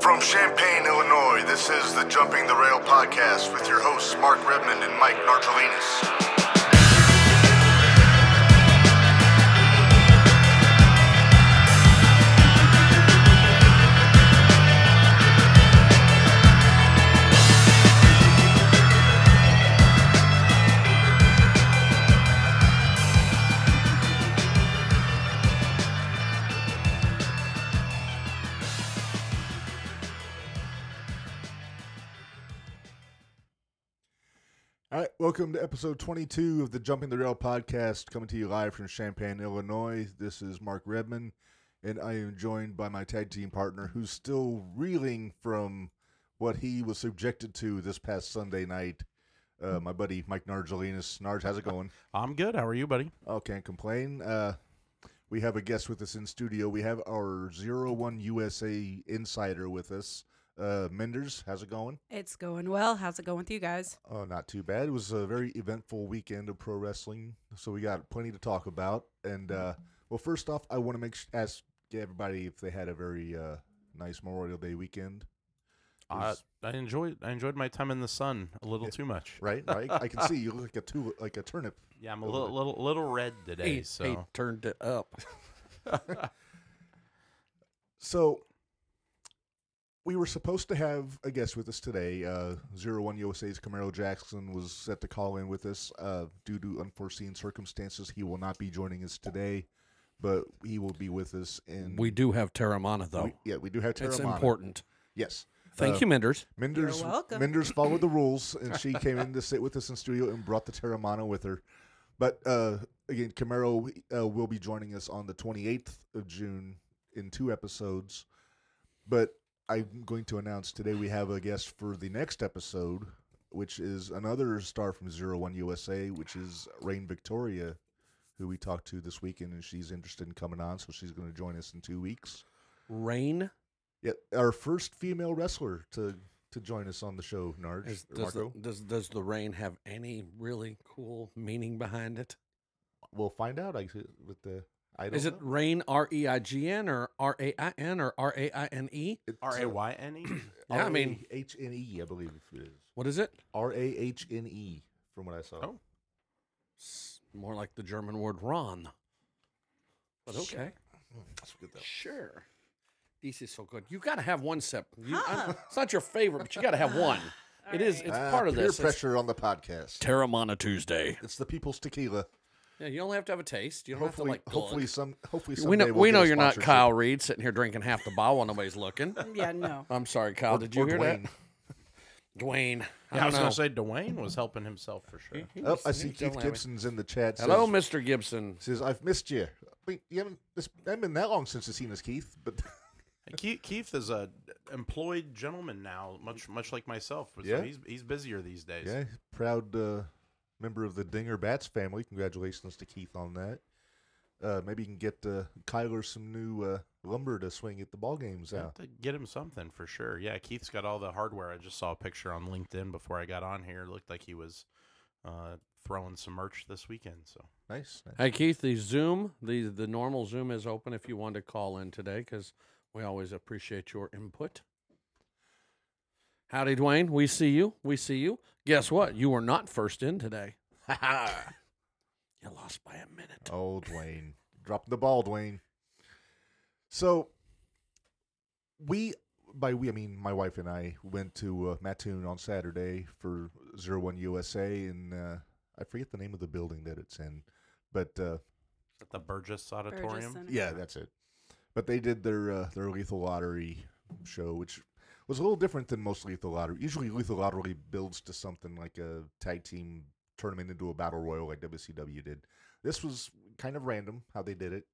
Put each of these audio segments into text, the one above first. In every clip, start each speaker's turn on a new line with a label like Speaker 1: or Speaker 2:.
Speaker 1: From Champaign, Illinois, this is the Jumping the Rail podcast with your hosts, Mark Redmond and Mike Nargelinas.
Speaker 2: All right, welcome to episode 22 of the Jumping the Rail podcast, coming to you live from Champaign, Illinois. This is Mark Redman, and I am joined by my tag team partner who's still reeling from what he was subjected to this past Sunday night. Uh, my buddy Mike Nargelinas. Narge, how's it going?
Speaker 3: I'm good. How are you, buddy?
Speaker 2: Oh, can't complain. Uh, we have a guest with us in studio. We have our Zero One USA insider with us. Uh, Menders, how's it going?
Speaker 4: It's going well. How's it going with you guys?
Speaker 2: Oh, not too bad. It was a very eventful weekend of pro wrestling, so we got plenty to talk about. And uh, well, first off, I want to make sh- ask everybody if they had a very uh, nice Memorial Day weekend.
Speaker 3: Uh,
Speaker 2: Is-
Speaker 3: I enjoyed I enjoyed my time in the sun a little too much.
Speaker 2: Right, right. I can see you look like a tulip, like a turnip.
Speaker 3: Yeah, I'm a little little, little red today.
Speaker 5: He-
Speaker 3: so
Speaker 5: he turned it up.
Speaker 2: So we were supposed to have a guest with us today. Uh, Zero One USA's Camaro Jackson was set to call in with us uh, due to unforeseen circumstances. He will not be joining us today, but he will be with us in.
Speaker 5: We do have Terramana though.
Speaker 2: We- yeah, we do have Terramana.
Speaker 5: it's important.
Speaker 2: Yes.
Speaker 5: Thank
Speaker 2: Uh,
Speaker 5: you, Menders.
Speaker 2: Menders,
Speaker 4: You're welcome.
Speaker 2: Menders followed the rules, and she came in to sit with us in studio and brought the Terramana with her. But uh, again, Camaro uh, will be joining us on the 28th of June in two episodes. But I'm going to announce today we have a guest for the next episode, which is another star from Zero One USA, which is Rain Victoria, who we talked to this weekend, and she's interested in coming on, so she's going to join us in two weeks.
Speaker 5: Rain
Speaker 2: Yeah, our first female wrestler to to join us on the show, Narge
Speaker 5: is,
Speaker 2: or
Speaker 5: does, the,
Speaker 2: Marco.
Speaker 5: does does the rain have any really cool meaning behind it?
Speaker 2: We'll find out. I with the I don't
Speaker 5: Is it
Speaker 2: know.
Speaker 5: rain R E I G N or R A I N or R A I N E?
Speaker 2: It's,
Speaker 3: R A Y N E.
Speaker 2: uh,
Speaker 5: Yeah, I mean-
Speaker 2: R-A-H-N-E, E, I believe it is
Speaker 5: What is it?
Speaker 2: R A H N E from what I saw.
Speaker 3: Oh.
Speaker 5: It's more like the German word Ron. But
Speaker 2: Sure.
Speaker 5: okay,
Speaker 2: that's good though.
Speaker 5: sure. This is so good. You got to have one sip. You, I-
Speaker 4: Huh.
Speaker 5: it's not your favorite, but you got to have one. It is. It's part of
Speaker 2: Ah, peer
Speaker 5: this. It's
Speaker 2: pressure on the podcast.
Speaker 5: Terramana Tuesday.
Speaker 2: It's the people's tequila.
Speaker 5: Yeah, you only have to have a taste. You don't
Speaker 2: Hopefully,
Speaker 5: have to like. glug.
Speaker 2: hopefully some. Hopefully,
Speaker 5: we know
Speaker 2: someday we'll
Speaker 5: we
Speaker 2: get
Speaker 5: know
Speaker 2: a
Speaker 5: you're not
Speaker 2: sponsorship.
Speaker 5: Kyle Reed sitting here drinking half the bottle while nobody's looking.
Speaker 4: Yeah, no.
Speaker 5: I'm sorry, Kyle.
Speaker 2: Or-
Speaker 5: Did you
Speaker 2: or
Speaker 5: hear
Speaker 2: Dwayne.
Speaker 5: that, Dwayne?
Speaker 3: Yeah, I was
Speaker 5: don't
Speaker 3: gonna say Dwayne was helping himself for sure.
Speaker 5: know. He
Speaker 2: Oh,
Speaker 5: was-
Speaker 2: I
Speaker 5: he
Speaker 2: see
Speaker 5: was
Speaker 2: Keith
Speaker 5: yelling at me.
Speaker 2: Gibson's in the chat. Says,
Speaker 5: Hello, Mr. Gibson.
Speaker 2: Says I've missed you. Wait, you haven't. It's it hasn't been that long since I've seen us, Keith. But
Speaker 3: Keith, Keith is a employed gentleman now, much much like myself. So
Speaker 2: Yeah.
Speaker 3: he's he's busier these days.
Speaker 2: Yeah, proud uh, member of the Dinger Bats family. Congratulations to Keith on that. Uh, maybe you can get uh, Kyler some new uh, lumber to swing at the ball games
Speaker 3: Have
Speaker 2: out.
Speaker 3: to get him something for sure. Yeah, Keith's got all the hardware. I just saw a picture on LinkedIn before I got on here. It looked like he was uh, throwing some merch this weekend. So
Speaker 2: Nice. nice.
Speaker 5: Hey, Keith. The Zoom, the the normal Zoom is open if you want to call in today because we always appreciate your input. Howdy, Dwayne. We see you. We see you. Guess what? You were not first in today. Ha ha. You lost by a minute.
Speaker 2: Oh, Dwayne. Dropping the ball, Dwayne. So, we, by we, I mean my wife and I, went to uh, Mattoon on Saturday for Zero One USA, and uh, I forget the name of the building that it's in, but uh,
Speaker 3: at the Burgess
Speaker 4: Burgess
Speaker 3: Auditorium.
Speaker 4: Center.
Speaker 2: Yeah, that's it. But they did their uh, their Lethal Lottery show, which was a little different than most Lethal Lottery. Usually, Lethal Lottery builds to something like a tag team tournament into a battle royal, like WCW did. This was kind of random how they did it.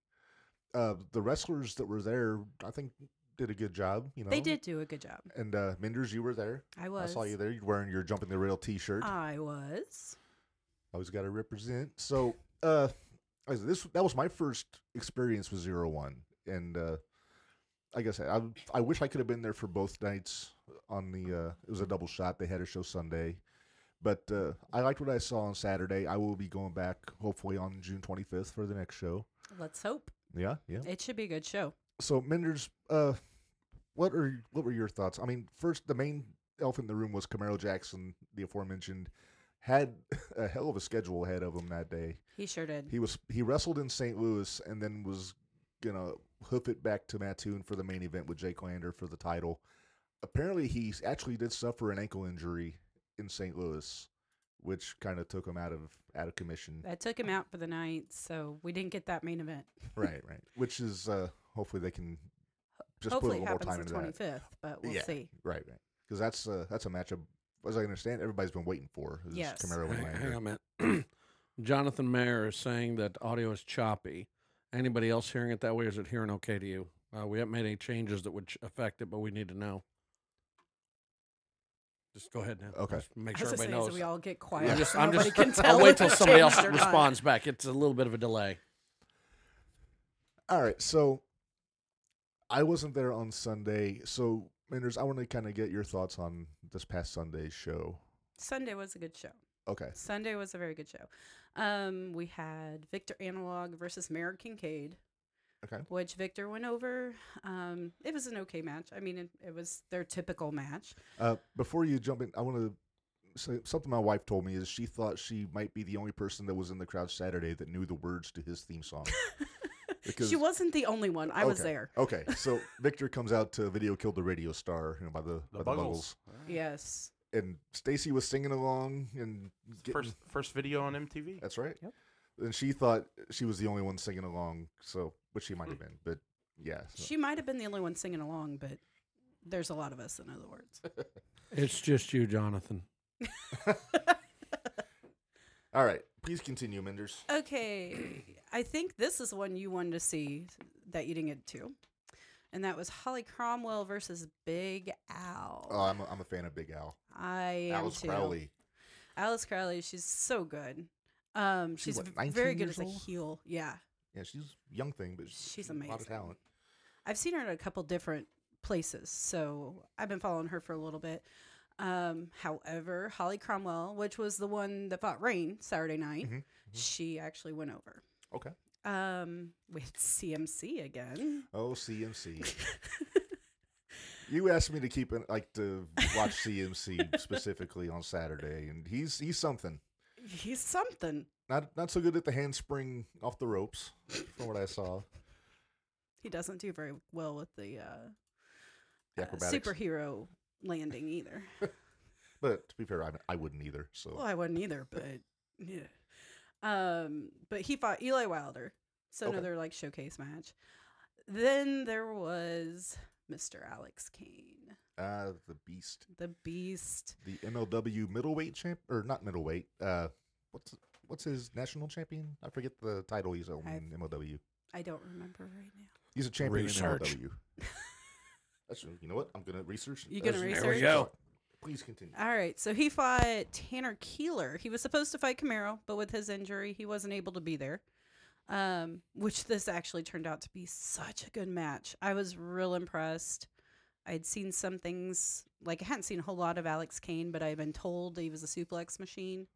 Speaker 2: Uh, the wrestlers that were there, I think, did a good job. You know,
Speaker 4: They did do a good job.
Speaker 2: And uh, Minders, you were there.
Speaker 4: I was.
Speaker 2: I saw you there. You're wearing your jumping the rail T-shirt.
Speaker 4: I was.
Speaker 2: Always got to represent. So, uh, I was- this that was my first experience with zero one, and uh, like I said, I I wish I could have been there for both nights. On the uh, it was a double shot. They had a show Sunday, but uh, I liked what I saw on Saturday. I will be going back hopefully on June twenty fifth for the next show.
Speaker 4: Let's hope
Speaker 2: Yeah, yeah.
Speaker 4: it should be a good show.
Speaker 2: So Menders, uh, what are what were your thoughts? I mean, first the main elf in the room was Camaro Jackson, the aforementioned, had a hell of a schedule ahead of him that day.
Speaker 4: He sure did.
Speaker 2: He was he wrestled in St. Louis and then was gonna hoof it back to Mattoon for the main event with Jake Lander for the title. Apparently, he actually did suffer an ankle injury in St. Louis, which kind of took him out of out of commission.
Speaker 4: That took him out for the night, so we didn't get that main event.
Speaker 2: right, right. Which is uh, hopefully they can just put a
Speaker 4: Hopefully,
Speaker 2: little
Speaker 4: it
Speaker 2: more
Speaker 4: happens
Speaker 2: time
Speaker 4: the
Speaker 2: into
Speaker 4: twenty
Speaker 2: that.
Speaker 4: fifth, but we'll
Speaker 2: Yeah.
Speaker 4: see.
Speaker 2: Right, right. Because that's uh, that's a matchup, as I understand, everybody's been waiting for. Is
Speaker 4: Yes.
Speaker 2: Camaro and
Speaker 5: Hang, hang
Speaker 2: Lander.
Speaker 5: on a minute. Jonathan Mayer is saying that audio is choppy. Anybody else hearing it that way? Or is it hearing okay to you? Uh, we haven't made any changes that would ch- affect it, but we need to know. Just go ahead now.
Speaker 2: Okay.
Speaker 5: Just make
Speaker 4: I
Speaker 5: sure
Speaker 4: was just
Speaker 5: everybody
Speaker 4: saying, so
Speaker 5: knows.
Speaker 4: we all get
Speaker 5: I'm
Speaker 4: quiet.
Speaker 5: just,
Speaker 4: so
Speaker 5: I'm
Speaker 4: nobody
Speaker 5: just,
Speaker 4: can tell
Speaker 5: I'll wait till
Speaker 4: if it's
Speaker 5: somebody else
Speaker 4: changed or not.
Speaker 5: responds back. It's a little bit of a delay.
Speaker 2: All right, so I wasn't there on Sunday, so Menders, I want to kind of get your thoughts on this past Sunday's show.
Speaker 4: Sunday was a good show.
Speaker 2: Okay,
Speaker 4: Sunday was a very good show. Um, we had Victor Analog versus Merrick Kincaid.
Speaker 2: Okay.
Speaker 4: Which Victor went over. Um, it was an okay match. I mean, it, it was their typical match.
Speaker 2: uh, before you jump in, I want to say something my wife told me is she thought she might be the only person that was in the crowd Saturday that knew the words to his theme song.
Speaker 4: She wasn't the only one. I was
Speaker 2: okay,
Speaker 4: there.
Speaker 2: Okay, so Victor comes out to "Video Killed the Radio Star" you know, by the, by
Speaker 3: The
Speaker 2: the
Speaker 3: Buggles.
Speaker 2: Buggles,
Speaker 4: Yes.
Speaker 2: and Stacy was singing along and getting,
Speaker 3: First, first video on MTV.
Speaker 2: That's right.
Speaker 4: Yep.
Speaker 2: And she thought she was the only one singing along, so which she might have been, but yeah. so-
Speaker 4: Hmm. She might have been the only one singing along, but there's a lot of us, in other words.
Speaker 5: It's just you, Jonathan.
Speaker 2: All right, please continue, Menders.
Speaker 4: Okay, I think this is one you wanted to see that you didn't get to, and that was Holly Cromwell versus Big Al.
Speaker 2: Oh, I'm a, I'm a fan of Big Al.
Speaker 4: I am
Speaker 2: Alice
Speaker 4: too.
Speaker 2: Crowley.
Speaker 4: Alice Crowley, she's so good. Um,
Speaker 2: She's
Speaker 4: she's
Speaker 2: what,
Speaker 4: v-
Speaker 2: 19
Speaker 4: very good
Speaker 2: years
Speaker 4: as a
Speaker 2: old?
Speaker 4: heel. Yeah,
Speaker 2: Yeah, she's a young thing, but
Speaker 4: She's
Speaker 2: A lot of
Speaker 4: amazing.
Speaker 2: talent.
Speaker 4: I've seen her at a couple different places, so I've been following her for a little bit. Um, however, Holly Cromwell, which was the one that fought Rain Saturday night,
Speaker 2: Mhm, mhm.
Speaker 4: she actually went over.
Speaker 2: Okay.
Speaker 4: Um, we had CMC again.
Speaker 2: Oh, CMC. you asked me to keep an, like to watch CMC specifically on Saturday, and he's he's something.
Speaker 4: He's something.
Speaker 2: Not not so good at the handspring off the ropes, from what I saw.
Speaker 4: He doesn't do very well with the uh,
Speaker 2: The
Speaker 4: uh,
Speaker 2: acrobatics.
Speaker 4: superhero landing either.
Speaker 2: But to be fair, I, I wouldn't either. So
Speaker 4: Well, I wasn't either, but yeah. Um, but he fought Eli Wilder, so
Speaker 2: Okay.
Speaker 4: another like showcase match. Then there was Mr. Alex Kane,
Speaker 2: uh, the beast.
Speaker 4: the Beast.
Speaker 2: the MLW middleweight champ or not middleweight. Uh, what's what's his national champion? I forget the title he's on
Speaker 4: I've-
Speaker 2: in MLW.
Speaker 4: I don't remember right now.
Speaker 2: He's a champion
Speaker 5: Research.
Speaker 2: in MLW. That's you know what I'm gonna research.
Speaker 4: You gonna
Speaker 2: as-
Speaker 4: research? There we
Speaker 5: go.
Speaker 2: Please continue.
Speaker 4: All right, so he fought Tanner Keeler. He was supposed to fight Camaro, but with his injury, he wasn't able to be there. Um, which this actually turned out to be such a good match. I was real impressed. I'd seen some things like I hadn't seen a whole lot of Alex Kane, but I'd been told he was a suplex machine.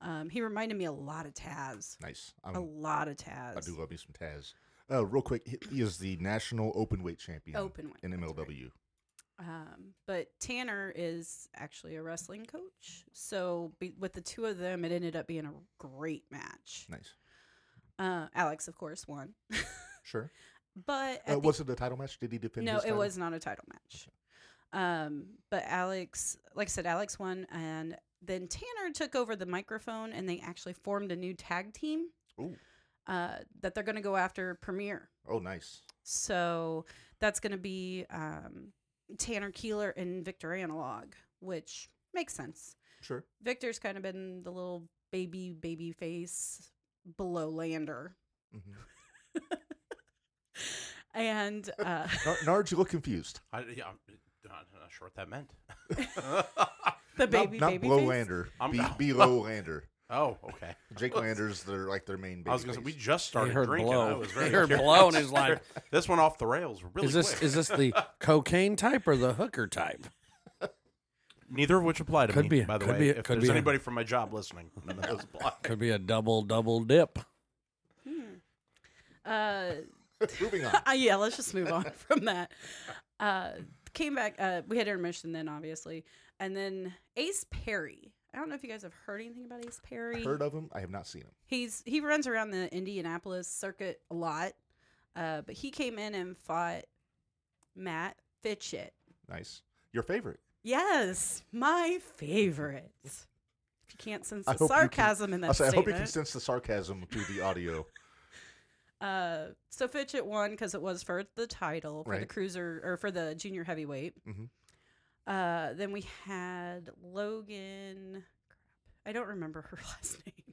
Speaker 4: Um, he reminded me a lot of Taz,
Speaker 2: Nice.
Speaker 4: a
Speaker 2: I'm,
Speaker 4: lot of Taz.
Speaker 2: I do love me some Taz. Uh, real quick, he- he is the national open weight champion
Speaker 4: Open weight,
Speaker 2: in
Speaker 4: that's right.
Speaker 2: MLW.
Speaker 4: Um, but Tanner is actually a wrestling coach, so be- with the two of them, it ended up being a great match.
Speaker 2: Nice.
Speaker 4: Uh, Alex, of course, won.
Speaker 2: Sure.
Speaker 4: but at
Speaker 2: Uh,
Speaker 4: the- e,
Speaker 2: was it a title match? Did he defend?
Speaker 4: no,
Speaker 2: his
Speaker 4: it
Speaker 2: title?
Speaker 4: was not a title match. Um, but Alex, like I said, Alex won, and then Tanner took over the microphone, and they actually formed a new tag team
Speaker 2: Ooh.
Speaker 4: uh, that they're going to go after Premier.
Speaker 2: Oh, nice.
Speaker 4: So that's going to be um, Tanner Keeler and Victor Analog, which makes sense.
Speaker 2: Sure.
Speaker 4: Victor's kind of been the little baby, baby face below Lander.
Speaker 2: Mhm.
Speaker 4: And uh,
Speaker 2: Nar- Narge, you look confused.
Speaker 3: I, yeah, I'm not, not sure what that meant.
Speaker 4: the
Speaker 2: Not-
Speaker 4: baby,
Speaker 2: not,
Speaker 4: baby
Speaker 2: below
Speaker 4: face.
Speaker 2: Lander.
Speaker 3: I'm-
Speaker 2: Be, below Lander.
Speaker 3: oh, okay.
Speaker 2: Jake Landers, they're like their main. Baby
Speaker 3: I was gonna say we just started
Speaker 5: heard
Speaker 3: drinking. I
Speaker 5: blow.
Speaker 3: was
Speaker 5: He
Speaker 3: very
Speaker 5: heard
Speaker 3: curious.
Speaker 5: blow, and he's like-
Speaker 3: "This one off the rails really
Speaker 5: is this
Speaker 3: quick."
Speaker 5: is this the cocaine type or the hooker type?
Speaker 3: Neither of which apply to
Speaker 5: Could
Speaker 3: me.
Speaker 5: be a-
Speaker 3: by the
Speaker 5: could
Speaker 3: way,
Speaker 5: be a-
Speaker 3: if
Speaker 5: could
Speaker 3: there's
Speaker 5: be a-
Speaker 3: anybody from my job listening, none of those apply.
Speaker 5: Could be a double double dip.
Speaker 4: Uh,
Speaker 2: moving on.
Speaker 4: uh, yeah, let's just move on from that. Uh, came back. Uh, we had intermission then, obviously, and then Ace Perry. I don't know if you guys have heard anything about Ace Perry.
Speaker 2: Heard of him? I have not seen him.
Speaker 4: He's he runs around the Indianapolis circuit a lot, uh, but he came in and fought Matt Fitchett.
Speaker 2: Nice. Your favorite?
Speaker 4: Yes, my favorite. If you can't sense
Speaker 2: I
Speaker 4: the
Speaker 2: hope you can-
Speaker 4: sarcasm in
Speaker 2: I,
Speaker 4: that
Speaker 2: say, I
Speaker 4: statement,
Speaker 2: hope you can sense the sarcasm through the audio.
Speaker 4: Uh, so Fitchett won because it was for the title for the
Speaker 2: Right.
Speaker 4: cruiser or for the junior heavyweight.
Speaker 2: Mhm.
Speaker 4: Uh, then we had Logan. Crap, I don't remember her last name.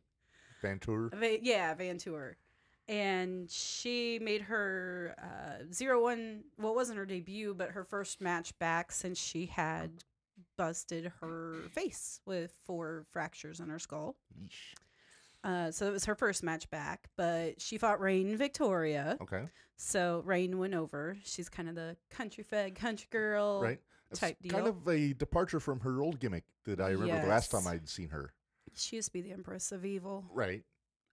Speaker 2: Vantour.
Speaker 4: Va- yeah, Van Tour, and she made her uh, zero one. Well, it wasn't her debut, but her first match back since she had busted her face with four fractures in her skull.
Speaker 2: Yeesh.
Speaker 4: Uh, so it was her first match back, but she fought Rain Victoria.
Speaker 2: Okay.
Speaker 4: So Rain went over. She's kind of the country fed country girl.
Speaker 2: Right. That's
Speaker 4: type
Speaker 2: kind
Speaker 4: deal.
Speaker 2: of a departure from her old gimmick that I remember the last time
Speaker 4: Yes.
Speaker 2: I'd seen her.
Speaker 4: She used to be the Empress of Evil.
Speaker 2: Right.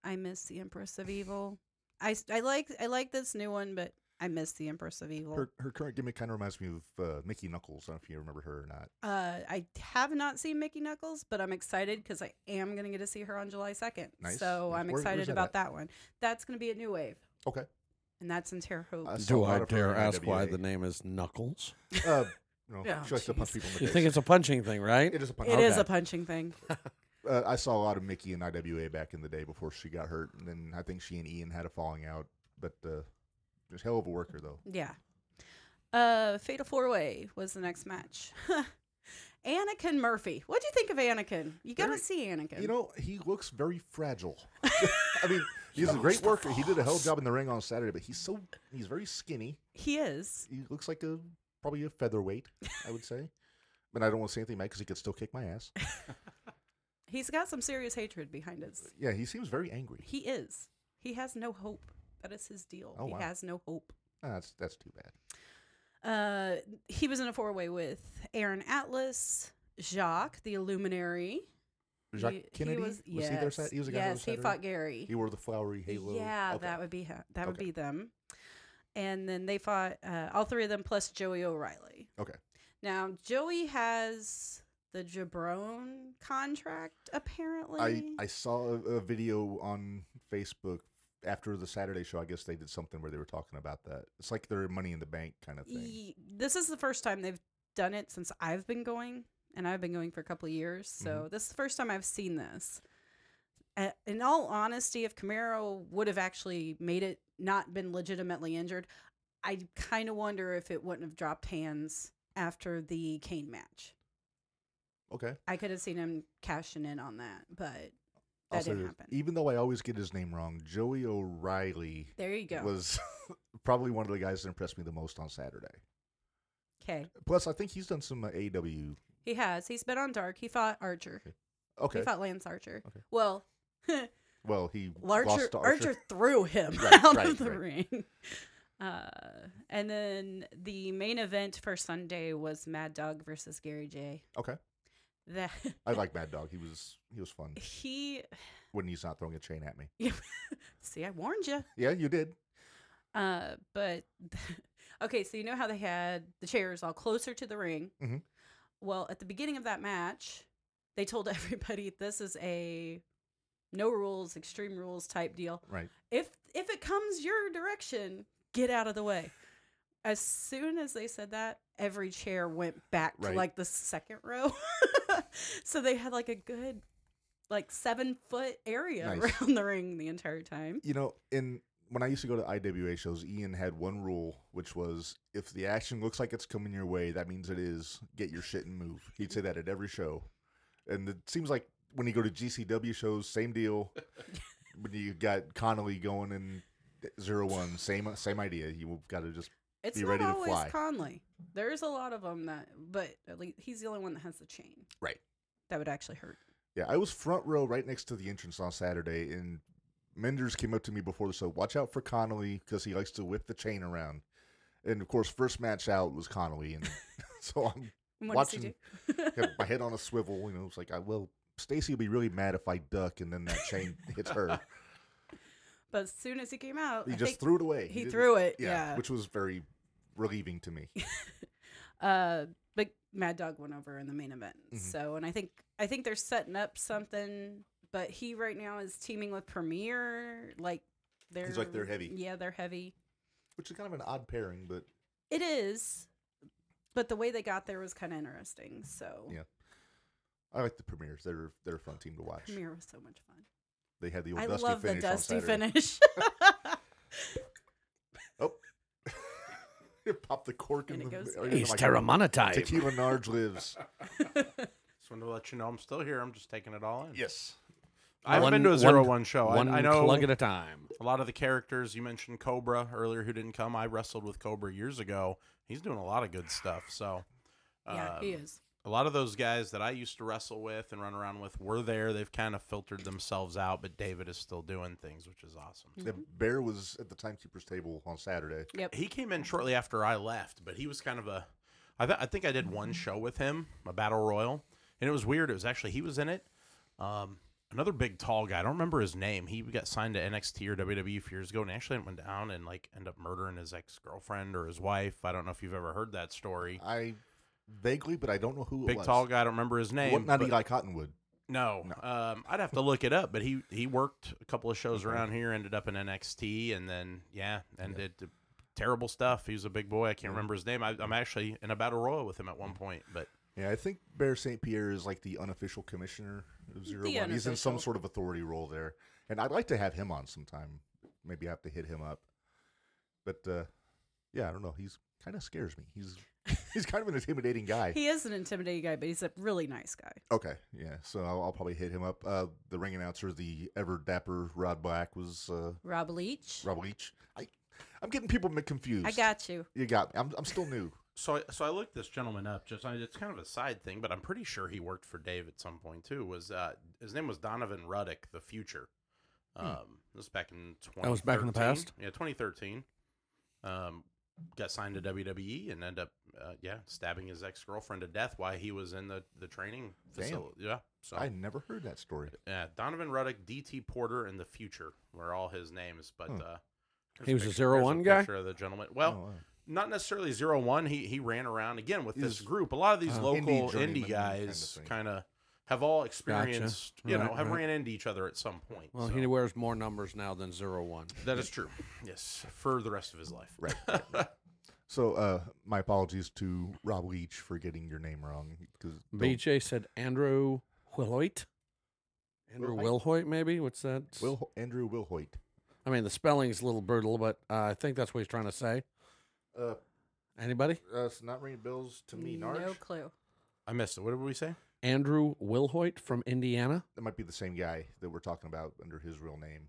Speaker 4: I miss the Empress of Evil. I, s- I like I like this new one, but I miss the Empress of Evil.
Speaker 2: Her, her current gimmick kind of reminds me of uh, Mickey Knuckles. I don't know if you remember her or not.
Speaker 4: Uh, I have not seen Mickey Knuckles, but I'm excited because I am going to get to see her on July 2nd.
Speaker 2: Nice.
Speaker 4: So
Speaker 2: Nice.
Speaker 4: I'm
Speaker 2: Where- where's
Speaker 4: excited
Speaker 2: that
Speaker 4: about
Speaker 2: at?
Speaker 4: that one. That's going to be at New Wave.
Speaker 2: Okay. Uh,
Speaker 4: And that's in Terre Haute.
Speaker 2: I saw a
Speaker 5: Do
Speaker 2: lot
Speaker 5: I
Speaker 2: of her
Speaker 5: dare
Speaker 2: in
Speaker 5: ask why
Speaker 2: NWA.
Speaker 5: the name is Knuckles?
Speaker 2: Uh, no,
Speaker 4: Yeah,
Speaker 2: she likes to punch
Speaker 4: jeez.
Speaker 2: people in the
Speaker 5: You
Speaker 2: face.
Speaker 5: think it's a punching thing, right?
Speaker 2: It is a punch.
Speaker 4: It is
Speaker 5: Okay.
Speaker 4: a punching thing.
Speaker 2: Uh, I saw a lot of Mickey and IWA back in the day before she got hurt, and then I think she and Ian had a falling out. But uh, just hell of a worker though.
Speaker 4: Yeah. Uh, Fatal Four Way was the next match. Anakin Murphy. What do you think of Anakin? You gotta
Speaker 2: Very-
Speaker 4: see Anakin.
Speaker 2: You know, he looks very fragile. I mean, he's a great worker. He did a hell of a job in the ring on Saturday, but he's so he's very skinny.
Speaker 4: he is.
Speaker 2: He looks like a probably a featherweight, I would say. But I don't want to say anything, Mike, because he could still kick my ass.
Speaker 4: He's got some serious hatred behind us.
Speaker 2: Yeah, he seems very angry.
Speaker 4: He is. He has no hope. That is his deal.
Speaker 2: Oh,
Speaker 4: he
Speaker 2: wow.
Speaker 4: has no hope.
Speaker 2: Ah, that's that's too bad.
Speaker 4: Uh, he was in a four way with Aaron Atlas, Jacques, the Illuminary.
Speaker 2: Jacques
Speaker 4: He- he
Speaker 2: Kennedy
Speaker 4: was,
Speaker 2: he there?
Speaker 4: yes.
Speaker 2: Sat- He was a guy. that
Speaker 4: Yes,
Speaker 2: was
Speaker 4: he
Speaker 2: Saturday?
Speaker 4: fought Gary.
Speaker 2: He wore the flowery halo.
Speaker 4: Yeah,
Speaker 2: Okay.
Speaker 4: that would be ha- that would
Speaker 2: Okay.
Speaker 4: be them. And then they fought uh, all three of them plus Joey O'Reilly.
Speaker 2: Okay.
Speaker 4: Now Joey has the Jabron contract apparently.
Speaker 2: I, I saw a, a video on Facebook after the Saturday show. I guess they did something where they were talking about that. It's like their money in the bank kind of thing.
Speaker 4: Ye- this is the first time they've done it since I've been going, and I've been going for a couple of years. So
Speaker 2: Mm-hmm.
Speaker 4: this is the first time I've seen this. A- In all honesty, if Camaro would have actually made it, not been legitimately injured, I kind of wonder if it wouldn't have dropped hands after the Kane match.
Speaker 2: Okay.
Speaker 4: I could have seen him cashing in on that, but that
Speaker 2: Also,
Speaker 4: didn't happen.
Speaker 2: Even though I always get his name wrong, Joey O'Reilly
Speaker 4: there you go.
Speaker 2: was probably one of the guys that impressed me the most on Saturday.
Speaker 4: Okay,
Speaker 2: Plus, I think he's done some uh, AW.
Speaker 4: he has. He's been on dark. He fought Archer.
Speaker 2: Okay.
Speaker 4: He fought Lance Archer.
Speaker 2: Okay.
Speaker 4: Well,
Speaker 2: well, he
Speaker 4: Larcher,
Speaker 2: lost to
Speaker 4: Archer. threw him
Speaker 2: Right,
Speaker 4: out
Speaker 2: right,
Speaker 4: of the
Speaker 2: right.
Speaker 4: ring. Uh, and then the main event for Sunday was Mad Dog versus Gary J.
Speaker 2: Okay.
Speaker 4: That
Speaker 2: I like Mad Dog. He was he was fun
Speaker 4: he
Speaker 2: when he's not throwing a chain at me.
Speaker 4: see, I warned you.
Speaker 2: Yeah, you did.
Speaker 4: Uh, but okay, so you know how they had the chairs all closer to the ring.
Speaker 2: Mhm.
Speaker 4: Well, at the beginning of that match, they told everybody this is a no rules, extreme rules type deal.
Speaker 2: Right.
Speaker 4: If if it comes your direction, get out of the way. As soon as they said that, every chair went back
Speaker 2: Right.
Speaker 4: to like the second row. so they had like a good like seven foot area
Speaker 2: Nice.
Speaker 4: around the ring the entire time.
Speaker 2: you know, in when I used to go to IWA shows, Ian had one rule, which was if the action looks like it's coming your way, that means it is. Get your shit and move. He'd say that at every show, and it seems like when you go to GCW shows, same deal. when you got Connolly going in eh, zero one, same same idea. You've got to just
Speaker 4: It's
Speaker 2: be
Speaker 4: not
Speaker 2: ready to
Speaker 4: always
Speaker 2: fly.
Speaker 4: Conley. There's a lot of them that, but at least he's the only one that has the chain.
Speaker 2: Right.
Speaker 4: That would actually hurt.
Speaker 2: Yeah, I was front row right next to the entrance on Saturday, and Menders came up to me before the show. Watch out for Connolly because he likes to whip the chain around. And of course, first match out was Connolly, and so I'm
Speaker 4: And what does he
Speaker 2: Watching-
Speaker 4: do?
Speaker 2: got my head on a swivel. You know, it's like I will. Stacy will be really mad if I duck and then that chain hits her.
Speaker 4: but as soon as he came out,
Speaker 2: He
Speaker 4: I
Speaker 2: just
Speaker 4: think
Speaker 2: threw it away.
Speaker 4: he
Speaker 2: didn't-
Speaker 4: threw it, yeah.
Speaker 2: which was very relieving to me.
Speaker 4: Uh, but Mad Dog went over in the main event.
Speaker 2: Mhm.
Speaker 4: So, and I think I think they're setting up something. But he right now is teaming with Premier. Like they're
Speaker 2: like, they're heavy.
Speaker 4: Yeah, they're heavy.
Speaker 2: Which is kind of an odd pairing, but
Speaker 4: It is. But the way they got there was kind of interesting. So
Speaker 2: Yeah. I like the premiers. They're they're a fun team to watch.
Speaker 4: Premier was so much fun.
Speaker 2: They had the old
Speaker 4: I
Speaker 2: dusty
Speaker 4: love the
Speaker 2: finish.
Speaker 4: dusty
Speaker 2: on Saturday.
Speaker 4: finish.
Speaker 2: Pop the cork
Speaker 4: And
Speaker 2: in
Speaker 4: it
Speaker 2: the,
Speaker 4: goes-
Speaker 2: or in
Speaker 5: He's
Speaker 2: my-
Speaker 5: terramonetized.
Speaker 2: Tequila Narge lives.
Speaker 3: Just wanted to let you know I'm still here. I'm just taking it all in.
Speaker 2: yes.
Speaker 3: I haven't
Speaker 5: One-
Speaker 3: been to a
Speaker 5: one-
Speaker 3: zero one show. I-
Speaker 5: One
Speaker 3: I, know
Speaker 5: plug at a time.
Speaker 3: a lot of the characters. You mentioned Cobra earlier, who didn't come. I wrestled with Cobra years ago. He's doing a lot of good stuff. So,
Speaker 4: yeah, he
Speaker 3: um,
Speaker 4: is.
Speaker 3: a lot of those guys that I used to wrestle with and run around with were there. They've kind of filtered themselves out, but David is still doing things, which is awesome.
Speaker 2: The bear was at the timekeeper's table on Saturday.
Speaker 4: Yep.
Speaker 3: He came in shortly after I left, but he was kind of a. I, th- I think I did one show with him, a battle royal, and it was weird. It was actually he was in it. Um, another big tall guy. I don't remember his name. He got signed to NXT or WWE a few years ago, and actually went down and like ended up murdering his ex girlfriend or his wife. I don't know if you've ever heard that story.
Speaker 2: I vaguely, but I don't know Uh, who it
Speaker 3: Big
Speaker 2: was.
Speaker 3: tall guy. I don't remember his name.
Speaker 2: What, not
Speaker 3: but-
Speaker 2: Eli Cottonwood.
Speaker 3: No, Um, I'd have to look it up. But he he worked a couple of shows around here, ended up in NXT, and then yeah, Mm-hmm. and did terrible stuff. He was a big boy. I can't remember his name. I, I'm actually in a battle royal with him at one point. But
Speaker 2: Yeah, I think Bear St. Pierre is like the unofficial commissioner of Zero One. He's in some
Speaker 4: unofficial.
Speaker 2: sort of authority role there. And I'd like to have him on sometime. Maybe I have to hit him up. But uh, yeah, I don't know. He's kind of scares me. He's he's kind of an intimidating guy.
Speaker 4: He is an intimidating guy, but he's a really nice guy.
Speaker 2: Okay, yeah. So I'll, I'll probably hit him up. Uh, the ring announcer, the ever dapper Rod Black, was uh,
Speaker 4: Rob Leach.
Speaker 2: Rob Leach. I, I'm getting people mi- confused.
Speaker 4: I got you.
Speaker 2: you. Got me. I'm I'm still new.
Speaker 3: so I, so I looked this gentleman up. Just I, it's kind of a side thing, but I'm pretty sure he worked for Dave at some point too. Was uh, his name was Donovan Ruddick, the future. Um, this was back in 2013.
Speaker 5: Hmm. That was back in the past?
Speaker 3: Yeah, 2013. Um, got signed to WWE and ended up, uh, yeah, stabbing his ex girlfriend to death while he was in the the training
Speaker 2: Damn.
Speaker 3: facility. Yeah, so
Speaker 2: I never heard that story.
Speaker 3: yeah, Donovan Ruddick, DT Porter, and the future were all his names. But
Speaker 2: Hmm.
Speaker 3: uh, there's
Speaker 5: He was a
Speaker 3: pic-
Speaker 5: zero
Speaker 3: there's
Speaker 5: one guy?
Speaker 3: Picture of the gentleman. Well
Speaker 2: Oh, wow.
Speaker 3: not necessarily zero one. He he ran around again with this
Speaker 2: He's-
Speaker 3: group. A lot of these
Speaker 5: uh,
Speaker 3: local
Speaker 2: indie journeyman
Speaker 3: indie,
Speaker 2: kind of
Speaker 3: guys
Speaker 2: thing.
Speaker 3: kind of have all experienced, you know,
Speaker 5: Right,
Speaker 3: have
Speaker 5: right.
Speaker 3: ran into each other at some point.
Speaker 5: Well,
Speaker 3: so
Speaker 5: he wears more numbers now than zero one.
Speaker 3: that is true. Yes, for the rest of his life.
Speaker 2: Right. So uh, my apologies to Rob Leach for getting your name wrong. 'cause don't-
Speaker 5: BJ said Andrew Wilhoit. Andrew
Speaker 2: Wilhoit?
Speaker 5: Wilhoit, maybe? What's that?
Speaker 2: Will Andrew Wilhoit.
Speaker 5: I mean, the spelling's a little brutal, but uh, I think that's what he's trying to say.
Speaker 2: Uh,
Speaker 5: Anybody?
Speaker 2: uh, it's not ringing bells to
Speaker 4: No clue.
Speaker 3: I missed it. What did we say?
Speaker 5: Andrew Wilhoit from Indiana.
Speaker 2: That might be the same guy that we're talking about under his real name.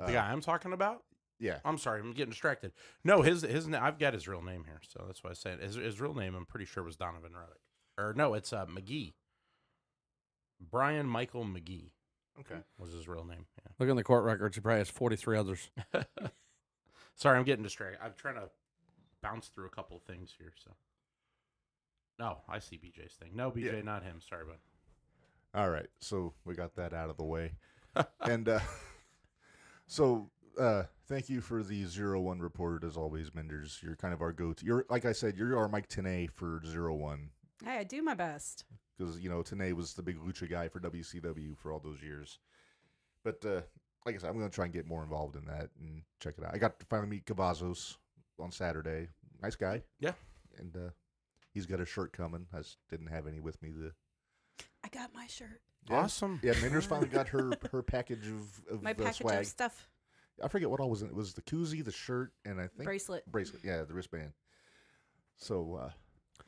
Speaker 2: Uh,
Speaker 3: the guy I'm talking about.
Speaker 2: Yeah.
Speaker 3: I'm sorry, I'm getting distracted. No, his his na- I've got his real name here, so that's why I said his his real name. I'm pretty sure was Donovan Ruddick, or no, it's uh, McGee. Brian Michael McGee
Speaker 2: Okay.
Speaker 3: was his real name. Yeah.
Speaker 5: Look in the court records. He probably has 43 others.
Speaker 3: Sorry, I'm getting distracted. I'm trying to bounce through a couple of things here. So, no, I see BJ's thing. No, BJ,
Speaker 2: Yeah.
Speaker 3: not him. Sorry, bud.
Speaker 2: All right, so we got that out of the way, and uh, so uh, thank you for the zero one report as always, Menders. You're kind of our go-to. You're like I said, you're our Mike Tenay for zero one
Speaker 4: Hey, I do my best.
Speaker 2: because you know Tenay was the big lucha guy for WCW for all those years. But uh, like I said, I'm going to try and get more involved in that and check it out. I got to finally meet Cavazos on Saturday. Nice guy.
Speaker 3: Yeah.
Speaker 2: and uh, he's got a shirt coming. I just didn't have any with me. The
Speaker 4: I got my shirt.
Speaker 3: Awesome.
Speaker 2: Yeah, Menders finally got her her package of, of
Speaker 4: My
Speaker 2: uh,
Speaker 4: package
Speaker 2: swag.
Speaker 4: of stuff.
Speaker 2: I forget what all was in it. It was the koozie, the shirt, and I think
Speaker 4: Bracelet.
Speaker 2: bracelet. Yeah, the wristband. So uh,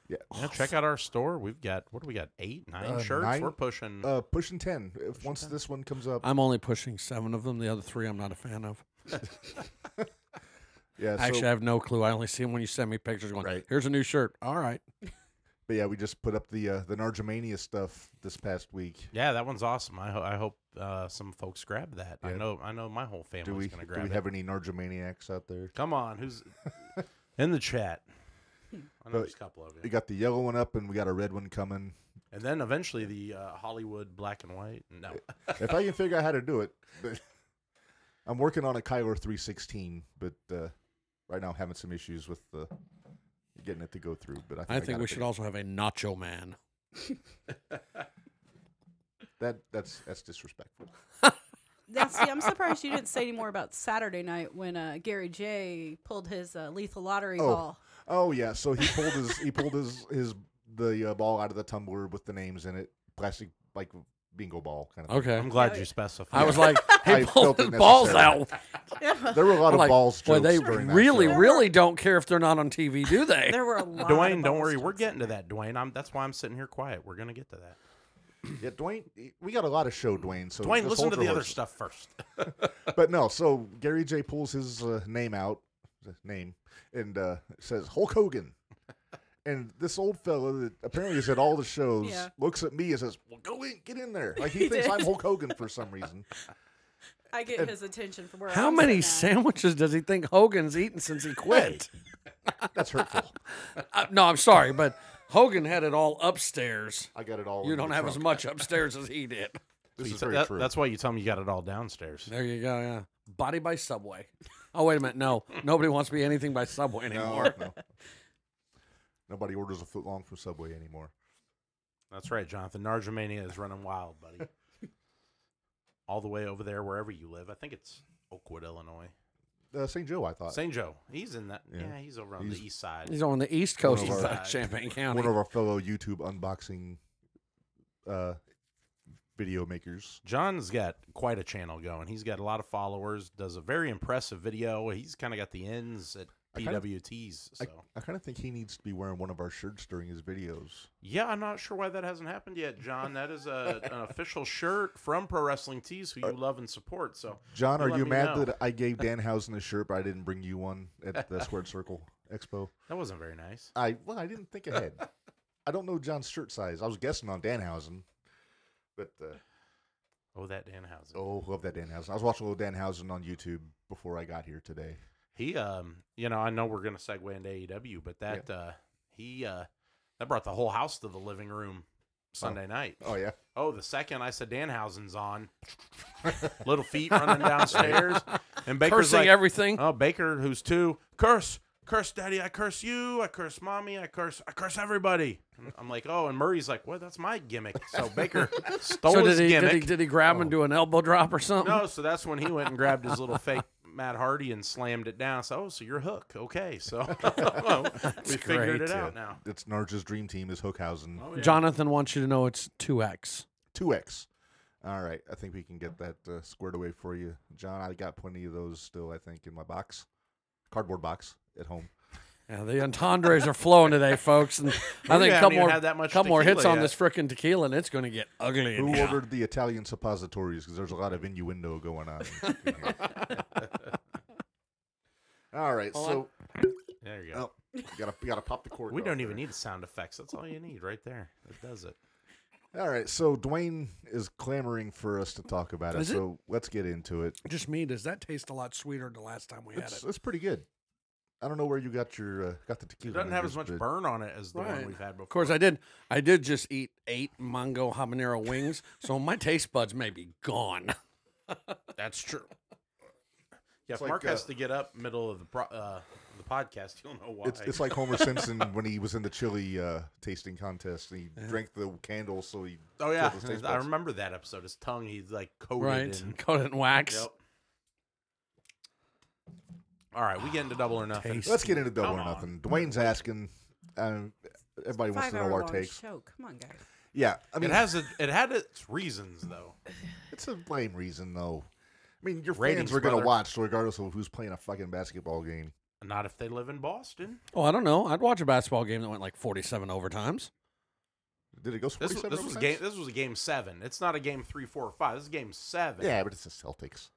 Speaker 2: yeah,
Speaker 3: Yeah, check out our store. We've got what do we got? Eight, nine
Speaker 2: Uh,
Speaker 3: shirts.
Speaker 2: nine-
Speaker 3: We're pushing.
Speaker 2: uh, pushing ten. If once this one comes up,
Speaker 5: I'm only pushing seven of them. The other three I'm not a fan of.
Speaker 2: yeah. So,
Speaker 5: Actually, I have no clue. I only see them when you send me pictures going,
Speaker 2: Right.
Speaker 5: here's a new shirt. All right.
Speaker 2: but yeah, we just put up the uh, the Nargemania stuff this past week.
Speaker 3: yeah, that one's awesome. I, ho- I hope uh, some folks grab that. I
Speaker 2: Yeah.
Speaker 3: know. I know my whole
Speaker 2: Do
Speaker 3: family's
Speaker 2: we
Speaker 3: gonna
Speaker 2: do
Speaker 3: grab
Speaker 2: we
Speaker 3: it.
Speaker 2: have any Nargemaniacs out there?
Speaker 3: Come on, who's in the chat? I know
Speaker 2: But
Speaker 3: there's a couple of
Speaker 2: We
Speaker 3: you.
Speaker 2: got the yellow one up, and we got a red one coming.
Speaker 3: And then eventually the uh, Hollywood black and white. No,
Speaker 2: if I can figure out how to do it, but I'm working on a Kyler 316, but uh, right now I'm having some issues with the getting it to go through. But I think,
Speaker 5: I
Speaker 2: got
Speaker 5: think we
Speaker 2: it
Speaker 5: should
Speaker 2: figured-
Speaker 5: also have a Nacho Man.
Speaker 2: That that's that's disrespectful.
Speaker 4: Now, see, I'm surprised you didn't say any more about Saturday night when uh, Gary J pulled his uh, lethal lottery
Speaker 2: Oh.
Speaker 4: ball.
Speaker 2: Oh yeah, so he pulled his he pulled his his the uh, ball out of the tumbler with the names in it, plastic like bingo ball kind of. thing.
Speaker 5: Okay.
Speaker 3: I'm glad
Speaker 4: Yeah.
Speaker 3: you specified.
Speaker 5: I was like,
Speaker 2: I
Speaker 5: hey, pull
Speaker 2: felt
Speaker 5: his
Speaker 2: it
Speaker 5: balls
Speaker 2: necessary.
Speaker 5: out.
Speaker 2: There were a lot of
Speaker 5: Like,
Speaker 2: balls.
Speaker 5: Boy,
Speaker 2: Jokes
Speaker 5: they
Speaker 2: during that
Speaker 5: really,
Speaker 2: show.
Speaker 5: really don't care if they're not on TV, do they?
Speaker 4: There were a lot. of
Speaker 3: Dwayne, don't
Speaker 4: balls
Speaker 3: worry, we're
Speaker 4: jokes.
Speaker 3: getting to that, Dwayne. I'm, that's why I'm sitting here quiet. We're gonna get to that.
Speaker 2: Yeah, Dwayne, we got a lot of show, Dwayne. So
Speaker 3: Dwayne,
Speaker 2: just
Speaker 3: listen
Speaker 2: hold
Speaker 3: to
Speaker 2: your
Speaker 3: the other
Speaker 2: horses.
Speaker 3: stuff first.
Speaker 2: But no, so Gary J pulls his uh, name out, uh, name, and uh, says Hulk Hogan. And this old fella that apparently is at all the shows
Speaker 4: Yeah.
Speaker 2: looks at me and says, "Well, go in, get in there." Like he, thinks
Speaker 4: did.
Speaker 2: I'm Hulk Hogan for some reason.
Speaker 4: I get his attention from where.
Speaker 5: How
Speaker 4: I'm
Speaker 5: many
Speaker 4: sitting at.
Speaker 5: sandwiches does he think Hogan's eaten since he quit?
Speaker 2: That's hurtful.
Speaker 5: Uh, no, I'm sorry, but Hogan had it all upstairs.
Speaker 2: I got it all.
Speaker 5: You
Speaker 2: in
Speaker 5: don't
Speaker 2: the
Speaker 5: have
Speaker 2: trunk.
Speaker 5: as much upstairs as he did.
Speaker 2: This is
Speaker 3: So
Speaker 2: very
Speaker 3: that-
Speaker 2: true.
Speaker 3: That's why you tell me you got it all downstairs.
Speaker 5: There you go. Yeah. Body by Subway. Oh, wait a minute. No, nobody wants to be anything by Subway anymore.
Speaker 2: no, no. Nobody orders a foot long from Subway anymore.
Speaker 3: That's right, Jonathan. Nargemania is running wild, buddy. all the way over there, wherever you live. I think it's Oakwood, Illinois.
Speaker 2: Uh, St. Joe, I thought.
Speaker 3: St. Joe. He's in that. Yeah,
Speaker 2: Yeah.
Speaker 3: he's over on
Speaker 2: He's-
Speaker 3: the east side.
Speaker 5: He's on the East Coast
Speaker 2: One
Speaker 5: of
Speaker 2: of
Speaker 3: our-
Speaker 5: Champaign County.
Speaker 2: One of our fellow YouTube unboxing uh, video makers.
Speaker 3: John's got quite a channel going. He's got a lot of followers. Does a very impressive video. He's kind of got the ends at
Speaker 2: I kinda-
Speaker 3: PWTs. So
Speaker 2: I, I kind of think he needs to be wearing one of our shirts during his videos.
Speaker 3: yeah, I'm not sure why that hasn't happened yet, John. That is a, an official shirt from Pro Wrestling Tees, who you love and support. So
Speaker 2: Uh, John, are
Speaker 3: let
Speaker 2: you
Speaker 3: me
Speaker 2: mad
Speaker 3: know.
Speaker 2: that I gave Danhausen a shirt, but I didn't bring you one at the Squared Circle Expo?
Speaker 3: that wasn't very nice.
Speaker 2: I well, I didn't think ahead. I don't know John's shirt size. I was guessing on Danhausen, but uh,
Speaker 3: Oh, that Danhausen.
Speaker 2: oh, love that Danhausen. I was watching a little Danhausen on YouTube before I got here today.
Speaker 3: He, um, you know, I know we're gonna segue into AEW, but that uh, he uh, that brought the whole house to the living room Sunday night.
Speaker 2: Oh yeah,
Speaker 3: Oh, the second I said Danhausen's on, little feet running downstairs, and Baker's
Speaker 5: Cursing
Speaker 3: like,
Speaker 2: uh,
Speaker 5: everything.
Speaker 3: "Oh, Baker, who's two? Curse, curse, Daddy! I curse you! I curse Mommy! I curse! I curse everybody!" And I'm like, "Oh," and Murray's like, "Well, that's my gimmick." So Baker stole
Speaker 5: so
Speaker 3: his
Speaker 5: did he,
Speaker 3: gimmick.
Speaker 5: did he did he
Speaker 2: Oh.
Speaker 5: grab him to an elbow drop or something?
Speaker 3: No, so that's when he went and grabbed his little fake Matt Hardy and slammed it down. So, oh, so you're Hook. Okay. So we figured it
Speaker 5: great,
Speaker 3: out now. Oh,
Speaker 2: it's Narja's dream team is Hookhausen.
Speaker 5: Jonathan wants you to know it's two X.
Speaker 2: two X. All right, I think we can get that uh, squared away for you, John. I got plenty of those still. I think in my box, cardboard box at home.
Speaker 5: Yeah, the entendres are flowing today, folks, and I think a
Speaker 3: haven't
Speaker 5: couple
Speaker 3: even
Speaker 5: more,
Speaker 3: had that much
Speaker 5: couple more
Speaker 3: tequila
Speaker 5: hits on
Speaker 3: yet.
Speaker 5: this frickin' tequila, and it's going to get ugly. in
Speaker 2: Who
Speaker 5: here.
Speaker 2: ordered the Italian suppositories? Because there's a lot of innuendo going on. in here. all right, so
Speaker 3: There you go.
Speaker 2: oh, gotta gotta pop the cork.
Speaker 3: we
Speaker 2: off
Speaker 3: don't even
Speaker 2: there.
Speaker 3: need sound effects. That's all you need right there. That does it.
Speaker 2: All right, so Dwayne is clamoring for us to talk about it.
Speaker 5: Is it?
Speaker 2: so let's get into it.
Speaker 5: Just me. Does that taste a lot sweeter than last time we had
Speaker 2: It's,
Speaker 5: it?
Speaker 2: it's pretty good. I don't know where you got your uh, got the
Speaker 3: It
Speaker 2: tequila.
Speaker 3: doesn't
Speaker 2: in
Speaker 3: have
Speaker 2: yours,
Speaker 3: as much
Speaker 2: but-
Speaker 3: burn on it as the one
Speaker 5: Right.
Speaker 3: we've had before.
Speaker 5: Of course, I did. I did just eat eight mango habanero wings, so my taste buds may be gone.
Speaker 3: That's true. Yeah, if
Speaker 2: like,
Speaker 3: Mark
Speaker 2: uh,
Speaker 3: has to get up middle of the pro- uh, the podcast, you'll know why.
Speaker 2: It's, it's like Homer Simpson when he was in the chili uh, tasting contest. and He drank the candle, so he
Speaker 3: oh yeah,
Speaker 2: killed his taste
Speaker 3: I
Speaker 2: buds.
Speaker 3: remember that episode. His tongue, he's like coated
Speaker 5: Right?
Speaker 3: in
Speaker 5: Coat it in wax.
Speaker 3: Yep. All right, we get into double or nothing.
Speaker 5: Taste.
Speaker 2: Let's get into double
Speaker 3: Come
Speaker 2: or
Speaker 3: on.
Speaker 2: nothing. Dwayne's asking. Um, everybody wants
Speaker 4: Five
Speaker 2: to know
Speaker 4: hour
Speaker 2: our
Speaker 4: long
Speaker 2: takes.
Speaker 4: show. Come on, guys.
Speaker 2: Yeah, I mean,
Speaker 3: it has a, it had its reasons though.
Speaker 2: it's a blame reason though. I mean, your
Speaker 3: Ratings,
Speaker 2: fans are going
Speaker 3: brother.
Speaker 2: to watch regardless of who's playing a fucking basketball game.
Speaker 3: Not if they live in Boston.
Speaker 5: Oh, I don't know. I'd watch a basketball game that went like forty-seven overtimes.
Speaker 2: Did it go?
Speaker 3: This, was-
Speaker 2: 47
Speaker 3: this was
Speaker 2: overtimes?
Speaker 3: game. This was a game seven. It's not a game three, four, or five. This is game seven.
Speaker 2: Yeah, but it's the Celtics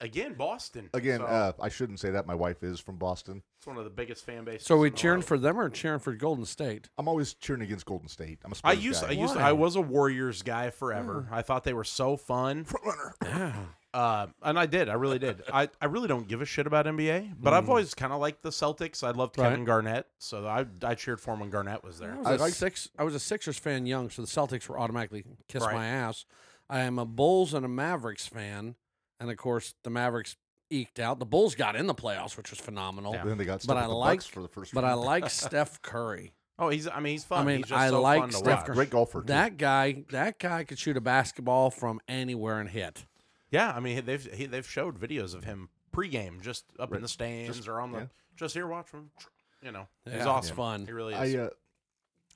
Speaker 3: Again, Boston.
Speaker 2: again.
Speaker 3: So,
Speaker 2: Uh, I shouldn't say that. My wife is from Boston.
Speaker 3: it's one of the biggest fan bases.
Speaker 5: So are we
Speaker 3: in the
Speaker 5: cheering
Speaker 3: world.
Speaker 5: for them or cheering for Golden State?
Speaker 2: I'm always cheering against Golden State. I'm a
Speaker 3: I
Speaker 2: Spurs
Speaker 3: used.
Speaker 2: guy.
Speaker 3: I used.
Speaker 5: Why? Mm.
Speaker 3: I was a Warriors guy forever. I thought they were so fun.
Speaker 2: front runner.
Speaker 3: Uh, and I did. I really did. I, I really don't give a shit about NBA, but I've always kind of liked the Celtics. I loved
Speaker 5: Right.
Speaker 3: Kevin Garnett, so I, I cheered for him when Garnett was there.
Speaker 5: I was
Speaker 2: I
Speaker 5: a
Speaker 2: like-
Speaker 5: six. I was a Sixers fan young, so the Celtics were automatically kiss
Speaker 3: Right.
Speaker 5: my ass. I am a Bulls and a Mavericks fan, and of course the Mavericks eked out. The Bulls got in the playoffs, which was phenomenal.
Speaker 3: Yeah.
Speaker 2: Then they got stuck
Speaker 5: I
Speaker 2: with the
Speaker 5: like-
Speaker 2: Bucks for the first.
Speaker 5: But I
Speaker 2: round.
Speaker 5: like Steph Curry.
Speaker 3: Oh, he's. I mean, he's fun.
Speaker 5: I mean,
Speaker 3: he's just
Speaker 5: I
Speaker 3: so
Speaker 5: like
Speaker 3: fun to
Speaker 5: Steph
Speaker 3: watch.
Speaker 5: Curry.
Speaker 2: great golfer. too.
Speaker 5: That guy, that guy could shoot a basketball from anywhere and hit.
Speaker 3: Yeah, I mean, they've he, they've showed videos of him pregame, just up
Speaker 2: Right.
Speaker 3: in the stands or on the
Speaker 2: yeah.
Speaker 3: just here watch him. You know, he's
Speaker 5: Yeah,
Speaker 3: awesome.
Speaker 5: It's fun.
Speaker 3: He really
Speaker 2: I
Speaker 3: is.
Speaker 2: uh,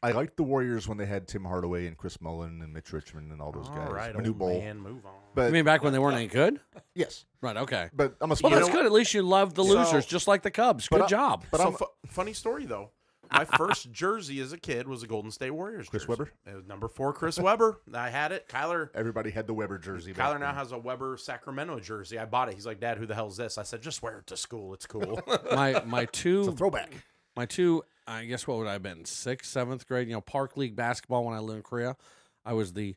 Speaker 2: I liked the Warriors when they had Tim Hardaway and Chris Mullen and Mitch Richmond and all those guys.
Speaker 3: All right,
Speaker 2: Manu
Speaker 3: old
Speaker 2: Bol.
Speaker 3: man, move on.
Speaker 5: I
Speaker 2: But
Speaker 5: mean, back when they weren't any good.
Speaker 2: yes,
Speaker 5: Right. Okay.
Speaker 2: but I'm a
Speaker 5: Well,
Speaker 2: Spurs.
Speaker 5: that's good. At least you love the
Speaker 3: So-
Speaker 5: losers, just like the Cubs.
Speaker 2: But
Speaker 5: Good
Speaker 2: I-
Speaker 5: job.
Speaker 2: But
Speaker 3: so
Speaker 2: I'm,
Speaker 3: fu- funny story though. My first jersey as a kid was a Golden State Warriors.
Speaker 2: Chris
Speaker 3: jersey.
Speaker 2: Webber?
Speaker 3: It was number four, Chris Weber. I had it. Kyler.
Speaker 2: everybody had the Weber jersey. back
Speaker 3: Kyler now
Speaker 2: then.
Speaker 3: has a Weber Sacramento jersey. I bought it. He's like, Dad, who the hell's this? I said, just wear it to school. It's cool.
Speaker 5: my my two
Speaker 2: throwback.
Speaker 5: my two I guess what would I have been sixth seventh grade you know park league basketball when I lived in Korea I was the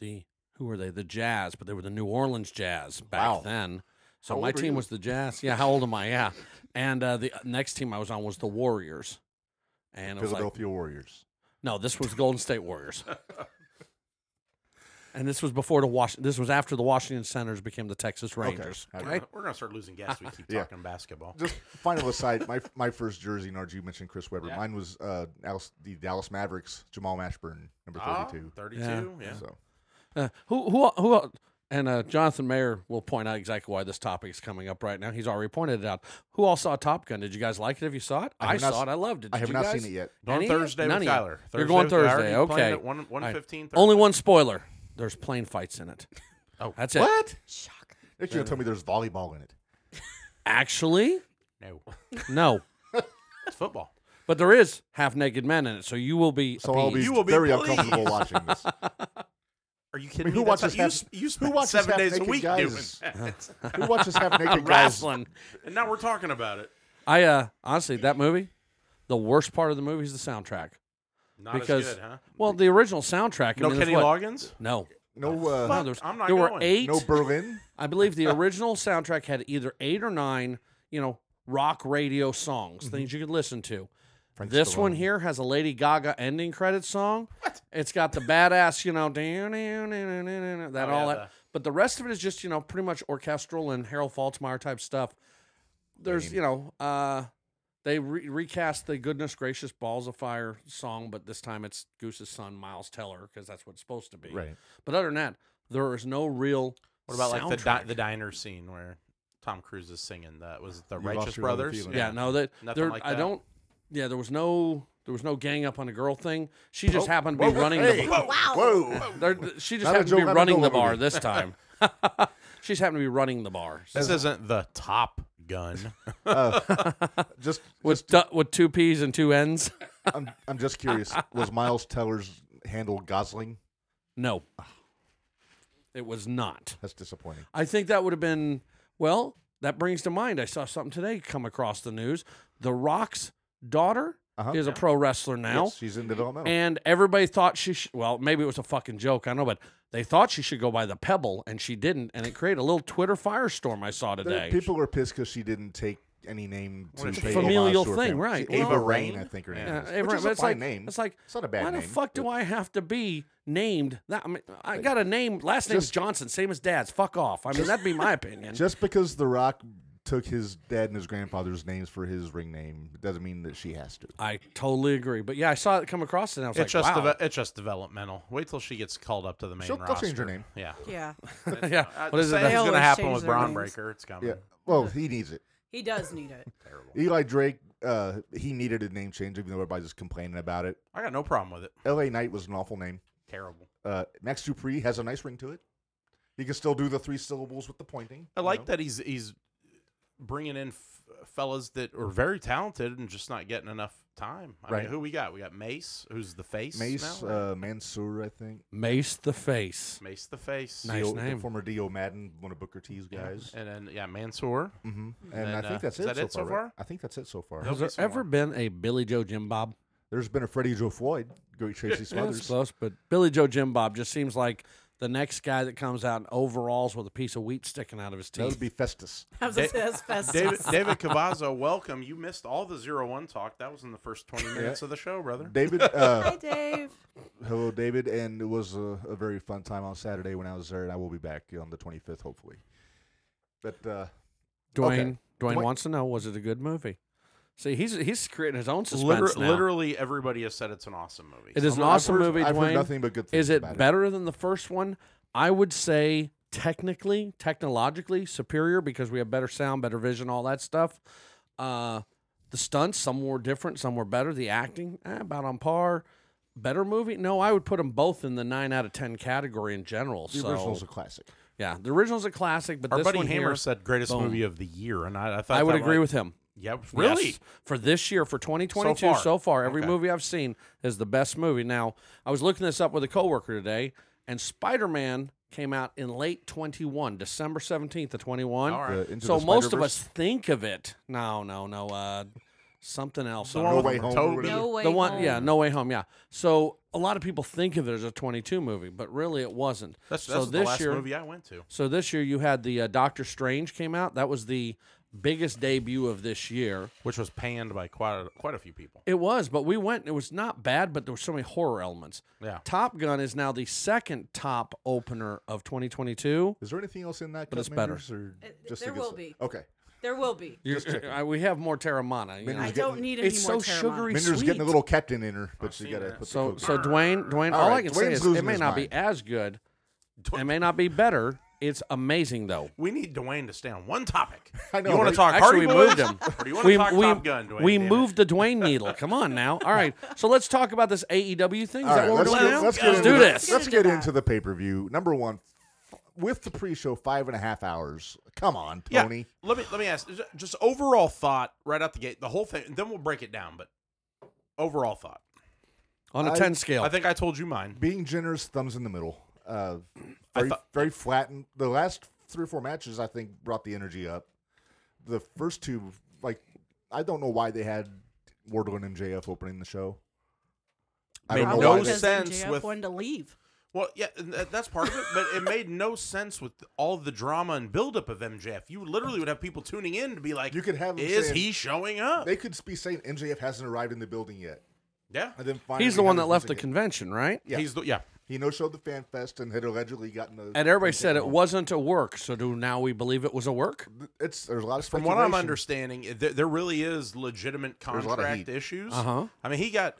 Speaker 5: the who were they the Jazz but they were the New Orleans Jazz back
Speaker 2: Wow.
Speaker 5: then so
Speaker 2: How
Speaker 5: my
Speaker 2: old were
Speaker 5: team
Speaker 2: you?
Speaker 5: was the Jazz yeah how old am I yeah and uh, the next team I was on was the Warriors and it was like
Speaker 2: Philadelphia Warriors.
Speaker 5: no this was Golden State Warriors and this was before the Wash this was after the Washington Senators became the Texas Rangers
Speaker 2: I
Speaker 3: We're
Speaker 5: okay.
Speaker 3: gonna- We're gonna start losing gas. We keep
Speaker 2: Yeah.
Speaker 3: talking basketball.
Speaker 2: Just final aside, my my first jersey, Nard, you mentioned Chris Weber.
Speaker 3: Yeah.
Speaker 2: Mine was uh, Dallas, the Dallas Mavericks, Jamal Mashburn, number
Speaker 3: Ah,
Speaker 2: 32.
Speaker 3: 32, Yeah.
Speaker 2: So
Speaker 5: Uh, who who who? el- And uh, Jonathan Mayer will point out exactly why this topic is coming up right now. He's already pointed it out. Who all saw Top Gun? Did you guys like it? If you saw it,
Speaker 2: I
Speaker 5: I,
Speaker 2: have not
Speaker 5: saw
Speaker 2: s-
Speaker 5: it. I loved it.
Speaker 2: I
Speaker 5: Did
Speaker 2: have
Speaker 5: you
Speaker 2: not
Speaker 5: guys?
Speaker 2: seen it yet.
Speaker 3: On
Speaker 5: Any-
Speaker 3: Thursday
Speaker 5: none
Speaker 3: with
Speaker 5: of you.
Speaker 3: Kyler.
Speaker 5: You're going
Speaker 3: with- I already
Speaker 5: Thursday,
Speaker 3: planned
Speaker 5: okay.
Speaker 3: At one one
Speaker 5: All right.
Speaker 3: fifteen.
Speaker 5: Only one spoiler. There's plane fights in it.
Speaker 3: Oh,
Speaker 5: That's it.
Speaker 2: What?
Speaker 4: Shocker.
Speaker 2: You're going to tell me there's volleyball in it.
Speaker 5: Actually,
Speaker 3: No,
Speaker 5: no.
Speaker 3: it's football.
Speaker 5: But there is half naked men in it, so you will be.
Speaker 2: So I'll be,
Speaker 5: appeased.
Speaker 3: You will be
Speaker 2: very
Speaker 3: pleased.
Speaker 2: uncomfortable watching this.
Speaker 3: Are you kidding
Speaker 2: who
Speaker 3: me? That's
Speaker 2: watches
Speaker 3: how- you,
Speaker 2: half-
Speaker 3: s- you
Speaker 2: who
Speaker 3: spend
Speaker 2: watches
Speaker 3: seven
Speaker 2: half
Speaker 3: days a
Speaker 2: naked
Speaker 3: week
Speaker 2: guys?
Speaker 3: doing that.
Speaker 2: Who watches half naked guys?
Speaker 5: wrestling.
Speaker 3: and now we're talking about it.
Speaker 5: I uh, honestly, that movie, the worst part of the movie is the soundtrack
Speaker 3: Not
Speaker 5: because
Speaker 3: as good, huh?
Speaker 5: well, the original soundtrack. I
Speaker 3: No
Speaker 5: mean, there's
Speaker 3: Kenny
Speaker 5: what-
Speaker 3: Loggins.
Speaker 5: No,
Speaker 2: No, uh,
Speaker 5: no, there's,
Speaker 3: I'm not
Speaker 5: there were
Speaker 3: going.
Speaker 5: eight.
Speaker 2: no Berlin.
Speaker 5: I believe the original soundtrack had either eight or nine, you know, rock radio songs,
Speaker 2: Mm-hmm.
Speaker 5: things you could listen to. this one
Speaker 2: Stallone.
Speaker 5: here has a Lady Gaga ending credit song. What? It's got the badass, you know, down, down, down, down, down, down, that
Speaker 3: Oh,
Speaker 5: all
Speaker 3: yeah,
Speaker 5: that.
Speaker 3: the-
Speaker 5: But the rest of it is just, you know, pretty much orchestral and Harold Faltermeyer type stuff. There's, you know, uh, they re- recast the "Goodness Gracious Balls of Fire" song, but this time it's Goose's son Miles Teller because that's what it's supposed to be.
Speaker 2: Right.
Speaker 5: But other than that, there is no real.
Speaker 3: What about like the di-
Speaker 5: soundtrack.
Speaker 3: the diner scene where Tom Cruise is singing? That was it the
Speaker 2: You lost
Speaker 3: Righteous
Speaker 2: your other
Speaker 3: Brothers.
Speaker 2: feeling.
Speaker 5: Yeah, no, that
Speaker 3: Nothing
Speaker 5: there,
Speaker 3: like
Speaker 5: I
Speaker 3: that.
Speaker 5: don't. Yeah, there was no there was no gang up on a girl thing. She just happened to be
Speaker 2: Oh, Whoa,
Speaker 5: running.
Speaker 2: hey,
Speaker 5: the bar.
Speaker 2: whoa, whoa.
Speaker 5: There, she just
Speaker 2: Not a
Speaker 5: happened to be
Speaker 2: Joe- not a
Speaker 5: running
Speaker 2: Joe
Speaker 5: the bar
Speaker 2: Levy.
Speaker 5: this time. She's happened to be running the bar so-
Speaker 3: This isn't the Top Gun.
Speaker 2: Just,
Speaker 5: with du- with two p's and two n's.
Speaker 2: I'm, I'm just curious. Was Miles Teller's handle Gosling?
Speaker 5: No, it was not.
Speaker 2: That's disappointing.
Speaker 5: I think that would have been well. That brings to mind. I saw something today come across the news. The Rock's daughter
Speaker 2: Uh-huh.
Speaker 5: is a pro wrestler now.
Speaker 2: Yes, she's in developmental.
Speaker 5: and everybody thought she should. Well, maybe it was a fucking joke. I know, but they thought she should go by the Pebble, and she didn't, and it created a little Twitter firestorm I saw
Speaker 2: There-
Speaker 5: today.
Speaker 2: people are pissed because she didn't take any name to
Speaker 3: It's a
Speaker 2: pay homage
Speaker 5: familial
Speaker 2: to her
Speaker 5: thing,
Speaker 2: family.
Speaker 5: right.
Speaker 2: She- Ava
Speaker 5: Well,
Speaker 2: Rain,
Speaker 3: Rain.
Speaker 2: I think her name
Speaker 5: yeah,
Speaker 2: is.
Speaker 5: everyone-
Speaker 2: which is a
Speaker 5: but Uh, it's
Speaker 2: fine
Speaker 5: like,
Speaker 2: name.
Speaker 5: It's like
Speaker 2: It's not a bad
Speaker 5: why
Speaker 2: name.
Speaker 5: the fuck do I have to be named? That I mean, I got a name. Last name's
Speaker 2: Just-
Speaker 5: Johnson, same as dad's. Fuck off. I mean, that'd be my opinion.
Speaker 2: Just because The Rock took his dad and his grandfather's names for his ring name doesn't mean that she has to.
Speaker 5: I totally agree. But yeah, I saw it come across, and I was
Speaker 3: it's
Speaker 5: like,
Speaker 3: just
Speaker 5: wow.
Speaker 3: deve- it's just developmental. Wait till she gets called up to the main
Speaker 2: She'll- they'll
Speaker 3: roster.
Speaker 2: change her name.
Speaker 3: Yeah.
Speaker 4: Yeah,
Speaker 5: yeah.
Speaker 3: Uh,
Speaker 5: What is
Speaker 3: same is
Speaker 4: They
Speaker 5: it?
Speaker 3: going to
Speaker 4: always
Speaker 3: happen
Speaker 4: change
Speaker 3: with
Speaker 4: their
Speaker 3: Braun
Speaker 4: names.
Speaker 3: Breaker. It's coming.
Speaker 2: Yeah. Well, he needs it.
Speaker 4: he does need it.
Speaker 3: Terrible.
Speaker 2: Eli Drake, uh, he needed a name change, even though everybody's just complaining about it.
Speaker 3: I got no problem with it.
Speaker 2: L.A. Knight was an awful name.
Speaker 3: Terrible.
Speaker 2: Uh, Max Dupree has a nice ring to it. He can still do the three syllables with the pointing.
Speaker 3: I
Speaker 2: you
Speaker 3: like
Speaker 2: know?
Speaker 3: that he's he's bringing in f- fellas that are very talented and just not getting enough time. I
Speaker 2: Right.
Speaker 3: mean, who we got? We got Mace, who's the face.
Speaker 2: Mace
Speaker 3: now, right?
Speaker 2: uh, Mansoor, I think.
Speaker 5: Mace the face.
Speaker 3: Mace the face.
Speaker 5: Nice
Speaker 2: D.O.
Speaker 5: name.
Speaker 2: The former D.O. Madden, one of Booker T's guys.
Speaker 3: And then yeah, Mansoor.
Speaker 2: hmm And,
Speaker 3: then,
Speaker 2: I
Speaker 3: uh,
Speaker 2: think that's
Speaker 3: is
Speaker 2: it,
Speaker 3: that
Speaker 2: so,
Speaker 3: it so
Speaker 2: far, right?
Speaker 3: far?
Speaker 2: I think that's it so far.
Speaker 3: Nope.
Speaker 5: Has there
Speaker 3: some
Speaker 5: ever
Speaker 3: more.
Speaker 5: been a Billy Joe Jim Bob?
Speaker 2: There's been a Freddie Joe Floyd, Great Tracy
Speaker 5: Yeah, that's
Speaker 2: Smothers.
Speaker 5: close, but Billy Joe Jim Bob just seems like the next guy that comes out in overalls with a piece of wheat sticking out of his
Speaker 2: that would
Speaker 5: teeth.
Speaker 2: be Festus.
Speaker 4: I was
Speaker 3: Da-
Speaker 4: gonna say that's fast.
Speaker 3: David David Cavazzo, welcome. You missed all the zero one talk. That was in the first twenty minutes of the show, brother.
Speaker 2: David, uh,
Speaker 4: Hi, Dave.
Speaker 2: hello, David, and it was a, a very fun time on Saturday when I was there, and I will be back on the 25th, hopefully. But uh,
Speaker 5: Dwayne
Speaker 2: Okay.
Speaker 5: Dwayne
Speaker 2: Dwayne-
Speaker 5: wants to know was it a good movie? See, he's he's creating his own suspense
Speaker 3: Liter-
Speaker 5: now.
Speaker 3: literally, everybody has said it's an awesome movie.
Speaker 5: It is an
Speaker 2: I've
Speaker 5: awesome
Speaker 2: heard-
Speaker 5: movie,
Speaker 2: I've heard
Speaker 5: Dwayne.
Speaker 2: nothing but good things.
Speaker 5: Is it
Speaker 2: about
Speaker 5: better than the first one? I would say technically, technologically superior because we have better sound, better vision, all that stuff. Uh, the stunts, some were different, some were better. The acting, eh, about on par. Better movie? No, I would put them both in the nine out of ten category in general.
Speaker 2: The
Speaker 5: so
Speaker 2: original's a classic.
Speaker 5: yeah, the original's a classic, but
Speaker 3: Our
Speaker 5: this
Speaker 3: buddy
Speaker 5: one
Speaker 3: Hammer
Speaker 5: here,
Speaker 3: said greatest
Speaker 5: boom.
Speaker 3: movie of the year, and I, I thought
Speaker 5: I would
Speaker 3: that
Speaker 5: agree
Speaker 3: might-
Speaker 5: with him.
Speaker 3: Yeah, really.
Speaker 5: Yes. For this year, for 2022 so
Speaker 3: far.
Speaker 5: far, every
Speaker 3: Okay.
Speaker 5: movie I've seen is the best movie. Now, I was looking this up with a coworker today, and Spider Man came out in late 21, December 17th of 21.
Speaker 3: All right.
Speaker 2: The Uh, Into
Speaker 5: So
Speaker 2: the
Speaker 5: most of
Speaker 2: Spider-Verse.
Speaker 5: us think of it. No, no, no. Uh, something else. I
Speaker 3: The
Speaker 5: don't
Speaker 3: one
Speaker 2: No
Speaker 3: with
Speaker 5: remember.
Speaker 2: Way Home or
Speaker 3: Toby.
Speaker 2: whatever.
Speaker 4: No way.
Speaker 5: The one,
Speaker 4: Home.
Speaker 5: yeah, No Way Home, yeah. So a lot of people think of it as a 22 movie, but really it wasn't.
Speaker 3: That's,
Speaker 5: so
Speaker 3: that's
Speaker 5: this
Speaker 3: the last
Speaker 5: year,
Speaker 3: movie I went to.
Speaker 5: so this year you had the uh, Doctor Strange came out. That was the biggest debut of this year.
Speaker 3: which was panned by quite a, quite a few people.
Speaker 5: It was, but we went. It was not bad, but there were so many horror elements.
Speaker 3: Yeah.
Speaker 5: Top Gun is now the second top opener of 2022.
Speaker 2: Is there anything else in that?
Speaker 5: But
Speaker 2: cut,
Speaker 5: it's better.
Speaker 2: Menders, or
Speaker 4: It-
Speaker 2: just
Speaker 4: there
Speaker 2: against
Speaker 4: will
Speaker 2: it?
Speaker 4: be.
Speaker 2: Okay.
Speaker 4: There will be.
Speaker 5: You're- I- we have more Terramana.
Speaker 2: Minnie's
Speaker 5: You know.
Speaker 4: I
Speaker 2: getting-
Speaker 4: don't need any
Speaker 5: It's so
Speaker 4: more
Speaker 5: sugary.
Speaker 4: sugary.
Speaker 2: Minder's getting a
Speaker 5: sweet.
Speaker 2: little captain in her, but you
Speaker 3: seen
Speaker 2: gotta
Speaker 3: that.
Speaker 2: put the
Speaker 5: So,
Speaker 2: coke
Speaker 5: so
Speaker 2: in.
Speaker 5: Dwayne, Dwayne,
Speaker 2: All
Speaker 5: all I
Speaker 2: right,
Speaker 5: can
Speaker 2: Dwayne's
Speaker 5: say is it
Speaker 2: losing
Speaker 5: may
Speaker 2: his
Speaker 5: not be
Speaker 2: mind.
Speaker 5: as good.
Speaker 3: Dwayne-
Speaker 5: It may not be better. It's amazing though.
Speaker 3: We need Dwayne to stay on one topic.
Speaker 2: I know,
Speaker 3: you want
Speaker 2: right?
Speaker 3: to talk Hardy
Speaker 5: Actually, we
Speaker 3: Boys?
Speaker 5: moved him.
Speaker 3: Or do you want to talk Top Gun, Dwayne?
Speaker 5: we
Speaker 3: damn it?
Speaker 5: moved the Dwayne needle. Come on now. All right. So let's talk about this AEW thing. Is
Speaker 2: All
Speaker 5: that
Speaker 2: right,
Speaker 5: what
Speaker 2: let's
Speaker 5: we're
Speaker 2: get,
Speaker 5: doing now?
Speaker 2: let's get
Speaker 5: Let's
Speaker 2: into
Speaker 5: do
Speaker 2: the-
Speaker 5: this.
Speaker 2: Let's
Speaker 4: Get into
Speaker 2: get
Speaker 4: that.
Speaker 2: into the pay per view. Number one, with the pre show, five and a half hours. Come on,
Speaker 3: Yeah.
Speaker 2: Tony.
Speaker 3: Let me let me ask ju- just overall thought right out the gate, the whole thing, and then we'll break it down. But overall thought,
Speaker 5: On a
Speaker 2: I-
Speaker 5: 10 scale.
Speaker 3: I think I told you mine.
Speaker 2: Being generous, thumbs in the middle. Uh, very,
Speaker 3: thought-
Speaker 2: very flattened. The last three or four matches, I think, brought the energy up. The first two, like, I don't know why they had Wardlow and MJF opening the show. I
Speaker 3: Made
Speaker 2: don't know
Speaker 3: no
Speaker 2: why
Speaker 4: because
Speaker 2: they,
Speaker 3: sense.
Speaker 4: MJF
Speaker 3: with-
Speaker 4: wanted to leave.
Speaker 3: Well, yeah, and th- that's part of it, but it made no sense with all the drama and buildup of MJF. You literally would have people tuning in to be like,
Speaker 2: You could have him
Speaker 3: is
Speaker 2: saying-
Speaker 3: he showing up?"
Speaker 2: they could be saying MJF hasn't arrived in the building yet.
Speaker 3: yeah,
Speaker 2: And then finally
Speaker 5: He's the one
Speaker 2: had
Speaker 5: that
Speaker 2: his
Speaker 5: left the
Speaker 2: music hit.
Speaker 5: convention, right?
Speaker 2: Yeah.
Speaker 3: he's the, yeah.
Speaker 2: He no showed the fan fest and had allegedly gotten the.
Speaker 5: And everybody said it wasn't a work. So do now we believe it was a work?
Speaker 2: It's there's a lot of
Speaker 3: From what I'm
Speaker 2: speculation.
Speaker 3: understanding, i- there, there really is legitimate
Speaker 2: a lot of heat.
Speaker 3: contract issues.
Speaker 5: Uh-huh.
Speaker 3: I mean, he got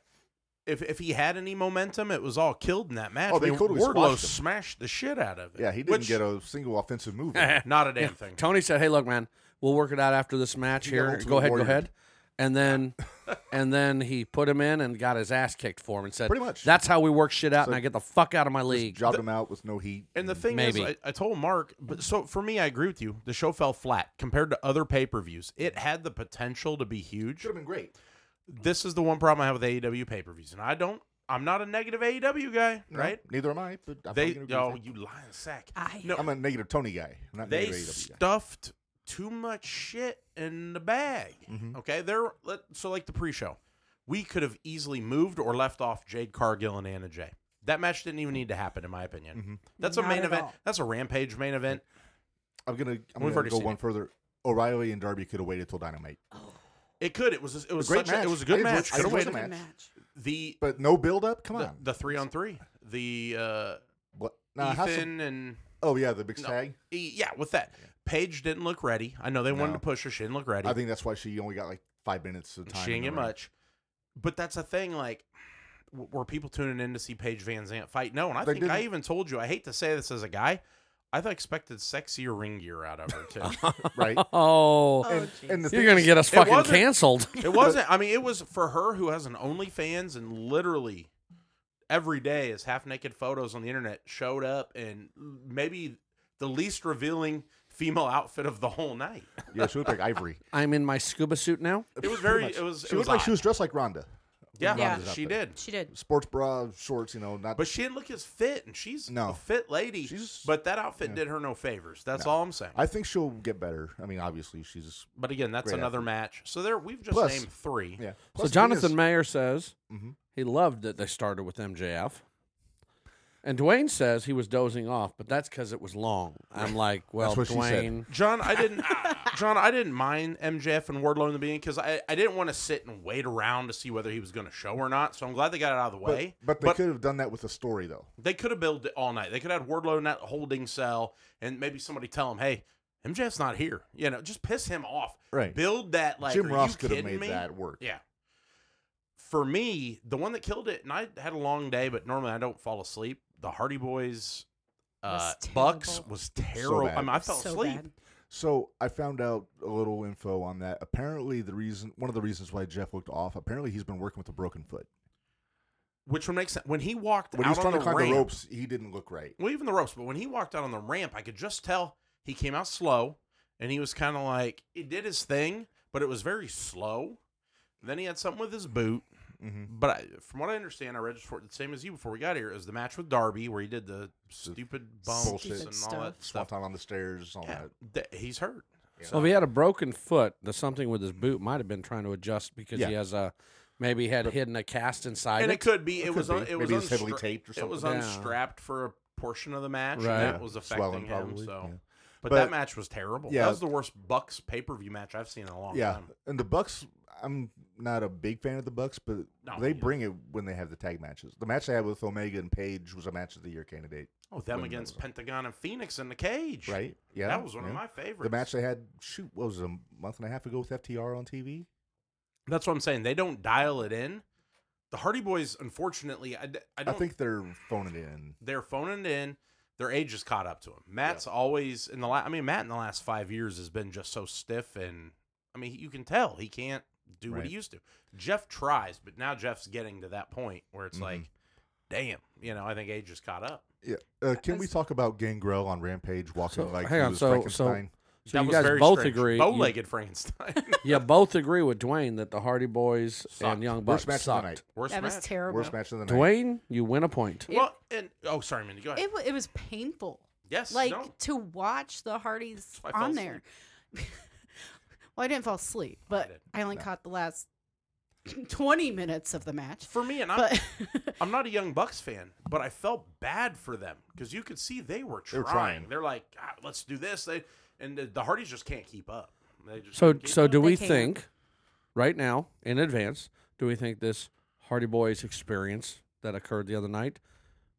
Speaker 3: if if he had any momentum, it was all killed in that match.
Speaker 2: Oh,
Speaker 3: I
Speaker 2: they
Speaker 3: mean,
Speaker 2: totally
Speaker 3: Wardlow
Speaker 2: squashed him.
Speaker 3: smashed the shit out of it.
Speaker 2: Yeah, he didn't
Speaker 3: which-
Speaker 2: get a single offensive move.
Speaker 3: not a damn thing.
Speaker 5: Tony said, "Hey, look, man, we'll work it out after this match
Speaker 2: got
Speaker 5: here.
Speaker 2: Ultimate
Speaker 5: Go ahead,
Speaker 2: Warrior.
Speaker 5: go ahead." And then, and then he put him in and got his ass kicked for him and said,
Speaker 2: Pretty much.
Speaker 5: that's how we work shit out, and I get the fuck out of my league."
Speaker 2: Jobbed him out with no heat.
Speaker 3: And the thing
Speaker 5: Maybe.
Speaker 3: is, I, I told Mark, but so for me, I agree with you. The show fell flat compared to other pay per views. It had the potential to be huge.
Speaker 2: should have been great.
Speaker 3: This is the one problem I have with AEW pay per views, and I don't. I'm not a negative AEW guy,
Speaker 2: No,
Speaker 3: right?
Speaker 2: Neither am I. But I'm
Speaker 3: They,
Speaker 2: probably gonna
Speaker 3: oh,
Speaker 2: agree with
Speaker 3: you lying sack.
Speaker 4: I
Speaker 3: No,
Speaker 2: you. I'm a negative Tony guy. I'm not
Speaker 3: they
Speaker 2: negative AEW guy.
Speaker 3: stuffed too much shit in the bag.
Speaker 2: Mm-hmm.
Speaker 3: Okay, they're let, so like the pre-show, we could have easily moved or left off Jade Cargill and Anna Jay. That match didn't even need to happen, in my opinion.
Speaker 2: Mm-hmm.
Speaker 3: That's a
Speaker 4: Not
Speaker 3: main
Speaker 4: at
Speaker 3: event.
Speaker 4: all.
Speaker 3: That's a rampage main event.
Speaker 2: I'm gonna. I'm
Speaker 3: We've
Speaker 2: gonna
Speaker 3: already
Speaker 2: go
Speaker 3: seen
Speaker 2: one
Speaker 3: it.
Speaker 2: further. O'Reilly and Darby could have waited till Dynamite,
Speaker 3: It could. It was. It was
Speaker 2: great
Speaker 3: such a,
Speaker 2: match.
Speaker 3: It was a
Speaker 2: I
Speaker 3: good
Speaker 2: enjoyed-
Speaker 3: match.
Speaker 2: I
Speaker 3: Could have
Speaker 2: enjoyed
Speaker 3: waited.
Speaker 2: the
Speaker 4: Good
Speaker 2: match.
Speaker 4: match.
Speaker 3: The
Speaker 2: but no build up. Come on.
Speaker 3: the three on three. The uh,
Speaker 2: what? Nah, how's the-
Speaker 3: Ethan and
Speaker 2: oh yeah, the big tag.
Speaker 3: E- yeah, with that, Paige didn't look ready. I know they wanted
Speaker 2: No.
Speaker 3: to push her. She didn't look ready.
Speaker 2: I think that's why she only got like five minutes of time.
Speaker 3: she
Speaker 2: in
Speaker 3: didn't
Speaker 2: the
Speaker 3: get
Speaker 2: ring.
Speaker 3: much. But that's a thing. Like, w- were people tuning in to see Paige Van Zant fight? No, and I
Speaker 2: They
Speaker 3: think I
Speaker 2: didn't.
Speaker 3: even told you. I hate to say this as a guy. I've expected sexier ring gear out of her too.
Speaker 2: Right.
Speaker 4: Oh,
Speaker 5: Oh,
Speaker 2: And, and the
Speaker 5: you're
Speaker 2: thing
Speaker 5: gonna
Speaker 2: is-
Speaker 5: get us fucking
Speaker 3: wasn't-
Speaker 5: canceled.
Speaker 3: it wasn't. I mean, it was for her who has an OnlyFans and literally every day is half naked photos on the internet showed up and maybe the least revealing female outfit of the whole night.
Speaker 2: Yeah, she looked like Ivory.
Speaker 5: I'm in my scuba suit now.
Speaker 3: It was
Speaker 2: Pretty
Speaker 3: very.
Speaker 2: much.
Speaker 3: It was.
Speaker 2: She
Speaker 3: it was
Speaker 2: looked like
Speaker 3: odd.
Speaker 2: she was dressed like Rhonda.
Speaker 3: Yeah,
Speaker 4: Yeah.
Speaker 3: she
Speaker 2: outfit.
Speaker 3: did.
Speaker 4: She did.
Speaker 2: Sports bra, shorts. You know, not.
Speaker 3: But she didn't look as fit, and she's a
Speaker 2: No.
Speaker 3: fit lady.
Speaker 2: She's-
Speaker 3: but that outfit did her no favors. That's all I'm saying.
Speaker 2: I think she'll get better. I mean, obviously she's
Speaker 3: but again, that's
Speaker 2: Great
Speaker 3: another match. So there, we've just
Speaker 2: Plus-
Speaker 3: named three.
Speaker 2: yeah.
Speaker 5: So
Speaker 2: Plus, the thing
Speaker 5: Jonathan
Speaker 2: is-
Speaker 5: Mayer says
Speaker 2: Mm-hmm.
Speaker 5: he loved that they started with MJF. And Dwayne says he was dozing off, but that's because it was long. I'm like, well,
Speaker 2: what she said.
Speaker 5: Dwayne,
Speaker 3: John, I didn't. John, I didn't mind MJF and Wardlow in the beginning because I, I didn't want to sit and wait around to see whether he was going to show or not. So I'm glad they got it out of the
Speaker 2: But-
Speaker 3: way.
Speaker 2: But, they could have done that with a story, though.
Speaker 3: They could have built it all night. They could have had Wardlow in that holding cell and maybe somebody tell him, hey, MJF's not here. You know, just piss him off.
Speaker 6: Right.
Speaker 3: Build that like
Speaker 2: Jim
Speaker 3: are
Speaker 2: Ross
Speaker 3: you
Speaker 2: could have
Speaker 3: kidding
Speaker 2: made
Speaker 3: me?
Speaker 2: that work.
Speaker 3: Yeah. For me, the one that killed it, and I had a long day, but normally I don't fall asleep. The Hardy Boys, uh,
Speaker 4: Was
Speaker 3: Bucks
Speaker 4: terrible.
Speaker 3: was terrible. I,
Speaker 6: bad.
Speaker 3: mean, I fell
Speaker 4: so
Speaker 3: asleep.
Speaker 4: bad.
Speaker 2: So I found out a little info on that. Apparently, the reason one of the reasons why Jeff looked off. Apparently, he's been working with a broken foot.
Speaker 3: Which would make sense when he walked
Speaker 2: When he
Speaker 3: out
Speaker 2: was trying
Speaker 3: on
Speaker 2: to
Speaker 3: the
Speaker 2: climb
Speaker 3: ramp,
Speaker 2: the ropes, he didn't look right.
Speaker 3: Well, even the ropes, but when he walked out on the ramp, I could just tell he came out slow and he was kind of like, he did his thing, but it was very slow. Then he had something with his boot.
Speaker 2: Mm-hmm.
Speaker 3: But I, from what I understand, I registered for it the same as you before we got here. It was the match with Darby where he did the stupid bumps
Speaker 2: Bullshit.
Speaker 3: and all that
Speaker 2: Swat
Speaker 3: stuff.
Speaker 2: time on the stairs, all
Speaker 3: Yeah,
Speaker 2: that.
Speaker 3: that- he's hurt.
Speaker 5: So if he had a broken foot, the something with his boot might have been trying to adjust because he
Speaker 2: Yeah.
Speaker 5: has a maybe had hidden a cast inside
Speaker 3: And
Speaker 5: it.
Speaker 3: it could be it, was
Speaker 2: could
Speaker 3: un-
Speaker 2: be.
Speaker 3: it was
Speaker 2: Maybe it's heavily
Speaker 3: unstra-
Speaker 2: taped or
Speaker 3: It was
Speaker 5: something. Yeah.
Speaker 3: unstrapped for a portion of the match,
Speaker 5: Right.
Speaker 3: and
Speaker 2: Yeah.
Speaker 3: that was
Speaker 2: Swelling
Speaker 3: affecting him.
Speaker 2: probably,
Speaker 3: So,
Speaker 2: yeah.
Speaker 3: but,
Speaker 2: But-
Speaker 3: that match was terrible.
Speaker 2: Yeah.
Speaker 3: That was the worst Bucks pay per view match I've seen in a long
Speaker 2: Yeah,
Speaker 3: time.
Speaker 2: and the Bucks. I'm not a big fan of the Bucks, but
Speaker 3: No, me
Speaker 2: they
Speaker 3: neither.
Speaker 2: bring it when they have the tag matches. The match they had with Omega and Page was a match of the year candidate,
Speaker 3: Oh, them
Speaker 2: when that
Speaker 3: against
Speaker 2: was on.
Speaker 3: Pentagon and Phoenix in the cage.
Speaker 2: right? Yeah,
Speaker 3: that was one
Speaker 2: yeah.
Speaker 3: of my favorites.
Speaker 2: The match they had, shoot, what was it, a month and a half ago with FTR on TV?
Speaker 3: That's what I'm saying. They don't dial it in. The Hardy Boys, unfortunately, I, d- I
Speaker 2: I
Speaker 3: don't
Speaker 2: think they're phoning it in.
Speaker 3: they're phoning it in. Their age is caught up to them. Matt's always in the last. I mean, Matt in the last five years has been just so stiff, and I mean, you can tell he can't do what
Speaker 2: Right.
Speaker 3: he used to. Jeff tries, but now Jeff's getting to that point where it's
Speaker 2: Mhm.
Speaker 3: like, damn, you know, I think age is caught up.
Speaker 2: Yeah. Uh, can we
Speaker 4: was-
Speaker 2: talk about Gangrel on Rampage walking
Speaker 5: So,
Speaker 2: like
Speaker 5: hang
Speaker 2: he
Speaker 5: on,
Speaker 2: was
Speaker 5: so- so-
Speaker 2: Frankenstein?
Speaker 5: So
Speaker 3: That
Speaker 5: you
Speaker 3: was
Speaker 5: guys
Speaker 3: very
Speaker 5: both
Speaker 3: strange.
Speaker 5: agree. You,
Speaker 3: Bow-legged Frankenstein.
Speaker 5: yeah, both agree with Dwayne that the Hardy Boys
Speaker 3: Sucked.
Speaker 5: and Young Bucks
Speaker 2: Worst match of the night.
Speaker 5: sucked.
Speaker 3: Worst
Speaker 4: That
Speaker 3: match.
Speaker 4: was terrible.
Speaker 2: Worst match of the night.
Speaker 5: Dwayne, you win a point.
Speaker 4: It-
Speaker 3: Well, and oh, sorry, Mindy. Go ahead.
Speaker 4: It, wa- it was painful.
Speaker 3: yes,
Speaker 4: like
Speaker 3: no.
Speaker 4: to watch the Hardys
Speaker 3: why I fell
Speaker 4: on there. well, I didn't fall asleep, but
Speaker 3: did.
Speaker 4: I only caught the last twenty minutes of the match.
Speaker 3: for me, and I'm,
Speaker 4: But
Speaker 3: I'm not a Young Bucks fan, but I felt bad for them because you could see they were trying.
Speaker 2: were
Speaker 3: They
Speaker 2: trying.
Speaker 3: are like, "Ah, let's do this. They and the, the Hardys just can't keep up. They just
Speaker 5: So
Speaker 3: can't keep
Speaker 5: so
Speaker 3: up.
Speaker 5: do we
Speaker 4: can't.
Speaker 5: think right now in advance, do we think this Hardy Boys experience that occurred the other night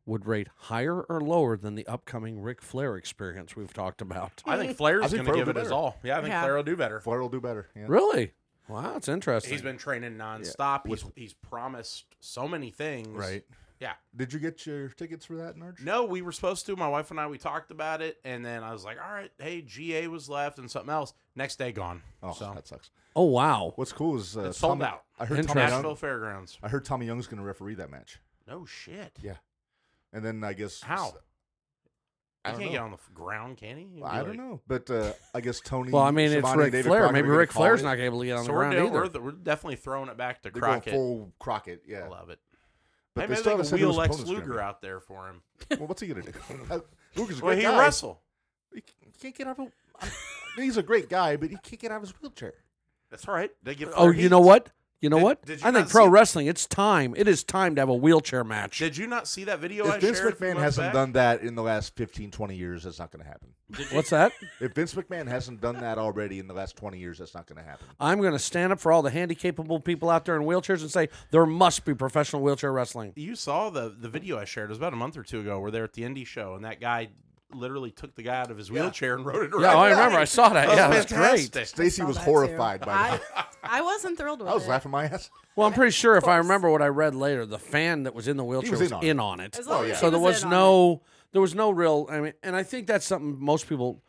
Speaker 5: would rate higher or lower than the upcoming Ric Flair experience we've talked about?
Speaker 3: I think Flair's
Speaker 2: I think
Speaker 3: going to
Speaker 2: Flair
Speaker 3: give
Speaker 2: will
Speaker 3: it
Speaker 2: do
Speaker 3: his
Speaker 2: better.
Speaker 3: all. Yeah, I think
Speaker 4: Yeah.
Speaker 3: Flair will do better.
Speaker 2: Flair will do better. Yeah.
Speaker 5: Really? Wow, that's interesting.
Speaker 3: He's been training nonstop. He's, he's promised so many things.
Speaker 2: Right.
Speaker 3: Yeah.
Speaker 2: Did you get your tickets for that, Narge?
Speaker 3: No, we were supposed to. My wife and I we talked about it, and then I was like, all right, hey, GA was left and something else. Next day gone.
Speaker 2: Oh,
Speaker 3: so
Speaker 2: that sucks.
Speaker 5: Oh wow.
Speaker 2: What's cool is uh,
Speaker 3: It's sold
Speaker 2: Tommy-
Speaker 3: out.
Speaker 2: I heard Tommy
Speaker 5: Interesting.
Speaker 3: Nashville
Speaker 2: Young,
Speaker 3: Fairgrounds.
Speaker 2: I heard Tommy Young's going to referee that match.
Speaker 3: No shit.
Speaker 2: Yeah. And then I guess
Speaker 3: How?
Speaker 2: I
Speaker 3: he
Speaker 2: don't
Speaker 3: can't
Speaker 2: know.
Speaker 3: get on the f- ground, can he? He'd be
Speaker 2: I
Speaker 3: like-
Speaker 2: don't know, but uh, I guess Tony.
Speaker 5: Well, I mean, it's
Speaker 2: Schiavone,
Speaker 5: Ric
Speaker 2: David
Speaker 5: Flair.
Speaker 2: Crockett
Speaker 5: Maybe
Speaker 2: are gonna
Speaker 5: Ric
Speaker 2: call
Speaker 5: Flair's
Speaker 2: it.
Speaker 5: not going to be able to get on
Speaker 3: So
Speaker 5: the
Speaker 3: we're,
Speaker 5: ground
Speaker 3: doing,
Speaker 5: either.
Speaker 3: we're, we're definitely throwing it back to
Speaker 2: They're going
Speaker 3: Crockett.
Speaker 2: full Crockett. Yeah,
Speaker 3: I love it.
Speaker 2: but
Speaker 3: hey,
Speaker 2: they
Speaker 3: maybe
Speaker 2: still
Speaker 3: they
Speaker 2: haven't
Speaker 3: can
Speaker 2: said who
Speaker 3: wheel
Speaker 2: his
Speaker 3: Lex
Speaker 2: opponent's gonna
Speaker 3: Luger
Speaker 2: be.
Speaker 3: out there for him.
Speaker 2: Well, what's he gonna do? Uh, Luger's a
Speaker 3: Will
Speaker 2: great
Speaker 3: he
Speaker 2: guy.
Speaker 3: wrestle?
Speaker 2: He can't get out of. A, he's a great guy, but he can't get out of his wheelchair.
Speaker 3: That's all right. They give.
Speaker 5: oh,
Speaker 3: Flair
Speaker 5: you know
Speaker 3: heat.
Speaker 5: what? You know
Speaker 3: Did-
Speaker 5: what?
Speaker 3: did you
Speaker 5: I
Speaker 3: not
Speaker 5: think pro
Speaker 3: see-
Speaker 5: wrestling. It's time. It is time to have a wheelchair match.
Speaker 3: Did you not see that video? I
Speaker 2: If Vince
Speaker 3: shared a few
Speaker 2: McMahon
Speaker 3: months
Speaker 2: hasn't
Speaker 3: back?
Speaker 2: done that in the last 15, 20 years, that's not going to happen.
Speaker 5: What's that?
Speaker 2: If Vince McMahon hasn't done that already in the last 20 years, that's not going to happen.
Speaker 5: I'm going to stand up for all the handicapable people out there in wheelchairs and say there must be professional wheelchair wrestling.
Speaker 3: you saw the the video I shared. It was about a month or two ago. We're there at the indie show, and that guy literally took the guy out of his wheelchair and rode it around.
Speaker 5: Yeah, I remember. I saw that.
Speaker 3: That was
Speaker 5: yeah, that's
Speaker 3: fantastic.
Speaker 5: great.
Speaker 2: Stacy
Speaker 4: saw
Speaker 2: was
Speaker 4: that too.
Speaker 2: horrified by
Speaker 4: I,
Speaker 2: that.
Speaker 4: I wasn't thrilled with
Speaker 2: I was
Speaker 4: it.
Speaker 2: laughing my ass.
Speaker 5: Well, I'm pretty sure if I remember what I read later, the fan that was in the wheelchair
Speaker 2: was
Speaker 5: was,
Speaker 2: in on
Speaker 5: in
Speaker 2: it.
Speaker 5: on it.
Speaker 4: As long
Speaker 2: Oh, yeah. as
Speaker 5: So
Speaker 4: he
Speaker 5: there
Speaker 4: was
Speaker 5: was
Speaker 4: in on
Speaker 5: no, there was no real. I mean, and I think that's something most people,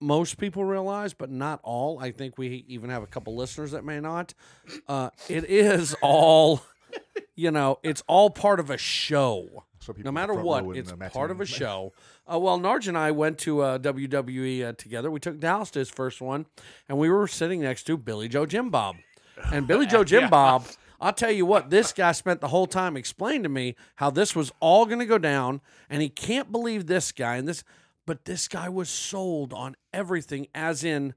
Speaker 5: most people realize, but not all. I think we even have a couple listeners that may not. Uh, it is all, you know, it's all part of a show.
Speaker 2: So people
Speaker 5: No
Speaker 2: in the
Speaker 5: matter
Speaker 2: front row
Speaker 5: what,
Speaker 2: in
Speaker 5: it's
Speaker 2: the match
Speaker 5: part of a
Speaker 2: meeting.
Speaker 5: show. Uh, well, Narj and I went to uh, WWE uh, together. We took Dallas to his first one, and we were sitting next to Billy Joe Jim Bob. And Billy Joe Jim Bob, I'll tell you what, this guy spent the whole time explaining to me how this was all going to go down, and he can't believe this guy. And this, but this guy was sold on everything, as in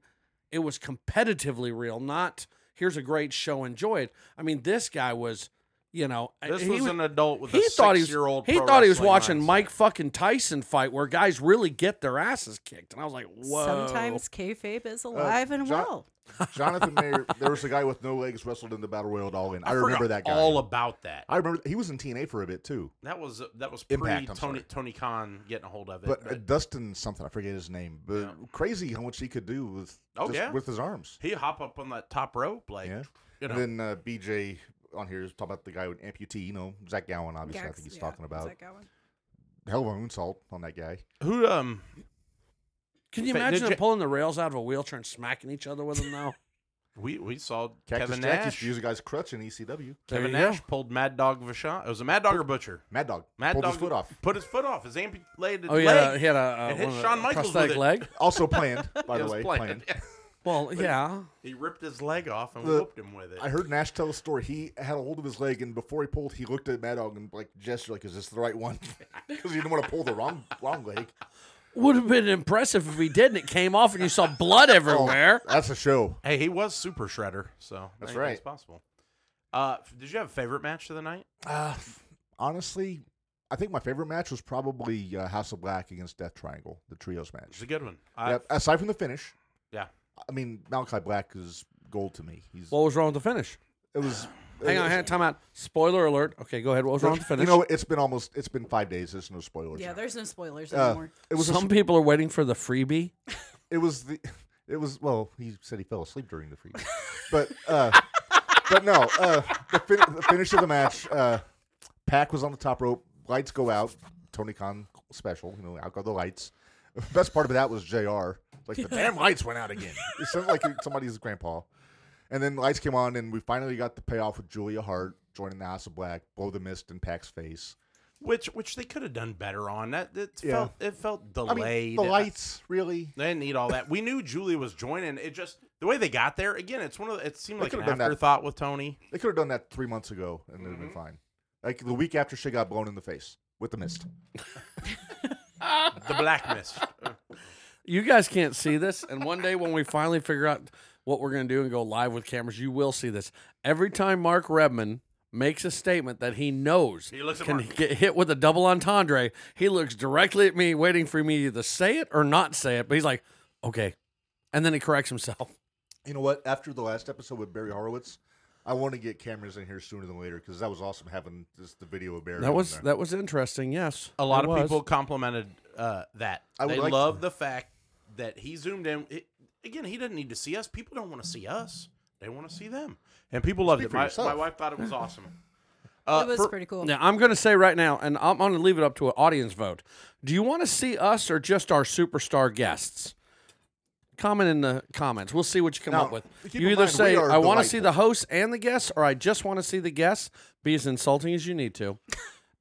Speaker 5: it was competitively real, not here's a great show, enjoy it. I mean, this guy was. You know, uh,
Speaker 3: This
Speaker 5: he
Speaker 3: was an adult with a
Speaker 5: he thought he was
Speaker 3: six-year-old
Speaker 5: he
Speaker 3: pro
Speaker 5: thought he was
Speaker 3: wrestling
Speaker 5: watching
Speaker 3: mindset.
Speaker 5: Mike fucking Tyson fight where guys really get their asses kicked, and I was like,
Speaker 4: it.
Speaker 5: whoa.
Speaker 4: Sometimes kayfabe is alive and
Speaker 2: Uh, John-
Speaker 4: well.
Speaker 2: Jonathan Mayer, there was a guy with no legs wrestled in the battle royal at all in. I, remember that
Speaker 3: forgot
Speaker 2: guy.
Speaker 3: All about that.
Speaker 2: I remember he was in TNA for a bit too.
Speaker 3: That was that was pre
Speaker 2: Impact, I'm
Speaker 3: Tony
Speaker 2: sorry.
Speaker 3: Tony Khan getting a hold of it.
Speaker 2: But, uh,
Speaker 3: but
Speaker 2: Dustin something, I forget his name. But
Speaker 3: Yeah.
Speaker 2: crazy how much he could do with
Speaker 3: Oh,
Speaker 2: just
Speaker 3: yeah.
Speaker 2: with his arms.
Speaker 3: he hop up on that top rope like
Speaker 2: Yeah.
Speaker 3: you know.
Speaker 2: And then uh, BJ on here is talking about the guy with amputee, you know, Zach Gowen, obviously, I
Speaker 4: Gax-
Speaker 2: think he's
Speaker 4: yeah,
Speaker 2: talking about.
Speaker 4: Zach Gowen.
Speaker 2: Hell of a moonsault on that guy.
Speaker 3: who um
Speaker 5: Can you
Speaker 3: Fa-
Speaker 5: imagine
Speaker 3: did
Speaker 5: them
Speaker 3: you-
Speaker 5: pulling the rails out of a wheelchair and smacking each other with them now?
Speaker 3: we we saw
Speaker 2: Cactus
Speaker 3: Kevin
Speaker 2: Jack used
Speaker 3: Nash.
Speaker 2: to use a guy's crutch in E ECW.
Speaker 5: There
Speaker 3: Kevin
Speaker 5: you go.
Speaker 3: Nash pulled Mad Dog Vachon. It was a Mad Dog or Butcher.
Speaker 2: Mad Dog
Speaker 3: Mad
Speaker 2: pulled
Speaker 3: Dog
Speaker 2: his foot off.
Speaker 3: Put his foot off his amputated
Speaker 5: Oh, yeah,
Speaker 3: leg.
Speaker 5: he had a,
Speaker 3: It
Speaker 5: a,
Speaker 3: hit
Speaker 5: one of the
Speaker 3: Shawn Michaels with
Speaker 5: prosthetic
Speaker 3: it.
Speaker 5: leg.
Speaker 2: Also planned, by
Speaker 3: It
Speaker 2: the
Speaker 3: was
Speaker 2: way.
Speaker 3: planned.
Speaker 2: planned.
Speaker 5: Well, yeah,
Speaker 3: He ripped his leg off and
Speaker 2: The-
Speaker 3: whooped him with it.
Speaker 2: I heard Nash tell a story. He had a hold of his leg, and before he pulled, he looked at Mad Dog and like gestured, like, "Is this the right one?" Because he didn't want to pull the wrong wrong leg.
Speaker 5: would have been impressive if he did, and it came off, and you saw blood
Speaker 3: Oh.
Speaker 5: everywhere.
Speaker 2: Oh, That's a show.
Speaker 3: Hey, he was Super Shredder, so
Speaker 2: That's
Speaker 3: anything's
Speaker 2: right.
Speaker 3: possible. Uh, f- did you have a favorite match of the night?
Speaker 2: Uh, honestly, I think my favorite match was probably uh, House of Black against Death Triangle, the trios match.
Speaker 3: It's a good one. I,
Speaker 2: Yeah, aside from the finish,
Speaker 3: Yeah.
Speaker 2: I mean Malachi Black is gold to me. He's
Speaker 5: What was wrong with the finish?
Speaker 2: it was.
Speaker 5: Hang on, hang on, time out. Spoiler alert. Okay, go ahead. What was wrong with the
Speaker 2: You
Speaker 5: finish?
Speaker 2: know, it's been almost it's been five days. There's no spoilers.
Speaker 4: Yeah,
Speaker 2: now.
Speaker 4: there's no spoilers
Speaker 2: Uh,
Speaker 4: anymore.
Speaker 2: it was a
Speaker 5: Some people are waiting for the freebie.
Speaker 2: it was the it was well he said he fell asleep during the free but uh but no uh the, fin- the finish of the match uh pack was on the top rope lights go out tony khan special you know out go the lights best part of that was jr like the damn lights went out again it sounded like somebody's grandpa and then lights came on and we finally got the payoff with julia hart joining the house of black blow the mist in pack's face
Speaker 3: which which they could have done better on. That it
Speaker 2: Yeah.
Speaker 3: felt it felt
Speaker 2: i mean
Speaker 3: delayed.
Speaker 2: the lights really
Speaker 3: They didn't need all that. We knew Julia was joining. It just the way they got there. Again, it's one of the, it seemed
Speaker 2: They
Speaker 3: like an
Speaker 2: could've done that.
Speaker 3: afterthought with Tony.
Speaker 2: They could have done that three months ago and it would have been
Speaker 3: Mm-hmm.
Speaker 2: fine. Like the week after she got blown in the face with the mist.
Speaker 3: The Black Mist.
Speaker 5: You guys can't see this, and one day when we finally figure out what we're going to do and go live with cameras, you will see this. Every time Mark Redman makes a statement that he knows
Speaker 3: He looks at
Speaker 5: can
Speaker 3: Mark.
Speaker 5: get hit with a double entendre, he looks directly at me, waiting for me to either say it or not say it. But he's like, "Okay," and then he corrects himself.
Speaker 2: You know what? After the last episode with Barry Horowitz, I want to get cameras in here sooner than later because that was awesome having just the video of Barry.
Speaker 5: That
Speaker 2: on
Speaker 5: was
Speaker 2: there.
Speaker 5: that was interesting. Yes,
Speaker 3: A lot of
Speaker 5: it was.
Speaker 3: people complimented uh, that.
Speaker 2: I would
Speaker 3: they
Speaker 2: like to-
Speaker 3: love the fact that he zoomed in. It- again, he doesn't need to see us. People don't want to see us. They want to see them. And people loved
Speaker 2: Speak
Speaker 3: it.
Speaker 2: for
Speaker 3: My,
Speaker 2: yourself.
Speaker 3: my wife thought it was awesome. Uh,
Speaker 4: it was
Speaker 3: for-
Speaker 4: pretty cool.
Speaker 5: Now I'm going to say right now, and I'm going to leave it up to an audience vote. Do you want to see us or just our superstar guests? Comment in the comments. We'll see what you come
Speaker 2: Now,
Speaker 5: up with.
Speaker 2: keep
Speaker 5: You
Speaker 2: in
Speaker 5: either
Speaker 2: mind, we
Speaker 5: say
Speaker 2: are
Speaker 5: I want to see
Speaker 2: delightful."
Speaker 5: the hosts and the guests, or I just want to see the guests. Be as insulting as you need to.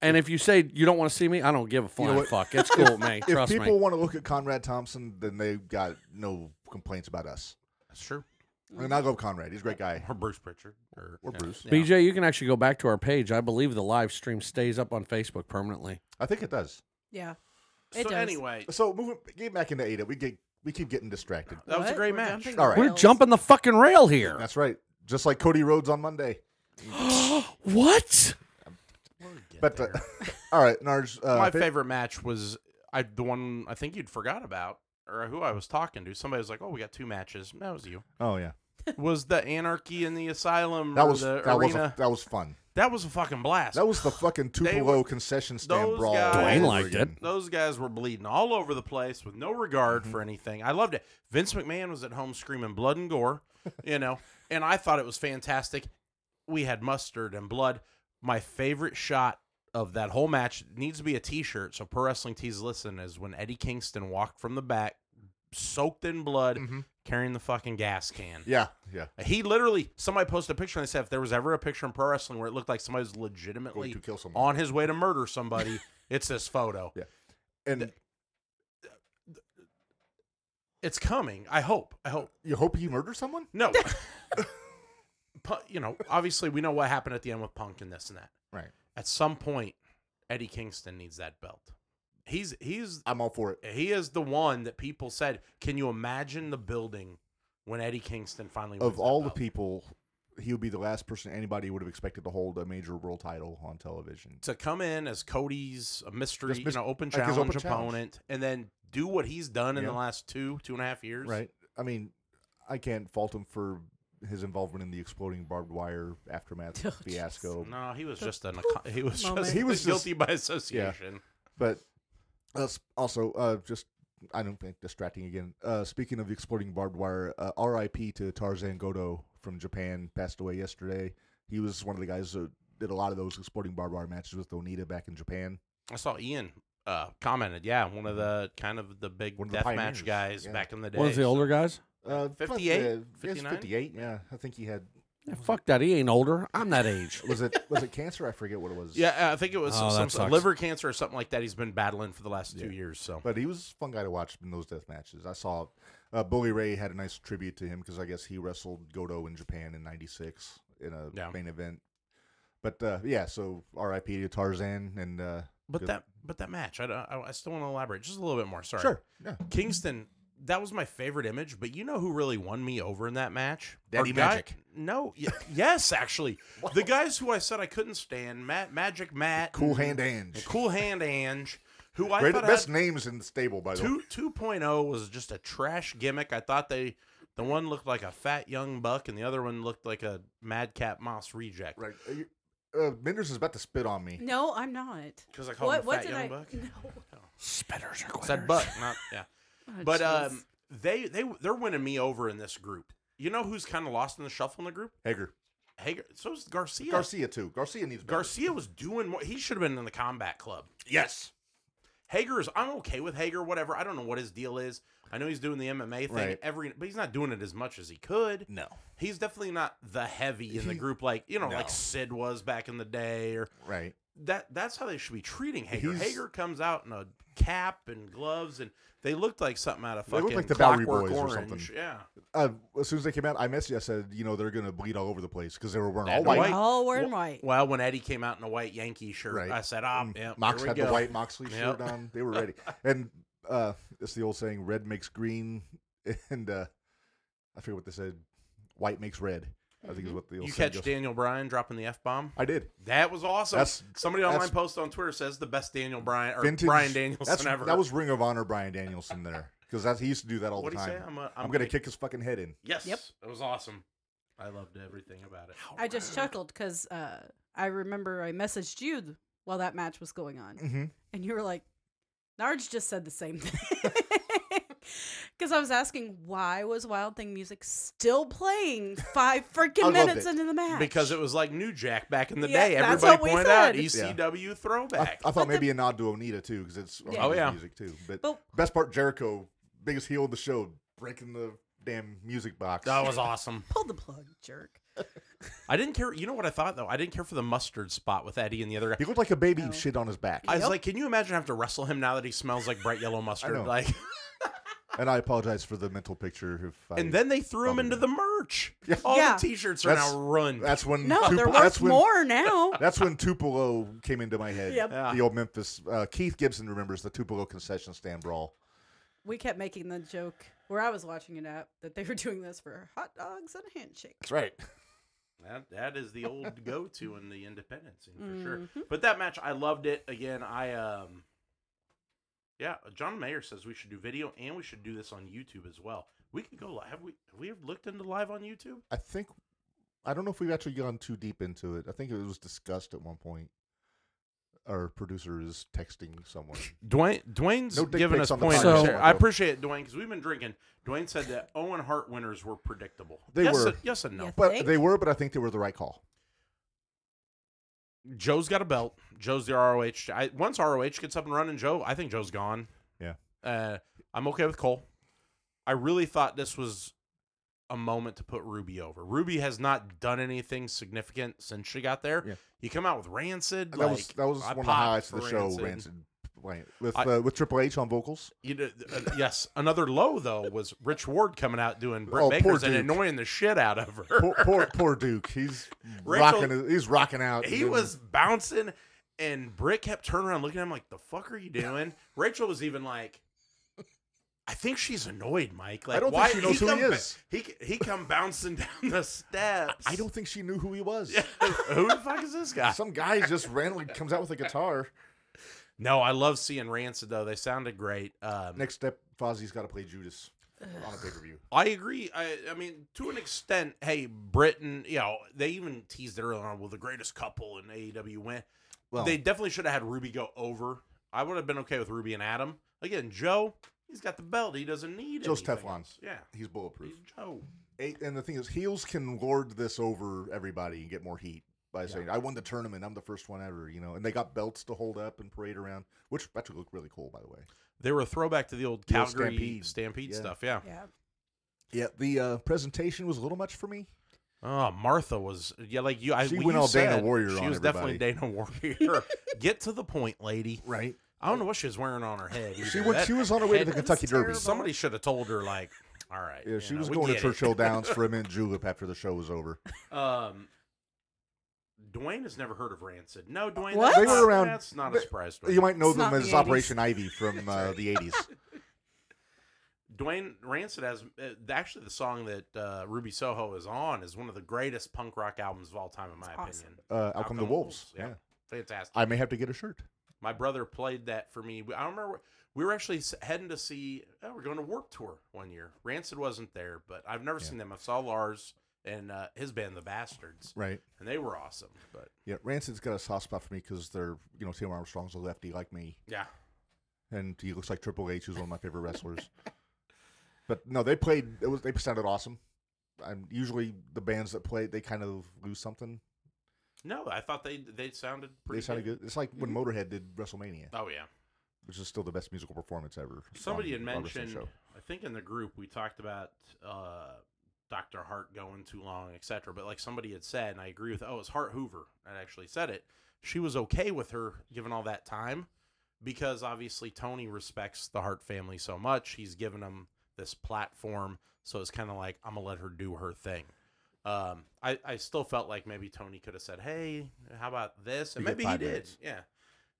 Speaker 5: And if you say you don't want to see me, I don't give a flying
Speaker 2: what?
Speaker 5: fuck. It's cool with me.
Speaker 2: If
Speaker 5: Trust
Speaker 2: people
Speaker 5: me.
Speaker 2: want to look at Conrad Thompson, then they've got no complaints about us.
Speaker 3: That's true.
Speaker 2: I mean, I'll go with Conrad. He's a great guy.
Speaker 3: Or Bruce Pritchard. Or,
Speaker 2: Or
Speaker 3: yeah.
Speaker 2: Bruce.
Speaker 3: Yeah.
Speaker 5: BJ, you can actually go back to our page. I believe the live stream stays up on Facebook permanently.
Speaker 2: I think it does.
Speaker 4: Yeah.
Speaker 3: So
Speaker 4: It does.
Speaker 3: anyway,
Speaker 2: So moving, get back into Ada. We get we keep getting distracted.
Speaker 3: that was a
Speaker 4: What?
Speaker 3: great
Speaker 4: We're
Speaker 3: match.
Speaker 4: jumping
Speaker 2: All right.
Speaker 5: We're
Speaker 4: rails.
Speaker 5: jumping the fucking rail here.
Speaker 2: That's right. Just like Cody Rhodes on Monday.
Speaker 5: What?
Speaker 2: But uh, all right, Narj. Uh,
Speaker 3: my
Speaker 2: fa-
Speaker 3: favorite match was I the one I think you'd forgot about or who I was talking to. Somebody was like, "Oh, we got two matches." That was you.
Speaker 2: Oh yeah,
Speaker 3: was the Anarchy in the Asylum
Speaker 2: that
Speaker 3: or
Speaker 2: was
Speaker 3: the
Speaker 2: that was
Speaker 3: arena?
Speaker 2: a, that was fun.
Speaker 3: that was a fucking blast.
Speaker 2: That was the fucking Tupelo concession stand
Speaker 3: those
Speaker 2: brawl.
Speaker 3: guys-
Speaker 2: all
Speaker 5: Dwayne
Speaker 2: over
Speaker 5: liked
Speaker 2: again.
Speaker 3: Those guys were bleeding all over the place with no regard
Speaker 2: Mm-hmm.
Speaker 3: for anything. I loved it. Vince McMahon was at home screaming blood and gore, you know, and I thought it was fantastic. We had mustard and blood. My favorite shot of that whole match needs to be a t-shirt. So pro wrestling tees listen is when Eddie Kingston walked from the back soaked in blood
Speaker 2: Mhm.
Speaker 3: carrying the fucking gas can.
Speaker 2: Yeah, yeah.
Speaker 3: He literally somebody posted a picture and they said if there was ever a picture in pro wrestling where it looked like somebody was
Speaker 2: Going
Speaker 3: legitimately
Speaker 2: to kill someone.
Speaker 3: on his way to murder somebody, it's this photo.
Speaker 2: and
Speaker 3: It's coming. I hope. I hope.
Speaker 2: you hope he murders someone?
Speaker 3: No. Pu- you know, obviously, we know what happened at the end with Punk and this and that.
Speaker 2: Right.
Speaker 3: At some point, Eddie Kingston needs that belt. He's he's
Speaker 2: I'm all for it.
Speaker 3: he is the one that people said. Can you imagine the building when Eddie Kingston finally wins
Speaker 2: Of
Speaker 3: that
Speaker 2: all the
Speaker 3: belt?"
Speaker 2: people, he would be the last person anybody would have expected to hold a major world title on television.
Speaker 3: to come in as Cody's a mystery,
Speaker 2: Just mis-
Speaker 3: you know, open
Speaker 2: like his
Speaker 3: challenge
Speaker 2: open
Speaker 3: opponent,
Speaker 2: challenge.
Speaker 3: and then do what he's done in
Speaker 2: Yeah.
Speaker 3: the last two two and a half years?
Speaker 2: Right. I mean, I can't fault him for his involvement in the exploding barbed wire aftermath
Speaker 4: Oh,
Speaker 2: fiasco.
Speaker 3: No, he was just an acco- he was
Speaker 4: moment.
Speaker 3: just
Speaker 2: He was
Speaker 3: guilty by association.
Speaker 2: But uh, s- also, uh, just I don't think distracting again. Uh, speaking of exploding barbed wire, uh, R.I.P. to Tarzan Godo from Japan passed away yesterday. He was one of the guys that did a lot of those exploding barbed wire matches with Onita back in Japan.
Speaker 3: I saw Ian uh, commented, yeah, one of the kind of the big
Speaker 2: Mm-hmm. One of the pioneers,
Speaker 3: deathmatch guys
Speaker 2: yeah.
Speaker 3: back in the day.
Speaker 5: One of the
Speaker 3: so-
Speaker 5: older guys.
Speaker 2: Uh,
Speaker 3: 58?
Speaker 2: uh, yes,
Speaker 3: 59?
Speaker 2: 58. Yeah, I think he had.
Speaker 5: Yeah, fuck that. He ain't older. I'm that age.
Speaker 2: Was it was it cancer? I forget what it was.
Speaker 3: Yeah, I think it was
Speaker 5: Oh,
Speaker 3: some,
Speaker 5: that
Speaker 3: some-
Speaker 5: sucks.
Speaker 3: liver cancer or something like that. He's been battling for the last two years. So
Speaker 2: But he was a fun guy to watch in those death matches. I saw uh, Bully Ray had a nice tribute to him because I guess he wrestled Goto in Japan in '96 in a
Speaker 3: Yeah.
Speaker 2: main event. But uh, yeah, so R.I.P. to Tarzan and uh,
Speaker 3: But
Speaker 2: Good.
Speaker 3: that but that match, I, don't- I I still want to elaborate just a little bit more. Sorry,
Speaker 2: sure, yeah,
Speaker 3: Kingston. That was my favorite image, but you know who really won me over in that match? Our
Speaker 2: Daddy
Speaker 3: guy-
Speaker 2: Magic.
Speaker 3: No, y- yes, actually, the guys who I said I couldn't stand, Matt Magic Matt,
Speaker 2: Cool
Speaker 3: and-
Speaker 2: Hand Ange,
Speaker 3: and Cool Hand Ange, who Mm-hmm. I
Speaker 2: Great,
Speaker 3: thought
Speaker 2: best
Speaker 3: had
Speaker 2: names in the stable by the way.
Speaker 3: two two point oh was just a trash gimmick. I thought they the one looked like a fat young buck, and the other one looked like a madcap moss reject.
Speaker 2: Right, uh, you- uh, Menders is about to spit on me.
Speaker 4: No, I'm not.
Speaker 3: 'Cause I called him a fat young
Speaker 4: I?
Speaker 3: buck?
Speaker 4: No.
Speaker 5: Spitters are quitters.
Speaker 3: Said buck, not yeah.
Speaker 4: Oh,
Speaker 3: But
Speaker 4: jeez.
Speaker 3: um, they they they're winning me over in this group. You know who's kind of lost in the shuffle in the group?
Speaker 2: Hager,
Speaker 3: Hager. So is Garcia.
Speaker 2: Garcia too. Garcia needs better.
Speaker 3: Garcia was doing more. He should have been in the combat club.
Speaker 2: Yes,
Speaker 3: Hager is. I'm okay with Hager. Whatever. I don't know what his deal is. I know he's doing the MMA thing
Speaker 2: Right.
Speaker 3: every, but he's not doing it as much as he could.
Speaker 2: no,
Speaker 3: He's definitely not the heavy in the
Speaker 2: He-
Speaker 3: group, like you know,
Speaker 2: No.
Speaker 3: like Sid was back in the day, or
Speaker 2: right.
Speaker 3: that. That's how they should be treating Hager.
Speaker 2: He's-
Speaker 3: Hager comes out in a cap and gloves, and they looked like something out of
Speaker 2: They
Speaker 3: fucking
Speaker 2: look like the Bowery
Speaker 3: Clockwork
Speaker 2: Boys or
Speaker 3: Orange.
Speaker 2: something.
Speaker 3: Yeah.
Speaker 2: Uh, as soon as they came out, I messaged. I said, you know, they're gonna bleed all over the place because they were wearing
Speaker 3: Had
Speaker 2: all
Speaker 3: to
Speaker 2: white.
Speaker 3: wait.
Speaker 4: all wearing
Speaker 3: Well-
Speaker 4: white.
Speaker 3: Well, when Eddie came out in a white Yankee shirt,
Speaker 2: Right.
Speaker 3: I said, "Ah,
Speaker 2: Um,
Speaker 3: yeah,
Speaker 2: Mox
Speaker 3: here we
Speaker 2: had
Speaker 3: go."
Speaker 2: the white Moxley
Speaker 3: Yep.
Speaker 2: shirt on. They were ready. And uh, it's the old saying, red makes green. And uh, I forget what they said. White makes red. I think is what the old
Speaker 3: Mm-hmm. You
Speaker 2: saying
Speaker 3: catch
Speaker 2: goes.
Speaker 3: Daniel Bryan dropping the f bomb.
Speaker 2: I did.
Speaker 3: That was awesome.
Speaker 2: That's-
Speaker 3: Somebody online
Speaker 2: that's-
Speaker 3: posted on Twitter says the best Daniel Bryan or
Speaker 2: Vintage.
Speaker 3: Bryan Danielson
Speaker 2: that's,
Speaker 3: ever.
Speaker 2: That was Ring of Honor Brian Danielson there. Because he used to do that all
Speaker 3: What'd
Speaker 2: the
Speaker 3: he
Speaker 2: time.
Speaker 3: say? I'm a- I'm
Speaker 2: going to
Speaker 3: a-
Speaker 2: kick his fucking head in.
Speaker 3: yes.
Speaker 4: Yep.
Speaker 3: That was awesome. I loved everything about it.
Speaker 4: I just chuckled because uh, I remember I messaged you while that match was going on,
Speaker 2: Mm-hmm.
Speaker 4: and you were like, "Narge just said the same thing." Because I was asking why was Wild Thing music still playing five
Speaker 2: I
Speaker 4: freaking
Speaker 2: loved
Speaker 4: minutes
Speaker 2: it.
Speaker 4: into the match?
Speaker 3: Because it was like New Jack back in the
Speaker 4: Yeah,
Speaker 3: day.
Speaker 4: that's
Speaker 3: Everybody
Speaker 4: what we
Speaker 3: pointed out
Speaker 4: said.
Speaker 3: ECW
Speaker 2: I,
Speaker 3: throwback.
Speaker 2: I thought
Speaker 4: But the-
Speaker 2: maybe a nod to Onita, too, because it's
Speaker 4: Yeah.
Speaker 3: Oh,
Speaker 2: Onita's
Speaker 3: yeah.
Speaker 2: music, too. But,
Speaker 4: But-
Speaker 2: best part, Jericho, biggest heel of the show, breaking the damn music box.
Speaker 3: that was awesome.
Speaker 4: pull the plug, jerk.
Speaker 3: I didn't care. You know what I thought though? I didn't care for the mustard spot with Eddie and the other guy.
Speaker 2: He looked like a baby
Speaker 4: No.
Speaker 2: shit on his back.
Speaker 3: I was
Speaker 4: Yep.
Speaker 3: like, can you imagine having to wrestle him now that he smells like bright yellow mustard?
Speaker 2: know.
Speaker 3: Like,
Speaker 2: And I apologize for the mental picture. If I,
Speaker 3: and then they threw him
Speaker 2: Probably
Speaker 3: into
Speaker 2: not.
Speaker 3: the merch. All
Speaker 4: Yeah.
Speaker 3: the T-shirts are
Speaker 2: That's-
Speaker 3: now run.
Speaker 2: that's when
Speaker 4: No,
Speaker 2: Tup-
Speaker 4: there
Speaker 2: Mm, that's
Speaker 4: was
Speaker 2: when,
Speaker 4: more now.
Speaker 2: That's when Tupelo came into my head.
Speaker 4: Yep.
Speaker 3: Yeah.
Speaker 2: The old Memphis. Uh, Keith Gibson remembers the Tupelo concession stand brawl.
Speaker 4: we kept making the joke where I was watching it up that they were doing this for hot dogs and a handshake.
Speaker 2: That's right.
Speaker 3: That that is the old go to in the independent scene for sure. But that match, I loved it. Again, I um, yeah. John Mayer says we should do video and we should do this on YouTube as well. We could go live. Have we have we ever looked into live on YouTube?
Speaker 2: I think I don't know if we've actually gone too deep into it. I think it was discussed at one point. Our producer is texting someone.
Speaker 3: Dwayne Dwayne's
Speaker 2: No dick
Speaker 3: giving us
Speaker 2: pics on the
Speaker 3: pointers.
Speaker 5: podcast.
Speaker 3: here.
Speaker 2: So-
Speaker 3: I appreciate it, Dwayne, because we've been drinking. Dwayne said that Owen Hart winners were predictable.
Speaker 2: They
Speaker 3: yes,
Speaker 2: were.
Speaker 3: and- yes and no.
Speaker 4: Yes.
Speaker 2: But
Speaker 4: Thanks.
Speaker 2: they were, but I think they were the right call.
Speaker 3: Joe's got a belt. Joe's the ROH. I, once ROH gets up and running, Joe, I think Joe's gone.
Speaker 2: Yeah.
Speaker 3: Uh, I'm okay with Cole. I really thought this was a moment to put Ruby over. Ruby has not done anything significant since she got there.
Speaker 2: Yeah.
Speaker 3: You come out with Rancid.
Speaker 2: That
Speaker 3: like,
Speaker 2: was that was
Speaker 3: I
Speaker 2: one of the
Speaker 3: popped
Speaker 2: highlights
Speaker 3: for
Speaker 2: of the show. Rancid playing- with
Speaker 3: I-
Speaker 2: uh, with Triple H on vocals.
Speaker 3: You know, uh, yes. Another low though was Rich Ward coming out doing Britt
Speaker 2: Oh, poor
Speaker 3: Baker's and
Speaker 2: Duke.
Speaker 3: annoying the shit out of her.
Speaker 2: poor, poor, poor Duke. He's
Speaker 3: Rachel-
Speaker 2: rocking. his- He's rocking out.
Speaker 3: he
Speaker 2: Then-
Speaker 3: was bouncing and Britt kept turning around looking at him like, the fuck are you doing? Rachel was even like, I think she's annoyed, Mike. Like,
Speaker 2: don't think
Speaker 3: why
Speaker 2: she knows who
Speaker 3: come
Speaker 2: he
Speaker 3: ba-
Speaker 2: is.
Speaker 3: He, c- he come bouncing down the steps.
Speaker 2: I don't think she knew who he was.
Speaker 3: Who the fuck is this guy?
Speaker 2: Some guy just randomly comes out with a guitar.
Speaker 3: No, I love seeing Rancid though. They sounded great. Um,
Speaker 2: Next step, Fozzie's got to play Judas. on a pay per view.
Speaker 3: I agree. I, I mean, to an extent, hey, Britain, you know, they even teased it earlier on, well, the greatest couple in AEW went.
Speaker 2: Well,
Speaker 3: they definitely should have had Ruby go over. I would have been okay with Ruby and Adam. Again, Joe, he's got the belt. He doesn't need
Speaker 2: Joe's
Speaker 3: anything
Speaker 2: Teflon.
Speaker 3: else. Yeah.
Speaker 2: he's bulletproof.
Speaker 3: He's Joe.
Speaker 2: A- And the thing is, heels can lord this over everybody and get more heat by saying, "I won the tournament. I'm the first one ever." You know, and they got belts to hold up and parade around, which actually looked really cool, by the way.
Speaker 3: They were a throwback to the old
Speaker 2: The old
Speaker 3: Calgary
Speaker 2: Stampede.
Speaker 3: Stampede,
Speaker 2: Yeah.
Speaker 3: stuff. Yeah.
Speaker 4: Yeah.
Speaker 2: Yeah, the uh, presentation was a little much for me.
Speaker 3: Oh, Martha was yeah, like you. I,
Speaker 2: She
Speaker 3: well,
Speaker 2: went
Speaker 3: you
Speaker 2: all Dana
Speaker 3: said
Speaker 2: Warrior
Speaker 3: She
Speaker 2: on
Speaker 3: was definitely Dana Warrior. Get to the point, lady.
Speaker 2: Right.
Speaker 3: I don't know what she was wearing on her head.
Speaker 2: She
Speaker 3: either.
Speaker 2: went.
Speaker 3: That-
Speaker 2: she was on her way to the
Speaker 4: head-
Speaker 2: Kentucky Derby.
Speaker 4: terrible.
Speaker 3: Somebody should have told her like, all right.
Speaker 2: Yeah,
Speaker 3: you
Speaker 2: she
Speaker 3: know,
Speaker 2: was
Speaker 3: we
Speaker 2: going to
Speaker 3: get it.
Speaker 2: Churchill Downs for a mint julep after the show was over.
Speaker 3: Um, Dwayne has never heard of Rancid. No, Dwayne.
Speaker 4: What?
Speaker 3: That's,
Speaker 4: They were
Speaker 2: around-
Speaker 3: That's not
Speaker 2: they-
Speaker 3: a surprise. Dwayne.
Speaker 2: You might know
Speaker 4: It's
Speaker 2: them
Speaker 4: not
Speaker 2: as
Speaker 4: the 80s.
Speaker 2: Operation Ivy from uh, the '80s.
Speaker 3: Dwayne Rancid has uh, actually the song that uh, Ruby Soho is on is one of the greatest punk rock albums of all time, in my opinion.
Speaker 4: awesome.
Speaker 2: Uh, Out
Speaker 3: Out
Speaker 2: come the wolves.
Speaker 3: Yeah.
Speaker 2: Yeah.
Speaker 3: fantastic.
Speaker 2: I may have to get a shirt.
Speaker 3: my brother played that for me. I don't remember. We were actually s- heading to see. Oh, we're going to Warp Tour one year. Rancid wasn't there, but I've never
Speaker 2: Yeah.
Speaker 3: seen them. I saw Lars and uh, his band, The Bastards,
Speaker 2: Right.
Speaker 3: and they were awesome. But
Speaker 2: Yeah, Rancid's got a soft spot for me because they're, you know, Tim Armstrong's a lefty like me,
Speaker 3: yeah,
Speaker 2: and he looks like Triple H, who's one of my favorite wrestlers. but no, they played. It was they sounded awesome. I'm usually the bands that play, they kind of lose something.
Speaker 3: no, I thought they they sounded
Speaker 2: They
Speaker 3: pretty. Mm-hmm.
Speaker 2: sounded good. It's like when Motorhead did WrestleMania,
Speaker 3: Oh yeah.
Speaker 2: which is still the best musical performance ever.
Speaker 3: Somebody
Speaker 2: on
Speaker 3: had
Speaker 2: a wrestling
Speaker 3: mentioned.
Speaker 2: show.
Speaker 3: I think in the group we talked about uh, Doctor Hart going too long, etc. But like somebody had said, and I agree with. Oh, it's Hart Hoover. that actually said it. She was okay with her given all that time because obviously Tony respects the Hart family so much. He's given them this platform, so it's kind of like I'm gonna let her do her thing. Um, I, I still felt like maybe Tony could have said, "Hey, how about this?" And
Speaker 2: You get
Speaker 3: maybe he
Speaker 2: five
Speaker 3: did.
Speaker 2: minutes.
Speaker 3: Yeah.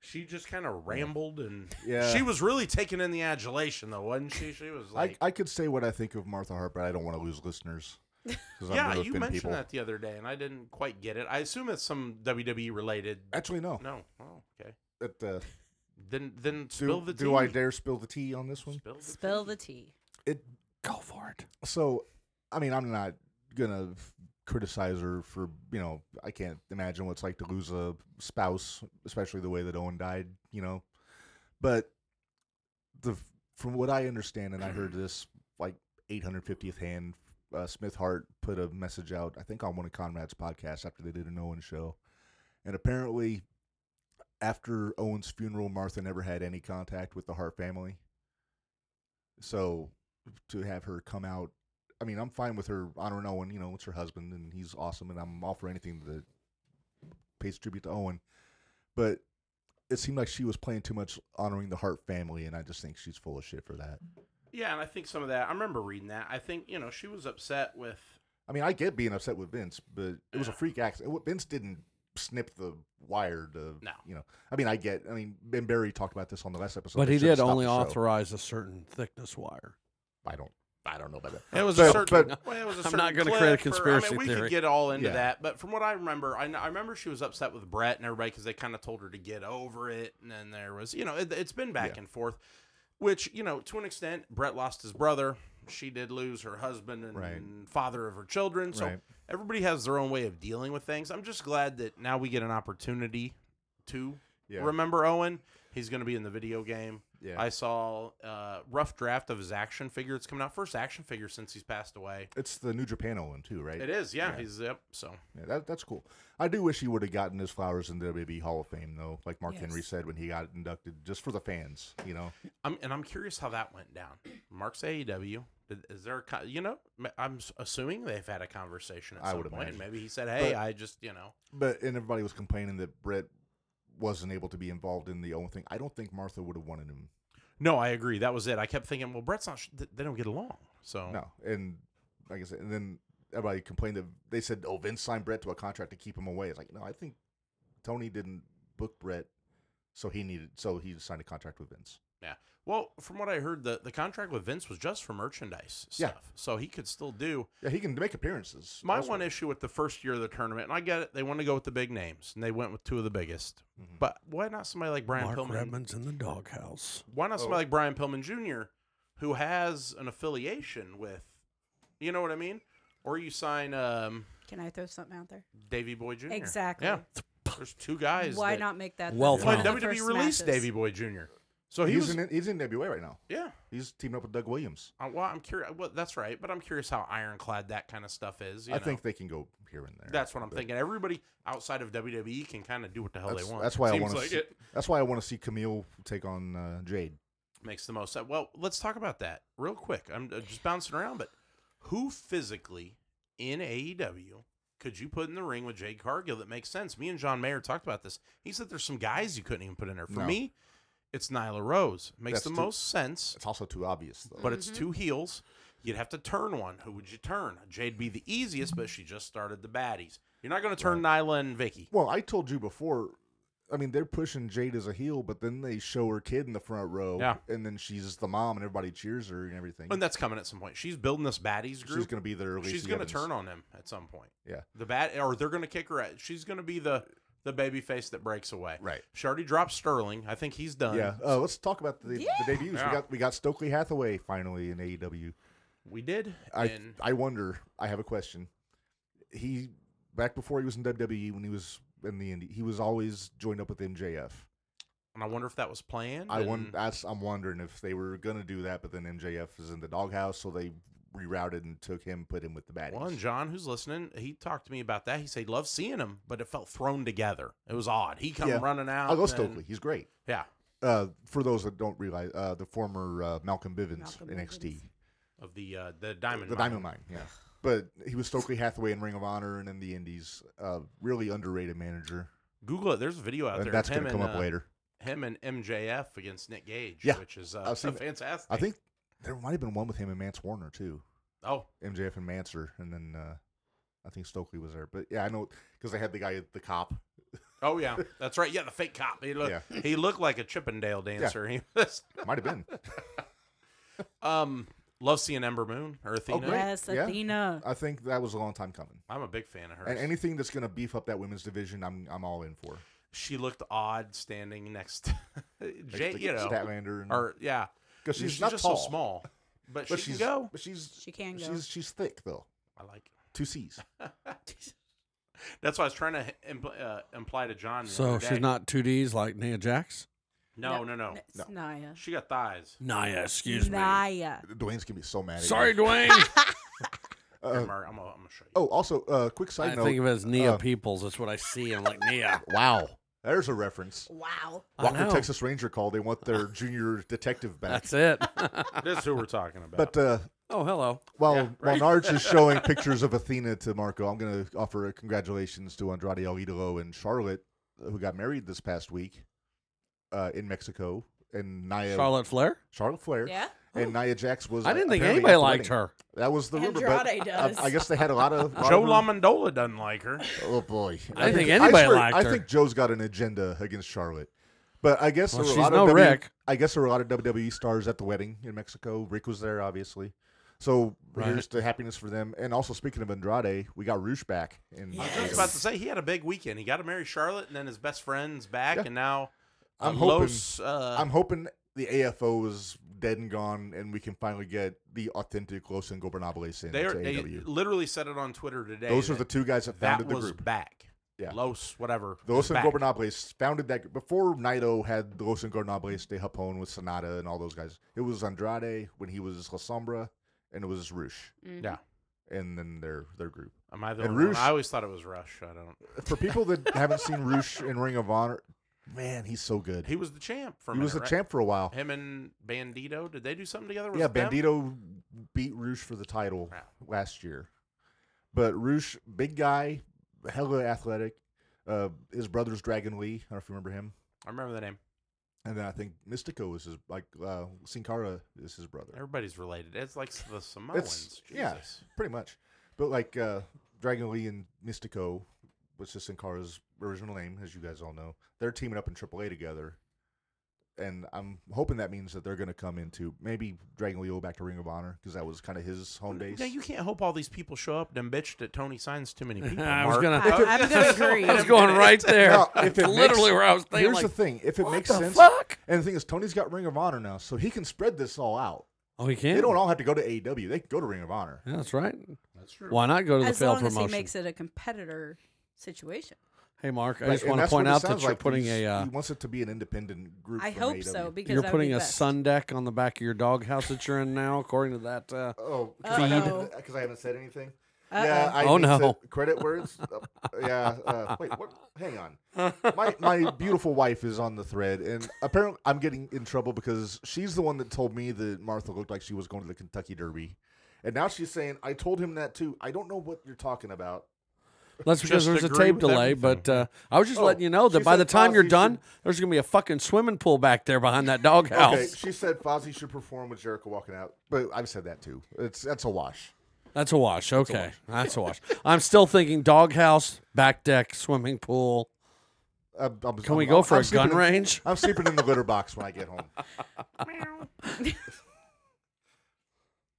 Speaker 3: She just kind of rambled and
Speaker 2: Yeah.
Speaker 3: she was really taking in the adulation though, wasn't she? She was like,
Speaker 2: I, I could say what I think of Martha Hart, but I don't want to lose listeners. 'cause I'm
Speaker 3: "Yeah,
Speaker 2: gonna
Speaker 3: you
Speaker 2: offend
Speaker 3: mentioned
Speaker 2: people.
Speaker 3: that the other day, and I didn't quite get it. I assume it's some WWE related."
Speaker 2: Actually, no.
Speaker 3: No, oh, okay.
Speaker 2: At the,
Speaker 3: Then then spill
Speaker 2: do,
Speaker 3: the tea.
Speaker 2: do I dare spill the tea on this one?
Speaker 3: Spill the tea.
Speaker 4: Spill the tea.
Speaker 2: It
Speaker 5: Go for it.
Speaker 2: So, I mean, I'm not gonna f- criticize her for you know. I can't imagine what it's like to lose a spouse, especially the way that Owen died. You know, but the from what I understand, and I heard this like 850th hand. Uh, Smith Hart put a message out, I think, on one of Conrad's podcasts after they did an Owen show, and apparently, after Owen's funeral, Martha never had any contact with the Hart family. So to have her come out. I mean, I'm fine with her honoring Owen. You know, it's her husband, and he's awesome, and I'm all for anything that pays tribute to Owen. But it seemed like she was playing too much honoring the Hart family, and I just think she's full of shit for that.
Speaker 3: Yeah, and I think some of that. I remember reading that. I think you know she was upset with.
Speaker 2: I mean, I get being upset with Vince, but it was a freak accident. What- Vince didn't snip the wire to,
Speaker 3: No.
Speaker 2: you know. I mean, I get. I mean, Ben Barry talked about this on the last episode.
Speaker 5: But
Speaker 2: They
Speaker 5: he
Speaker 2: should've
Speaker 5: did
Speaker 2: stopped
Speaker 5: only
Speaker 2: the show.
Speaker 5: authorize a certain thickness wire.
Speaker 2: I don't. I don't know about that.
Speaker 3: It was
Speaker 2: But-
Speaker 3: a certain.
Speaker 2: but-
Speaker 3: well, it was a
Speaker 5: I'm not
Speaker 3: certain
Speaker 5: gonna
Speaker 3: clip
Speaker 5: create a
Speaker 3: or- I
Speaker 5: conspiracy
Speaker 3: mean, we
Speaker 5: theory.
Speaker 3: could get all into
Speaker 2: Yeah.
Speaker 3: that, but from what I remember, I, kn- I remember she was upset with Brett and everybody because they kind of told her to get over it, and then there was, you know, it, it's been back
Speaker 2: Yeah.
Speaker 3: and forth, which you know, to an extent, Brett lost his brother. She did lose her husband and
Speaker 2: Right.
Speaker 3: father of her children, so
Speaker 2: Right.
Speaker 3: everybody has their own way of dealing with things. I'm just glad that now we get an opportunity to
Speaker 2: Yeah.
Speaker 3: remember Owen. He's going to be in the video game.
Speaker 2: Yeah.
Speaker 3: I saw uh, rough draft of his action figure. It's coming out first action figure since he's passed away.
Speaker 2: It's the New Japan Owen too, right?
Speaker 3: It is, yeah. He's yep. So
Speaker 2: Yeah, that, that's cool. I do wish he would have gotten his flowers in the WWE Hall of Fame, though, like Mark Henry
Speaker 4: Yes.
Speaker 2: said when he got inducted, just for the fans, you know?
Speaker 3: I'm and I'm curious how that went down. Mark's AEW. Did- Is there, a co- you know, m- I'm s- assuming they've had a conversation at
Speaker 2: I
Speaker 3: some
Speaker 2: would
Speaker 3: point.
Speaker 2: imagine.
Speaker 3: Maybe he said, "Hey,
Speaker 2: But-
Speaker 3: I just, you know,
Speaker 2: But and everybody was complaining that Brett wasn't able to be involved in the Owen thing. I don't think Martha would have wanted him.
Speaker 3: no, I agree. That was it." I kept thinking, "Well, Brett's not. sh- th- They don't get along." So
Speaker 2: No, and like I said, and then everybody complained that they said, "Oh, Vince signed Brett to a contract to keep him away." It's like, no, I think Tony didn't book Brett, so he needed, so he signed a contract with Vince.
Speaker 3: Yeah. Well, from what I heard, the, the contract with Vince was just for merchandise
Speaker 2: Yeah.
Speaker 3: stuff. So he could still do.
Speaker 2: Yeah, he can make appearances.
Speaker 3: My
Speaker 2: elsewhere.
Speaker 3: one issue with the first year of the tournament, and I get it, they want to go with the big names, and they went with two of the biggest. But why not somebody like Brian
Speaker 5: Mark
Speaker 3: Pillman?
Speaker 5: Redman's in the doghouse.
Speaker 3: Why not somebody like Brian Pillman Jr., who has an affiliation with, you know what I mean? Or you sign um,
Speaker 4: Can I throw something out there?
Speaker 3: Davy Boy Jr.
Speaker 4: Exactly.
Speaker 3: Yeah, there's two guys.
Speaker 4: Why
Speaker 3: that-
Speaker 4: not make that?
Speaker 5: Well
Speaker 4: the-
Speaker 3: Why
Speaker 5: Wow.
Speaker 4: the
Speaker 3: WWE
Speaker 4: first
Speaker 3: E released
Speaker 4: matches?
Speaker 3: Davy Boy Jr. So he
Speaker 2: he's,
Speaker 3: was
Speaker 2: in, he's in NWA right now.
Speaker 3: yeah.
Speaker 2: He's teaming up with Doug Williams.
Speaker 3: Uh, well, I'm curious. Well, that's right, but I'm curious how ironclad that kind of stuff is. You
Speaker 2: I
Speaker 3: know?
Speaker 2: think they can go here and there.
Speaker 3: that's what I'm
Speaker 2: But
Speaker 3: thinking. Everybody outside of WWE can kind of do what the hell
Speaker 2: That's,
Speaker 3: they want.
Speaker 2: that's why I
Speaker 3: Seems
Speaker 2: want to.
Speaker 3: like
Speaker 2: see,
Speaker 3: it
Speaker 2: That's why I want to see Camille take on uh, Jade.
Speaker 3: makes the most sense. Well, let's talk about that real quick. I'm uh, just bouncing around, but who physically in AEW could you put in the ring with Jade Cargill that makes sense? Me and John Mayer talked about this. He said there's some guys you couldn't even put in there. For
Speaker 2: No.
Speaker 3: me, it's Nyla Rose. Makes
Speaker 2: That's
Speaker 3: the
Speaker 2: too-
Speaker 3: most sense.
Speaker 2: It's also too obvious though.
Speaker 3: but it's two heels. You'd have to turn one. Who would you turn? Jade'd be the easiest, but she just started the baddies. You're not going to turn Nyla and Vicky.
Speaker 2: Well, I told you before. I mean, they're pushing Jade as a heel, but then they show her kid in the front row,
Speaker 3: Yeah.
Speaker 2: and then she's the mom, and everybody cheers her and everything.
Speaker 3: And that's coming at some point. She's building this baddies
Speaker 2: she's
Speaker 3: group.
Speaker 2: going to be there.
Speaker 3: She's going to turn on him at some point.
Speaker 2: Yeah.
Speaker 3: The bat, or they're going to kick her out. She's going to be the the baby face that breaks away.
Speaker 2: Right.
Speaker 3: She already dropped Sterling. I think he's done.
Speaker 2: Yeah. Uh, let's talk about the,
Speaker 4: Yeah.
Speaker 2: the debuts.
Speaker 3: Yeah.
Speaker 2: We got we got Stokely Hathaway finally in E AEW.
Speaker 3: We did.
Speaker 2: I
Speaker 3: and
Speaker 2: I wonder. I have a question. He back before he was in WWE when he was in the indie, he was always joined up with MJF.
Speaker 3: and I wonder if that was planned.
Speaker 2: I
Speaker 3: and-
Speaker 2: wonder. That's I'm wondering if they were gonna do that, but then MJF is in the doghouse, so they rerouted and took him, put him with the baddies.
Speaker 3: Well, and John, who's listening, he talked to me about that. He said he loved seeing him, but it felt thrown together. It was odd. He come
Speaker 2: Yeah.
Speaker 3: running out.
Speaker 2: I'll go
Speaker 3: and-
Speaker 2: Stokely. He's great.
Speaker 3: Yeah.
Speaker 2: Uh, for those that don't realize, uh, the former uh, Malcolm Bivens
Speaker 4: Malcolm
Speaker 2: NXT,
Speaker 4: Bivens.
Speaker 3: of the uh, the diamond.
Speaker 2: the
Speaker 3: mine.
Speaker 2: Diamond Mine, yeah. But he was Stokely Hathaway in Ring of Honor and in the Indies. Uh, really underrated manager.
Speaker 3: Google it. There's a video out
Speaker 2: And
Speaker 3: there.
Speaker 2: that's
Speaker 3: of him
Speaker 2: gonna come
Speaker 3: and,
Speaker 2: up
Speaker 3: uh,
Speaker 2: later.
Speaker 3: Him and MJF against Nick Gage.
Speaker 2: Yeah.
Speaker 3: which is uh,
Speaker 2: I've seen that.
Speaker 3: fantastic.
Speaker 2: I think there might have been one with him and Mance Warner too.
Speaker 3: Oh,
Speaker 2: MJF and Manser, and then uh, I think Stokely was there. But yeah, I know because they had the guy, the cop.
Speaker 3: oh yeah, that's right. Yeah, the fake cop. He looked. He looked like a Chippendale dancer. He was.
Speaker 2: Might have been.
Speaker 3: Um, love seeing Ember Moon or Athena.
Speaker 2: Oh, great.
Speaker 4: Yes,
Speaker 2: Yeah.
Speaker 4: Athena.
Speaker 2: I think that was a long time coming.
Speaker 3: I'm a big fan of her.
Speaker 2: And anything that's going to beef up that women's division, I'm I'm all in for.
Speaker 3: she looked odd standing next. to Jay,
Speaker 2: Like
Speaker 3: you know,
Speaker 2: Statlander, and,
Speaker 3: or yeah,
Speaker 2: because she's,
Speaker 3: she's
Speaker 2: not
Speaker 3: just
Speaker 2: tall,
Speaker 3: so small, but,
Speaker 2: but
Speaker 3: she
Speaker 2: she's
Speaker 3: can go.
Speaker 2: But she's
Speaker 4: She can go.
Speaker 2: She's she's thick though.
Speaker 3: I like. it.
Speaker 2: Two C's.
Speaker 3: That's why I was trying to impl- uh, imply to John. the
Speaker 5: So
Speaker 3: other
Speaker 5: she's
Speaker 3: day.
Speaker 5: not two Ds like Nia Jax.
Speaker 3: No, no, no.
Speaker 4: It's Naya.
Speaker 3: She got thighs.
Speaker 5: Nia, excuse
Speaker 4: Naya.
Speaker 2: Dwayne's gonna be so mad. At
Speaker 5: Sorry,
Speaker 2: you.
Speaker 5: Dwayne.
Speaker 3: Here,
Speaker 2: Uh,
Speaker 3: Mark, I'm gonna, I'm gonna show you.
Speaker 2: oh, also, uh, quick side
Speaker 5: I
Speaker 2: note.
Speaker 5: think of it as Nia
Speaker 2: Uh,
Speaker 5: Peoples. That's what I see. I'm like Nia.
Speaker 2: wow, there's a reference.
Speaker 4: Wow.
Speaker 5: I
Speaker 2: Walker
Speaker 5: know.
Speaker 2: Texas Ranger call. They want their junior detective back.
Speaker 5: That's it.
Speaker 3: This is who we're talking about.
Speaker 2: oh. But uh,
Speaker 5: oh, hello.
Speaker 2: While
Speaker 3: Yeah,
Speaker 2: while
Speaker 3: right.
Speaker 2: Narge is showing pictures of Athena to Marco, I'm going to offer a congratulations to Andrade El Idolo and Charlotte, who got married this past week uh, in Mexico, and Nia
Speaker 5: Charlotte Flair.
Speaker 2: Charlotte Flair,
Speaker 4: Yeah.
Speaker 2: and Nia Jax was.
Speaker 5: I didn't think
Speaker 2: apparently
Speaker 5: anybody
Speaker 2: at the
Speaker 5: liked
Speaker 2: wedding.
Speaker 5: her.
Speaker 2: That was the rumor, but
Speaker 4: Andrade does.
Speaker 2: I, I guess they had a lot of lot
Speaker 3: Joe
Speaker 2: of-
Speaker 3: Lamondola doesn't like her.
Speaker 2: Oh boy,
Speaker 5: I didn't think anybody
Speaker 2: I swear-
Speaker 5: liked
Speaker 2: I
Speaker 5: her.
Speaker 2: think Joe's got an agenda against Charlotte, but I guess
Speaker 5: Well,
Speaker 2: there were
Speaker 5: she's
Speaker 2: a lot
Speaker 5: no
Speaker 2: of W-
Speaker 5: Rick.
Speaker 2: I guess there were a lot of WWE stars at the wedding in Mexico. Rick was there, obviously. So
Speaker 5: Right.
Speaker 2: here's the happiness for them. And also speaking of Andrade, we got Roosh back. In
Speaker 3: I was just about to say he had a big weekend. He got to marry Charlotte, and then his best friend's back,
Speaker 2: Yeah.
Speaker 3: and now uh,
Speaker 2: I'm hoping-
Speaker 3: Los, uh,
Speaker 2: I'm hoping the AFO is dead and gone, and we can finally get the authentic Los Ingobernables in
Speaker 3: they are,
Speaker 2: to
Speaker 3: they
Speaker 2: AEW.
Speaker 3: literally said it on Twitter today.
Speaker 2: E Those are
Speaker 3: that
Speaker 2: the two guys that
Speaker 3: that
Speaker 2: founded the
Speaker 3: was
Speaker 2: group.
Speaker 3: back.
Speaker 2: Yeah.
Speaker 3: Los whatever.
Speaker 2: The
Speaker 3: was
Speaker 2: Los
Speaker 3: back.
Speaker 2: Ingobernables founded that gr- before Naito had the Los Ingobernables de Japón with Sonata and all those guys. It was Andrade when he was La Sombra, and it was Roosh,
Speaker 5: Mm-hmm.
Speaker 3: Yeah.
Speaker 2: and then their their group.
Speaker 3: Am I the
Speaker 2: And
Speaker 3: only one?
Speaker 2: Roosh-
Speaker 3: I always thought it was Rush. I don't.
Speaker 2: For people that haven't seen Roosh in Ring of Honor, man, he's so good.
Speaker 3: He was the champ for. A
Speaker 2: He was the
Speaker 3: minute, right?
Speaker 2: champ for a while.
Speaker 3: Him and Bandito. Did they do something together? Was
Speaker 2: yeah,
Speaker 3: it them?
Speaker 2: Bandito beat Roosh for the title
Speaker 3: Yeah.
Speaker 2: last year. But Roosh, big guy, hella athletic. Uh, his brother's Dragon Lee. I don't know if you remember him.
Speaker 3: I remember the name.
Speaker 2: And then I think Mystico is his like uh, Sin Cara is his brother.
Speaker 3: Everybody's related. It's like the Samoans.
Speaker 2: yeah.
Speaker 3: Jesus.
Speaker 2: pretty much. But like uh, Dragon Lee and Mystico, which is Sin Cara's original name, as you guys all know, they're teaming up in AAA together, and I'm hoping that means that they're going to come into maybe Dragon Lee will go back to Ring of Honor because that was kind of his home base.
Speaker 3: No, you can't hope all these people show up. Them bitch that Tony signs too many people.
Speaker 5: I was
Speaker 3: Mark.
Speaker 5: gonna-
Speaker 4: I, I'm going to agree.
Speaker 5: I was going right there.
Speaker 2: Now, if it
Speaker 5: That's
Speaker 2: makes-
Speaker 5: literally where I was thinking.
Speaker 2: Here's
Speaker 5: like,
Speaker 2: the thing: if it
Speaker 5: what
Speaker 2: makes
Speaker 5: the
Speaker 2: sense,
Speaker 5: fuck?
Speaker 2: and the thing is, Tony's got Ring of Honor now, so he can spread this all out.
Speaker 5: Oh, he can.
Speaker 2: They don't all have to go to AEW. They can go to Ring of Honor.
Speaker 5: Yeah, that's right.
Speaker 3: That's true.
Speaker 5: Why not go to the
Speaker 4: as
Speaker 5: failed
Speaker 4: long
Speaker 5: promotion?
Speaker 4: as he makes it a competitor situation.
Speaker 5: hey, Mark, I
Speaker 2: Like,
Speaker 5: just
Speaker 2: and
Speaker 5: want to
Speaker 2: that's what
Speaker 5: point
Speaker 2: it
Speaker 5: out that
Speaker 2: sounds
Speaker 5: you're
Speaker 2: like.
Speaker 5: putting
Speaker 2: He's-
Speaker 5: a uh,
Speaker 2: he wants it to be an independent group.
Speaker 4: I
Speaker 2: from
Speaker 4: hope
Speaker 2: AEW.
Speaker 3: E.
Speaker 4: so because
Speaker 5: you're
Speaker 4: that would
Speaker 5: putting
Speaker 4: be
Speaker 5: a
Speaker 4: best.
Speaker 5: sun deck on the back of your doghouse that you're in now, according to that. Uh,
Speaker 2: Oh, because I,
Speaker 4: Uh-oh.
Speaker 2: haven't, 'cause I haven't said anything. Yeah,
Speaker 4: Uh-oh.
Speaker 2: I
Speaker 5: Oh,
Speaker 2: need to-
Speaker 5: no.
Speaker 2: credit words. Uh, yeah. Uh, wait. What? Hang on. My my beautiful wife is on the thread, and apparently I'm getting in trouble because she's the one that told me that Martha looked like she was going to the Kentucky Derby, and now she's saying I told him that too. I don't know what you're talking about.
Speaker 5: that's
Speaker 3: Just
Speaker 5: because there's a
Speaker 3: agree
Speaker 5: tape
Speaker 3: with
Speaker 5: delay,
Speaker 3: everything.
Speaker 5: but uh, I was just
Speaker 2: Oh,
Speaker 5: letting you know that
Speaker 2: she
Speaker 5: by
Speaker 2: said,
Speaker 5: the time you're
Speaker 2: "Foz, you
Speaker 5: done,
Speaker 2: should-"
Speaker 5: there's going to be a fucking swimming pool back there behind that doghouse.
Speaker 2: Okay, she said Fozzy should perform with Jericho walking out, but I've said that too. It's that's a wash.
Speaker 5: That's a wash. Okay. That's a wash. I'm still thinking doghouse, back deck, swimming pool.
Speaker 2: I'm- I'm-
Speaker 5: Can we
Speaker 2: I'm-
Speaker 5: go for
Speaker 2: I'm
Speaker 5: a
Speaker 2: sleeping
Speaker 5: gun
Speaker 2: in-
Speaker 5: range?
Speaker 2: I'm sleeping in the litter box when I get home.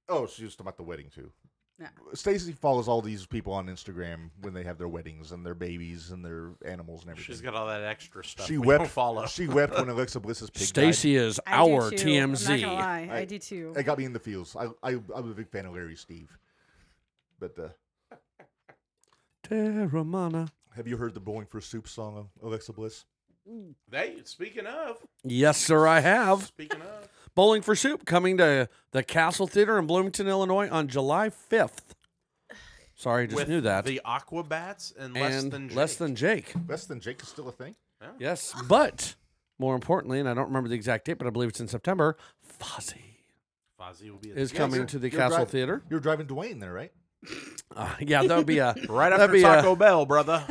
Speaker 2: oh, she was talking about the wedding too.
Speaker 4: Yeah.
Speaker 2: Stacy follows all these people on Instagram when they have their weddings and their babies and their animals and everything.
Speaker 3: She's got all that extra stuff.
Speaker 2: she
Speaker 3: we
Speaker 2: wept.
Speaker 3: Don't follow.
Speaker 2: She wept when Alexa Bliss's pig Stacy.
Speaker 5: Stacy is
Speaker 4: I do
Speaker 5: our
Speaker 4: too. I'm not gonna
Speaker 5: TMZ.
Speaker 4: lie. I, do too.
Speaker 2: It got me in the feels. I, I I'm a big fan of Larry Steve, but uh,
Speaker 5: Terramana.
Speaker 2: have you heard the Bowling for Soup song of Alexa Bliss?
Speaker 3: They speaking of
Speaker 5: Yes, sir, I have.
Speaker 3: speaking of
Speaker 5: Bowling for Soup coming to the Castle Theater in Bloomington, Illinois on July 5th. Sorry, I just
Speaker 3: with
Speaker 5: knew that.
Speaker 3: the Aquabats and, less
Speaker 5: and
Speaker 3: than Jake.
Speaker 5: less than Jake.
Speaker 2: Less than Jake is still a thing.
Speaker 5: Yes, but more importantly, and I don't remember the exact date, but I believe it's in September, Fozzie
Speaker 3: Fozzie will be at
Speaker 5: is
Speaker 3: the-
Speaker 5: coming
Speaker 2: you're-
Speaker 5: to the
Speaker 2: you're
Speaker 5: Castle
Speaker 2: right.
Speaker 5: Theater.
Speaker 2: You're driving Dwayne there, right?
Speaker 5: Uh, yeah, that would be a
Speaker 3: right
Speaker 5: that'd
Speaker 3: after
Speaker 5: be a-
Speaker 3: Taco Bell, brother.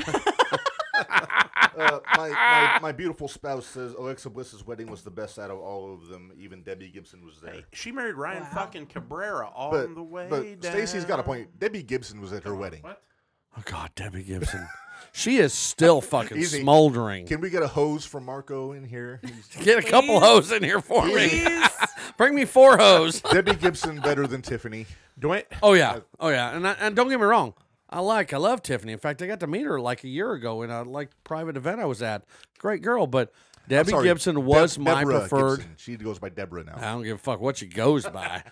Speaker 2: uh, my, my, my beautiful spouse says Alexa Bliss's wedding was the best out of all of them. Even Debbie Gibson was there.
Speaker 3: she married Ryan fucking Cabrera all
Speaker 2: But,
Speaker 3: the way
Speaker 2: but
Speaker 3: down.
Speaker 2: Stacy's got a point. Debbie Gibson was at her wedding.
Speaker 3: What?
Speaker 5: Oh God, Debbie Gibson. she is still fucking
Speaker 2: Easy.
Speaker 5: smoldering.
Speaker 2: Can we get a hose from Marco in here? He's-
Speaker 5: Get a couple
Speaker 4: Please.
Speaker 5: hoes in here for me.
Speaker 4: Please.
Speaker 5: Bring me four hoes.
Speaker 2: Debbie Gibson better than Tiffany.
Speaker 3: Dwayne,
Speaker 5: Oh yeah, oh yeah. And I, and don't get me wrong, I like I love Tiffany. In fact, I got to meet her like a year ago in a like private event I was at. Great girl, but Debbie
Speaker 2: Sorry,
Speaker 5: Gibson was
Speaker 2: Deb-
Speaker 5: my
Speaker 2: Deborah
Speaker 5: preferred. Ah,
Speaker 2: Gibson. She goes by Deborah now.
Speaker 5: I don't give a fuck what she goes by.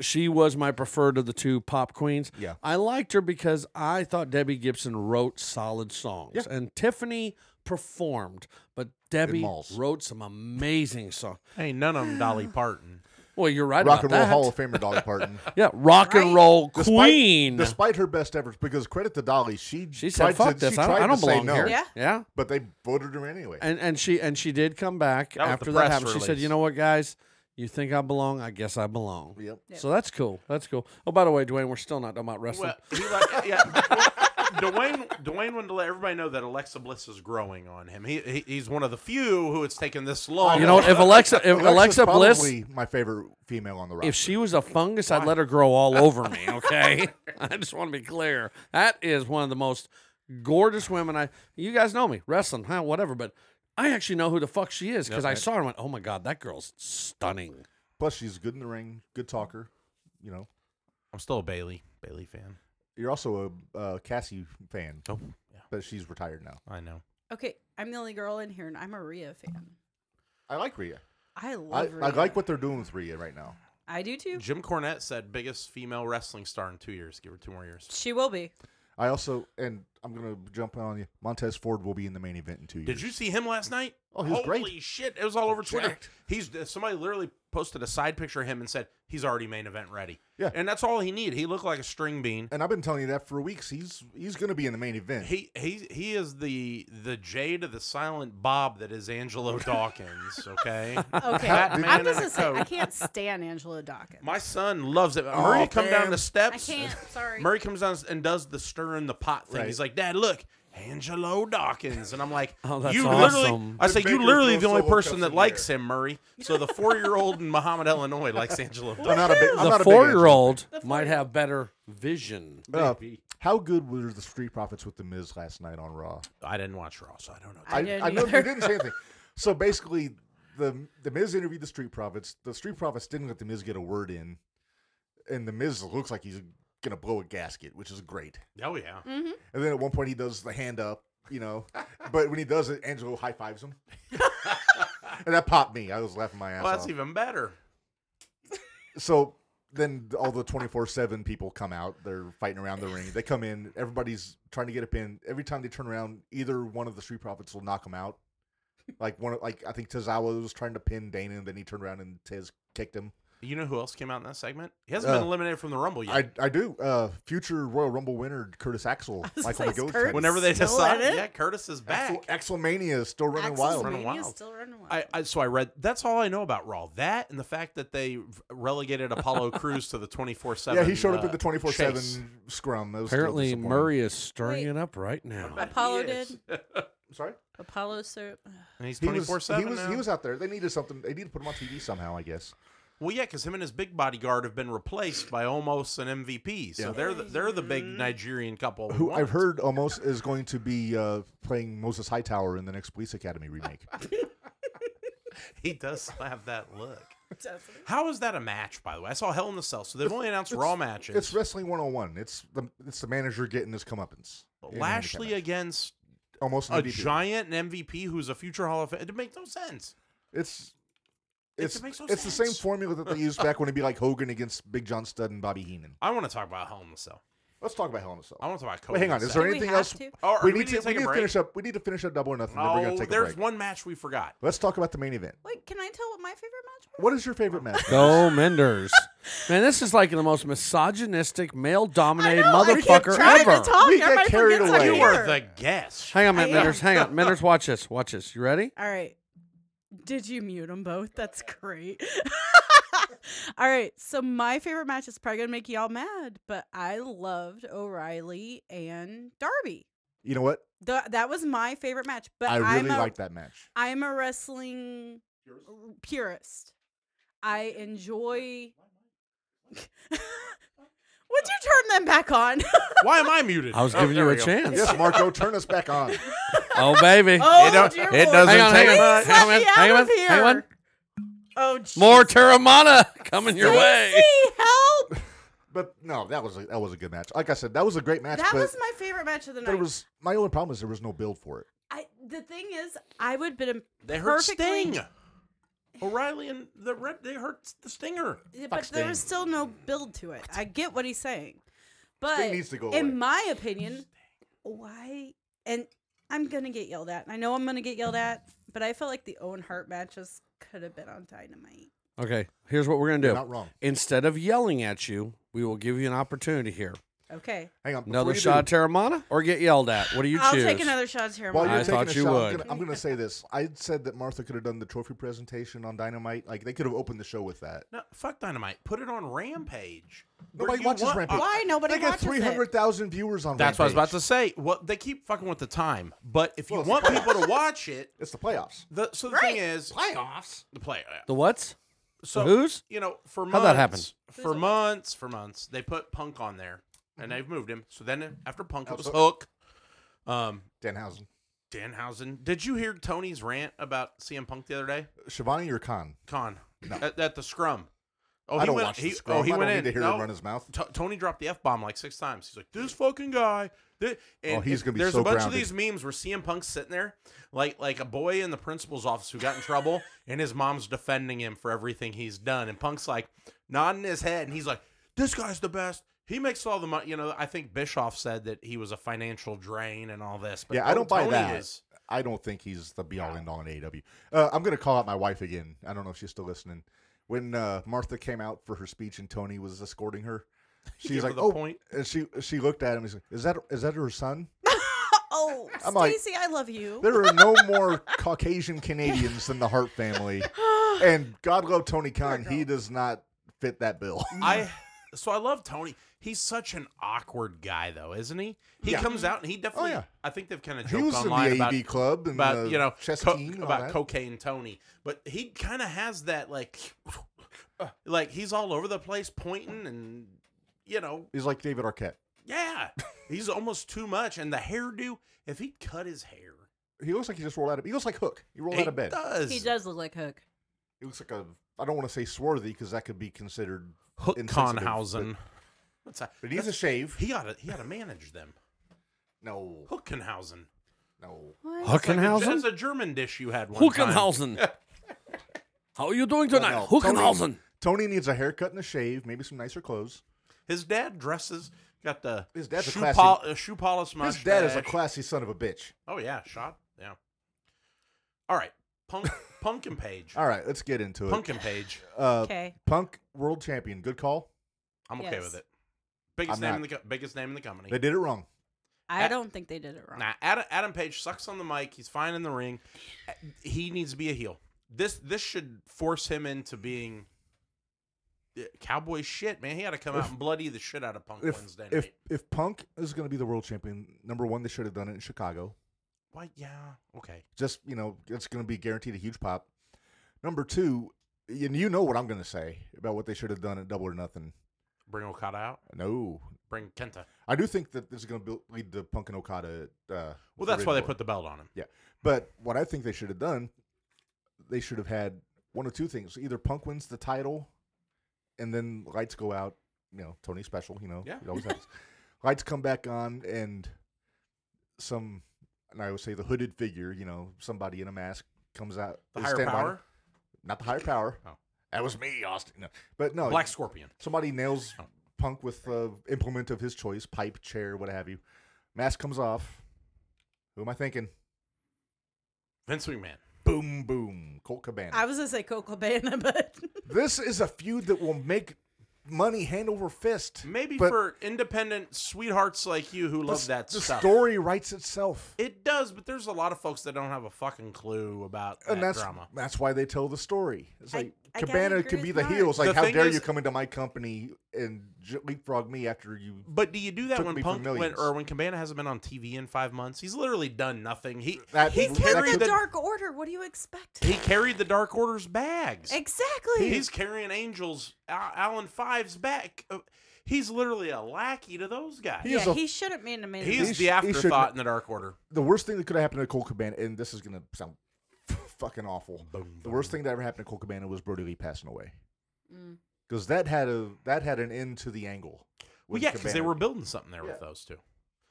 Speaker 5: she was my preferred of the two pop queens.
Speaker 2: Yeah.
Speaker 5: I liked her because I thought Debbie Gibson wrote solid songs. And Tiffany performed, but Debbie
Speaker 2: malls.
Speaker 5: wrote some amazing songs.
Speaker 3: ain't none of them Dolly Parton.
Speaker 5: Well, you're right
Speaker 2: Rock
Speaker 5: about
Speaker 2: and Roll
Speaker 5: that.
Speaker 2: Hall of Famer Dolly Parton.
Speaker 5: yeah, rock and roll
Speaker 2: Despite-
Speaker 5: queen.
Speaker 2: Despite her best efforts, because credit to Dolly, she
Speaker 5: she
Speaker 2: tried
Speaker 5: said, "Fuck
Speaker 2: to,
Speaker 5: this!
Speaker 2: She
Speaker 5: I don't,
Speaker 2: tried
Speaker 5: I don't
Speaker 2: to say
Speaker 5: belong
Speaker 2: no,
Speaker 5: here."
Speaker 4: Yeah.
Speaker 5: yeah.
Speaker 2: But they voted her anyway.
Speaker 5: And and she and she did come back
Speaker 3: That was the
Speaker 5: after that
Speaker 3: press
Speaker 5: happened. She said,
Speaker 3: release.
Speaker 5: "You know what, guys? You think I belong? I guess I belong."
Speaker 2: Yep.
Speaker 5: So that's cool. That's cool. Oh, by the way, Dwayne, we're still not talking about wrestling.
Speaker 3: Well, he like, yeah. Dwayne, Dwayne wanted to let everybody know that Alexa Bliss is growing on him. He, he he's one of the few who it's taken this long.
Speaker 5: You know, if Alexa, if
Speaker 2: Alexa's
Speaker 5: Alexa Bliss,
Speaker 2: probably my favorite female on the roster.
Speaker 5: if she was a fungus, I'd let her grow all over me. Okay, I just want to be clear. That is one of the most gorgeous women I. You guys know me, wrestling, huh? Whatever, but I actually know who the fuck she is because I saw her and went, "Oh my god, that girl's stunning."
Speaker 2: Plus, she's good in the ring, good talker. You know,
Speaker 3: I'm still a Bailey Bailey fan.
Speaker 2: you're also a uh, Cassie fan,
Speaker 3: Oh, yeah,
Speaker 2: but she's retired now.
Speaker 3: I know.
Speaker 4: okay, I'm the only girl in here, and I'm a Rhea fan.
Speaker 2: I like Rhea.
Speaker 4: I
Speaker 2: I,
Speaker 4: love Rhea.
Speaker 2: I like what they're doing with Rhea right now.
Speaker 4: I do too.
Speaker 3: Jim Cornette said biggest female wrestling star in two years. Give her two more years.
Speaker 4: She will be.
Speaker 2: I also, and I'm gonna jump on you. Montez Ford will be in the main event in two years.
Speaker 3: Did you see him last night?
Speaker 2: Oh, he was
Speaker 3: Holy
Speaker 2: great.
Speaker 3: shit! It was all over Twitter.
Speaker 2: Jacked.
Speaker 3: He's uh, somebody literally posted a side picture of him and said he's already main event ready.
Speaker 2: Yeah.
Speaker 3: and that's all he needed. He looked like a string bean.
Speaker 2: And I've been telling you that for weeks. He's he's gonna be in the main event.
Speaker 3: He he he is the the Jade of the silent Bob that is Angelo Dawkins. Okay.
Speaker 4: Okay,
Speaker 3: That man
Speaker 4: I'm
Speaker 3: in
Speaker 4: just
Speaker 3: a
Speaker 4: gonna say I
Speaker 3: coat.
Speaker 4: can't stand Angela Dawkins.
Speaker 3: My son loves it. Murray
Speaker 2: Oh,
Speaker 3: come down the
Speaker 4: I
Speaker 3: steps.
Speaker 4: can't. Sorry.
Speaker 3: Murray comes down and does the stir in the pot thing.
Speaker 2: Right.
Speaker 3: He's like, Dad, look, Angelo Dawkins, and I'm like,
Speaker 5: Oh, that's
Speaker 3: you literally.
Speaker 5: awesome.
Speaker 3: I say
Speaker 2: Baker
Speaker 3: you literally
Speaker 2: throws
Speaker 3: the only
Speaker 2: solo
Speaker 3: person
Speaker 2: cups
Speaker 3: that
Speaker 2: in
Speaker 3: likes
Speaker 2: the
Speaker 3: him, Murray. So the four year old in Muhammad, Illinois, likes Angelo.
Speaker 2: I'm
Speaker 3: Dawkins.
Speaker 2: not a big. I'm not
Speaker 5: the
Speaker 2: a big Angela
Speaker 5: four-year-old might have better vision.
Speaker 2: fan. Uh, how good were the Street Profits with the Miz last night on Raw?
Speaker 3: I didn't watch Raw, so I don't know.
Speaker 4: I didn't
Speaker 2: I know you
Speaker 4: either.
Speaker 2: didn't say anything. So basically, the the Miz interviewed the Street Profits. The Street Profits didn't let the Miz get a word in, and the Miz looks like he's gonna blow a gasket, which is great.
Speaker 3: Oh yeah,
Speaker 2: Mm. And then at one point he does the hand up, you know. but when he does it, Angelo high fives him. and that popped me. I was laughing my ass
Speaker 3: well that's
Speaker 2: off.
Speaker 3: even better.
Speaker 2: so then all the 24-7 people come out they're fighting around the ring they come in everybody's trying to get a pin every time they turn around either one of the street profits will knock them out like one of, like i think Tozawa was trying to pin dana and then he turned around and tez kicked him
Speaker 3: You know who else came out in that segment? He hasn't been
Speaker 2: Uh,
Speaker 3: eliminated from the Rumble yet.
Speaker 2: i i do uh future royal rumble winner curtis axel
Speaker 4: was
Speaker 2: michael
Speaker 4: like,
Speaker 2: McGill
Speaker 4: Curtis?
Speaker 2: type.
Speaker 3: Whenever they
Speaker 4: Still
Speaker 3: decide,
Speaker 4: at it?
Speaker 3: yeah, Curtis is back.
Speaker 2: Axel, axelmania is still running wild
Speaker 3: Running
Speaker 4: Axelmania is
Speaker 3: wild.
Speaker 4: Still running wild.
Speaker 3: I, I so I read. That's all I know about Raw. That and the fact that they relegated Apollo Cruz to the twenty four seven. uh,
Speaker 2: yeah he showed up at the 24-7 scrum That was still
Speaker 5: Apparently,
Speaker 2: disappointing.
Speaker 5: Murray is stirring
Speaker 4: Wait.
Speaker 5: it up right now.
Speaker 4: Apollo
Speaker 2: sorry
Speaker 4: Apollo uh, sir
Speaker 3: and he's
Speaker 2: he
Speaker 3: twenty
Speaker 2: was,
Speaker 3: four
Speaker 2: he
Speaker 3: seven.
Speaker 2: was he was out there they needed something they needed to put him on tv somehow i guess
Speaker 3: Well, yeah, because him and his big bodyguard have been replaced by almost an MVP. So
Speaker 2: Yeah.
Speaker 3: they're the, they're the big
Speaker 5: Mm-hmm.
Speaker 3: Nigerian couple. we
Speaker 2: Who I've
Speaker 3: want.
Speaker 2: heard almost is going to be uh, playing Moses Hightower in the next Police Academy remake.
Speaker 3: he does have that look.
Speaker 4: Definitely.
Speaker 3: How is that a match? By the way, I saw Hell in a Cell. So they've only announced Raw matches.
Speaker 2: it's Wrestling 101. It's the it's the manager getting his comeuppance. in a
Speaker 3: Lashley
Speaker 2: handicap match.
Speaker 3: against
Speaker 2: almost an
Speaker 3: a
Speaker 2: MVP.
Speaker 3: giant and MVP who's a future Hall of Fame. It makes no sense.
Speaker 2: It's
Speaker 3: It
Speaker 2: it's
Speaker 3: makes no
Speaker 2: it's the same
Speaker 3: sense.
Speaker 2: formula that they used back when it'd be like Hogan against Big John Studd and Bobby Heenan.
Speaker 3: I want to talk about Hell in a Cell.
Speaker 2: Let's talk about Hell in a Cell.
Speaker 3: I want to talk about. Cody
Speaker 2: Wait, hang on.
Speaker 3: in a
Speaker 2: Is
Speaker 3: Cell.
Speaker 2: there
Speaker 4: Do we
Speaker 2: anything
Speaker 4: have
Speaker 2: else?
Speaker 4: to?
Speaker 3: Oh,
Speaker 2: we
Speaker 3: we
Speaker 2: need
Speaker 3: need to take a
Speaker 2: we need to
Speaker 3: break?
Speaker 2: finish up. We need to finish up double or nothing. then we're
Speaker 3: Oh,
Speaker 2: gonna take a
Speaker 3: there's
Speaker 2: break.
Speaker 3: one match we forgot.
Speaker 2: Let's talk about the main event.
Speaker 4: Wait, can I tell what my favorite match was?
Speaker 2: What is your favorite match?
Speaker 5: Go Menders. Man, this is like the most misogynistic, male
Speaker 4: I
Speaker 5: dominated
Speaker 4: know, I keep
Speaker 5: motherfucker
Speaker 4: trying to
Speaker 5: ever.
Speaker 4: talk,
Speaker 2: We get
Speaker 4: everybody
Speaker 2: carried
Speaker 4: forgets I'm
Speaker 2: away.
Speaker 3: You are
Speaker 4: here.
Speaker 3: the guest.
Speaker 5: Hang on,
Speaker 4: I
Speaker 5: man,
Speaker 4: am.
Speaker 5: Menders. Hang on. Menders, watch this. Watch this. You ready?
Speaker 4: All right. Did you mute them both? That's great. All right. So my favorite match is probably gonna make y'all mad, but I loved O'Reilly and Darby.
Speaker 2: You know what?
Speaker 4: Th- that was my favorite match. But
Speaker 2: I really
Speaker 4: am a,
Speaker 2: like that match.
Speaker 4: I'm a wrestling purist. I enjoy. Would you turn them back on?
Speaker 3: Why am I muted?
Speaker 5: I was
Speaker 3: Oh,
Speaker 5: giving
Speaker 3: there
Speaker 5: you a
Speaker 3: we go.
Speaker 5: chance.
Speaker 2: Yes, Marco, turn us back on.
Speaker 5: Oh, baby.
Speaker 4: Oh,
Speaker 3: don't-
Speaker 4: dear
Speaker 3: it
Speaker 4: Lord.
Speaker 3: doesn't
Speaker 5: hang on,
Speaker 3: take
Speaker 5: hang on,
Speaker 4: much.
Speaker 5: hang
Speaker 4: Let
Speaker 5: on,
Speaker 4: me out
Speaker 5: hang on,
Speaker 4: of
Speaker 5: hang on.
Speaker 4: here. Oh, jeez.
Speaker 5: More Terramana coming your
Speaker 4: Stacy,
Speaker 5: way.
Speaker 4: help!
Speaker 2: But no, that was a, that was a good match. Like I said, that was a great match.
Speaker 4: That
Speaker 2: but
Speaker 4: was my favorite match of the
Speaker 2: there
Speaker 4: night.
Speaker 2: was my only problem is there was no build for it.
Speaker 4: I, the thing is, I would have been
Speaker 3: They hurt
Speaker 4: perfectly-
Speaker 3: Sting. O'Reilly and the Red, they hurt the Stinger.
Speaker 4: Yeah,
Speaker 3: Fuck
Speaker 4: but there was
Speaker 3: Sting.
Speaker 4: still no build to it. I get what he's saying, but
Speaker 2: needs to go
Speaker 4: in
Speaker 2: away.
Speaker 4: my opinion, why? And I'm gonna get yelled at. and I know I'm gonna get yelled at, but I felt like the Owen Hart matches could have been on Dynamite.
Speaker 5: Okay, here's what we're going to
Speaker 2: You're
Speaker 5: do.
Speaker 2: not wrong.
Speaker 5: Instead of yelling at you, we will give you an opportunity here.
Speaker 4: Okay,
Speaker 2: Hang on, before
Speaker 5: Another
Speaker 2: you
Speaker 5: shot
Speaker 2: do,
Speaker 5: at Terramana or get yelled at? What do you
Speaker 4: I'll
Speaker 5: choose?
Speaker 4: take another shot here.
Speaker 2: while you're
Speaker 5: I
Speaker 2: taking
Speaker 5: thought
Speaker 2: a
Speaker 5: you
Speaker 2: shot,
Speaker 5: would.
Speaker 2: I'm gonna, I'm gonna say this. I said that Martha could have done the trophy presentation on Dynamite. Like they could have opened the show with that.
Speaker 3: No, fuck Dynamite. Put it on Rampage. Where
Speaker 2: Nobody
Speaker 3: you
Speaker 2: watches
Speaker 3: want- uh,
Speaker 2: Rampage.
Speaker 4: Why nobody
Speaker 2: They got
Speaker 4: watches it?
Speaker 2: three hundred thousand viewers on.
Speaker 3: That's what I was
Speaker 2: Rampage.
Speaker 3: about to say. Well, they keep fucking with the time. But if you
Speaker 2: Well, it's
Speaker 3: want
Speaker 2: the
Speaker 3: people to watch it,
Speaker 2: It's the playoffs.
Speaker 3: the, so the thing is,
Speaker 2: Playoffs.
Speaker 3: the play. uh,
Speaker 5: the what's?
Speaker 3: So
Speaker 5: who's?
Speaker 3: You know, for months,
Speaker 5: How'd that
Speaker 3: For months, for months, they put Punk on there, and they've moved him. So then after Punk, it was
Speaker 2: Absolutely.
Speaker 3: Hook. Um,
Speaker 2: Danhausen,
Speaker 3: Danhausen. Did you hear Tony's rant about CM Punk the other day?
Speaker 2: Shivani or Khan.
Speaker 3: Con at, at the scrum. Oh,
Speaker 2: I don't
Speaker 3: went,
Speaker 2: watch
Speaker 3: he,
Speaker 2: the scrum.
Speaker 3: Oh,
Speaker 2: I
Speaker 3: he
Speaker 2: don't
Speaker 3: went
Speaker 2: need
Speaker 3: in.
Speaker 2: to hear
Speaker 3: no,
Speaker 2: him run his mouth.
Speaker 3: T- Tony dropped the f bomb like six times. He's like, "This fucking guy." thi- and
Speaker 2: Oh, he's
Speaker 3: it-
Speaker 2: gonna be
Speaker 3: There's
Speaker 2: so
Speaker 3: a bunch
Speaker 2: grounded.
Speaker 3: of these memes where CM Punk's sitting there, like like a boy in the principal's office who got in trouble, and his mom's defending him for everything he's done, and Punk's like nodding his head, and he's like, "This guy's the best." He makes all the money. You know, I think Bischoff said that he was a financial drain and all this. But
Speaker 2: Yeah, I
Speaker 3: no,
Speaker 2: don't buy
Speaker 3: Oh, Tony
Speaker 2: that.
Speaker 3: is.
Speaker 2: I don't think he's the be all end all in AEW. Uh, I'm going to call out my wife again. I don't know if she's still listening. When uh, Martha came out for her speech and Tony was escorting her, she's
Speaker 3: Give her
Speaker 2: like,
Speaker 3: the
Speaker 2: "Oh,"
Speaker 3: point.
Speaker 2: and she she looked at him. and She's like, "Is that is that her son?"
Speaker 4: Oh,
Speaker 2: I'm like-
Speaker 4: Stacy, I love you.
Speaker 2: There are no more Caucasian Canadians than the Hart family, and God love Tony Khan. He does not fit that bill.
Speaker 3: I so I love Tony. He's such an awkward guy, though, isn't he? He
Speaker 2: Yeah. Oh,
Speaker 3: comes out and he definitely.
Speaker 2: yeah.
Speaker 3: I think they've kind of
Speaker 2: he
Speaker 3: joked
Speaker 2: was in the
Speaker 3: online about
Speaker 2: AEW club and
Speaker 3: about
Speaker 2: the
Speaker 3: you know
Speaker 2: chess
Speaker 3: co-
Speaker 2: team and all
Speaker 3: about
Speaker 2: that.
Speaker 3: cocaine Tony, but he kind of has that like, like he's all over the place pointing and you know
Speaker 2: He's like David Arquette.
Speaker 3: yeah he's almost too much and the hairdo if he cut his hair
Speaker 2: He looks like he just rolled out of. He looks like Hook. He rolled
Speaker 3: he
Speaker 2: out of bed.
Speaker 3: does
Speaker 4: he does look like Hook.
Speaker 2: He looks like a. I don't want to say swarthy because that could be considered
Speaker 3: Hook
Speaker 2: insensitive,
Speaker 3: Conhausen. What's that?
Speaker 2: But he needs a shave.
Speaker 3: He ought to he ought to manage them.
Speaker 2: No,
Speaker 3: Hookenhausen.
Speaker 2: no.
Speaker 4: What?
Speaker 3: It's like a-
Speaker 5: Huckenhausen?
Speaker 3: That's a German dish you had one time.
Speaker 5: Huckenhausen. How are you doing tonight?
Speaker 2: no.
Speaker 5: Huckenhausen.
Speaker 2: Tony, Tony needs a haircut and a shave, maybe some nicer clothes.
Speaker 3: His dad dresses got the
Speaker 2: His dad's a
Speaker 3: shoe,
Speaker 2: classy-
Speaker 3: pol- uh, shoe polish mustache.
Speaker 2: His dad is a classy son of a bitch.
Speaker 3: oh yeah, shot. Yeah. All right, Punk Pumpkin Page.
Speaker 2: All right, let's get into it.
Speaker 3: Pumpkin Page.
Speaker 2: Uh,
Speaker 4: Okay.
Speaker 2: Punk world champion. Good call.
Speaker 3: I'm okay
Speaker 4: Yes.
Speaker 3: with it. Biggest
Speaker 2: I'm
Speaker 3: name
Speaker 2: not.
Speaker 3: in the co- biggest name in the company.
Speaker 2: They did it wrong.
Speaker 4: I
Speaker 3: At-
Speaker 4: don't think they did it wrong.
Speaker 3: Nah, Adam, Adam Page sucks on the mic. He's fine in the ring. Uh, He needs to be a heel. This this should force him into being uh, cowboy shit, man. He had to come out and bloody the shit out of Punk
Speaker 2: If
Speaker 3: Wednesday night.
Speaker 2: if if Punk is going to be the world champion, number one, they should have done it in Chicago.
Speaker 3: Why? Yeah. Okay.
Speaker 2: Just you know, it's going to be guaranteed a huge pop. Number two, and you know what I'm going to say about what they should have done at Double or Nothing.
Speaker 3: Bring Okada out.
Speaker 2: No,
Speaker 3: Bring Kenta.
Speaker 2: I do think that this is going to lead to Punk and Okada. Uh,
Speaker 3: Well, that's why
Speaker 2: Forbidden
Speaker 3: they
Speaker 2: Door.
Speaker 3: put the belt on him.
Speaker 2: But what I think they should have done, they should have had one of two things: either Punk wins the title, and then lights go out. You know, Tony special. You know,
Speaker 3: Yeah.
Speaker 2: it always happens. lights come back on, and some, and I would say the hooded figure. You know, somebody in a mask comes out.
Speaker 3: The
Speaker 2: they
Speaker 3: higher
Speaker 2: stand by him.
Speaker 3: power,
Speaker 2: not the higher power.
Speaker 3: Oh.
Speaker 2: That was me, Austin. No. But no,
Speaker 3: Black Scorpion.
Speaker 2: somebody nails
Speaker 3: Oh.
Speaker 2: Punk with uh, implement of his choice, pipe, chair, what have you. Mask comes off. Who am I thinking?
Speaker 3: Vince McMahon.
Speaker 2: Boom, boom, Colt Cabana.
Speaker 4: I was gonna say Coco Cabana, but
Speaker 2: This is a feud that will make money hand over fist.
Speaker 3: Maybe
Speaker 2: But-
Speaker 3: for independent sweethearts like you who
Speaker 2: but
Speaker 3: love that
Speaker 2: the
Speaker 3: stuff.
Speaker 2: story writes itself,
Speaker 3: It does, but there's a lot of folks that don't have a fucking clue about that
Speaker 2: and that's
Speaker 3: drama.
Speaker 2: that's why they tell the story. It's
Speaker 4: I-
Speaker 2: like
Speaker 4: I gotta
Speaker 2: Cabana
Speaker 4: agree
Speaker 2: can be
Speaker 4: with
Speaker 2: the
Speaker 4: Mark.
Speaker 2: heels. Like,
Speaker 3: The
Speaker 2: how
Speaker 3: thing
Speaker 2: dare
Speaker 3: is-
Speaker 2: you come into my company and j- leapfrog me after you?
Speaker 3: But do you do that
Speaker 2: Took
Speaker 3: when
Speaker 2: me for
Speaker 3: Punk went,
Speaker 2: millions.
Speaker 3: or when Cabana hasn't been on TV in five months? He's literally done nothing. He
Speaker 2: That-
Speaker 3: he
Speaker 2: that
Speaker 4: Killed
Speaker 3: carried
Speaker 4: the
Speaker 3: the,
Speaker 4: Dark Order. What do you expect?
Speaker 3: he carried the Dark Order's bags.
Speaker 4: Exactly.
Speaker 3: He's carrying Angels Al- Alan Five's back. Uh, He's literally a lackey to those guys.
Speaker 2: He is
Speaker 4: yeah,
Speaker 2: a-
Speaker 4: he shouldn't be in a main
Speaker 3: He is
Speaker 4: event.
Speaker 2: He
Speaker 3: the
Speaker 2: sh- he
Speaker 3: afterthought
Speaker 2: shouldn't-
Speaker 3: in the Dark Order.
Speaker 2: The worst thing that could have happened to Colt Cabana, and this is gonna sound fucking awful.
Speaker 3: Boom,
Speaker 2: The worst thing that ever happened to Colt Cabana was Brody Lee passing away,
Speaker 4: Mm.
Speaker 2: because that had a that had an end to the angle.
Speaker 3: Well,
Speaker 2: with
Speaker 3: yeah, because they
Speaker 2: Cabana.
Speaker 3: were building something there with
Speaker 2: Yeah.
Speaker 3: those two.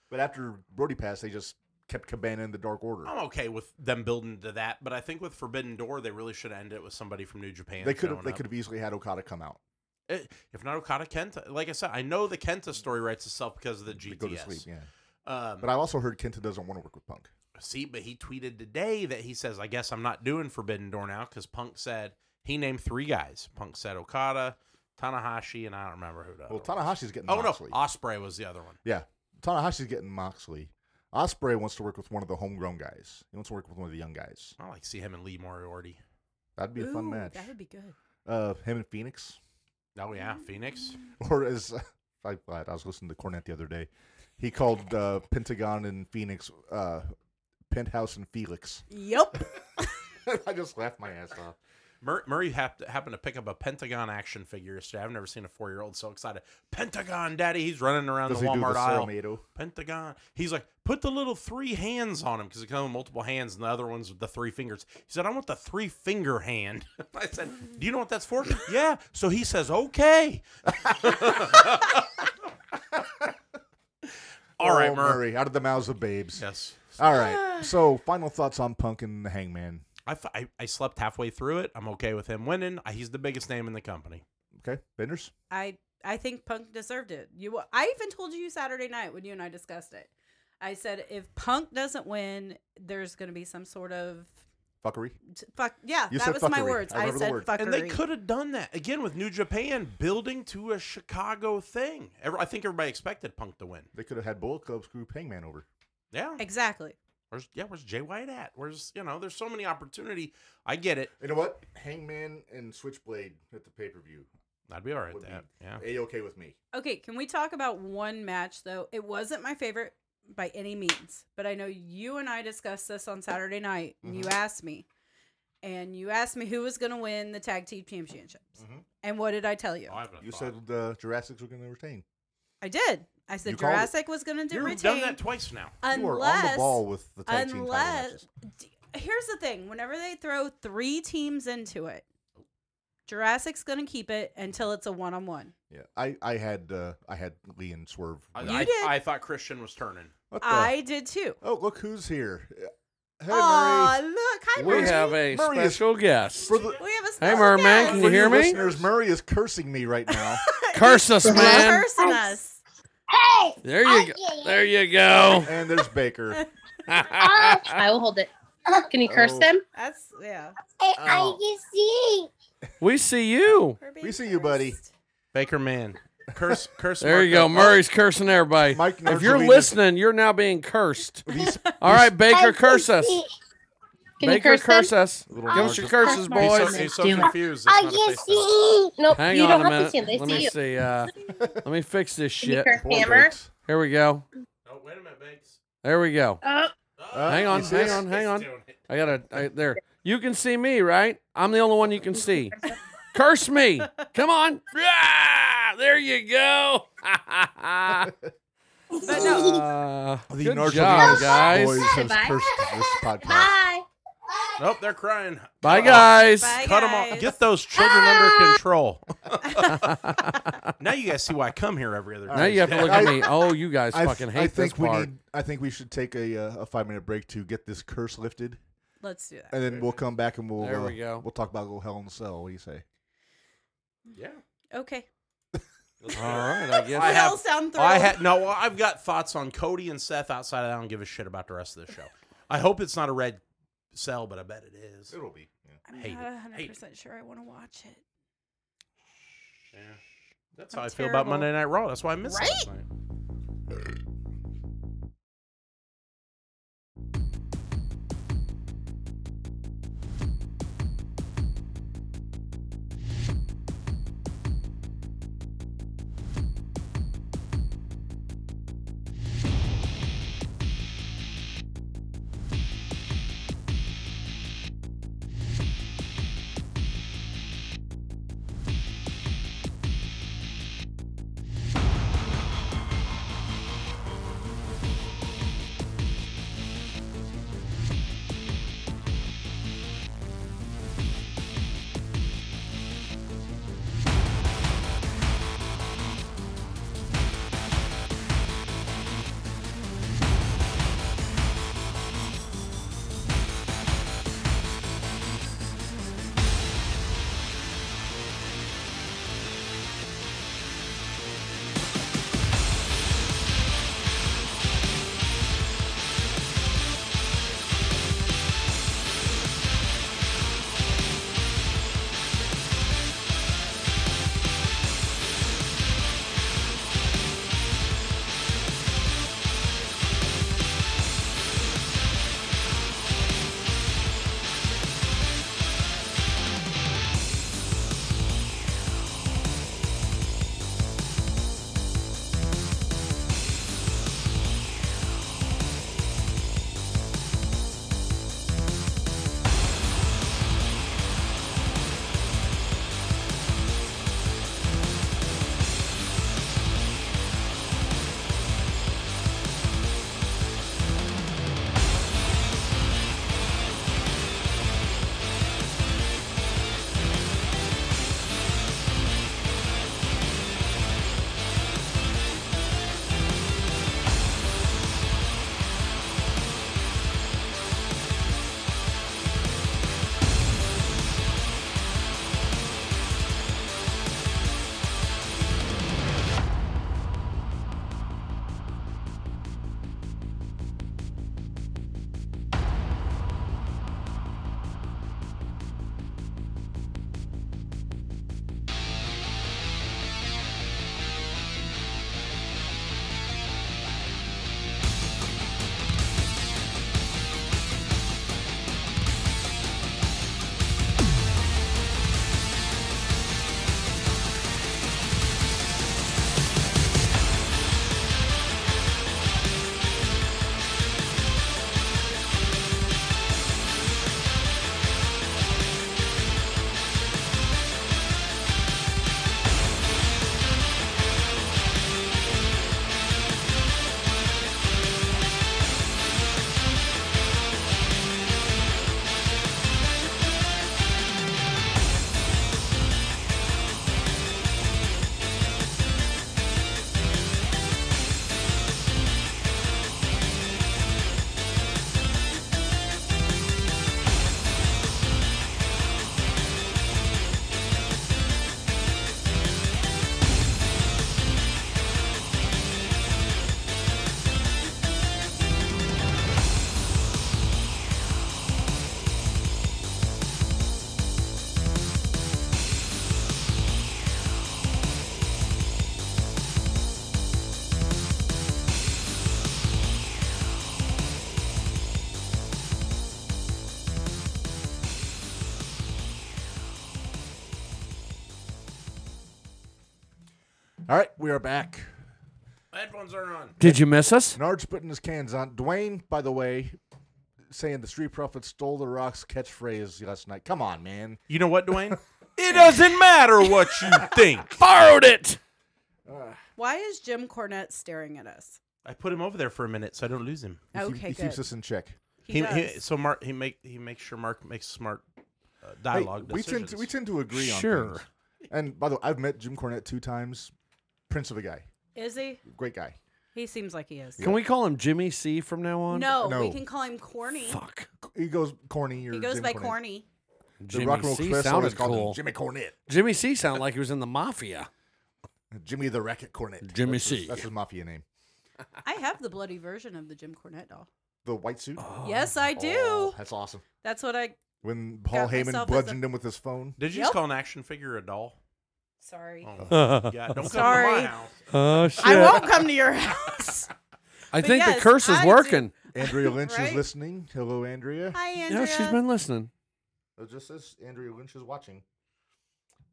Speaker 2: But after Brody passed, they just kept Cabana in the Dark Order.
Speaker 3: I'm okay with them building to that, but I think with Forbidden Door, they really should end it with somebody from New Japan.
Speaker 2: They could have.
Speaker 3: showing
Speaker 2: They
Speaker 3: up.
Speaker 2: could have easily had Okada come out.
Speaker 3: Eh, If not Okada Kenta, like I said, I know the Kenta story writes itself because of the
Speaker 2: to
Speaker 3: GTS.
Speaker 2: Go to sleep. Yeah.
Speaker 3: Um,
Speaker 2: But I also heard Kenta doesn't want to work with Punk.
Speaker 3: See, but he tweeted today that he says, I guess I'm not doing Forbidden Door now because Punk said he named three guys. Punk said Okada, Tanahashi, and I don't remember who the
Speaker 2: Well,
Speaker 3: other one was.
Speaker 2: Tanahashi's getting.
Speaker 3: Oh,
Speaker 2: Moxley.
Speaker 3: no. Osprey was the other one.
Speaker 2: Yeah, Tanahashi's getting Moxley. Osprey wants to work with one of the homegrown guys. He wants to work with one of the young guys.
Speaker 3: I like to see him and Lee Moriarty.
Speaker 2: That'd be a fun
Speaker 4: Ooh,
Speaker 2: match.
Speaker 4: That would be good.
Speaker 2: Uh, him and Phoenix,
Speaker 3: Oh, yeah. Phoenix.
Speaker 2: or as I, I was listening to Cornette the other day, he called uh, Pentagon and Phoenix uh, Penthouse and Felix.
Speaker 4: Yep.
Speaker 2: I just laughed my ass off.
Speaker 3: Mur- Murray hap- happened to pick up a Pentagon action figure yesterday. I've never seen a four year old so excited. Pentagon, daddy. He's running around
Speaker 2: Does
Speaker 3: the
Speaker 2: he do the
Speaker 3: Walmart aisle.
Speaker 2: Saramato?
Speaker 3: Pentagon. He's like, put the little three hands on him because it comes with multiple hands, and the other one's with the three fingers. He said, I want the three finger hand. I said, Do you know what that's for? yeah. So he says, Okay. All right,
Speaker 2: Oh,
Speaker 3: Murray.
Speaker 2: out of the mouths of babes.
Speaker 3: Yes.
Speaker 2: All right. So, final thoughts on Punk and the Hangman.
Speaker 3: I, f- I- I slept halfway through it. I'm okay with him winning. I- He's the biggest name in the company.
Speaker 2: Okay, Benders.
Speaker 4: I I think Punk deserved it. You, I even told you Saturday night when you and I discussed it. I said if Punk doesn't win, there's going to be some sort of
Speaker 2: Fuckery.
Speaker 4: fuck. Yeah,
Speaker 2: You
Speaker 4: that
Speaker 2: said
Speaker 4: was my
Speaker 2: fuckery.
Speaker 4: words.
Speaker 2: I
Speaker 4: I,
Speaker 2: remember the
Speaker 4: said
Speaker 2: word.
Speaker 4: fuckery.
Speaker 3: And they could have done that again with New Japan building to a Chicago thing. Every- I think everybody expected Punk to win.
Speaker 2: They could have had Bullet Club screw Hangman over.
Speaker 3: Yeah.
Speaker 4: exactly.
Speaker 3: Where's yeah? Where's Jay White at? Where's you know? There's so many opportunity. I get it.
Speaker 2: You know what? Hangman and Switchblade at the pay per view
Speaker 3: I'd be all right
Speaker 2: would
Speaker 3: with that.
Speaker 2: be
Speaker 3: Yeah.
Speaker 2: a okay with me.
Speaker 4: Okay, can we talk about one match though? It wasn't my favorite by any means, but I know you and I discussed this on Saturday night. and
Speaker 2: Mm-hmm.
Speaker 4: You asked me, and you asked me who was going to win the tag team championships.
Speaker 2: Mhm.
Speaker 4: And what did I tell
Speaker 3: Oh,
Speaker 4: you?
Speaker 2: You said the Jurassics were going to retain.
Speaker 4: I did. I
Speaker 2: You
Speaker 4: said
Speaker 2: called it.
Speaker 4: Jurassic was going to do
Speaker 3: you've done
Speaker 4: retain.
Speaker 3: that twice now.
Speaker 2: you were on the
Speaker 4: unless
Speaker 2: ball with the tag team title
Speaker 4: unless
Speaker 2: matches.
Speaker 4: d- here's the thing whenever they throw three teams into it jurassic's gonna keep it until it's a one-on-one
Speaker 2: Yeah, I, I had uh, I had Lee and Swerve.
Speaker 3: I,
Speaker 2: win.
Speaker 4: You
Speaker 3: I,
Speaker 4: did.
Speaker 3: I thought Christian was turning.
Speaker 2: What the-
Speaker 4: i did too
Speaker 2: Oh, look who's here. Hey,
Speaker 4: Aw,
Speaker 2: Marie.
Speaker 4: look. Hi,
Speaker 5: We
Speaker 4: Marie.
Speaker 5: have a
Speaker 2: Murray is-
Speaker 5: special guest.
Speaker 2: For the
Speaker 4: We have a
Speaker 5: Hey,
Speaker 4: special
Speaker 5: Merman,
Speaker 4: guest.
Speaker 5: can
Speaker 2: for
Speaker 5: you hear
Speaker 2: your
Speaker 5: me?
Speaker 2: listeners, Murray is cursing me right now.
Speaker 5: Curse us,
Speaker 4: He's
Speaker 5: man.
Speaker 4: cursing us.
Speaker 6: Hey!
Speaker 5: There you go. There you go.
Speaker 2: and there's Baker.
Speaker 7: I will hold it. Can you curse
Speaker 2: Oh.
Speaker 7: them?
Speaker 4: That's yeah.
Speaker 6: Uh-huh. I,
Speaker 5: Oh.
Speaker 6: I can see.
Speaker 5: we see you.
Speaker 4: We're being
Speaker 2: We see you, buddy.
Speaker 4: cursed.
Speaker 3: Baker man. Curse curse.
Speaker 5: There you go. Murray's cursing everybody.
Speaker 2: Mike,
Speaker 5: if you're
Speaker 2: Nargelina-
Speaker 5: listening, you're now being cursed.
Speaker 2: These
Speaker 5: All right,
Speaker 6: I
Speaker 5: Baker,
Speaker 6: can
Speaker 5: curse us.
Speaker 6: see.
Speaker 7: Can
Speaker 5: Baker,
Speaker 7: you curse,
Speaker 5: curse
Speaker 7: them?
Speaker 5: us.
Speaker 2: little
Speaker 5: Give us your
Speaker 2: Nargel-
Speaker 5: curses,
Speaker 7: Mark
Speaker 3: He's
Speaker 7: Mark.
Speaker 5: boys.
Speaker 3: so, he's so
Speaker 7: Damn it.
Speaker 3: confused.
Speaker 4: Oh,
Speaker 6: I
Speaker 3: That's not a
Speaker 6: can
Speaker 3: face thing.
Speaker 6: see.
Speaker 7: Nope.
Speaker 5: Hang
Speaker 7: you
Speaker 5: on
Speaker 7: don't
Speaker 5: a
Speaker 7: have
Speaker 5: minute.
Speaker 7: to see them. They
Speaker 5: let
Speaker 7: see
Speaker 5: me
Speaker 7: you.
Speaker 5: see. Uh, let me fix this
Speaker 7: Can you
Speaker 5: shit.
Speaker 7: curse
Speaker 2: poor
Speaker 7: hammer?
Speaker 2: Bakes.
Speaker 5: Here we go.
Speaker 3: Oh, wait a minute, Bakes.
Speaker 5: There we go.
Speaker 7: Oh,
Speaker 2: Uh,
Speaker 5: Hang on,
Speaker 2: you see
Speaker 5: hang
Speaker 2: us?
Speaker 5: on, hang
Speaker 3: he's
Speaker 5: on.
Speaker 3: doing it.
Speaker 5: I gotta. I, there. You can see me, right? I'm the only one you can see. Curse me. Come on. Ah, there you go.
Speaker 4: But no,
Speaker 5: Uh,
Speaker 2: The
Speaker 5: good
Speaker 2: Nargelinas
Speaker 5: job, guys.
Speaker 2: boys have
Speaker 7: Bye.
Speaker 2: cursed this podcast.
Speaker 6: Bye.
Speaker 3: Nope, they're crying.
Speaker 5: Bye, guys.
Speaker 4: Bye,
Speaker 3: Cut 'em
Speaker 4: guys.
Speaker 3: off. Get those children under control. now you guys see why I come here every other day.
Speaker 5: Now you have to look at me. Oh, you guys
Speaker 2: I,
Speaker 5: fucking
Speaker 2: I
Speaker 5: hate this
Speaker 2: think we
Speaker 5: part.
Speaker 2: need. I think we should take a uh, a five minute break to get this curse lifted,
Speaker 4: let's do that.
Speaker 2: and then we'll come back and we'll
Speaker 5: There
Speaker 2: uh,
Speaker 5: we go.
Speaker 2: We'll talk about a little hell in the cell. What do you say?
Speaker 3: Yeah.
Speaker 4: Okay.
Speaker 5: All right, I guess.
Speaker 3: I
Speaker 4: We
Speaker 3: have-
Speaker 4: all sound
Speaker 3: I
Speaker 4: thrilled.
Speaker 3: had no. well, I've got thoughts on Cody and Seth. Outside, of that, I don't give a shit about the rest of the show. I hope it's not a red cell, but I bet it is.
Speaker 2: It'll be.
Speaker 4: I'm
Speaker 3: hate
Speaker 4: not
Speaker 3: it.
Speaker 4: 100
Speaker 3: Hate it.
Speaker 4: percent sure I want to watch it.
Speaker 3: Yeah. That's
Speaker 4: I'm
Speaker 3: how I feel about
Speaker 4: terrible.
Speaker 3: Monday Night Raw. That's why I missed it. last night.
Speaker 2: All right, we are back.
Speaker 3: Headphones aren't on.
Speaker 5: Did you miss us?
Speaker 2: Narge putting his cans on. Dwayne, by the way, saying the Street Profits stole the Rock's catchphrase last night. Come on, man.
Speaker 3: You know what, Dwayne? it doesn't matter what you think.
Speaker 5: Borrowed it.
Speaker 4: Why is Jim Cornette staring at us?
Speaker 3: I put him over there for a minute so I don't lose him.
Speaker 2: He, keep-
Speaker 4: Okay,
Speaker 2: he keeps
Speaker 4: good.
Speaker 2: us in check.
Speaker 4: He,
Speaker 3: He, he,
Speaker 4: does.
Speaker 3: so Mark he make he makes sure Mark makes smart uh,
Speaker 2: Hey,
Speaker 3: dialogue
Speaker 2: we tend
Speaker 3: decisions.
Speaker 2: to, we tend to agree on
Speaker 5: Sure.
Speaker 2: things. And by the way, I've met Jim Cornette two times. Prince of a guy,
Speaker 4: is he?
Speaker 2: great guy.
Speaker 4: He seems like he is.
Speaker 5: Can we call him Jimmy C from now on?
Speaker 4: No, we
Speaker 2: No.
Speaker 4: can call him Corny.
Speaker 5: Fuck.
Speaker 2: He goes corny. Or
Speaker 4: He goes
Speaker 2: Jim
Speaker 4: by
Speaker 2: Cornette.
Speaker 4: Corny.
Speaker 2: The
Speaker 5: Jimmy
Speaker 2: Rock and Roll
Speaker 5: C
Speaker 2: Express always
Speaker 5: sounded
Speaker 2: called him
Speaker 5: cool.
Speaker 2: Jimmy Cornette,
Speaker 5: Jimmy C sounded like he was in the mafia.
Speaker 2: Jimmy the Racket Cornette.
Speaker 5: Jimmy
Speaker 2: that's his-
Speaker 5: C.
Speaker 2: that's his mafia name.
Speaker 4: I have the bloody version of the Jim Cornette doll.
Speaker 2: The white suit.
Speaker 4: yes, I do.
Speaker 2: Oh, that's awesome.
Speaker 4: That's what I.
Speaker 2: When Paul Heyman
Speaker 4: myself as a-
Speaker 2: bludgeoned him with his phone.
Speaker 3: Did you
Speaker 4: Yep.
Speaker 3: just call an action figure a doll?
Speaker 4: Sorry.
Speaker 3: Oh my
Speaker 5: Oh,
Speaker 3: God! Don't come
Speaker 4: Sorry.
Speaker 3: to my house.
Speaker 5: shit.
Speaker 4: I won't come to your house.
Speaker 5: I
Speaker 4: But
Speaker 5: think the
Speaker 4: yes,
Speaker 5: curse is
Speaker 4: I do-
Speaker 5: working.
Speaker 2: Andrea Lynch
Speaker 4: Right?
Speaker 2: is listening. Hello, Andrea.
Speaker 4: Hi, Andrea.
Speaker 5: Yeah, she's been listening.
Speaker 2: It just says Andrea Lynch is watching.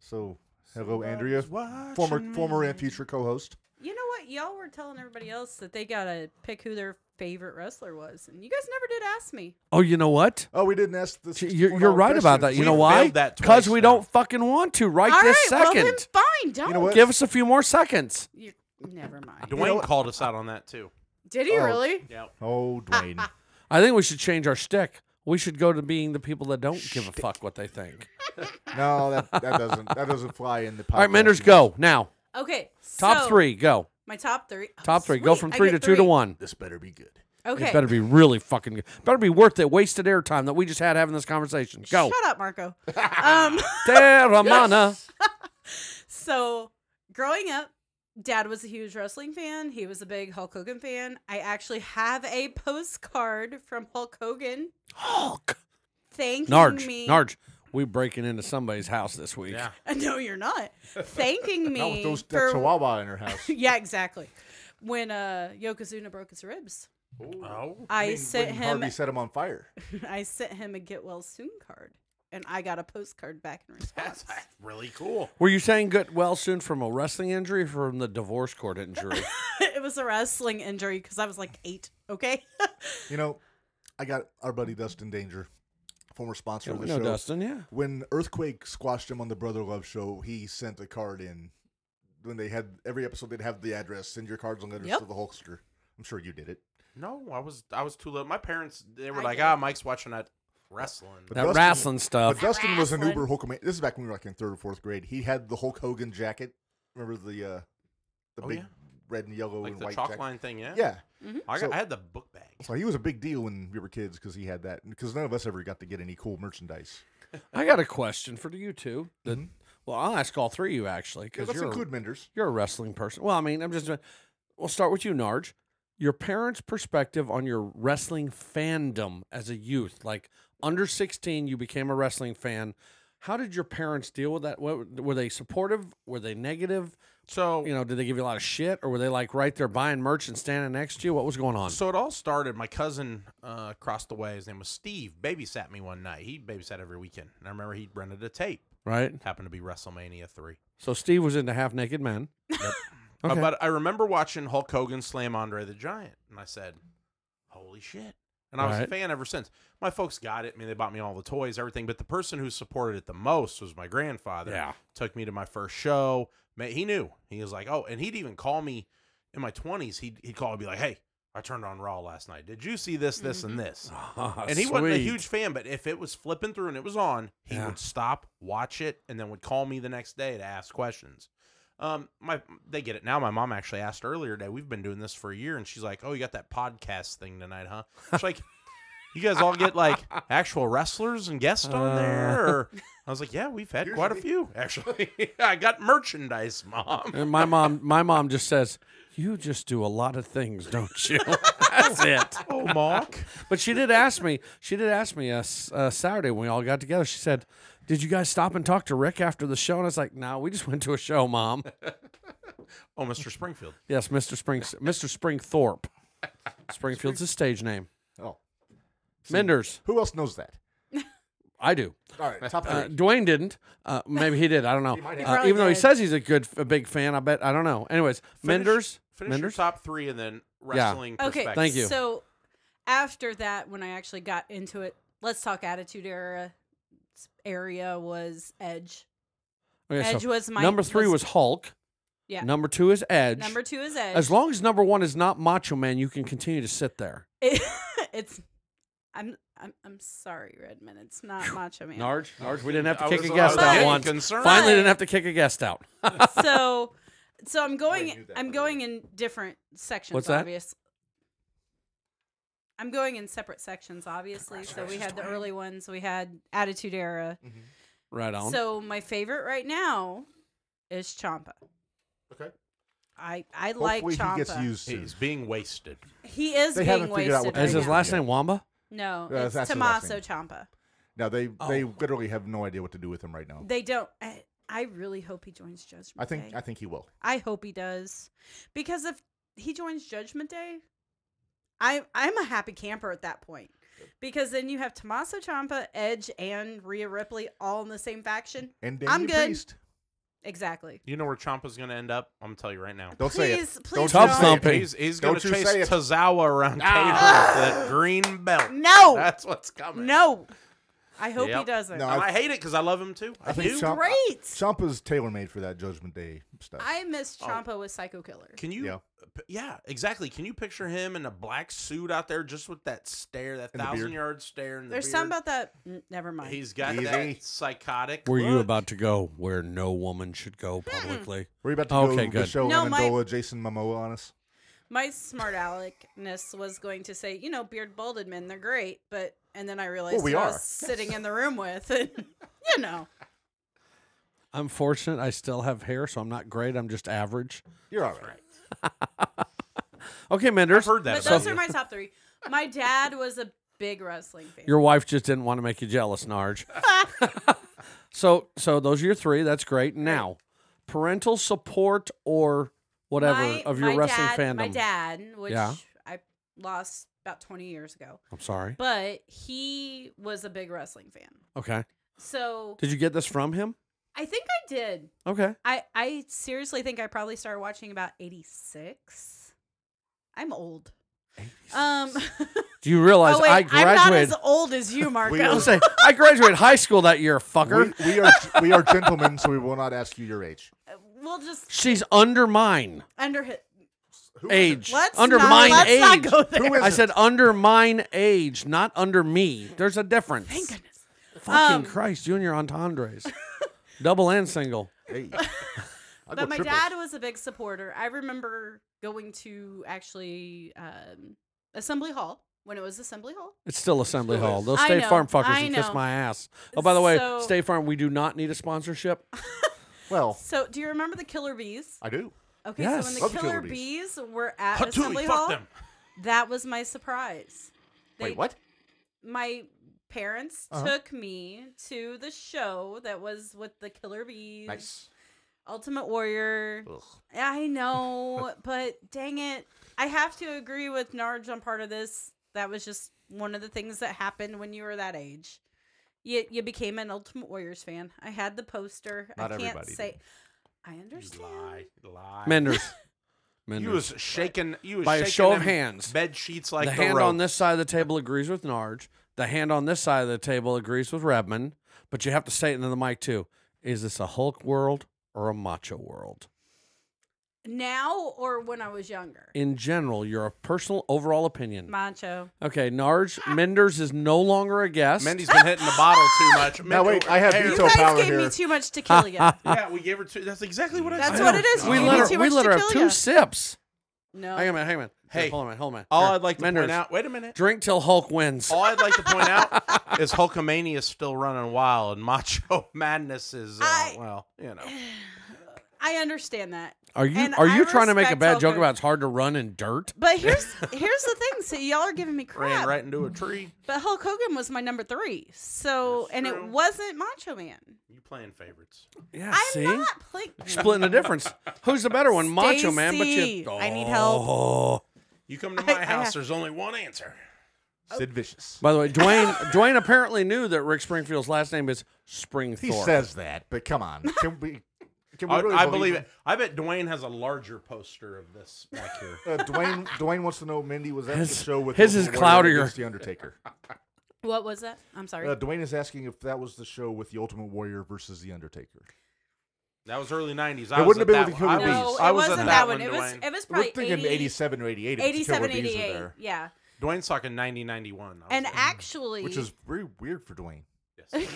Speaker 2: So, hello, Andrea,
Speaker 3: Somebody's
Speaker 2: former
Speaker 3: watching
Speaker 2: former and
Speaker 3: me.
Speaker 2: future co-host.
Speaker 4: You know what? Y'all were telling everybody else that they gotta pick who their favorite wrestler was, and you guys never did ask me.
Speaker 5: Oh, you know what?
Speaker 2: Oh, we didn't ask this.
Speaker 5: You're, you're right about that. You
Speaker 3: We've
Speaker 5: know why?
Speaker 3: failed that
Speaker 5: Because
Speaker 3: twice
Speaker 5: we
Speaker 3: now.
Speaker 5: don't fucking want to right
Speaker 4: All
Speaker 5: this
Speaker 4: right,
Speaker 5: second.
Speaker 4: well then, fine. Don't.
Speaker 2: You know what?
Speaker 5: Give us a few more seconds.
Speaker 4: You- never mind.
Speaker 3: Dwayne called us out on that too.
Speaker 4: Did he
Speaker 2: Oh.
Speaker 4: really?
Speaker 3: Yeah.
Speaker 2: Oh, Dwayne.
Speaker 5: I think we should change our shtick. We should go to being the people that don't give a fuck what they think.
Speaker 2: no, that, that doesn't that doesn't fly in the. Podcast
Speaker 5: All right, Menders, go now.
Speaker 4: Okay.
Speaker 5: Top
Speaker 4: so-
Speaker 5: three, go.
Speaker 4: My top three. Oh,
Speaker 5: Top three, go
Speaker 4: sweet,
Speaker 5: from
Speaker 4: I
Speaker 5: three to
Speaker 4: get
Speaker 5: two to one.
Speaker 2: This better be good.
Speaker 4: Okay.
Speaker 5: It better be really fucking good. Better be worth that wasted airtime that we just had having this conversation. Go.
Speaker 4: Shut up, Marco. um.
Speaker 5: Terramana.
Speaker 4: So, growing up, dad was a huge wrestling fan. He was a big Hulk Hogan fan. I actually have a postcard from Hulk Hogan
Speaker 5: Hulk.
Speaker 4: thanking
Speaker 5: Narge.
Speaker 4: me.
Speaker 5: Narge. We breaking into somebody's house this week.
Speaker 3: Yeah.
Speaker 4: No, you're not. Thanking me.
Speaker 2: Not with those that
Speaker 4: for,
Speaker 2: chihuahua in her house.
Speaker 4: yeah, exactly. When uh, Yokozuna broke his ribs,
Speaker 3: Oh.
Speaker 4: I
Speaker 2: When-
Speaker 4: sent
Speaker 2: when
Speaker 4: him.
Speaker 2: Harvey set him on fire.
Speaker 4: I sent him a get well soon card, and I got a postcard back in response.
Speaker 3: That's really cool.
Speaker 5: Were you saying good well soon from a wrestling injury or from the divorce court injury?
Speaker 4: it was a wrestling injury because I was like eight. Okay.
Speaker 2: You know, I got our buddy Dustin Danger, former sponsor
Speaker 5: Yeah,
Speaker 2: of
Speaker 5: we
Speaker 2: the
Speaker 5: know
Speaker 2: show.
Speaker 5: Dustin, yeah.
Speaker 2: When Earthquake squashed him on the Brother Love show, he sent a card in. When they had every episode, they'd have the address. Send your cards on letters
Speaker 4: Yep.
Speaker 2: to the Hulkster. I'm sure you did it.
Speaker 3: No, I was I was too little. My parents they were
Speaker 4: I
Speaker 3: like,
Speaker 4: did.
Speaker 3: ah, Mike's watching that wrestling.
Speaker 2: But
Speaker 5: That
Speaker 2: Dustin-
Speaker 5: wrestling
Speaker 2: But
Speaker 5: stuff.
Speaker 2: Dustin was an
Speaker 4: Wrestling.
Speaker 2: uber Hulkamania. This is back when we were like in third or fourth grade. He had the Hulk Hogan jacket. Remember the uh, the
Speaker 3: Oh,
Speaker 2: big
Speaker 3: yeah.
Speaker 2: red and yellow
Speaker 3: like
Speaker 2: and
Speaker 3: the
Speaker 2: white
Speaker 3: chalk
Speaker 2: jacket.
Speaker 3: line thing, yeah.
Speaker 2: Yeah.
Speaker 3: I, got,
Speaker 2: So-
Speaker 3: I had the book bag.
Speaker 2: So he was a big deal when we were kids because he had that. Because none of us ever got to get any cool merchandise.
Speaker 5: I got a question for you two. that- Well, I'll ask all three of you actually
Speaker 2: Mm-hmm. Yeah,
Speaker 5: because
Speaker 2: let's
Speaker 5: you're a-
Speaker 2: include Menders.
Speaker 5: you're a wrestling person. Well, I mean, I'm just. uh, We'll start with you, Narge. Your parents' perspective on your wrestling fandom as a youth, like under 16, you became a wrestling fan. How did your parents deal with that? What, were they supportive? Were they negative?
Speaker 3: So
Speaker 5: You know, did they give you a lot of shit, or were they like right there buying merch and standing next to you? What was going on?
Speaker 3: So it all started. My cousin uh, across the way, his name was Steve, babysat me one night. He babysat every weekend, and I remember he rented a tape.
Speaker 5: right.
Speaker 3: Happened to be WrestleMania three.
Speaker 5: So Steve was into half naked men.
Speaker 3: Uh,
Speaker 5: Okay.
Speaker 3: but I remember watching Hulk Hogan slam Andre the Giant, and I said, "Holy shit!" And I was a
Speaker 5: Right.
Speaker 3: fan ever since. My folks got it. I mean, they bought me all the toys, everything. But the person who supported it the most was my grandfather.
Speaker 5: Yeah.
Speaker 3: took me to my first show. Ma- He knew. He was like, "Oh," and he'd even call me in my twenties. He'd he'd call and be like, "Hey, I turned on Raw last night. Did you see this, this,
Speaker 5: Mm-hmm.
Speaker 3: and this?" and he wasn't a
Speaker 5: Ah, Sweet.
Speaker 3: huge fan, but if it was flipping through and it was on, he
Speaker 5: Yeah.
Speaker 3: would stop, watch it, and then would call me the next day to ask questions. Um, my they get it now. My mom actually asked earlier today. We've been doing this for a year, and she's like, "Oh, you got that podcast thing tonight, huh?" She's like, "You guys all get like actual wrestlers and guests
Speaker 5: Uh.
Speaker 3: on there." Or, I was like, "Yeah, we've had quite a few actually. I got merchandise, mom."
Speaker 5: And my mom, my mom just says, "You just do a lot of things, don't you?" That's it.
Speaker 3: Oh, Mark.
Speaker 5: But she did ask me. She did ask me uh, s- uh, Saturday when we all got together. She said, "Did you guys stop and talk to Rick after the show?" And I was like, "No, we just went to a show, Mom."
Speaker 3: Oh, Mr. Springfield.
Speaker 5: yes, Mr. Spring, Mr. Springthorpe. Springfield's his stage name.
Speaker 2: Oh,
Speaker 5: Menders.
Speaker 2: who else knows that?
Speaker 5: I do.
Speaker 2: All right, top
Speaker 5: Uh,
Speaker 2: three.
Speaker 5: Dwayne didn't. Uh, maybe he did. I don't know.
Speaker 2: might
Speaker 5: Uh,
Speaker 4: have.
Speaker 5: even though
Speaker 4: Probably
Speaker 5: he
Speaker 4: did.
Speaker 5: says he's a good, a big fan, I bet. I don't know. Anyways, Menders.
Speaker 3: Finish
Speaker 5: Menders.
Speaker 3: your top three and then wrestling
Speaker 4: Okay.
Speaker 3: perspective.
Speaker 5: Thank you.
Speaker 4: So after that, when I actually got into it, let's talk attitude era. Area was Edge.
Speaker 5: Okay, so
Speaker 4: Edge was my
Speaker 5: number three was, Hulk.
Speaker 4: Yeah.
Speaker 5: Number two is Edge.
Speaker 4: number two is Edge.
Speaker 5: As long as number one is not Macho Man, you can continue to sit there.
Speaker 4: It- it's I'm I'm I'm sorry, Redman. It's not Macho Man.
Speaker 5: Narge, Narge, we didn't have to kick a
Speaker 3: I
Speaker 5: guest
Speaker 3: was
Speaker 5: out
Speaker 4: getting
Speaker 5: once.
Speaker 3: concerned.
Speaker 5: Finally,
Speaker 4: But-
Speaker 5: didn't have to kick a guest out.
Speaker 4: so so I'm
Speaker 2: knew
Speaker 4: going
Speaker 2: that,
Speaker 4: I'm
Speaker 2: by the way.
Speaker 4: going in different sections
Speaker 5: What's that?
Speaker 4: obviously. I'm going in separate sections obviously. So we had the early ones, we had Attitude Era.
Speaker 5: Right on.
Speaker 4: So my favorite right now is Champa.
Speaker 2: Okay.
Speaker 4: I I
Speaker 2: Hopefully
Speaker 4: like Champa.
Speaker 2: he gets used to.
Speaker 3: He's being wasted.
Speaker 4: He is
Speaker 2: They
Speaker 4: being
Speaker 2: haven't figured
Speaker 4: wasted.
Speaker 2: out what
Speaker 4: right
Speaker 5: is his
Speaker 4: now.
Speaker 5: last
Speaker 2: Yeah.
Speaker 5: name Wamba?
Speaker 4: No,
Speaker 2: Yeah,
Speaker 4: it's
Speaker 2: that's his last
Speaker 4: Tommaso
Speaker 2: name.
Speaker 4: Champa.
Speaker 2: Now they
Speaker 4: Oh.
Speaker 2: they literally have no idea what to do with him right now.
Speaker 4: They don't. I, I really hope he joins Judgment
Speaker 2: I think
Speaker 4: Day.
Speaker 2: I think he will.
Speaker 4: I hope he does, because if he joins Judgment Day, I I'm a happy camper at that point, because then you have Tommaso Ciampa, Edge, and Rhea Ripley all in the same faction.
Speaker 2: And Damian
Speaker 4: I'm good.
Speaker 2: Priest.
Speaker 4: Exactly.
Speaker 3: You know where Champa's going to end up? I'm going to tell you right now.
Speaker 2: Don't say it.
Speaker 4: Please-
Speaker 2: Don't
Speaker 4: please
Speaker 2: say it.
Speaker 5: don't. Thumping.
Speaker 3: He's, he's going
Speaker 2: Don't
Speaker 3: to
Speaker 2: you say
Speaker 3: chase
Speaker 2: it.
Speaker 3: Tozawa around
Speaker 2: Ah.
Speaker 3: Cable with that green belt.
Speaker 4: No.
Speaker 3: That's what's coming.
Speaker 4: No, I hope he
Speaker 3: Oh, Yep.
Speaker 4: doesn't.
Speaker 2: No,
Speaker 3: And I hate it because I love him too. I,
Speaker 2: I think
Speaker 3: do.
Speaker 2: Ciampa-
Speaker 4: Great.
Speaker 2: Ciampa's tailor made for that Judgment Day stuff.
Speaker 4: I miss
Speaker 3: Oh.
Speaker 4: Champa with Psycho Killer.
Speaker 3: Can you?
Speaker 2: Yeah.
Speaker 3: Yeah. exactly. Can you picture him in a black suit out there, just with that stare, that
Speaker 2: And the beard.
Speaker 3: thousand yard stare? And the
Speaker 4: There's something
Speaker 3: beard?
Speaker 4: about that. n- Never mind.
Speaker 3: He's got
Speaker 2: Easy.
Speaker 3: that psychotic.
Speaker 5: Were you
Speaker 3: look.
Speaker 5: about to go where no woman should go
Speaker 4: Hmm.
Speaker 5: publicly?
Speaker 2: We're you about to
Speaker 5: Okay,
Speaker 2: go
Speaker 5: good.
Speaker 2: Michelle
Speaker 4: No, my-
Speaker 2: Amendola, Jason Momoa on us.
Speaker 4: My smart aleckness was going to say, you know, beard balded men, they're great, but and then I realized
Speaker 2: Well, we
Speaker 4: who I
Speaker 2: are.
Speaker 4: was sitting in the room with, and you know,
Speaker 5: I'm fortunate. I still have hair, so I'm not great. I'm just average.
Speaker 2: You're all right.
Speaker 5: Okay,
Speaker 3: I've
Speaker 5: Menders.
Speaker 3: heard that.
Speaker 4: but
Speaker 3: about
Speaker 4: those
Speaker 3: you.
Speaker 4: are my top three. My dad was a big wrestling fan.
Speaker 5: Your wife just didn't want to make you jealous, Narge. so, so those are your three. That's great. Now, parental support or whatever
Speaker 4: My-
Speaker 5: of your
Speaker 4: my
Speaker 5: wrestling
Speaker 4: dad,
Speaker 5: fandom.
Speaker 4: My dad, which
Speaker 5: Yeah.
Speaker 4: I lost about 20 years ago,
Speaker 5: I'm sorry.
Speaker 4: but he was a big wrestling fan.
Speaker 5: Okay.
Speaker 4: So
Speaker 5: Did you get this from him?
Speaker 4: I think I did.
Speaker 5: Okay.
Speaker 4: I I seriously think I probably started watching about 86. I'm old. Um
Speaker 5: Do you realize
Speaker 4: oh, wait,
Speaker 5: I
Speaker 4: I'm not as
Speaker 5: graduated?
Speaker 4: old as you,
Speaker 2: We
Speaker 5: I
Speaker 4: Marco.
Speaker 2: are-
Speaker 5: was gonna say, I graduated high school that year, fucker.
Speaker 2: We, we are we are gentlemen, so we will not ask you your age.
Speaker 4: we'll just
Speaker 5: She's under mine
Speaker 4: under hit.
Speaker 2: Who is it?
Speaker 5: age.
Speaker 4: Let's
Speaker 5: under
Speaker 4: not,
Speaker 5: mine
Speaker 4: let's
Speaker 5: age.
Speaker 4: not go there.
Speaker 2: Who is
Speaker 5: I
Speaker 2: it?
Speaker 5: said under mine age, not under me. There's a difference.
Speaker 4: Thank goodness.
Speaker 5: Fucking
Speaker 4: Um,
Speaker 5: Christ, you and your entendres. Double and single.
Speaker 2: Hey. I'll go
Speaker 4: But my
Speaker 2: triples.
Speaker 4: dad was a big supporter. I remember going to actually um, Assembly Hall when it was Assembly Hall.
Speaker 5: It's still Assembly
Speaker 2: Still
Speaker 5: Hall.
Speaker 2: is.
Speaker 5: Those
Speaker 4: I
Speaker 5: State
Speaker 4: know,
Speaker 5: Farm fuckers
Speaker 4: I
Speaker 5: can kiss
Speaker 4: know.
Speaker 5: my ass. Oh, by the way,
Speaker 4: So-
Speaker 5: State Farm, we do not need a sponsorship.
Speaker 2: Well,
Speaker 4: So, do you remember the Killer Bees?
Speaker 2: I do.
Speaker 4: Okay,
Speaker 5: Yes.
Speaker 4: so when the
Speaker 2: Love the
Speaker 4: Killer,
Speaker 2: Killer
Speaker 4: Bees. were at
Speaker 3: Hatui,
Speaker 4: Assembly
Speaker 3: fuck
Speaker 4: Hall,
Speaker 3: them.
Speaker 4: that was my surprise. They-
Speaker 2: Wait, what?
Speaker 4: my parents
Speaker 2: Uh-huh.
Speaker 4: took me to the show that was with the Killer Bees,
Speaker 2: Nice.
Speaker 4: Ultimate Warrior.
Speaker 2: Ugh.
Speaker 4: I know, but dang it. I have to agree with Narge on part of this. That was just one of the things that happened when you were that age. You, you became an Ultimate Warriors fan. I had the poster.
Speaker 2: Not
Speaker 4: I can't
Speaker 2: everybody
Speaker 4: say. I
Speaker 3: You
Speaker 4: understand.
Speaker 3: Lie, lie.
Speaker 5: Menders.
Speaker 3: you
Speaker 5: Menders.
Speaker 3: was shaking. You was
Speaker 5: By a
Speaker 3: shaking
Speaker 5: show of
Speaker 3: them
Speaker 5: hands,
Speaker 3: Bed sheets like
Speaker 5: the
Speaker 3: the,
Speaker 5: hand
Speaker 3: rope.
Speaker 5: on this side of the table agrees with Narge. The hand on this side of the table agrees with Redman. But you have to say it into the mic too. Is this a Hulk world or a Macho world?
Speaker 4: Now or when I was younger?
Speaker 5: In general, your personal overall opinion.
Speaker 4: Macho.
Speaker 5: Okay, Narge Menders is no longer a guest.
Speaker 3: Mendy's been hitting the bottle too much.
Speaker 2: Now, wait, I have
Speaker 3: Hey,
Speaker 4: You
Speaker 2: veto
Speaker 4: guys
Speaker 2: power
Speaker 4: gave
Speaker 2: here.
Speaker 4: me too much tequila.
Speaker 3: Yeah, we gave her two. That's exactly what I.
Speaker 4: That's
Speaker 3: I
Speaker 4: what
Speaker 3: know.
Speaker 4: it is.
Speaker 5: we
Speaker 4: You
Speaker 5: let
Speaker 4: need
Speaker 5: her.
Speaker 4: too
Speaker 5: We
Speaker 4: much
Speaker 5: let her have
Speaker 4: tequila.
Speaker 5: two sips.
Speaker 4: no.
Speaker 5: Hang on, a minute, hang on.
Speaker 3: Hey,
Speaker 5: hold on, a minute, hold on. a minute.
Speaker 3: All
Speaker 5: Here,
Speaker 3: I'd like to
Speaker 5: Menders,
Speaker 3: point out. Wait a minute.
Speaker 5: Drink till Hulk wins.
Speaker 3: All I'd like to point out is Hulkamania is still running wild, and Macho Madness is uh,
Speaker 4: I-
Speaker 3: well, you know.
Speaker 4: I understand that.
Speaker 5: Are you
Speaker 4: And
Speaker 5: are you
Speaker 4: I
Speaker 5: trying to make a
Speaker 4: respect
Speaker 5: bad
Speaker 4: Hulk
Speaker 5: joke
Speaker 4: Hogan.
Speaker 5: about it's hard to run in dirt?
Speaker 4: But here's here's the thing. So y'all are giving me crap.
Speaker 3: Ran right into a tree.
Speaker 4: But Hulk Hogan was my number three. So
Speaker 3: That's
Speaker 4: and it
Speaker 3: true.
Speaker 4: wasn't Macho Man.
Speaker 3: You playing favorites?
Speaker 5: Yeah,
Speaker 4: I'm
Speaker 5: see,
Speaker 4: not playing.
Speaker 5: splitting the difference. Who's the better one, Macho Man? But you,
Speaker 4: Stacey, I need help.
Speaker 5: Oh.
Speaker 3: You come to my
Speaker 4: I
Speaker 3: house.
Speaker 4: have-
Speaker 3: There's only one answer.
Speaker 4: Oh.
Speaker 2: Sid Vicious.
Speaker 5: By the way, Dwayne Dwayne apparently knew that Rick Springfield's last name is Springthorpe.
Speaker 2: he says that, but come on, can we? Can we
Speaker 3: I,
Speaker 2: really
Speaker 3: I believe it. I bet Dwayne has a larger poster of this back here.
Speaker 2: Uh, Dwayne Dwayne wants to know Mindy was at
Speaker 5: His-
Speaker 2: the show with
Speaker 5: his
Speaker 2: Ultimate Warrior
Speaker 5: is cloudier.
Speaker 2: against the Undertaker.
Speaker 4: What was that? I'm sorry.
Speaker 2: Uh, Dwayne is asking if that was the show with the Ultimate Warrior versus the Undertaker.
Speaker 3: That was early '90s. I
Speaker 2: It
Speaker 3: was
Speaker 2: wouldn't
Speaker 3: at
Speaker 2: have been
Speaker 3: that
Speaker 2: with
Speaker 3: one.
Speaker 2: Huey
Speaker 3: I
Speaker 4: no,
Speaker 3: was,
Speaker 4: it
Speaker 3: I was
Speaker 4: wasn't
Speaker 3: at
Speaker 4: that
Speaker 3: that,
Speaker 4: one. It was
Speaker 3: Dwayne.
Speaker 4: it was
Speaker 2: We're
Speaker 4: probably
Speaker 2: thinking
Speaker 4: 80,
Speaker 2: 87 or 88. if the
Speaker 4: 87,
Speaker 2: Killer Bees were
Speaker 4: 88.
Speaker 2: there,
Speaker 4: Yeah.
Speaker 3: Dwayne's talking 90, 91. I
Speaker 4: And
Speaker 3: was there.
Speaker 4: actually,
Speaker 2: Which is very weird for Dwayne.
Speaker 3: Yes.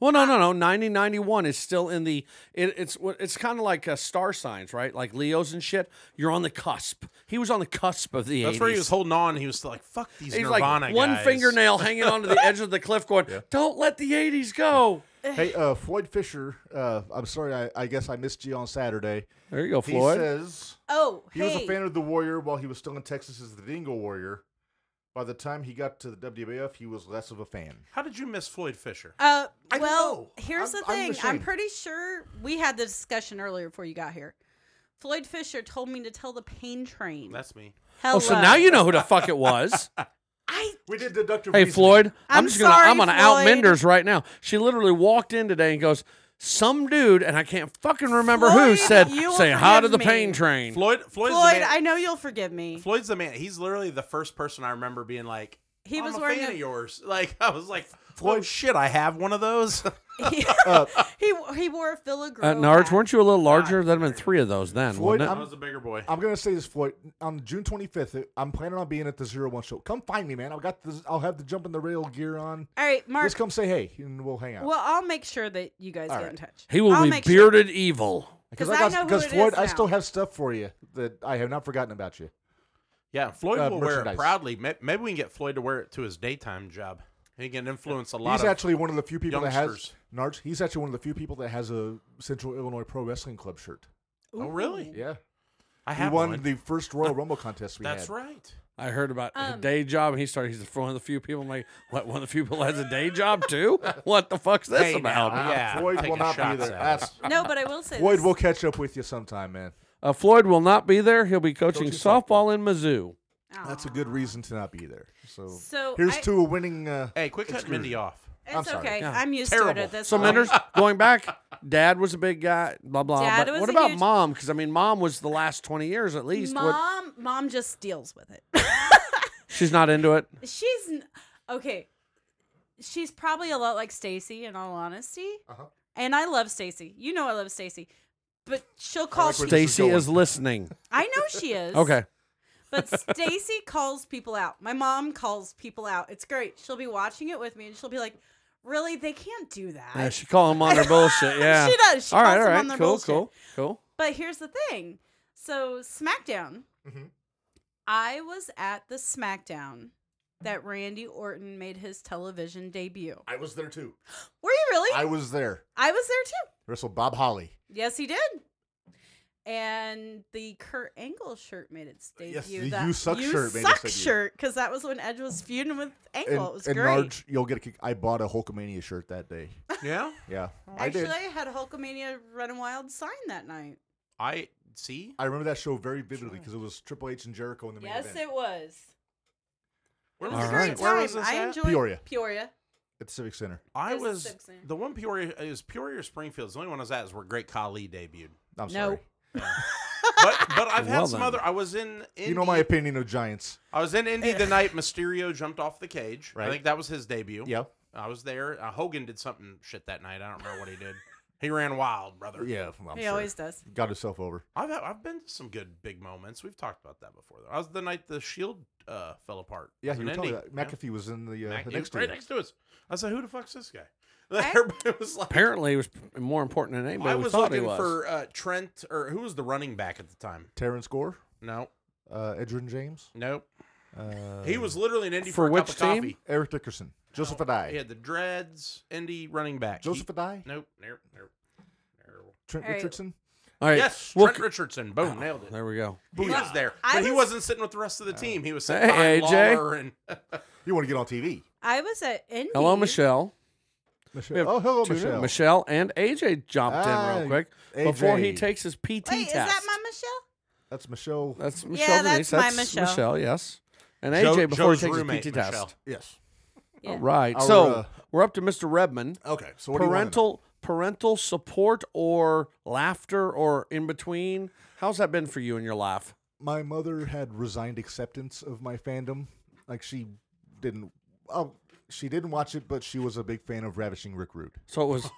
Speaker 5: Well, no, no, no. Ninety ninety one is still in the. It, it's what- it's kind of like uh, star signs, right? Like Leos and shit. You're on the cusp. He was on the cusp of the.
Speaker 3: that's
Speaker 5: 80s.
Speaker 3: where he was holding on. He was still like, "Fuck these
Speaker 5: He's
Speaker 3: Nirvana
Speaker 5: like one
Speaker 3: guys."
Speaker 5: fingernail hanging onto the edge of the cliff, going, "Don't let the '80s go."
Speaker 2: hey, uh, Floyd Fisher, uh, I'm sorry, I, I guess I missed you on Saturday.
Speaker 5: There you go,
Speaker 2: He
Speaker 5: Floyd.
Speaker 2: says
Speaker 4: oh,
Speaker 2: he
Speaker 4: hey,
Speaker 2: was a fan of the Warrior while he was still in Texas as the Dingle Warrior. By the time he got to the WWF, he was less of a fan.
Speaker 3: How did you miss Floyd Fisher?
Speaker 4: Uh,
Speaker 2: I don't
Speaker 4: well,
Speaker 2: know.
Speaker 4: here's
Speaker 2: I'm-
Speaker 4: the
Speaker 2: I'm
Speaker 4: thing. I'm,
Speaker 2: ashamed.
Speaker 4: pretty sure we had the discussion earlier before you got here. Floyd Fisher told me to tell the pain train.
Speaker 3: That's me.
Speaker 4: Hello.
Speaker 5: Oh, so now you know who the fuck it was.
Speaker 4: I
Speaker 2: We did the Dr.
Speaker 5: Hey
Speaker 2: Reasoning.
Speaker 5: Floyd, I'm,
Speaker 4: I'm
Speaker 5: just gonna
Speaker 4: sorry,
Speaker 5: I'm gonna out
Speaker 4: Floyd.
Speaker 5: Menders right now. She literally walked in today and goes, "Some dude," and I can't fucking remember who
Speaker 4: Floyd,
Speaker 5: said,
Speaker 4: you will
Speaker 5: "Say hi to
Speaker 4: forgive
Speaker 5: the
Speaker 4: me."
Speaker 5: pain train."
Speaker 3: Floyd. Floyd's
Speaker 4: Floyd,
Speaker 3: the man.
Speaker 4: I know you'll forgive me.
Speaker 3: Floyd's the man. He's literally the first person I remember being like,
Speaker 4: He
Speaker 3: I'm
Speaker 4: was
Speaker 3: a
Speaker 4: wearing
Speaker 3: fan
Speaker 4: a-
Speaker 3: of yours." Like I was like, "Floyd,
Speaker 2: Floyd-
Speaker 3: shit, I have one of those."
Speaker 4: he,
Speaker 2: Uh,
Speaker 4: he wore a filigree.
Speaker 5: uh, Narge, weren't you a little larger? That'd have been three of those then,
Speaker 2: Floyd,
Speaker 5: wouldn't it?
Speaker 3: I was a bigger boy.
Speaker 2: I'm gonna say this, Floyd. On June 25th, I'm planning on being at the Zero One show. Come find me, man. I've got this. I'll have the jump in the rail gear on.
Speaker 4: All right, Mark.
Speaker 2: Just come say hey, and we'll hang out.
Speaker 4: Well, I'll make sure that you guys get in touch.
Speaker 5: He will
Speaker 4: I'll
Speaker 5: be
Speaker 4: make sure-
Speaker 5: bearded evil.
Speaker 2: Because
Speaker 4: 'cause I
Speaker 2: I
Speaker 4: know
Speaker 2: got,
Speaker 4: who
Speaker 2: because
Speaker 4: it
Speaker 2: Floyd,
Speaker 4: is
Speaker 2: I still
Speaker 4: now.
Speaker 2: have stuff for you that I have not forgotten about you.
Speaker 3: Yeah, Floyd
Speaker 2: uh,
Speaker 3: will wear it
Speaker 2: merchandise.
Speaker 3: proudly. May- Maybe we can get Floyd to wear it to his daytime job. He can influence a lot
Speaker 2: He's
Speaker 3: of.
Speaker 2: actually one of the few people that has
Speaker 3: youngsters.
Speaker 2: Narge. He's actually one of the few people that has a Central Illinois Pro Wrestling Club shirt.
Speaker 3: oh, really?
Speaker 2: Yeah,
Speaker 3: I
Speaker 2: he
Speaker 3: have
Speaker 2: won
Speaker 3: one.
Speaker 2: the first Royal Rumble contest we
Speaker 3: That's
Speaker 2: had.
Speaker 3: right.
Speaker 5: I heard about a
Speaker 4: Um,
Speaker 5: day job, and he started. He's one of the few people. I'm like, what? One of the few people has a day job too? What the fuck's this
Speaker 3: Hey, now,
Speaker 5: about?
Speaker 3: I- Yeah,
Speaker 2: Floyd
Speaker 3: taking
Speaker 2: will not be
Speaker 3: shots
Speaker 2: there.
Speaker 3: at
Speaker 2: That's,
Speaker 4: No, but I will say
Speaker 2: Floyd
Speaker 4: this.
Speaker 2: will catch up with you sometime, man.
Speaker 5: Uh, Floyd will not be there. He'll be coaching softball in Mizzou.
Speaker 2: That's a good reason to not be there. So,
Speaker 4: So
Speaker 2: here's
Speaker 4: I-
Speaker 2: to a winning. Uh,
Speaker 3: Hey, quit cutting Mindy off.
Speaker 4: It's
Speaker 2: I'm sorry.
Speaker 4: okay.
Speaker 5: Yeah.
Speaker 4: I'm used to
Speaker 3: Terrible.
Speaker 4: it at this
Speaker 5: So
Speaker 4: point.
Speaker 5: Menders, going back, Dad was a big guy. Blah blah.
Speaker 4: Dad
Speaker 5: but
Speaker 4: was
Speaker 5: what
Speaker 4: a
Speaker 5: about
Speaker 4: huge-
Speaker 5: Mom? Because I mean, Mom was the last twenty years at least. What-
Speaker 4: Mom, mom just deals with it.
Speaker 5: she's not into it.
Speaker 4: she's n- okay. She's probably a lot like Stacy, in all honesty.
Speaker 2: Uh-huh.
Speaker 4: And I love Stacy. You know I love Stacy, but she'll call.
Speaker 2: like where
Speaker 4: pe-
Speaker 2: this-
Speaker 5: Stacy
Speaker 2: going.
Speaker 5: is listening.
Speaker 4: I know she is.
Speaker 5: Okay.
Speaker 4: But Stacy calls people out. My mom calls people out. It's great. She'll be watching it with me, and she'll be like, "Really? They can't do that."
Speaker 5: Yeah, she called him on her bullshit. Yeah.
Speaker 4: She does. She
Speaker 5: all right.
Speaker 4: calls
Speaker 5: All
Speaker 4: him
Speaker 5: right.
Speaker 4: on their
Speaker 5: cool.
Speaker 4: bullshit.
Speaker 5: Cool. Cool.
Speaker 4: But here's the thing. So SmackDown,
Speaker 5: Mm-hmm.
Speaker 2: Mhm.
Speaker 4: I was at the SmackDown that Randy Orton made his television debut.
Speaker 2: I was there too.
Speaker 4: Were you really?
Speaker 2: I was there.
Speaker 4: I was there too.
Speaker 2: Wrestled Bob Holly.
Speaker 4: Yes, he did. And the Kurt Angle shirt made its debut.
Speaker 2: Yes, the
Speaker 4: that-
Speaker 2: You Suck shirt made its
Speaker 4: Suck
Speaker 2: debut.
Speaker 4: shirt, because that was when Edge was feuding with Angle.
Speaker 2: and,
Speaker 4: it was
Speaker 2: and
Speaker 4: great.
Speaker 2: Marge, you'll get a kick. I bought a Hulkamania shirt that day.
Speaker 3: Yeah,
Speaker 2: Yeah, I
Speaker 4: Actually,
Speaker 2: did.
Speaker 4: I, had Hulkamania Run Wild sign that night.
Speaker 3: I see.
Speaker 2: I remember that show very vividly because it was Triple H and Jericho in the main
Speaker 4: Yes,
Speaker 2: event
Speaker 4: it was.
Speaker 3: Where
Speaker 4: It
Speaker 5: All
Speaker 4: was a
Speaker 5: right.
Speaker 4: great time.
Speaker 3: Where was this
Speaker 4: I
Speaker 3: at?
Speaker 4: enjoyed
Speaker 2: Peoria.
Speaker 4: Peoria.
Speaker 2: at the Civic Center.
Speaker 3: I
Speaker 4: It was a
Speaker 3: was
Speaker 4: six, yeah.
Speaker 3: the one Peoria it was Peoria or Springfield. The only one I was at is where Great Khali debuted.
Speaker 2: I'm
Speaker 4: No.
Speaker 2: sorry.
Speaker 3: But but I've
Speaker 5: Well
Speaker 3: had some
Speaker 5: then.
Speaker 3: other. I was in. Indy.
Speaker 2: You know my opinion of Giants.
Speaker 3: I was in Indy the night Mysterio jumped off the cage. I
Speaker 2: Right.
Speaker 3: think that was his debut.
Speaker 2: Yeah.
Speaker 3: I was there. Uh, Hogan did something shit that night. I don't remember what he did. He ran wild, brother.
Speaker 2: Yeah. well, I'm
Speaker 4: He
Speaker 2: sure.
Speaker 4: always does.
Speaker 2: got himself over.
Speaker 3: I've had, I've been to some good big moments. We've talked about that before. Though I was the night the Shield uh, fell apart.
Speaker 2: Yeah,
Speaker 3: It was
Speaker 2: you were
Speaker 3: in
Speaker 2: telling me
Speaker 3: Indy.
Speaker 2: that
Speaker 3: Yeah.
Speaker 2: McAfee was in the, uh,
Speaker 3: Mac-
Speaker 2: the
Speaker 3: he was
Speaker 2: next to
Speaker 3: right
Speaker 2: you.
Speaker 3: next to us. I said, "Who the fuck's this guy?"
Speaker 4: I-
Speaker 3: Everybody was like,
Speaker 5: Apparently, he was more important than anybody
Speaker 3: I
Speaker 5: we
Speaker 3: was
Speaker 5: thought he
Speaker 3: looking
Speaker 5: was.
Speaker 3: for uh, Trent or who was the running back at the time?
Speaker 2: Terrence Gore,
Speaker 3: No,
Speaker 2: uh, Edrin James.
Speaker 3: nope.
Speaker 2: Uh,
Speaker 3: he was literally an Indy
Speaker 5: for
Speaker 3: for, a
Speaker 5: which
Speaker 3: cup
Speaker 5: team?
Speaker 3: Of coffee.
Speaker 2: Eric Dickerson, Joseph
Speaker 3: He
Speaker 2: Adai,
Speaker 3: had the dreads. Indy running back. He-
Speaker 2: Joseph Adai,
Speaker 3: Nope. Nope. Nope. nope.
Speaker 2: Trent
Speaker 4: All right.
Speaker 2: Richardson.
Speaker 5: All right.
Speaker 3: Yes,
Speaker 5: we'll- Oh,
Speaker 3: Trent Richardson. Boom, nailed it.
Speaker 5: There we go.
Speaker 3: He was there,
Speaker 4: I
Speaker 3: but he
Speaker 4: was-
Speaker 3: wasn't sitting with the rest of the team. He was sitting
Speaker 5: Hey,
Speaker 3: behind
Speaker 5: AJ.
Speaker 3: Lawler and
Speaker 2: You want to get on TV?
Speaker 4: I was at Indy.
Speaker 5: Hello, Michelle. We
Speaker 2: Michelle.
Speaker 5: have
Speaker 2: Mm-hmm. Oh, hello,
Speaker 5: Tune in.
Speaker 2: Michelle.
Speaker 5: Michelle and AJ jumped in
Speaker 2: Hi,
Speaker 5: real quick before he
Speaker 2: AJ.
Speaker 5: takes his PT
Speaker 4: Wait,
Speaker 5: test.
Speaker 4: is that my Michelle?
Speaker 2: That's Michelle.
Speaker 5: That's Michelle
Speaker 4: Yeah,
Speaker 5: Denise.
Speaker 4: that's my
Speaker 5: That's
Speaker 4: Michelle.
Speaker 5: yes. and
Speaker 3: Joe-
Speaker 5: AJ before
Speaker 3: Joe's
Speaker 5: he takes
Speaker 3: roommate,
Speaker 5: his PT
Speaker 3: Michelle.
Speaker 5: test.
Speaker 2: Yes.
Speaker 4: Yeah.
Speaker 5: All right.
Speaker 2: Our,
Speaker 5: so
Speaker 2: uh,
Speaker 5: we're up to Mr. Redman.
Speaker 2: Okay. So what do you
Speaker 5: Parental parental support or laughter or in between. How's that been for you in your life?
Speaker 2: want to know? My mother had resigned acceptance of my fandom. Like she didn't. Oh, she didn't watch it, but she was a big fan of Ravishing Rick Rude.
Speaker 5: So it was.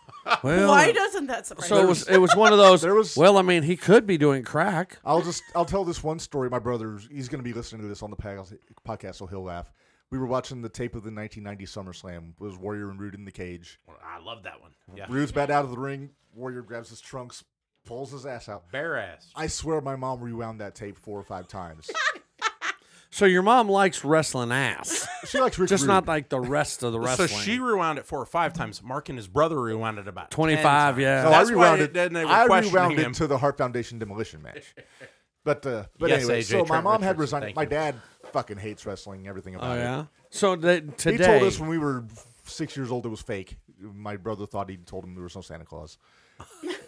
Speaker 5: Well,
Speaker 4: Why doesn't that surprise
Speaker 5: so it
Speaker 4: me?
Speaker 5: was. It was one of those.
Speaker 2: There was-
Speaker 5: Well, I mean, he could be doing crack.
Speaker 2: I'll just I'll tell this one story. My brother, he's going to be listening to this on the pa- podcast, so he'll laugh. We were watching the tape of the 1990 SummerSlam. It was Warrior and Rude in the cage.
Speaker 3: I love that one. Yeah.
Speaker 2: Rude's bat out of the ring. Warrior grabs his trunks, pulls his ass out.
Speaker 3: Bare ass.
Speaker 2: I swear, my mom rewound that tape four or five times.
Speaker 5: So your mom likes wrestling ass,
Speaker 2: She likes Rick
Speaker 5: just
Speaker 2: Rude.
Speaker 5: not like the rest of the
Speaker 3: So
Speaker 5: wrestling.
Speaker 3: she rewound it four or five times. Mark and his brother rewound it about 10
Speaker 5: 25,
Speaker 3: times.
Speaker 5: yeah.
Speaker 2: No,
Speaker 3: That's
Speaker 2: I
Speaker 3: why
Speaker 2: rewound
Speaker 3: they-
Speaker 2: it.
Speaker 3: then they were
Speaker 2: I
Speaker 3: questioning
Speaker 2: rewound
Speaker 3: him.
Speaker 2: it to the Hart Foundation demolition match. But uh, but
Speaker 3: Yes,
Speaker 2: anyway,
Speaker 3: AJ,
Speaker 2: so my
Speaker 3: Trent
Speaker 2: mom had
Speaker 3: Richardson,
Speaker 2: resigned.
Speaker 3: thank
Speaker 2: My
Speaker 3: you.
Speaker 2: dad fucking hates wrestling. Everything
Speaker 5: Oh
Speaker 2: about it.
Speaker 5: yeah. So they,
Speaker 2: He
Speaker 5: today.
Speaker 2: told us when we were six years old it was fake. My brother thought he told him there was no Santa Claus.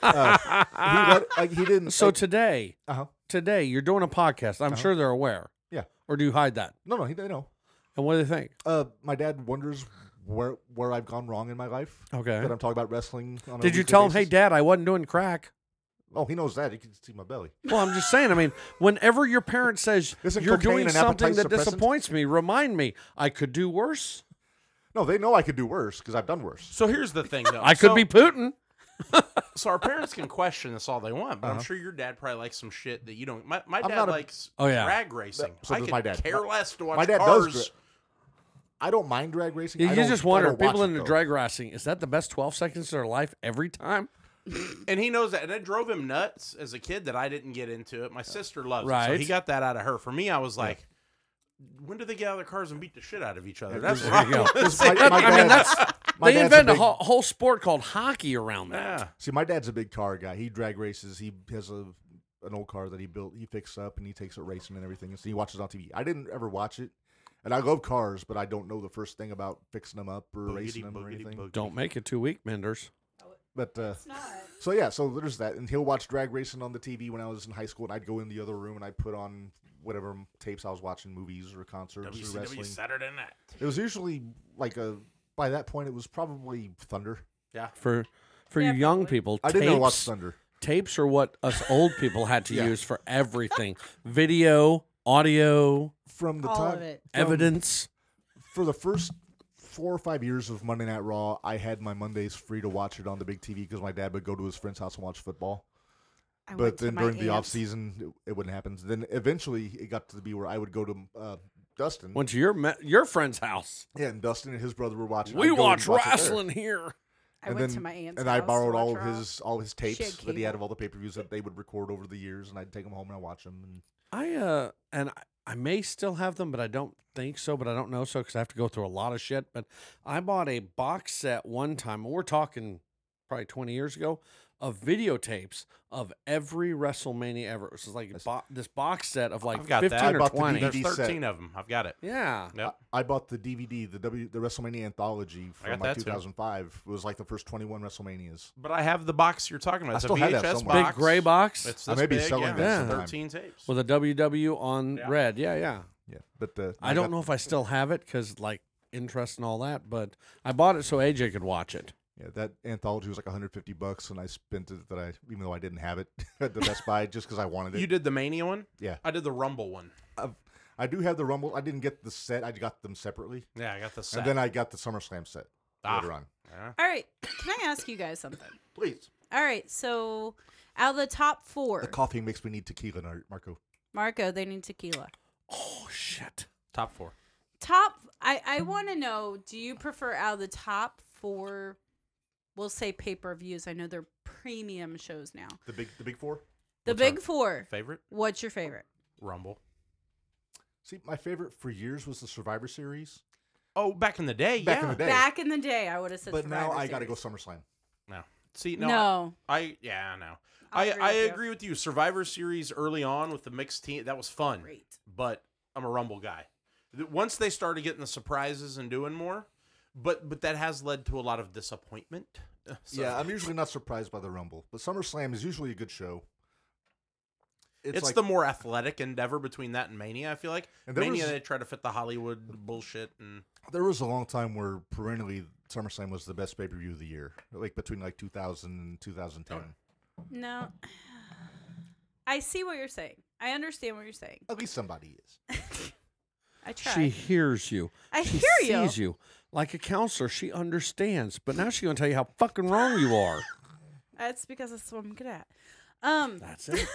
Speaker 2: uh, he, let- like, he didn't.
Speaker 5: so
Speaker 2: like,
Speaker 5: today,
Speaker 2: uh-huh.
Speaker 5: today you're doing a podcast. I'm sure they're aware.
Speaker 2: Yeah.
Speaker 5: Or do you hide that?
Speaker 2: No, no, he didn't know.
Speaker 5: And what do they think?
Speaker 2: Uh, my dad wonders where where I've gone wrong in my life.
Speaker 5: Okay.
Speaker 2: That I'm talking about wrestling. On a
Speaker 5: Did you
Speaker 2: weekly
Speaker 5: tell him, hey,
Speaker 2: basis.
Speaker 5: Dad, I wasn't doing crack?
Speaker 2: Oh, he knows that. He can see my belly.
Speaker 5: Well, I'm just saying. I mean, whenever your parent says
Speaker 2: Isn't
Speaker 5: you're
Speaker 2: cocaine
Speaker 5: doing
Speaker 2: an
Speaker 5: something
Speaker 2: appetite
Speaker 5: that
Speaker 2: suppressant?
Speaker 5: disappoints me, remind me I could do worse.
Speaker 2: No, they know I could do worse because I've done worse.
Speaker 3: So here's the thing, though.
Speaker 5: I could
Speaker 3: So-
Speaker 5: be Putin.
Speaker 3: So our parents can question us all they want,
Speaker 5: Uh-huh.
Speaker 3: but I'm sure your dad probably likes some shit that you don't. My, my
Speaker 2: I'm
Speaker 3: dad
Speaker 2: not a-
Speaker 3: likes
Speaker 5: Oh, yeah.
Speaker 3: drag racing.
Speaker 2: so
Speaker 3: I
Speaker 2: does
Speaker 3: could
Speaker 2: my dad.
Speaker 3: care
Speaker 2: My-
Speaker 3: less to watch
Speaker 2: my dad
Speaker 3: cars.
Speaker 2: does dra- I don't mind drag racing.
Speaker 5: You
Speaker 2: I
Speaker 5: you
Speaker 2: don't-
Speaker 5: just
Speaker 2: I
Speaker 5: wonder,
Speaker 2: don't watch
Speaker 5: people
Speaker 2: it,
Speaker 5: into
Speaker 2: though.
Speaker 5: drag racing, is that the best 12 seconds of their life every time?
Speaker 3: and he knows that. And it drove him nuts as a kid that I didn't get into it. My sister loves it, so
Speaker 5: Right.
Speaker 3: he got that out of her. For me, I was like, when do they get out of their cars and beat the shit out of each other? That's what I
Speaker 5: go.
Speaker 3: wanna
Speaker 2: My,
Speaker 3: say.
Speaker 2: my
Speaker 5: I mean,
Speaker 2: dad-
Speaker 5: that's
Speaker 2: my
Speaker 5: they
Speaker 2: dad's a
Speaker 5: invented a,
Speaker 2: big-
Speaker 5: whole, whole sport called hockey around that.
Speaker 3: Yeah.
Speaker 2: See, my dad's a big car guy. He drag races. He has a an old car that he built. He fixes up and he takes it racing and everything. And so he watches on TV. I didn't ever watch it, and I love cars, but I don't know the first thing about fixing them up or racing them or anything.
Speaker 5: Don't make it too weak, Menders.
Speaker 2: But uh,
Speaker 4: It's not.
Speaker 2: so yeah, so there's that. And he'll watch drag racing on the TV when I was in high school, and I'd go in the other room and I'd put on whatever m- tapes I was watching, movies or concerts or
Speaker 3: WCW
Speaker 2: wrestling.
Speaker 3: Saturday Night.
Speaker 2: It was usually like a. By that point, it was probably Thunder.
Speaker 3: Yeah.
Speaker 5: For for
Speaker 4: Yeah,
Speaker 5: you young
Speaker 4: probably.
Speaker 5: people,
Speaker 2: I didn't know watch
Speaker 5: tapes-
Speaker 2: Thunder.
Speaker 5: tapes are what us old people had to
Speaker 2: Yeah.
Speaker 5: use for everything video, audio,
Speaker 2: From the
Speaker 4: All
Speaker 2: time
Speaker 4: of it.
Speaker 5: evidence.
Speaker 2: for the first four or five years of Monday Night Raw, I had my Mondays free to watch it on the big TV because my dad would go to his friend's house and watch football.
Speaker 4: I went
Speaker 2: but
Speaker 4: to
Speaker 2: then
Speaker 4: my
Speaker 2: during the off
Speaker 4: aunt's.
Speaker 2: season, it, it wouldn't happen. Then eventually, it got to be where I would go to uh, Dustin.
Speaker 5: Went to your me- your friend's house.
Speaker 2: yeah, and Dustin and his brother were watching.
Speaker 5: We
Speaker 2: I'd go and
Speaker 5: watch
Speaker 2: watch it there.
Speaker 5: wrestling here.
Speaker 4: I
Speaker 2: and
Speaker 4: went
Speaker 2: then,
Speaker 4: to my aunt's.
Speaker 2: and I
Speaker 4: house to
Speaker 2: borrowed all
Speaker 4: watch
Speaker 2: of
Speaker 4: Raw.
Speaker 2: his all his
Speaker 4: had
Speaker 2: tapes that he had of
Speaker 4: cable.
Speaker 2: all the pay per views that they would record over the years, and I'd take them home and I'd watch them. And
Speaker 5: I uh and I, I may still have them, but I don't think so. But I don't know so because I have to go through a lot of shit. But I bought a box set one time, and we're talking probably twenty years ago, of videotapes of every WrestleMania ever. It was like bo- this box set of like
Speaker 3: I've got that.
Speaker 5: fifteen
Speaker 2: I
Speaker 5: or
Speaker 2: bought the
Speaker 5: twenty.
Speaker 2: DVD
Speaker 3: There's
Speaker 2: set.
Speaker 3: 13 of them. I've got it.
Speaker 5: Yeah.
Speaker 3: Yep.
Speaker 2: I bought the DVD, the W, the WrestleMania anthology from
Speaker 3: got
Speaker 2: like
Speaker 3: that too.
Speaker 2: 2005. It was like the first 21 WrestleManias.
Speaker 3: But I have the box you're talking about.
Speaker 2: I
Speaker 3: It's a
Speaker 2: still have that
Speaker 3: VHS
Speaker 2: somewhere.
Speaker 5: Big
Speaker 3: box.
Speaker 5: gray box
Speaker 3: It's
Speaker 2: I
Speaker 3: this
Speaker 2: may be
Speaker 3: big,
Speaker 2: selling
Speaker 3: yeah.
Speaker 5: that sometime.
Speaker 3: 13 tapes.
Speaker 5: with a WW on
Speaker 3: Yeah.
Speaker 5: red. Yeah, yeah.
Speaker 2: Yeah, but the
Speaker 5: I
Speaker 2: got-
Speaker 5: don't know if I still have it because like interest and all that, but I bought it so AJ could watch it.
Speaker 2: Yeah, that anthology was like 150 bucks, and I spent it that I, even though I didn't have it at the Best Buy, just because I wanted it.
Speaker 3: You did the Mania one?
Speaker 2: yeah,
Speaker 3: I did the Rumble one.
Speaker 2: I do have the Rumble. I didn't get the set. I got them separately,
Speaker 3: Yeah, I got the set.
Speaker 2: and then I got the SummerSlam set
Speaker 3: Ah.
Speaker 2: later on.
Speaker 3: Yeah.
Speaker 4: All right. Can I ask you guys something?
Speaker 2: Please,
Speaker 4: All right. So, out of the top four,
Speaker 2: the coffee makes me need tequila, Nar- Marco.
Speaker 4: Marco, they need tequila.
Speaker 5: Oh shit!
Speaker 3: Top four.
Speaker 4: Top. I I want to know. Do you prefer out of the top four? We'll say pay per views. I know they're premium shows now.
Speaker 2: The big, the big four.
Speaker 4: The
Speaker 3: What's our
Speaker 4: big four.
Speaker 3: Favorite?
Speaker 4: What's your favorite?
Speaker 3: Rumble.
Speaker 2: See, my favorite for years was the Survivor Series.
Speaker 3: Oh, back in the day.
Speaker 2: Back in
Speaker 3: yeah.
Speaker 2: the day.
Speaker 4: Back in the day, I would have said.
Speaker 2: but now
Speaker 4: Survivor
Speaker 2: I got to go
Speaker 4: Series.
Speaker 2: SummerSlam.
Speaker 3: No. See, no.
Speaker 4: No,
Speaker 3: I, I- yeah, no.
Speaker 4: I'll
Speaker 3: I
Speaker 4: agree
Speaker 3: I
Speaker 4: with you.
Speaker 3: agree with you. Survivor Series early on with the mixed team that was fun,
Speaker 4: great.
Speaker 3: but I'm a Rumble guy. Th- Once they started getting the surprises and doing more, but but that has led to a lot of disappointment. So-
Speaker 2: Yeah, I'm usually not surprised by the Rumble, but SummerSlam is usually a good show. it's,
Speaker 3: It's,
Speaker 2: like
Speaker 3: the more athletic endeavor between that and Mania. I feel like
Speaker 2: And there
Speaker 3: Mania
Speaker 2: was-
Speaker 3: they try to fit the Hollywood bullshit and
Speaker 2: there was a long time where perennially SummerSlam was the best pay per view of the year, like between like 2000 and 2010.
Speaker 4: No. I see what you're saying. I understand what you're saying.
Speaker 2: At least somebody is.
Speaker 4: I try.
Speaker 5: She hears you.
Speaker 4: I
Speaker 5: she
Speaker 4: hear you.
Speaker 5: sees you. Like a counselor, she understands. But now she's going to tell you how fucking wrong you are.
Speaker 4: That's because that's what I'm good at. Um
Speaker 5: That's it.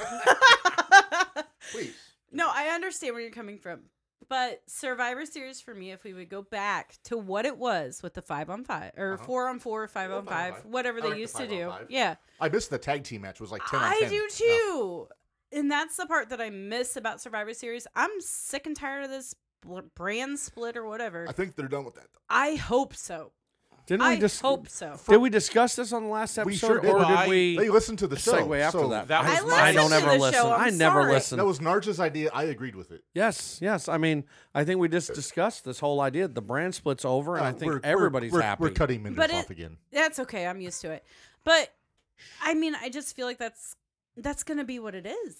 Speaker 2: Please.
Speaker 4: No, I understand where you're coming from. But Survivor Series for me, if we would go back to what it was with the five on five or four on four, five on
Speaker 2: Uh-huh. five on
Speaker 4: five,
Speaker 2: five.
Speaker 4: whatever
Speaker 2: I
Speaker 4: they
Speaker 2: like the
Speaker 4: used to
Speaker 2: five on
Speaker 4: do.
Speaker 2: five.
Speaker 4: Yeah.
Speaker 2: I missed the tag team match. It was like 10 on
Speaker 4: I
Speaker 2: 10.
Speaker 4: do
Speaker 2: No.
Speaker 4: too. And that's the part that I miss about Survivor Series. I'm sick and tired of this bl- brand split or whatever.
Speaker 2: I think they're done with that.
Speaker 4: I hope so.
Speaker 5: Didn't
Speaker 4: I
Speaker 5: we just
Speaker 4: hope so.
Speaker 5: Did we discuss this on the last episode,
Speaker 2: We sure did.
Speaker 5: or
Speaker 3: Well,
Speaker 5: did
Speaker 3: I-
Speaker 5: we
Speaker 2: They listened to the show.
Speaker 5: segue after
Speaker 2: so
Speaker 5: that?
Speaker 3: That
Speaker 5: I,
Speaker 3: was
Speaker 5: I
Speaker 3: my-
Speaker 5: don't
Speaker 3: I
Speaker 5: ever
Speaker 4: listened to the
Speaker 5: listen.
Speaker 4: show,
Speaker 5: I
Speaker 4: I'm
Speaker 5: never
Speaker 4: sorry.
Speaker 5: listen.
Speaker 2: That was Narge's idea. I agreed with it.
Speaker 5: yes, yes. I mean, I think we just discussed this whole idea. The brand split's over, and I
Speaker 2: Uh,
Speaker 5: think
Speaker 2: we're- we're-
Speaker 5: everybody's
Speaker 2: we're,
Speaker 5: happy.
Speaker 2: We're cutting minutes
Speaker 4: But
Speaker 2: off
Speaker 4: it-
Speaker 2: again.
Speaker 4: That's okay. I'm used to it. But I mean, I just feel like that's that's going to be what it is.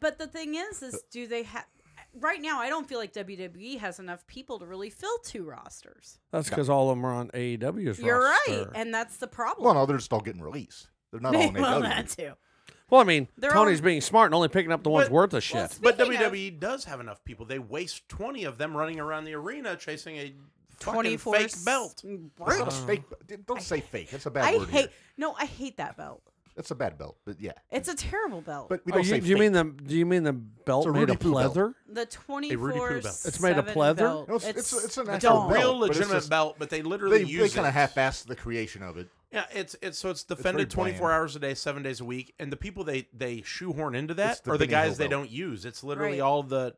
Speaker 4: But the thing is is do they have Right now, I don't feel like WWE has enough people to really fill two rosters.
Speaker 5: That's because all of them are on AEW's
Speaker 4: You're right,
Speaker 5: roster.
Speaker 4: and that's the problem.
Speaker 2: Well, no, they're just all getting released. They're not all in
Speaker 4: well,
Speaker 2: AEW.
Speaker 4: that too.
Speaker 5: well, I mean,
Speaker 4: They're
Speaker 5: Tony's
Speaker 4: on-
Speaker 5: being smart and only picking up the ones
Speaker 3: But-
Speaker 5: worth of shit.
Speaker 4: Speaking
Speaker 3: But
Speaker 4: of-
Speaker 3: WWE does have enough people. They waste twenty of them running around the arena chasing a fucking
Speaker 4: 24
Speaker 3: fake belt.
Speaker 2: That's not
Speaker 4: Right.
Speaker 2: a fake. Don't say fake. That's a bad
Speaker 4: I
Speaker 2: word.
Speaker 4: hate.
Speaker 2: Here.
Speaker 4: No, I hate that belt.
Speaker 2: That's a bad belt. But yeah,
Speaker 4: It's a terrible belt.
Speaker 2: but we
Speaker 5: Are
Speaker 2: don't
Speaker 5: Oh, you,
Speaker 2: say.
Speaker 5: do you
Speaker 2: fake.
Speaker 5: mean the? Do you mean the belt
Speaker 2: It's a
Speaker 5: made
Speaker 2: Rudy
Speaker 5: of
Speaker 2: Poo belt.
Speaker 5: leather?
Speaker 4: the
Speaker 3: Poo
Speaker 4: twenty-four.
Speaker 3: belt.
Speaker 5: It's made of pleather?
Speaker 4: belt,
Speaker 2: No, it's, it's, it's an
Speaker 4: it's
Speaker 2: actual belt,
Speaker 4: a
Speaker 3: Real
Speaker 2: but it's
Speaker 3: legitimate
Speaker 2: just-
Speaker 3: belt, but they literally
Speaker 2: They, they
Speaker 3: use
Speaker 2: kind
Speaker 3: it.
Speaker 2: of half-assed the creation of it.
Speaker 3: Yeah, it's it's so it's
Speaker 2: very
Speaker 3: defended twenty four
Speaker 2: bland.
Speaker 3: hours a day, seven days a week, and the people they they shoehorn into that
Speaker 2: It's the
Speaker 3: are the
Speaker 2: Benny
Speaker 3: guys
Speaker 2: Hill
Speaker 3: they
Speaker 2: belt.
Speaker 3: don't use. It's literally
Speaker 4: Right.
Speaker 3: all the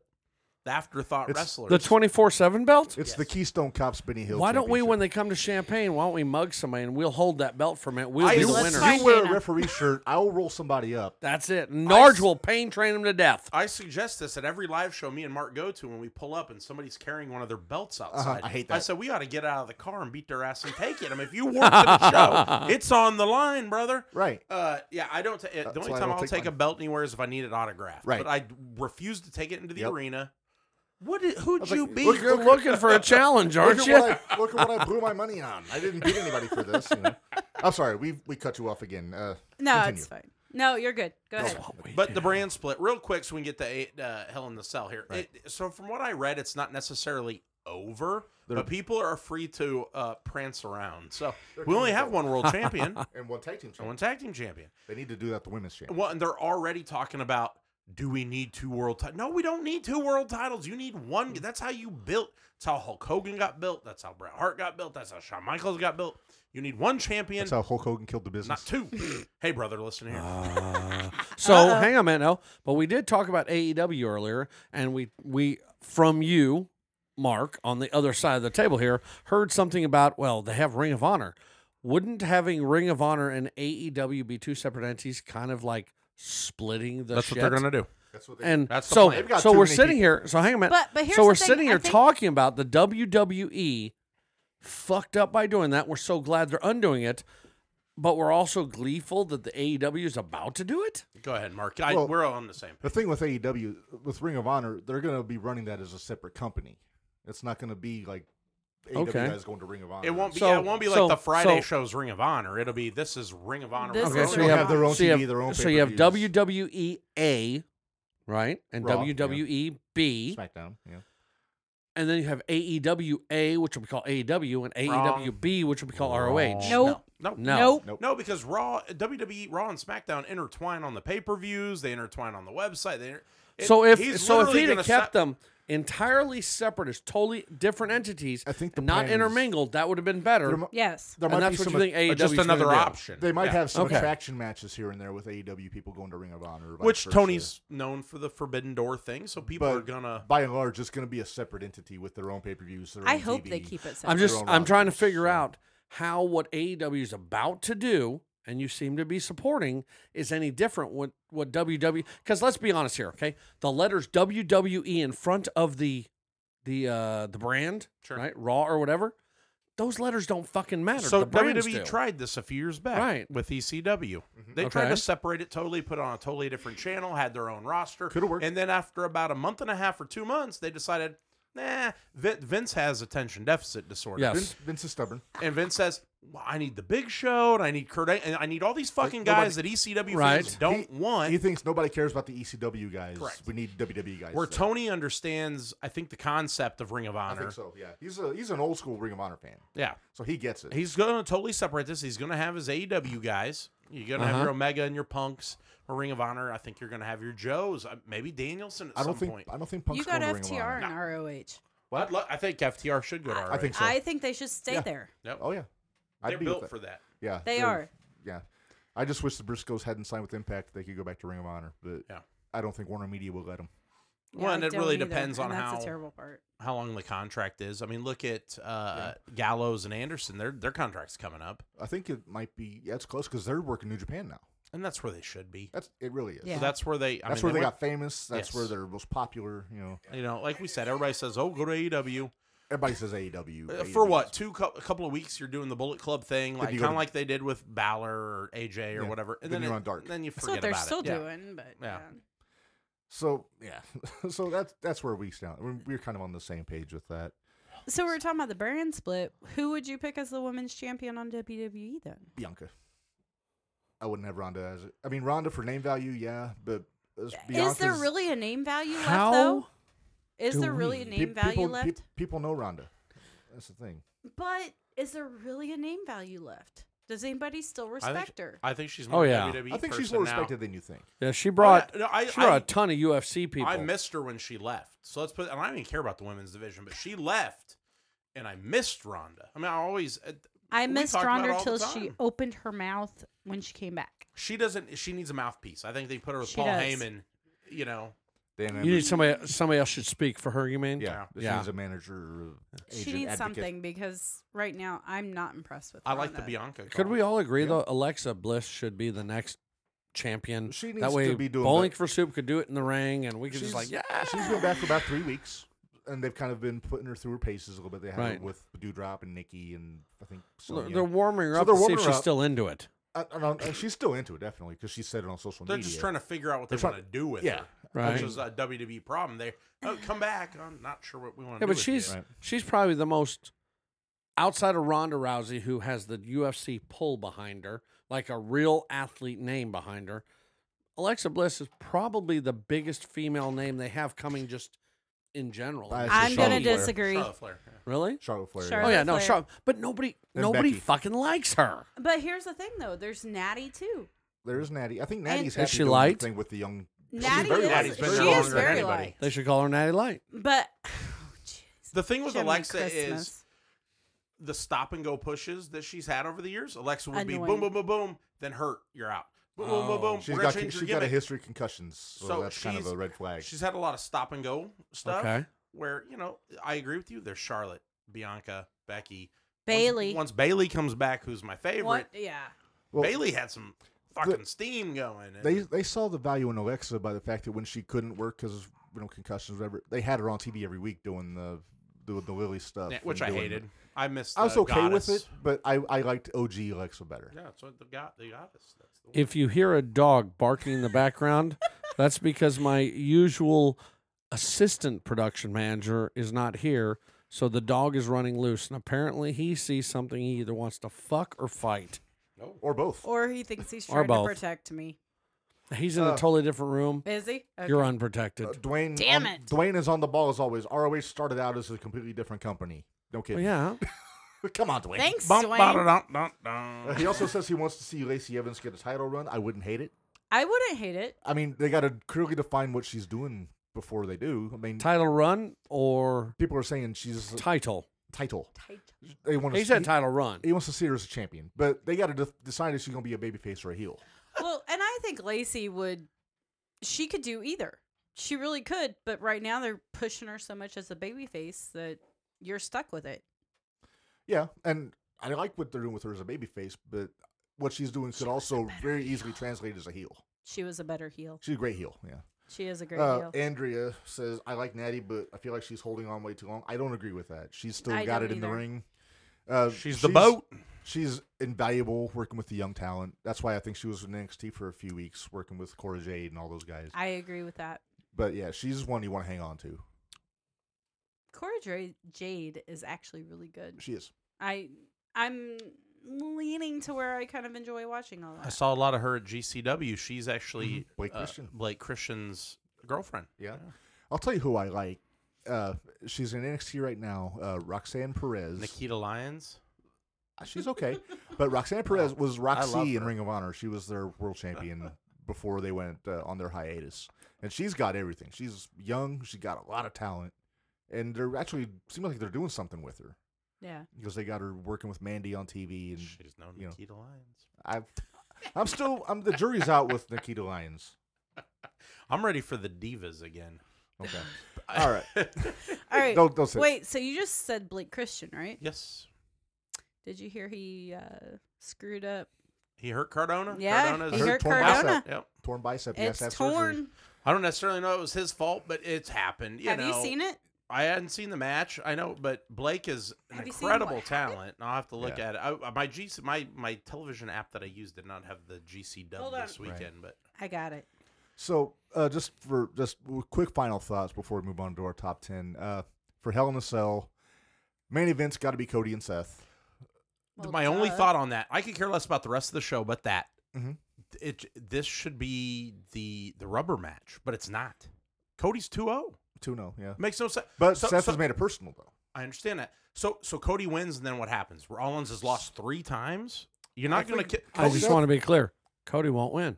Speaker 3: the afterthought
Speaker 2: It's
Speaker 3: wrestlers.
Speaker 5: The twenty four seven belt.
Speaker 2: It's the Keystone Cops Benny Hill.
Speaker 5: Why don't we, when
Speaker 2: Championship.
Speaker 5: they come to Champagne, why don't we mug somebody and we'll hold that belt for a minute? We'll
Speaker 3: I-
Speaker 5: be the
Speaker 3: Let's
Speaker 5: winners.
Speaker 4: find-
Speaker 2: you wear a
Speaker 4: China.
Speaker 2: referee shirt, I'll roll somebody up.
Speaker 5: That's it. Narge
Speaker 3: s-
Speaker 5: will pain train him to death.
Speaker 3: I suggest this at every live show me and Mark go to when we pull up and somebody's carrying one of their belts outside.
Speaker 2: Uh-huh, I hate
Speaker 3: I
Speaker 2: that.
Speaker 3: said we ought to get out of the car and beat their ass and take it. I mean, if you work at the show, it's on the line, brother.
Speaker 2: Right.
Speaker 3: Uh, yeah, I don't. ta-
Speaker 2: That's
Speaker 3: the only
Speaker 2: why I
Speaker 3: time
Speaker 2: don't
Speaker 3: I'll
Speaker 2: take
Speaker 3: take, a
Speaker 2: mine.
Speaker 3: belt anywhere is if I need it autographed.
Speaker 2: Right.
Speaker 3: But I d- refuse to take it into the
Speaker 2: Yep.
Speaker 3: arena. What? Did, who'd
Speaker 2: was
Speaker 3: you
Speaker 2: like,
Speaker 3: be?
Speaker 5: Look, you're looking for a challenge,
Speaker 2: Look
Speaker 5: aren't
Speaker 2: at,
Speaker 5: you?
Speaker 2: what I, look at what I blew my money on. I didn't beat anybody for this. You know? I'm sorry, we we cut you off again. Uh,
Speaker 4: No,
Speaker 2: continue.
Speaker 4: it's fine. No, you're good. Go ahead.
Speaker 3: But the brand split, real quick, so we can get the uh, Hell in the Cell here. It, so, from what I read, it's not necessarily over, but people are free to uh, prance around. So, we only have one world champion
Speaker 2: And one tag team
Speaker 3: and
Speaker 2: champion.
Speaker 3: one tag team champion.
Speaker 2: They need to do that. The women's champion.
Speaker 3: Well, and they're already talking about do we need two world titles? No, we don't need two world titles. You need one. That's how you built. That's how Hulk Hogan got built. That's how Bret Hart got built. That's how Shawn Michaels got built. You need one champion,
Speaker 2: That's how Hulk Hogan killed the
Speaker 3: not
Speaker 2: business.
Speaker 3: two. hey, brother, listen here.
Speaker 5: Uh, So hang on a minute now. But we did talk about AEW earlier, and we we from you, Mark, on the other side of the table here, heard something about well, they have Ring of Honor. Wouldn't having Ring of Honor and AEW be two separate entities, kind of like splitting the?
Speaker 3: That's what they're
Speaker 5: shit?
Speaker 3: gonna do.
Speaker 2: That's what they.
Speaker 5: And
Speaker 3: That's the
Speaker 5: so,
Speaker 3: plan. They've
Speaker 2: got
Speaker 5: so
Speaker 2: too
Speaker 5: we're
Speaker 2: many
Speaker 5: sitting
Speaker 2: people.
Speaker 5: here. So hang on a minute.
Speaker 4: But- but here's
Speaker 5: so we're
Speaker 4: the thing,
Speaker 5: sitting
Speaker 4: I
Speaker 5: here
Speaker 4: think-
Speaker 5: talking about the WWE fucked up by doing that. We're so glad they're undoing it, but we're also gleeful that the AEW is about to do it.
Speaker 3: Go ahead, Mark. I,
Speaker 2: Well-
Speaker 3: we're all on the same.
Speaker 2: the thing with AEW, with Ring of Honor, they're going to be running that as a separate company. It's not going to be like AEW
Speaker 5: Okay.
Speaker 2: guys going to Ring of Honor.
Speaker 3: It won't be.
Speaker 5: So-
Speaker 3: yeah, it won't be like
Speaker 5: so-
Speaker 3: the Friday
Speaker 5: so-
Speaker 3: show's Ring of Honor. It'll be this is Ring of Honor.
Speaker 4: This
Speaker 5: Okay,
Speaker 4: is
Speaker 5: so
Speaker 2: They'll
Speaker 4: Ring
Speaker 5: you
Speaker 2: have
Speaker 4: of
Speaker 2: their
Speaker 4: Honor.
Speaker 2: own
Speaker 5: So you
Speaker 2: TV,
Speaker 5: have-
Speaker 2: their own.
Speaker 5: So you have
Speaker 2: pay-per-views.
Speaker 5: WWE A, right, and
Speaker 2: Raw, yeah.
Speaker 5: WWE B,
Speaker 2: SmackDown. Yeah.
Speaker 5: and then you have AEW A, which will be called AEW, and AEW B, which will be called ROH.
Speaker 4: Nope.
Speaker 3: No. No.
Speaker 5: No.
Speaker 4: Nope.
Speaker 2: Nope.
Speaker 3: No, because Raw, WWE, Raw, and SmackDown intertwine on the pay per views. They intertwine on the website. They inter- it-
Speaker 5: So if
Speaker 3: he's
Speaker 5: so, if
Speaker 3: literally
Speaker 5: he'd have
Speaker 3: gonna
Speaker 5: kept
Speaker 3: stop-
Speaker 5: them entirely separate as totally different entities,
Speaker 2: I think the
Speaker 5: and not
Speaker 2: plan is-
Speaker 5: intermingled, that would have been better.
Speaker 2: There mi-
Speaker 4: Yes.
Speaker 2: there
Speaker 5: and
Speaker 2: might
Speaker 5: that's
Speaker 2: be
Speaker 5: what
Speaker 2: some.
Speaker 5: you think E AEW
Speaker 3: it's just another option.
Speaker 2: They might
Speaker 3: Yeah.
Speaker 2: have some
Speaker 5: Okay.
Speaker 2: attraction matches here and there with AEW people going to Ring of Honor, or vice
Speaker 3: which
Speaker 2: versa.
Speaker 3: Tony's known for the Forbidden Door thing. So people
Speaker 2: But
Speaker 3: are gonna.
Speaker 2: by and large, it's going to be a separate entity with their own pay per views.
Speaker 4: I hope they keep it separate.
Speaker 5: I'm just
Speaker 2: own
Speaker 5: I'm trying to
Speaker 2: rosters,
Speaker 5: figure
Speaker 2: so.
Speaker 5: out how what AEW is about to do, and you seem to be supporting, is any different what what WWE? Because let's be honest here, okay? The letters E WWE in front of the the uh the brand,
Speaker 3: Sure.
Speaker 5: right? Raw or whatever Those letters don't fucking matter.
Speaker 3: So E
Speaker 5: the brands
Speaker 3: WWE
Speaker 5: do.
Speaker 3: tried this a few years back
Speaker 5: Right.
Speaker 3: with ECW. They tried
Speaker 5: Okay.
Speaker 3: to separate it totally, put it on a totally different channel, had their own roster.
Speaker 2: Coulda worked.
Speaker 3: And then after about a month and a half or two months, they decided, nah, Vin- Vince has attention deficit disorder.
Speaker 5: Yes.
Speaker 2: Vince, Vince is stubborn.
Speaker 3: And Vince says, well, I need the Big Show and I need Kurt Ang- and I need all these fucking
Speaker 2: nobody-
Speaker 3: guys that ECW fans
Speaker 5: Right.
Speaker 3: don't want.
Speaker 2: He thinks nobody cares about the ECW guys.
Speaker 3: Correct.
Speaker 2: We need WWE guys.
Speaker 3: where
Speaker 2: So,
Speaker 3: Tony understands, I think, the concept of Ring of
Speaker 2: I
Speaker 3: Honor.
Speaker 2: think so. Yeah, he's a he's an old school Ring of Honor fan,
Speaker 3: Yeah.
Speaker 2: so he gets it.
Speaker 3: He's going to totally separate this. He's going to have his AEW guys. You're going to have
Speaker 5: Uh-huh.
Speaker 3: your Omega and your Punks or Ring of Honor. I think you're going to have your Joes. uh, Maybe Danielson at
Speaker 2: I don't
Speaker 3: some
Speaker 2: think
Speaker 3: point.
Speaker 2: I don't think Punk's
Speaker 4: you got
Speaker 2: going to Ring of
Speaker 4: FTR
Speaker 2: Honor.
Speaker 4: and ROH.
Speaker 3: I'd lo- I think FTR should go to ROH.
Speaker 2: I think so.
Speaker 4: I think they should stay
Speaker 2: Yeah.
Speaker 4: there.
Speaker 3: Yep.
Speaker 2: oh yeah,
Speaker 3: They're
Speaker 2: be with
Speaker 3: built
Speaker 2: that.
Speaker 3: for that.
Speaker 2: Yeah,
Speaker 4: They
Speaker 2: they're-
Speaker 4: are.
Speaker 2: Yeah, I just wish the Briscoes hadn't signed with Impact. They could go back to Ring of Honor, but
Speaker 3: Yeah.
Speaker 2: I don't think Warner Media will let them.
Speaker 3: Well, and
Speaker 4: I
Speaker 3: it really
Speaker 4: don't either,
Speaker 3: depends on
Speaker 4: and that's
Speaker 3: how-
Speaker 4: the terrible part.
Speaker 3: How long the contract is. I mean, look at uh, Gallows and Anderson. Their their contract's coming up,
Speaker 2: I think it might be. Yeah, it's close because they're working New Japan now.
Speaker 3: and that's where they should be.
Speaker 2: That's it. Really is.
Speaker 4: Yeah.
Speaker 3: So that's where they. I
Speaker 2: That's
Speaker 3: mean,
Speaker 2: where they,
Speaker 3: were-
Speaker 2: got famous. That's where
Speaker 3: Yes.
Speaker 2: they're most popular. You know,
Speaker 3: You know, like we said, everybody says, "Oh, go to AEW."
Speaker 2: everybody says E AEW
Speaker 3: Uh, for
Speaker 2: AEW.
Speaker 3: what two cou- a couple of weeks you're doing the Bullet Club thing, like
Speaker 2: you
Speaker 3: kind
Speaker 2: go
Speaker 3: of
Speaker 2: to-
Speaker 3: like they did with Balor or AJ or
Speaker 2: Yeah,
Speaker 3: whatever, and
Speaker 2: then
Speaker 3: then,
Speaker 2: you're
Speaker 3: it-
Speaker 2: on Dark.
Speaker 3: Then you
Speaker 4: That's
Speaker 3: forget
Speaker 4: what they're
Speaker 3: about
Speaker 4: still
Speaker 3: it. Yeah.
Speaker 4: doing, but yeah.
Speaker 3: Yeah.
Speaker 2: So yeah, so that's that's where we stand. We're, we're kind of on the same page with that.
Speaker 4: So we we're talking about the brand split. Who would you pick as the women's champion on WWE then?
Speaker 2: Bianca. I wouldn't have Ronda as it. I mean, Ronda for name value, yeah, but as
Speaker 4: Is there
Speaker 2: Bianca's-
Speaker 4: really a name value
Speaker 5: How?
Speaker 4: left though? Is
Speaker 5: do
Speaker 4: there really a
Speaker 5: we-
Speaker 2: pe-
Speaker 4: name value
Speaker 2: people,
Speaker 4: left?
Speaker 2: pe- people know Ronda. That's the thing.
Speaker 4: but is there really a name value left? Does anybody still
Speaker 3: I
Speaker 4: respect
Speaker 3: think,
Speaker 4: her?
Speaker 3: I think she's
Speaker 5: Oh,
Speaker 3: more oh,
Speaker 5: yeah.
Speaker 3: yeah.
Speaker 2: I think she's more respected than you think.
Speaker 5: Yeah, she brought
Speaker 3: no, I-
Speaker 5: she brought
Speaker 3: I-
Speaker 5: a ton of UFC people.
Speaker 3: I missed her when she left. So let's put, and I don't even care about the women's division, but she left, and I missed Ronda. I mean, I always uh,
Speaker 4: I
Speaker 3: we
Speaker 4: missed
Speaker 3: talked about it
Speaker 4: Ronda
Speaker 3: all
Speaker 4: till
Speaker 3: the
Speaker 4: she
Speaker 3: time.
Speaker 4: opened her mouth when she came back.
Speaker 3: she doesn't. She needs a mouthpiece. I think they put her with
Speaker 4: She
Speaker 3: Paul
Speaker 4: does.
Speaker 3: Heyman. You know,
Speaker 2: Dan
Speaker 5: You need
Speaker 2: Andrews-
Speaker 5: somebody. Somebody else should speak for her. You mean?
Speaker 2: yeah, this
Speaker 5: Yeah.
Speaker 2: is a manager. or Agent,
Speaker 4: she needs
Speaker 2: advocate.
Speaker 4: something because right now I'm not impressed with.
Speaker 3: I like the
Speaker 4: Ronda.
Speaker 3: Bianca.
Speaker 5: Could
Speaker 3: call.
Speaker 5: we all agree though? Alexa Bliss should be the next champion.
Speaker 2: She needs
Speaker 5: that way,
Speaker 2: to be doing
Speaker 5: bowling
Speaker 2: that.
Speaker 5: for soup could do it in the ring, and we could just like yeah.
Speaker 2: She's been back for about three weeks, and they've kind of been putting her through her paces a little bit. They had her
Speaker 5: Right.
Speaker 2: with Dewdrop and Nikki, and I think
Speaker 5: They're
Speaker 2: Sonya.
Speaker 5: they're warming her
Speaker 2: So
Speaker 5: up
Speaker 2: they're
Speaker 5: to see
Speaker 2: warming
Speaker 5: if
Speaker 2: her
Speaker 5: she's
Speaker 2: up.
Speaker 5: still into it.
Speaker 2: I, I don't, and she's still into it definitely because she said it on social
Speaker 3: They're
Speaker 2: media.
Speaker 3: just trying to figure out what they
Speaker 2: They're
Speaker 3: want to do with
Speaker 2: yeah,
Speaker 3: her,
Speaker 5: Right.
Speaker 3: which is a WWE problem. They oh, come back. I'm not sure what we want to do.
Speaker 5: Yeah, but
Speaker 3: with you."
Speaker 5: she's
Speaker 2: Right.
Speaker 5: she's probably the most outside of Ronda Rousey who has the UFC pull behind her, like a real athlete name behind her. Alexa Bliss is probably the biggest female name they have coming just in general.
Speaker 2: By a
Speaker 4: I'm gonna
Speaker 2: Charlotte Flair.
Speaker 4: disagree.
Speaker 3: Charlotte Flair. yeah.
Speaker 5: Really?
Speaker 2: Charlotte Flair.
Speaker 4: Charlotte
Speaker 5: Oh yeah, no,
Speaker 4: Flair.
Speaker 5: sure. But nobody
Speaker 2: And
Speaker 5: nobody
Speaker 2: Becky.
Speaker 5: fucking likes her.
Speaker 4: But here's the thing though, there's Natty too.
Speaker 2: There is Natty. I think
Speaker 4: And-
Speaker 2: Natty's
Speaker 4: Is
Speaker 2: happy
Speaker 5: she
Speaker 2: doing her
Speaker 5: light?
Speaker 2: thing with the young.
Speaker 4: Natty
Speaker 2: very
Speaker 4: is,
Speaker 2: light. She's
Speaker 4: she
Speaker 2: been there
Speaker 4: is
Speaker 2: longer than
Speaker 4: very
Speaker 3: anybody.
Speaker 4: light.
Speaker 5: They should call her Natty Light.
Speaker 4: But
Speaker 3: The thing with
Speaker 4: Jiminy
Speaker 3: Alexa is
Speaker 4: Christmas.
Speaker 3: the stop and go pushes that she's had over the years. Alexa would be boom,
Speaker 4: Annoying.
Speaker 3: boom, boom, boom, then hurt, you're out. Boom, boom, boom, boom.
Speaker 2: Oh, She's
Speaker 3: we're gonna
Speaker 2: got
Speaker 3: change
Speaker 2: she's
Speaker 3: your
Speaker 2: got a
Speaker 3: gimmick.
Speaker 2: history of concussions, so,
Speaker 3: So
Speaker 2: that's kind of
Speaker 3: she's-
Speaker 2: a red flag.
Speaker 3: She's had a lot of stop and go stuff.
Speaker 5: Okay.
Speaker 3: Where you know, I agree with you. There's Charlotte, Bianca, Becky, Once-
Speaker 4: Bailey.
Speaker 3: Once, Bailey comes back, who's my favorite?
Speaker 4: What? Yeah.
Speaker 2: Well,
Speaker 3: Bailey had some fucking steam going. and-
Speaker 2: They they saw the value in Alexa by the fact that when she couldn't work because you know concussions, whatever, they had her on TV every week doing the doing the Lily stuff,
Speaker 3: yeah, which
Speaker 2: and
Speaker 3: I
Speaker 2: doing-
Speaker 3: hated. I missed.
Speaker 2: I was
Speaker 3: the
Speaker 2: okay with
Speaker 3: goddess.
Speaker 2: it, but I, I liked OG Alexa better.
Speaker 3: Yeah, so the god, the goddess. That's the one.
Speaker 5: If you hear a dog barking in the background, that's because my usual assistant production manager is not here. So the dog is running loose, and apparently he sees something he either wants to fuck or fight.
Speaker 2: Or
Speaker 5: Oh,
Speaker 2: both.
Speaker 4: Or he thinks he's
Speaker 5: Or
Speaker 4: trying
Speaker 5: both.
Speaker 4: to protect me.
Speaker 5: He's in a
Speaker 2: Uh,
Speaker 5: totally different room.
Speaker 4: Is he? Okay.
Speaker 5: You're
Speaker 2: Uh,
Speaker 5: unprotected.
Speaker 2: Dwayne,
Speaker 4: Damn
Speaker 2: on-
Speaker 4: it.
Speaker 2: Dwayne is on the ball as always. ROH started out as a completely different company. No
Speaker 5: Well,
Speaker 2: kidding.
Speaker 5: Oh, yeah.
Speaker 2: Come on, Dwayne.
Speaker 4: Thanks,
Speaker 3: Bum,
Speaker 4: Dwayne.
Speaker 3: ba-da-dum, dum, dum.
Speaker 2: Uh, he also says he wants to see Lacey Evans get a title run. I wouldn't hate it.
Speaker 4: I wouldn't hate it.
Speaker 2: I mean, they got to clearly define what she's doing before they do. I mean,
Speaker 5: title run or
Speaker 2: people are saying she's a
Speaker 5: title?
Speaker 2: title. They want to.
Speaker 5: He said title run.
Speaker 2: He wants to see her as a champion, but they got to de- decide if she's going to be a babyface or a heel.
Speaker 4: Well, and I think Lacey would. She could do either. She really could, but right now they're pushing her so much as a baby face that you're stuck with it.
Speaker 2: Yeah, and I like what they're doing with her as a babyface, but what she's doing could also very easily translate as a heel.
Speaker 4: She was a better heel.
Speaker 2: She's a great heel. Yeah.
Speaker 4: She is a great
Speaker 2: Uh,
Speaker 4: heel.
Speaker 2: Andrea says, "I like Natty, but I feel like she's holding on way too long." I don't agree with that. She's still
Speaker 4: I
Speaker 2: got it
Speaker 4: don't
Speaker 2: in the
Speaker 4: either.
Speaker 2: ring. Uh,
Speaker 3: She's the boat.
Speaker 2: She's invaluable working with the young talent. That's why I think she was in NXT for a few weeks working with Cora Jade and all those guys.
Speaker 4: I agree with that.
Speaker 2: But yeah, she's one you want to hang on to.
Speaker 4: Cora Dra- Jade is actually really good.
Speaker 2: She is.
Speaker 4: I I'm leaning to where I kind of enjoy watching all that.
Speaker 3: I saw a lot of her at GCW. She's actually
Speaker 2: Mhm. Blake
Speaker 3: uh,
Speaker 2: Christian.
Speaker 3: Blake Christian's girlfriend.
Speaker 2: Yeah. I'll tell you who I like. Uh, she's in NXT right now. Uh, Roxanne Perez. Uh,
Speaker 3: Nikita Lyons.
Speaker 2: She's okay, but Roxanne Perez was Roxy in
Speaker 3: her.
Speaker 2: Ring of Honor. She was their world champion before they went uh, on their hiatus, and she's got everything. She's young. She got a lot of talent, and they're actually seems like they're doing something with her
Speaker 4: yeah.
Speaker 2: because they got her working with Mandy on TV. And
Speaker 3: She's known
Speaker 2: you know.
Speaker 3: Nikita Lyons.
Speaker 2: I, I'm still I'm the jury's out with Nikita Lyons.
Speaker 3: I'm ready for the divas again.
Speaker 2: Okay, all right.
Speaker 4: All right.
Speaker 2: Don't don't say
Speaker 4: Wait, so you just said Blake Christian, right?
Speaker 3: yes.
Speaker 4: Did you hear he uh, screwed up?
Speaker 3: He hurt Cardona.
Speaker 4: Yeah,
Speaker 3: Cardona's
Speaker 4: he
Speaker 2: hurt
Speaker 4: hurt
Speaker 2: torn
Speaker 4: Cardona.
Speaker 2: bicep.
Speaker 3: Yep.
Speaker 2: torn bicep.
Speaker 4: It's
Speaker 2: yes, that's
Speaker 4: torn.
Speaker 2: surgery.
Speaker 3: I don't necessarily know it was his fault, but it's happened. You
Speaker 4: Have you
Speaker 3: know.
Speaker 4: seen it?
Speaker 3: I hadn't seen the match. I know, but Blake is an
Speaker 4: Have you seen what
Speaker 3: incredible
Speaker 4: happened?
Speaker 3: talent. I'll have to look
Speaker 2: Yeah.
Speaker 3: at it. I, uh, my GC, my my television app that I used did not have the GC dub
Speaker 4: Hold on.
Speaker 3: this weekend, but
Speaker 4: I got it.
Speaker 2: So, uh, just for just w- quick final thoughts before we move on to our top ten. Uh, for Hell in a Cell, main event's got to be Cody and Seth.
Speaker 4: Well,
Speaker 3: my only
Speaker 4: duh.
Speaker 3: thought on that, I could care less about the rest of the show, but that
Speaker 5: Mm-hmm.
Speaker 2: Mhm.
Speaker 3: it this should be the the rubber match, but it's not. Cody's 2-0.
Speaker 2: Two no, yeah.
Speaker 3: Makes no sense.
Speaker 2: But
Speaker 3: So-
Speaker 2: Seth
Speaker 3: so-
Speaker 2: has made it personal though.
Speaker 3: I understand that. So so Cody wins, and then what happens? Rollins has lost three times. You're not going to kill.
Speaker 5: I just want to be clear. Cody won't win.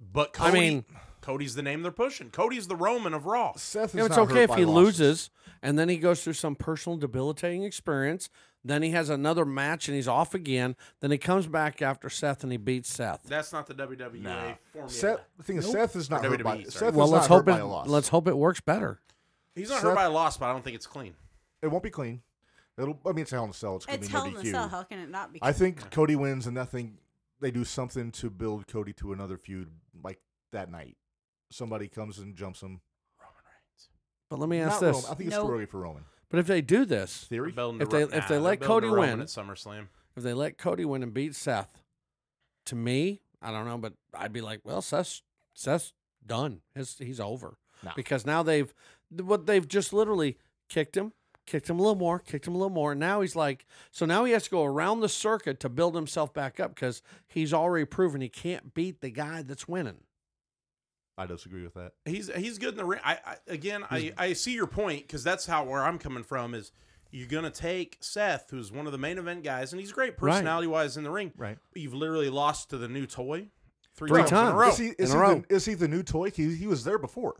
Speaker 3: But Cody,
Speaker 5: I mean,
Speaker 3: Cody's the name they're pushing. Cody's the Roman of Raw.
Speaker 2: Seth is
Speaker 5: yeah, it's
Speaker 2: not
Speaker 5: okay
Speaker 2: hurt
Speaker 5: if
Speaker 2: by
Speaker 5: he
Speaker 2: losses.
Speaker 5: loses and then he goes through some personal debilitating experience. Then he has another match and he's off again. Then he comes back after Seth and he beats Seth.
Speaker 3: That's not the WWE formula.
Speaker 2: Seth, the thing is, Seth is not
Speaker 3: Or
Speaker 2: hurt by
Speaker 3: WWE, sorry.
Speaker 2: Seth
Speaker 5: well,
Speaker 2: is not
Speaker 5: let's hope
Speaker 2: hurt by
Speaker 5: it
Speaker 2: a loss.
Speaker 5: let's hope it works better.
Speaker 3: He's not
Speaker 2: Seth-
Speaker 3: hurt by a loss, but I don't think it's clean.
Speaker 2: It won't be clean. It'll. I mean, it's Hell in a Cell. It's gonna
Speaker 4: It's
Speaker 2: be no
Speaker 4: Hell in a
Speaker 2: DQ.
Speaker 4: Cell. How can it not be?
Speaker 2: I think Cody wins, and nothing. They do something to build Cody to another feud like that night. Somebody comes and jumps him.
Speaker 3: Roman Reigns.
Speaker 5: But let me ask
Speaker 2: Not Roman.
Speaker 5: this:
Speaker 2: I think it's
Speaker 4: No.
Speaker 2: too early for Roman.
Speaker 5: But if they do this,
Speaker 2: Theory.
Speaker 3: Building
Speaker 5: If
Speaker 3: to Ro-
Speaker 5: they- if they
Speaker 3: nah,
Speaker 5: let
Speaker 3: they're building
Speaker 5: Cody
Speaker 3: to Roman
Speaker 5: win-
Speaker 3: at SummerSlam,
Speaker 5: if they let Cody win and beat Seth, to me, I don't know, but I'd be like, well, Seth's Seth's done. His, he's over
Speaker 2: No.
Speaker 5: because now they've what they've just literally kicked him, kicked him a little more, kicked him a little more. And now he's like, so now he has to go around the circuit to build himself back up because he's already proven he can't beat the guy that's winning.
Speaker 2: I disagree with that.
Speaker 3: he's he's good in the ring. I, I again, I, I see your point because that's how where I'm coming from is you're gonna take Seth, who's one of the main event guys, and he's great
Speaker 5: Right.
Speaker 3: personality wise in the ring.
Speaker 2: Right.
Speaker 3: You've literally lost to the new toy three,
Speaker 5: Three
Speaker 3: times, in
Speaker 5: times.
Speaker 3: a row.
Speaker 2: Is he, is,
Speaker 5: in
Speaker 2: he
Speaker 5: a row.
Speaker 2: The, is he the new toy? He, he was there before.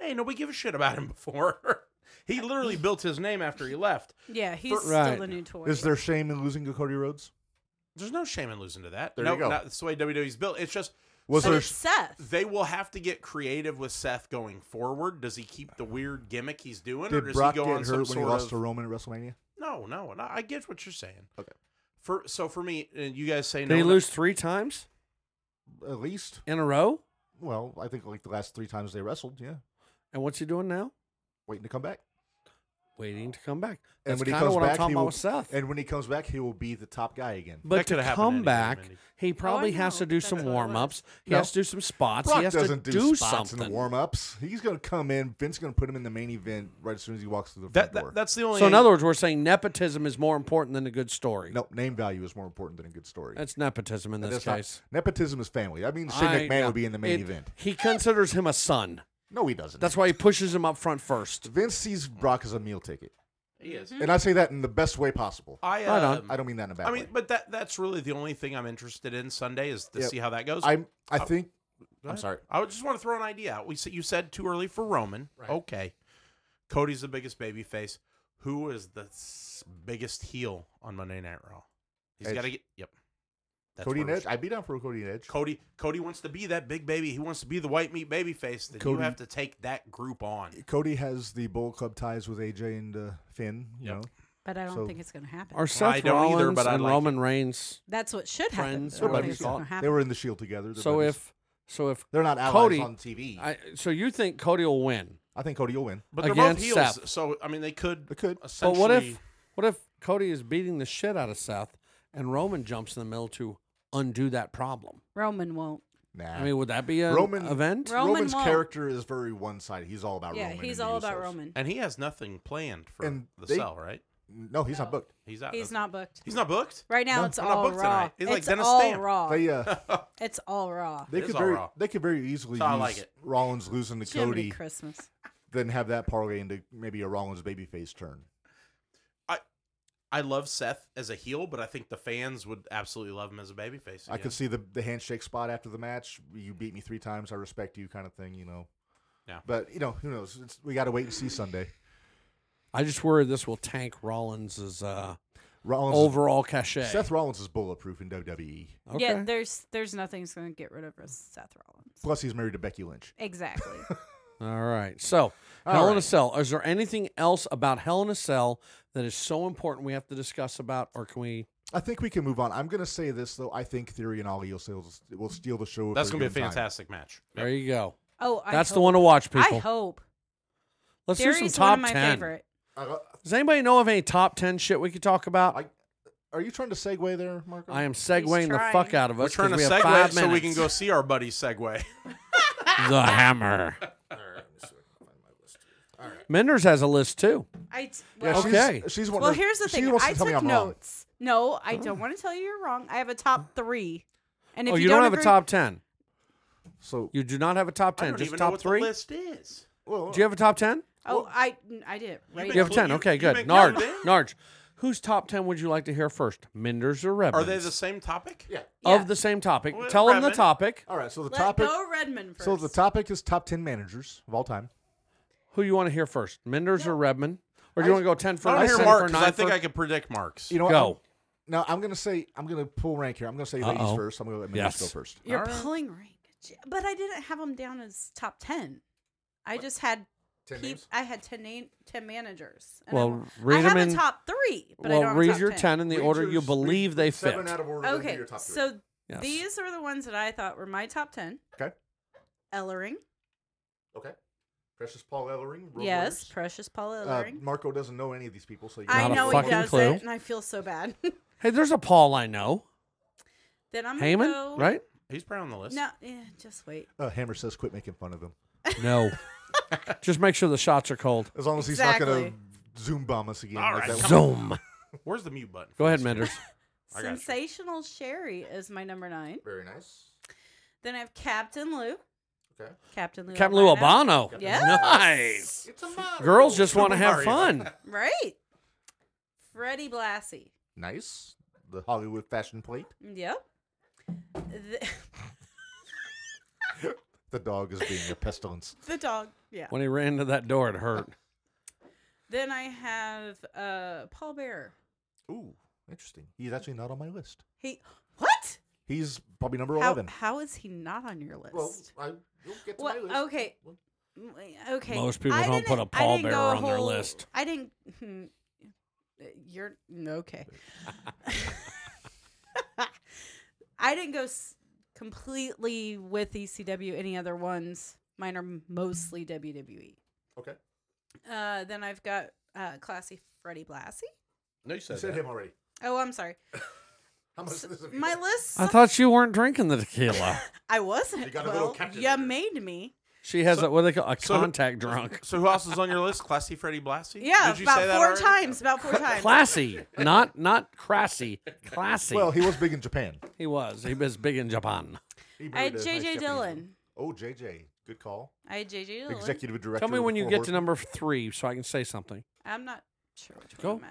Speaker 3: hey, nobody give a shit about him before. he literally built his name after he left.
Speaker 4: yeah, he's
Speaker 5: right.
Speaker 4: still the new toy.
Speaker 2: Is there shame in losing to Cody Rhodes?
Speaker 3: There's no shame in losing to that.
Speaker 2: There
Speaker 3: no,
Speaker 2: you go.
Speaker 3: Not, that's the way WWE's built. It's just
Speaker 2: Was
Speaker 4: But
Speaker 2: there?
Speaker 4: it's Seth.
Speaker 3: they will have to get creative with Seth going forward. Does he keep the weird gimmick he's doing, or
Speaker 2: Did
Speaker 3: does
Speaker 2: Brock
Speaker 3: he
Speaker 2: get
Speaker 3: go on
Speaker 2: hurt
Speaker 3: some
Speaker 2: when he
Speaker 3: sort
Speaker 2: lost
Speaker 3: of?
Speaker 2: to Roman at WrestleMania?
Speaker 3: No, no, no. I get what you're saying.
Speaker 2: Okay.
Speaker 3: For so for me, and you guys say
Speaker 5: Did
Speaker 3: no.
Speaker 5: he
Speaker 3: no-
Speaker 5: lose three times
Speaker 2: At least,
Speaker 5: in a row?
Speaker 2: well, I think like the last three times they wrestled, yeah,
Speaker 5: And what's he doing now?
Speaker 2: waiting to come back.
Speaker 5: Waiting to come back.
Speaker 2: And
Speaker 5: That's
Speaker 2: when he
Speaker 5: kind of
Speaker 2: comes
Speaker 5: what
Speaker 2: back,
Speaker 5: I'm talking
Speaker 2: he
Speaker 5: about
Speaker 2: will,
Speaker 5: with Seth.
Speaker 2: and when he comes back, he will be the top guy again.
Speaker 5: But
Speaker 3: That
Speaker 5: to
Speaker 3: could've happened
Speaker 5: come
Speaker 3: anytime,
Speaker 5: back,
Speaker 3: Mindy.
Speaker 2: Oh,
Speaker 5: he probably
Speaker 4: I
Speaker 5: has
Speaker 4: know.
Speaker 5: to do
Speaker 4: That's
Speaker 5: some
Speaker 4: what it was.
Speaker 5: warm ups. He
Speaker 2: No.
Speaker 5: has to do some spots.
Speaker 2: Brock
Speaker 5: he has to
Speaker 2: doesn't
Speaker 5: do,
Speaker 2: spots
Speaker 5: something.
Speaker 2: in the warm ups. He's gonna come in. Vince's gonna put him in the main event right as soon as he walks through the front
Speaker 3: That, that
Speaker 2: door.
Speaker 3: that's the only.
Speaker 5: so, in
Speaker 3: ang-
Speaker 5: other words, we're saying nepotism is more important than a good story.
Speaker 2: nope, name value is more important than a good story.
Speaker 5: That's nepotism in
Speaker 2: That
Speaker 5: this
Speaker 2: is not-
Speaker 5: case.
Speaker 2: nepotism is family. I mean, Shane
Speaker 5: I-
Speaker 2: McMahon
Speaker 5: yeah.
Speaker 2: would be in the main
Speaker 5: It-
Speaker 2: event.
Speaker 5: He considers him a son.
Speaker 2: No, he doesn't.
Speaker 5: That's why he pushes him up front first.
Speaker 2: Vince sees Brock as a meal ticket,
Speaker 3: he is.
Speaker 2: and I say that in the best way possible.
Speaker 3: I
Speaker 5: Right on.
Speaker 3: um,
Speaker 2: I don't mean that in a bad
Speaker 3: Mm-hmm. I mean,
Speaker 2: way.
Speaker 3: but that that's really the only thing I'm interested in Sunday is to
Speaker 2: Yep.
Speaker 3: see how that goes.
Speaker 2: I'm. I think. I'm
Speaker 3: ahead.
Speaker 2: sorry.
Speaker 3: I would just want to throw an idea out. We said you said too early for Roman. Okay, Cody's the biggest baby face. Who is the s- biggest heel on Monday Night Raw? He's
Speaker 2: Edge.
Speaker 3: got to get. Yep. That's
Speaker 2: Cody
Speaker 3: where
Speaker 2: and
Speaker 3: we're
Speaker 2: Edge. I'd be down for a Cody and Edge.
Speaker 3: Cody Cody wants to be that big baby. He wants to be the white meat baby face. Then you
Speaker 2: Cody-
Speaker 3: have to take that group on.
Speaker 2: Cody has the Bull Club ties with AJ and uh, Finn. You
Speaker 3: Yep.
Speaker 2: know,
Speaker 4: But I don't
Speaker 2: So-
Speaker 4: think it's going to happen.
Speaker 5: Are
Speaker 3: Well,
Speaker 5: Seth
Speaker 3: I don't either,
Speaker 5: Rollins
Speaker 3: but I
Speaker 5: and
Speaker 3: like
Speaker 5: Roman Reigns?
Speaker 4: That's what should happen.
Speaker 5: Friends,
Speaker 4: but I don't
Speaker 5: or
Speaker 4: think it's gonna
Speaker 5: buddies.
Speaker 4: happen.
Speaker 2: they were in the Shield together. They're
Speaker 5: So
Speaker 2: buddies.
Speaker 5: if so if
Speaker 2: they're not allies
Speaker 5: Cody-
Speaker 2: on TV, I,
Speaker 5: I so you think Cody will win?
Speaker 2: think Cody will win.
Speaker 3: But they're both
Speaker 5: Against
Speaker 3: heels,
Speaker 5: Seth.
Speaker 3: so I mean they could.
Speaker 2: They could.
Speaker 5: But what
Speaker 3: Essentially,
Speaker 5: if what if Cody is beating the shit out of Seth, and Roman jumps in the middle to undo that problem.
Speaker 4: Roman won't.
Speaker 2: Nah.
Speaker 5: I mean, would that be an
Speaker 2: Roman-
Speaker 5: event?
Speaker 4: Roman
Speaker 2: Roman's
Speaker 4: won't.
Speaker 2: character is very one sided. He's all about
Speaker 4: yeah,
Speaker 2: Roman.
Speaker 4: he's
Speaker 2: and the
Speaker 4: all about
Speaker 2: Usos.
Speaker 4: Roman.
Speaker 3: And he has nothing planned for
Speaker 2: And
Speaker 3: the
Speaker 2: they-
Speaker 3: cell, right?
Speaker 2: No, he's not booked.
Speaker 3: He's out.
Speaker 4: He's
Speaker 3: okay.
Speaker 4: not booked.
Speaker 3: He's not booked.
Speaker 4: Right now,
Speaker 2: No,
Speaker 4: it's
Speaker 3: uh, I'm not
Speaker 4: all
Speaker 3: booked
Speaker 4: raw.
Speaker 3: tonight. He's like
Speaker 4: it's
Speaker 3: Dennis
Speaker 4: all
Speaker 3: Stamp.
Speaker 4: raw.
Speaker 2: They uh,
Speaker 4: it's all raw.
Speaker 2: they
Speaker 3: It is
Speaker 2: could
Speaker 3: all
Speaker 2: very
Speaker 3: raw.
Speaker 2: they could very easily
Speaker 3: So I
Speaker 2: use
Speaker 3: like it.
Speaker 2: Rollins losing to
Speaker 4: Jiminy
Speaker 2: Cody,
Speaker 4: Christmas.
Speaker 2: then have that parlay into maybe a Rollins babyface turn.
Speaker 3: I love Seth as a heel, but I think the fans would absolutely love him as a babyface.
Speaker 2: I
Speaker 3: again.
Speaker 2: could see the the handshake spot after the match. You beat me three times. I respect you, kind of thing. You know.
Speaker 3: Yeah.
Speaker 2: But you know who knows? It's, we got to wait and see Sunday.
Speaker 5: I just worry this will tank Rollins's uh,
Speaker 2: Rollins is-
Speaker 5: overall cachet.
Speaker 2: Seth Rollins is bulletproof in E. WWE.
Speaker 5: okay.
Speaker 4: Yeah, there's there's nothing's going to get rid of us, Seth Rollins.
Speaker 2: Plus, he's married to Becky Lynch.
Speaker 4: Exactly.
Speaker 5: All right. So,
Speaker 2: All
Speaker 5: Hell in a
Speaker 2: right.
Speaker 5: Cell. Is there anything else about Hell in a Cell that is so important we have to discuss about, or can we?
Speaker 2: I think we can move on. I'm going to say this though. I think Theory and Ollie will steal, will steal the show. at
Speaker 3: That's
Speaker 2: their
Speaker 3: gonna be a
Speaker 2: given time.
Speaker 3: fantastic match. Yep.
Speaker 5: There you go.
Speaker 4: Oh, I
Speaker 5: That's the
Speaker 4: hope.
Speaker 5: one to watch,
Speaker 4: I
Speaker 5: people.
Speaker 4: hope.
Speaker 5: Let's do some
Speaker 4: Theory's
Speaker 5: top
Speaker 4: one of my
Speaker 5: ten.
Speaker 4: favorite.
Speaker 2: I lo-
Speaker 5: Does anybody know of any top ten shit we could talk about? I,
Speaker 2: I- are you trying to segue there, Marco?
Speaker 5: am segueing the
Speaker 4: trying.
Speaker 5: fuck out of
Speaker 3: We're
Speaker 5: us.
Speaker 3: trying
Speaker 5: 'cause
Speaker 3: to
Speaker 5: we have
Speaker 3: segue
Speaker 5: five
Speaker 3: so we can go
Speaker 5: minutes.
Speaker 3: see our buddy Segway.
Speaker 5: the hammer. Menders has a list too.
Speaker 4: I t-
Speaker 2: Yeah,
Speaker 4: well,
Speaker 2: she's-
Speaker 5: Okay.
Speaker 2: She's, one.
Speaker 4: well,
Speaker 2: that-
Speaker 4: here's the
Speaker 2: she
Speaker 4: thing.
Speaker 2: wants to
Speaker 4: I
Speaker 2: tell me
Speaker 4: took
Speaker 2: I'm wrong.
Speaker 4: notes. No, I don't want to tell you you're wrong. I have a top three. And if
Speaker 5: oh,
Speaker 4: you,
Speaker 5: you, don't, have
Speaker 4: agree-
Speaker 5: a top ten.
Speaker 2: So,
Speaker 5: You do not have a top
Speaker 3: I
Speaker 5: ten.
Speaker 3: don't
Speaker 5: Just
Speaker 3: even know
Speaker 5: top
Speaker 3: what
Speaker 5: three.
Speaker 3: the list is.
Speaker 2: well,
Speaker 5: Do you have a top ten?
Speaker 4: Oh, I I didn't. Right?
Speaker 5: You have a
Speaker 3: Well,
Speaker 5: ten.
Speaker 3: you-
Speaker 5: Okay,
Speaker 3: you
Speaker 5: good.
Speaker 3: make
Speaker 5: Narge,
Speaker 3: note then.
Speaker 5: Narge, whose top ten would you like to hear first? Menders or Rebel?
Speaker 3: Are they the same topic? Yeah.
Speaker 4: Yeah.
Speaker 5: of the same topic?
Speaker 3: Well,
Speaker 5: Tell them the
Speaker 3: Redmond.
Speaker 5: topic.
Speaker 2: all right. So the
Speaker 4: Let
Speaker 2: topic.
Speaker 4: go Redmond first.
Speaker 2: So the topic is top ten managers of all time.
Speaker 5: Who you want to hear first? Menders or Redmond? Or do you want to go ten for
Speaker 3: I don't hear
Speaker 5: ten
Speaker 3: Mark
Speaker 5: for
Speaker 3: because
Speaker 5: nine
Speaker 3: I think
Speaker 5: for-
Speaker 3: I could predict Marks.
Speaker 2: You know, what?
Speaker 5: Go.
Speaker 2: I'm- Now I'm gonna say I'm gonna pull rank here. I'm gonna say ladies
Speaker 5: Uh-oh.
Speaker 2: first. I'm gonna let
Speaker 5: Yes.
Speaker 2: ladies go first.
Speaker 4: You're
Speaker 5: All right.
Speaker 4: pulling rank. J- But I didn't have them down as top 10. I just had peop- I had 10 name, 10 managers. and I
Speaker 5: Well,
Speaker 4: don't-
Speaker 5: read
Speaker 4: I
Speaker 5: 'em
Speaker 4: have
Speaker 5: in-
Speaker 4: a top 3, but I
Speaker 5: well,
Speaker 4: don't have
Speaker 5: read
Speaker 4: top
Speaker 5: your
Speaker 4: 10.
Speaker 5: ten in the order you believe they fit.
Speaker 2: Seven out of order.
Speaker 4: Okay. So
Speaker 5: Yes.
Speaker 4: these are the ones that I thought were my top 10.
Speaker 2: Okay.
Speaker 4: Ellering.
Speaker 2: okay. Precious Paul Ellering. Road
Speaker 4: yes,
Speaker 2: Warriors.
Speaker 4: Precious Paul
Speaker 2: Uh,
Speaker 4: Ellering.
Speaker 2: Marco doesn't know any of these people, so you
Speaker 4: I
Speaker 5: Not a
Speaker 4: know he
Speaker 5: fucking
Speaker 4: does
Speaker 5: clue.
Speaker 4: it and I feel so bad.
Speaker 5: hey, there's a Paul I know.
Speaker 4: then I'm going to
Speaker 5: Heyman,
Speaker 4: go
Speaker 5: right?
Speaker 3: He's probably on the list.
Speaker 4: No, yeah, just wait.
Speaker 2: Uh, Hammer says, "Quit making fun of him."
Speaker 5: No. Just make sure the shots are cold.
Speaker 2: As long as he's not gonna zoom bomb us again.
Speaker 3: All
Speaker 2: like
Speaker 3: right,
Speaker 2: that
Speaker 3: come on.
Speaker 5: Zoom.
Speaker 3: Where's the mute button?
Speaker 5: Go ahead,
Speaker 3: Mender.
Speaker 5: Menders.
Speaker 3: I got you.
Speaker 4: Sensational Sherry is my number 9.
Speaker 2: Very nice.
Speaker 4: Then I have Captain Lou.
Speaker 2: Okay.
Speaker 4: Captain Lou.
Speaker 5: Captain Lou
Speaker 4: Albano.
Speaker 5: Albano.
Speaker 4: Yes.
Speaker 5: Nice.
Speaker 2: It's a model.
Speaker 5: Girls just want to
Speaker 3: Super
Speaker 5: have
Speaker 3: Mario.
Speaker 5: fun.
Speaker 4: Right. Freddie Blassie.
Speaker 2: Nice. The Hollywood fashion plate.
Speaker 4: Yep. The,
Speaker 2: The dog is being a pestilence.
Speaker 4: the dog. Yeah.
Speaker 5: When he ran to that door, it hurt.
Speaker 4: Then I have uh Paul Bearer.
Speaker 2: Ooh, interesting. He's actually not on my list.
Speaker 4: He what?
Speaker 2: He's probably number
Speaker 4: How,
Speaker 2: eleven.
Speaker 4: how is he not on your list?
Speaker 2: I you'll get
Speaker 4: Well, okay. Mm, Okay.
Speaker 5: Most people
Speaker 4: I
Speaker 5: don't put
Speaker 4: didn't-
Speaker 5: a
Speaker 4: I didn't
Speaker 5: pallbearer
Speaker 4: go a
Speaker 5: on their
Speaker 4: whole-
Speaker 5: list.
Speaker 4: I didn't. hmm, uh, You're mm, okay. I didn't go s- completely with ECW. Any other ones? Mine are mostly WWE.
Speaker 2: Okay.
Speaker 4: Uh, then I've got uh, classy Freddie Blassie.
Speaker 3: No, you
Speaker 2: You
Speaker 3: said,
Speaker 2: said
Speaker 3: that.
Speaker 2: him already.
Speaker 4: Oh, I'm sorry.
Speaker 2: How much of this have you
Speaker 4: My
Speaker 2: got?
Speaker 4: list.
Speaker 5: I thought you weren't drinking the tequila.
Speaker 4: I wasn't.
Speaker 2: You got a
Speaker 4: well,
Speaker 2: little captain
Speaker 4: you
Speaker 2: there.
Speaker 4: made me.
Speaker 5: She has a, what they call a
Speaker 3: so-
Speaker 5: contact drunk.
Speaker 3: So who else is on your list? Classy Freddie Blassie.
Speaker 4: Yeah,
Speaker 3: Did you say
Speaker 4: about
Speaker 3: that
Speaker 4: four
Speaker 3: already?
Speaker 4: times. About four times.
Speaker 5: Classy, not not crassy. Classy.
Speaker 2: Well, he was big in Japan.
Speaker 5: he was. He was big in Japan.
Speaker 2: He
Speaker 4: I had
Speaker 2: married a
Speaker 4: JJ
Speaker 2: nice Japanese
Speaker 4: Dillon.
Speaker 2: woman. Oh, JJ, good call.
Speaker 4: I had JJ Dillon.
Speaker 2: Executive director.
Speaker 5: Tell me
Speaker 2: of the
Speaker 5: when you
Speaker 2: Four
Speaker 5: get to
Speaker 2: Horsemen.
Speaker 5: number three, so I can say something.
Speaker 4: I'm not sure which
Speaker 5: Go.
Speaker 4: one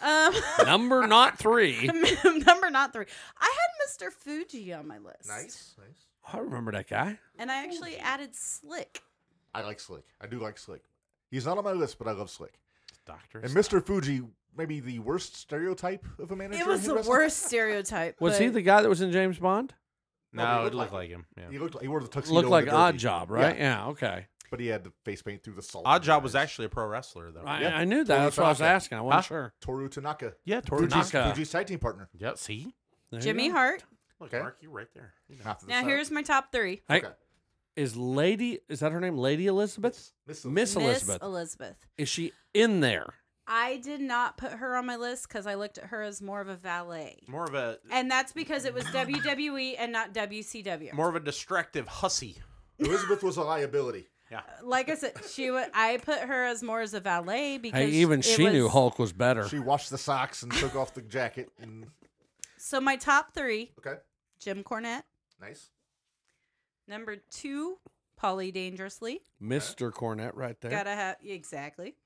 Speaker 4: I'm at. Um,
Speaker 5: Number not three.
Speaker 4: number Um, not three. I had Mr. Fuji on my list.
Speaker 2: Nice, nice.
Speaker 5: I remember that guy.
Speaker 4: And I actually added Slick.
Speaker 2: I like Slick. I do like Slick. He's not on my list, but I love Slick.
Speaker 3: Doctor.
Speaker 2: And Mr. Fuji, maybe the worst stereotype of a manager.
Speaker 4: It was
Speaker 2: in
Speaker 4: the
Speaker 2: wrestling.
Speaker 4: worst stereotype.
Speaker 5: Was he
Speaker 4: but-
Speaker 5: the guy that was in James Bond?
Speaker 2: No,
Speaker 3: No,
Speaker 2: he
Speaker 3: it
Speaker 2: looked
Speaker 3: looked
Speaker 2: like
Speaker 3: like him. Yeah.
Speaker 2: He looked like he wore the tuxedo.
Speaker 5: Looked
Speaker 2: and
Speaker 5: like
Speaker 2: the
Speaker 5: Odd
Speaker 2: derby,
Speaker 5: Job, right? Yeah. okay.
Speaker 2: but he had the face paint through the salt. in his
Speaker 3: Oddjob was
Speaker 2: eyes.
Speaker 3: actually a pro wrestler though.
Speaker 5: I,
Speaker 2: Yeah.
Speaker 5: I knew that. That's why I was
Speaker 2: Tanaka.
Speaker 5: asking. I wasn't
Speaker 3: Huh?
Speaker 5: sure.
Speaker 2: Toru Tanaka.
Speaker 3: Yeah, Tori
Speaker 2: Fuji's,
Speaker 5: Tanaka.
Speaker 2: Fuji's tag team partner.
Speaker 3: Yeah, see?
Speaker 5: There you
Speaker 4: Jimmy
Speaker 5: go.
Speaker 4: Hart?
Speaker 3: Look,
Speaker 2: Okay.
Speaker 3: Mark, you right there. You know.
Speaker 2: Half of the
Speaker 4: Now
Speaker 2: side.
Speaker 4: here's my top three.
Speaker 5: Hey,
Speaker 2: Okay.
Speaker 5: Is Lady? Is that her name? Lady Elizabeth?
Speaker 2: Miss
Speaker 5: Miss
Speaker 4: Miss
Speaker 5: Elizabeth.
Speaker 4: Elizabeth.
Speaker 5: Is she in there?
Speaker 4: I did not put her on my list because I looked at her as more of a valet.
Speaker 3: More of a
Speaker 4: And that's because it was WWE and not WCW.
Speaker 3: more of a destructive hussy. Uh,
Speaker 2: Elizabeth was a liability.
Speaker 4: like I said, she wa I put her as more as a valet because
Speaker 5: Hey, even
Speaker 4: it
Speaker 5: she knew
Speaker 4: was-
Speaker 5: Hulk was better.
Speaker 2: She washed the socks and took off the jacket. And
Speaker 4: So my top three:
Speaker 2: okay,
Speaker 4: Jim Cornette,
Speaker 2: nice.
Speaker 4: number two, Polly Dangerously.
Speaker 5: Mr. Cornette, right there.
Speaker 4: Gotta have exactly.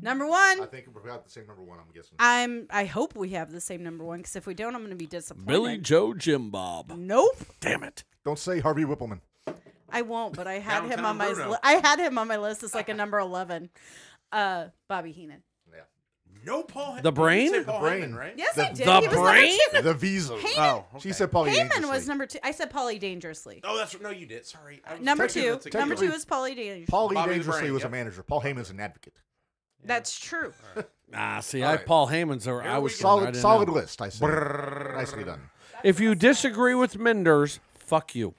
Speaker 4: Number
Speaker 2: I
Speaker 4: one,
Speaker 2: think we're about the same number one. I'm guessing.
Speaker 4: I'm. I hope we have the same number one because if we don't, I'm gonna be disappointed.
Speaker 5: Billy Joe Jim Bob.
Speaker 4: Nope,
Speaker 5: Damn it.
Speaker 2: Don't say Harvey Whippleman.
Speaker 4: I won't. But I had him
Speaker 3: Downtown
Speaker 4: on my.
Speaker 3: Bruno.
Speaker 4: li- I had him on my list as like a number eleven. Uh, Bobby Heenan.
Speaker 3: No Paul. you didn't say
Speaker 5: The brain?
Speaker 3: Paul
Speaker 2: The
Speaker 3: Heyman,
Speaker 2: brain.
Speaker 3: right?
Speaker 4: Yes, I
Speaker 2: The-
Speaker 4: did.
Speaker 5: the
Speaker 4: he was
Speaker 5: brain?
Speaker 2: the visa.
Speaker 3: Oh, okay.
Speaker 2: She said Polly
Speaker 4: Number, Heyman
Speaker 2: Angerously.
Speaker 4: was number two. I said Polly Dangerously.
Speaker 3: "Oh, that's no, you did. Sorry." I was
Speaker 4: Number
Speaker 3: thinking
Speaker 4: two.
Speaker 3: that's a-
Speaker 4: Number two
Speaker 2: technically-
Speaker 4: is Polly Dangerously.
Speaker 2: Polly
Speaker 3: Bobby the
Speaker 2: Dangerously
Speaker 3: Brain,
Speaker 2: was
Speaker 3: yep.
Speaker 2: a manager. Paul Heyman's an advocate.
Speaker 4: That's true.
Speaker 5: Ah, see,
Speaker 2: All
Speaker 5: I
Speaker 2: right.
Speaker 5: Paul Heyman's over. I
Speaker 3: we
Speaker 5: was
Speaker 3: go.
Speaker 5: sitting there, I
Speaker 2: Solid,
Speaker 5: didn't
Speaker 2: solid
Speaker 5: know.
Speaker 2: list. I said. Nicely done.
Speaker 5: If you disagree with Menders, fuck you.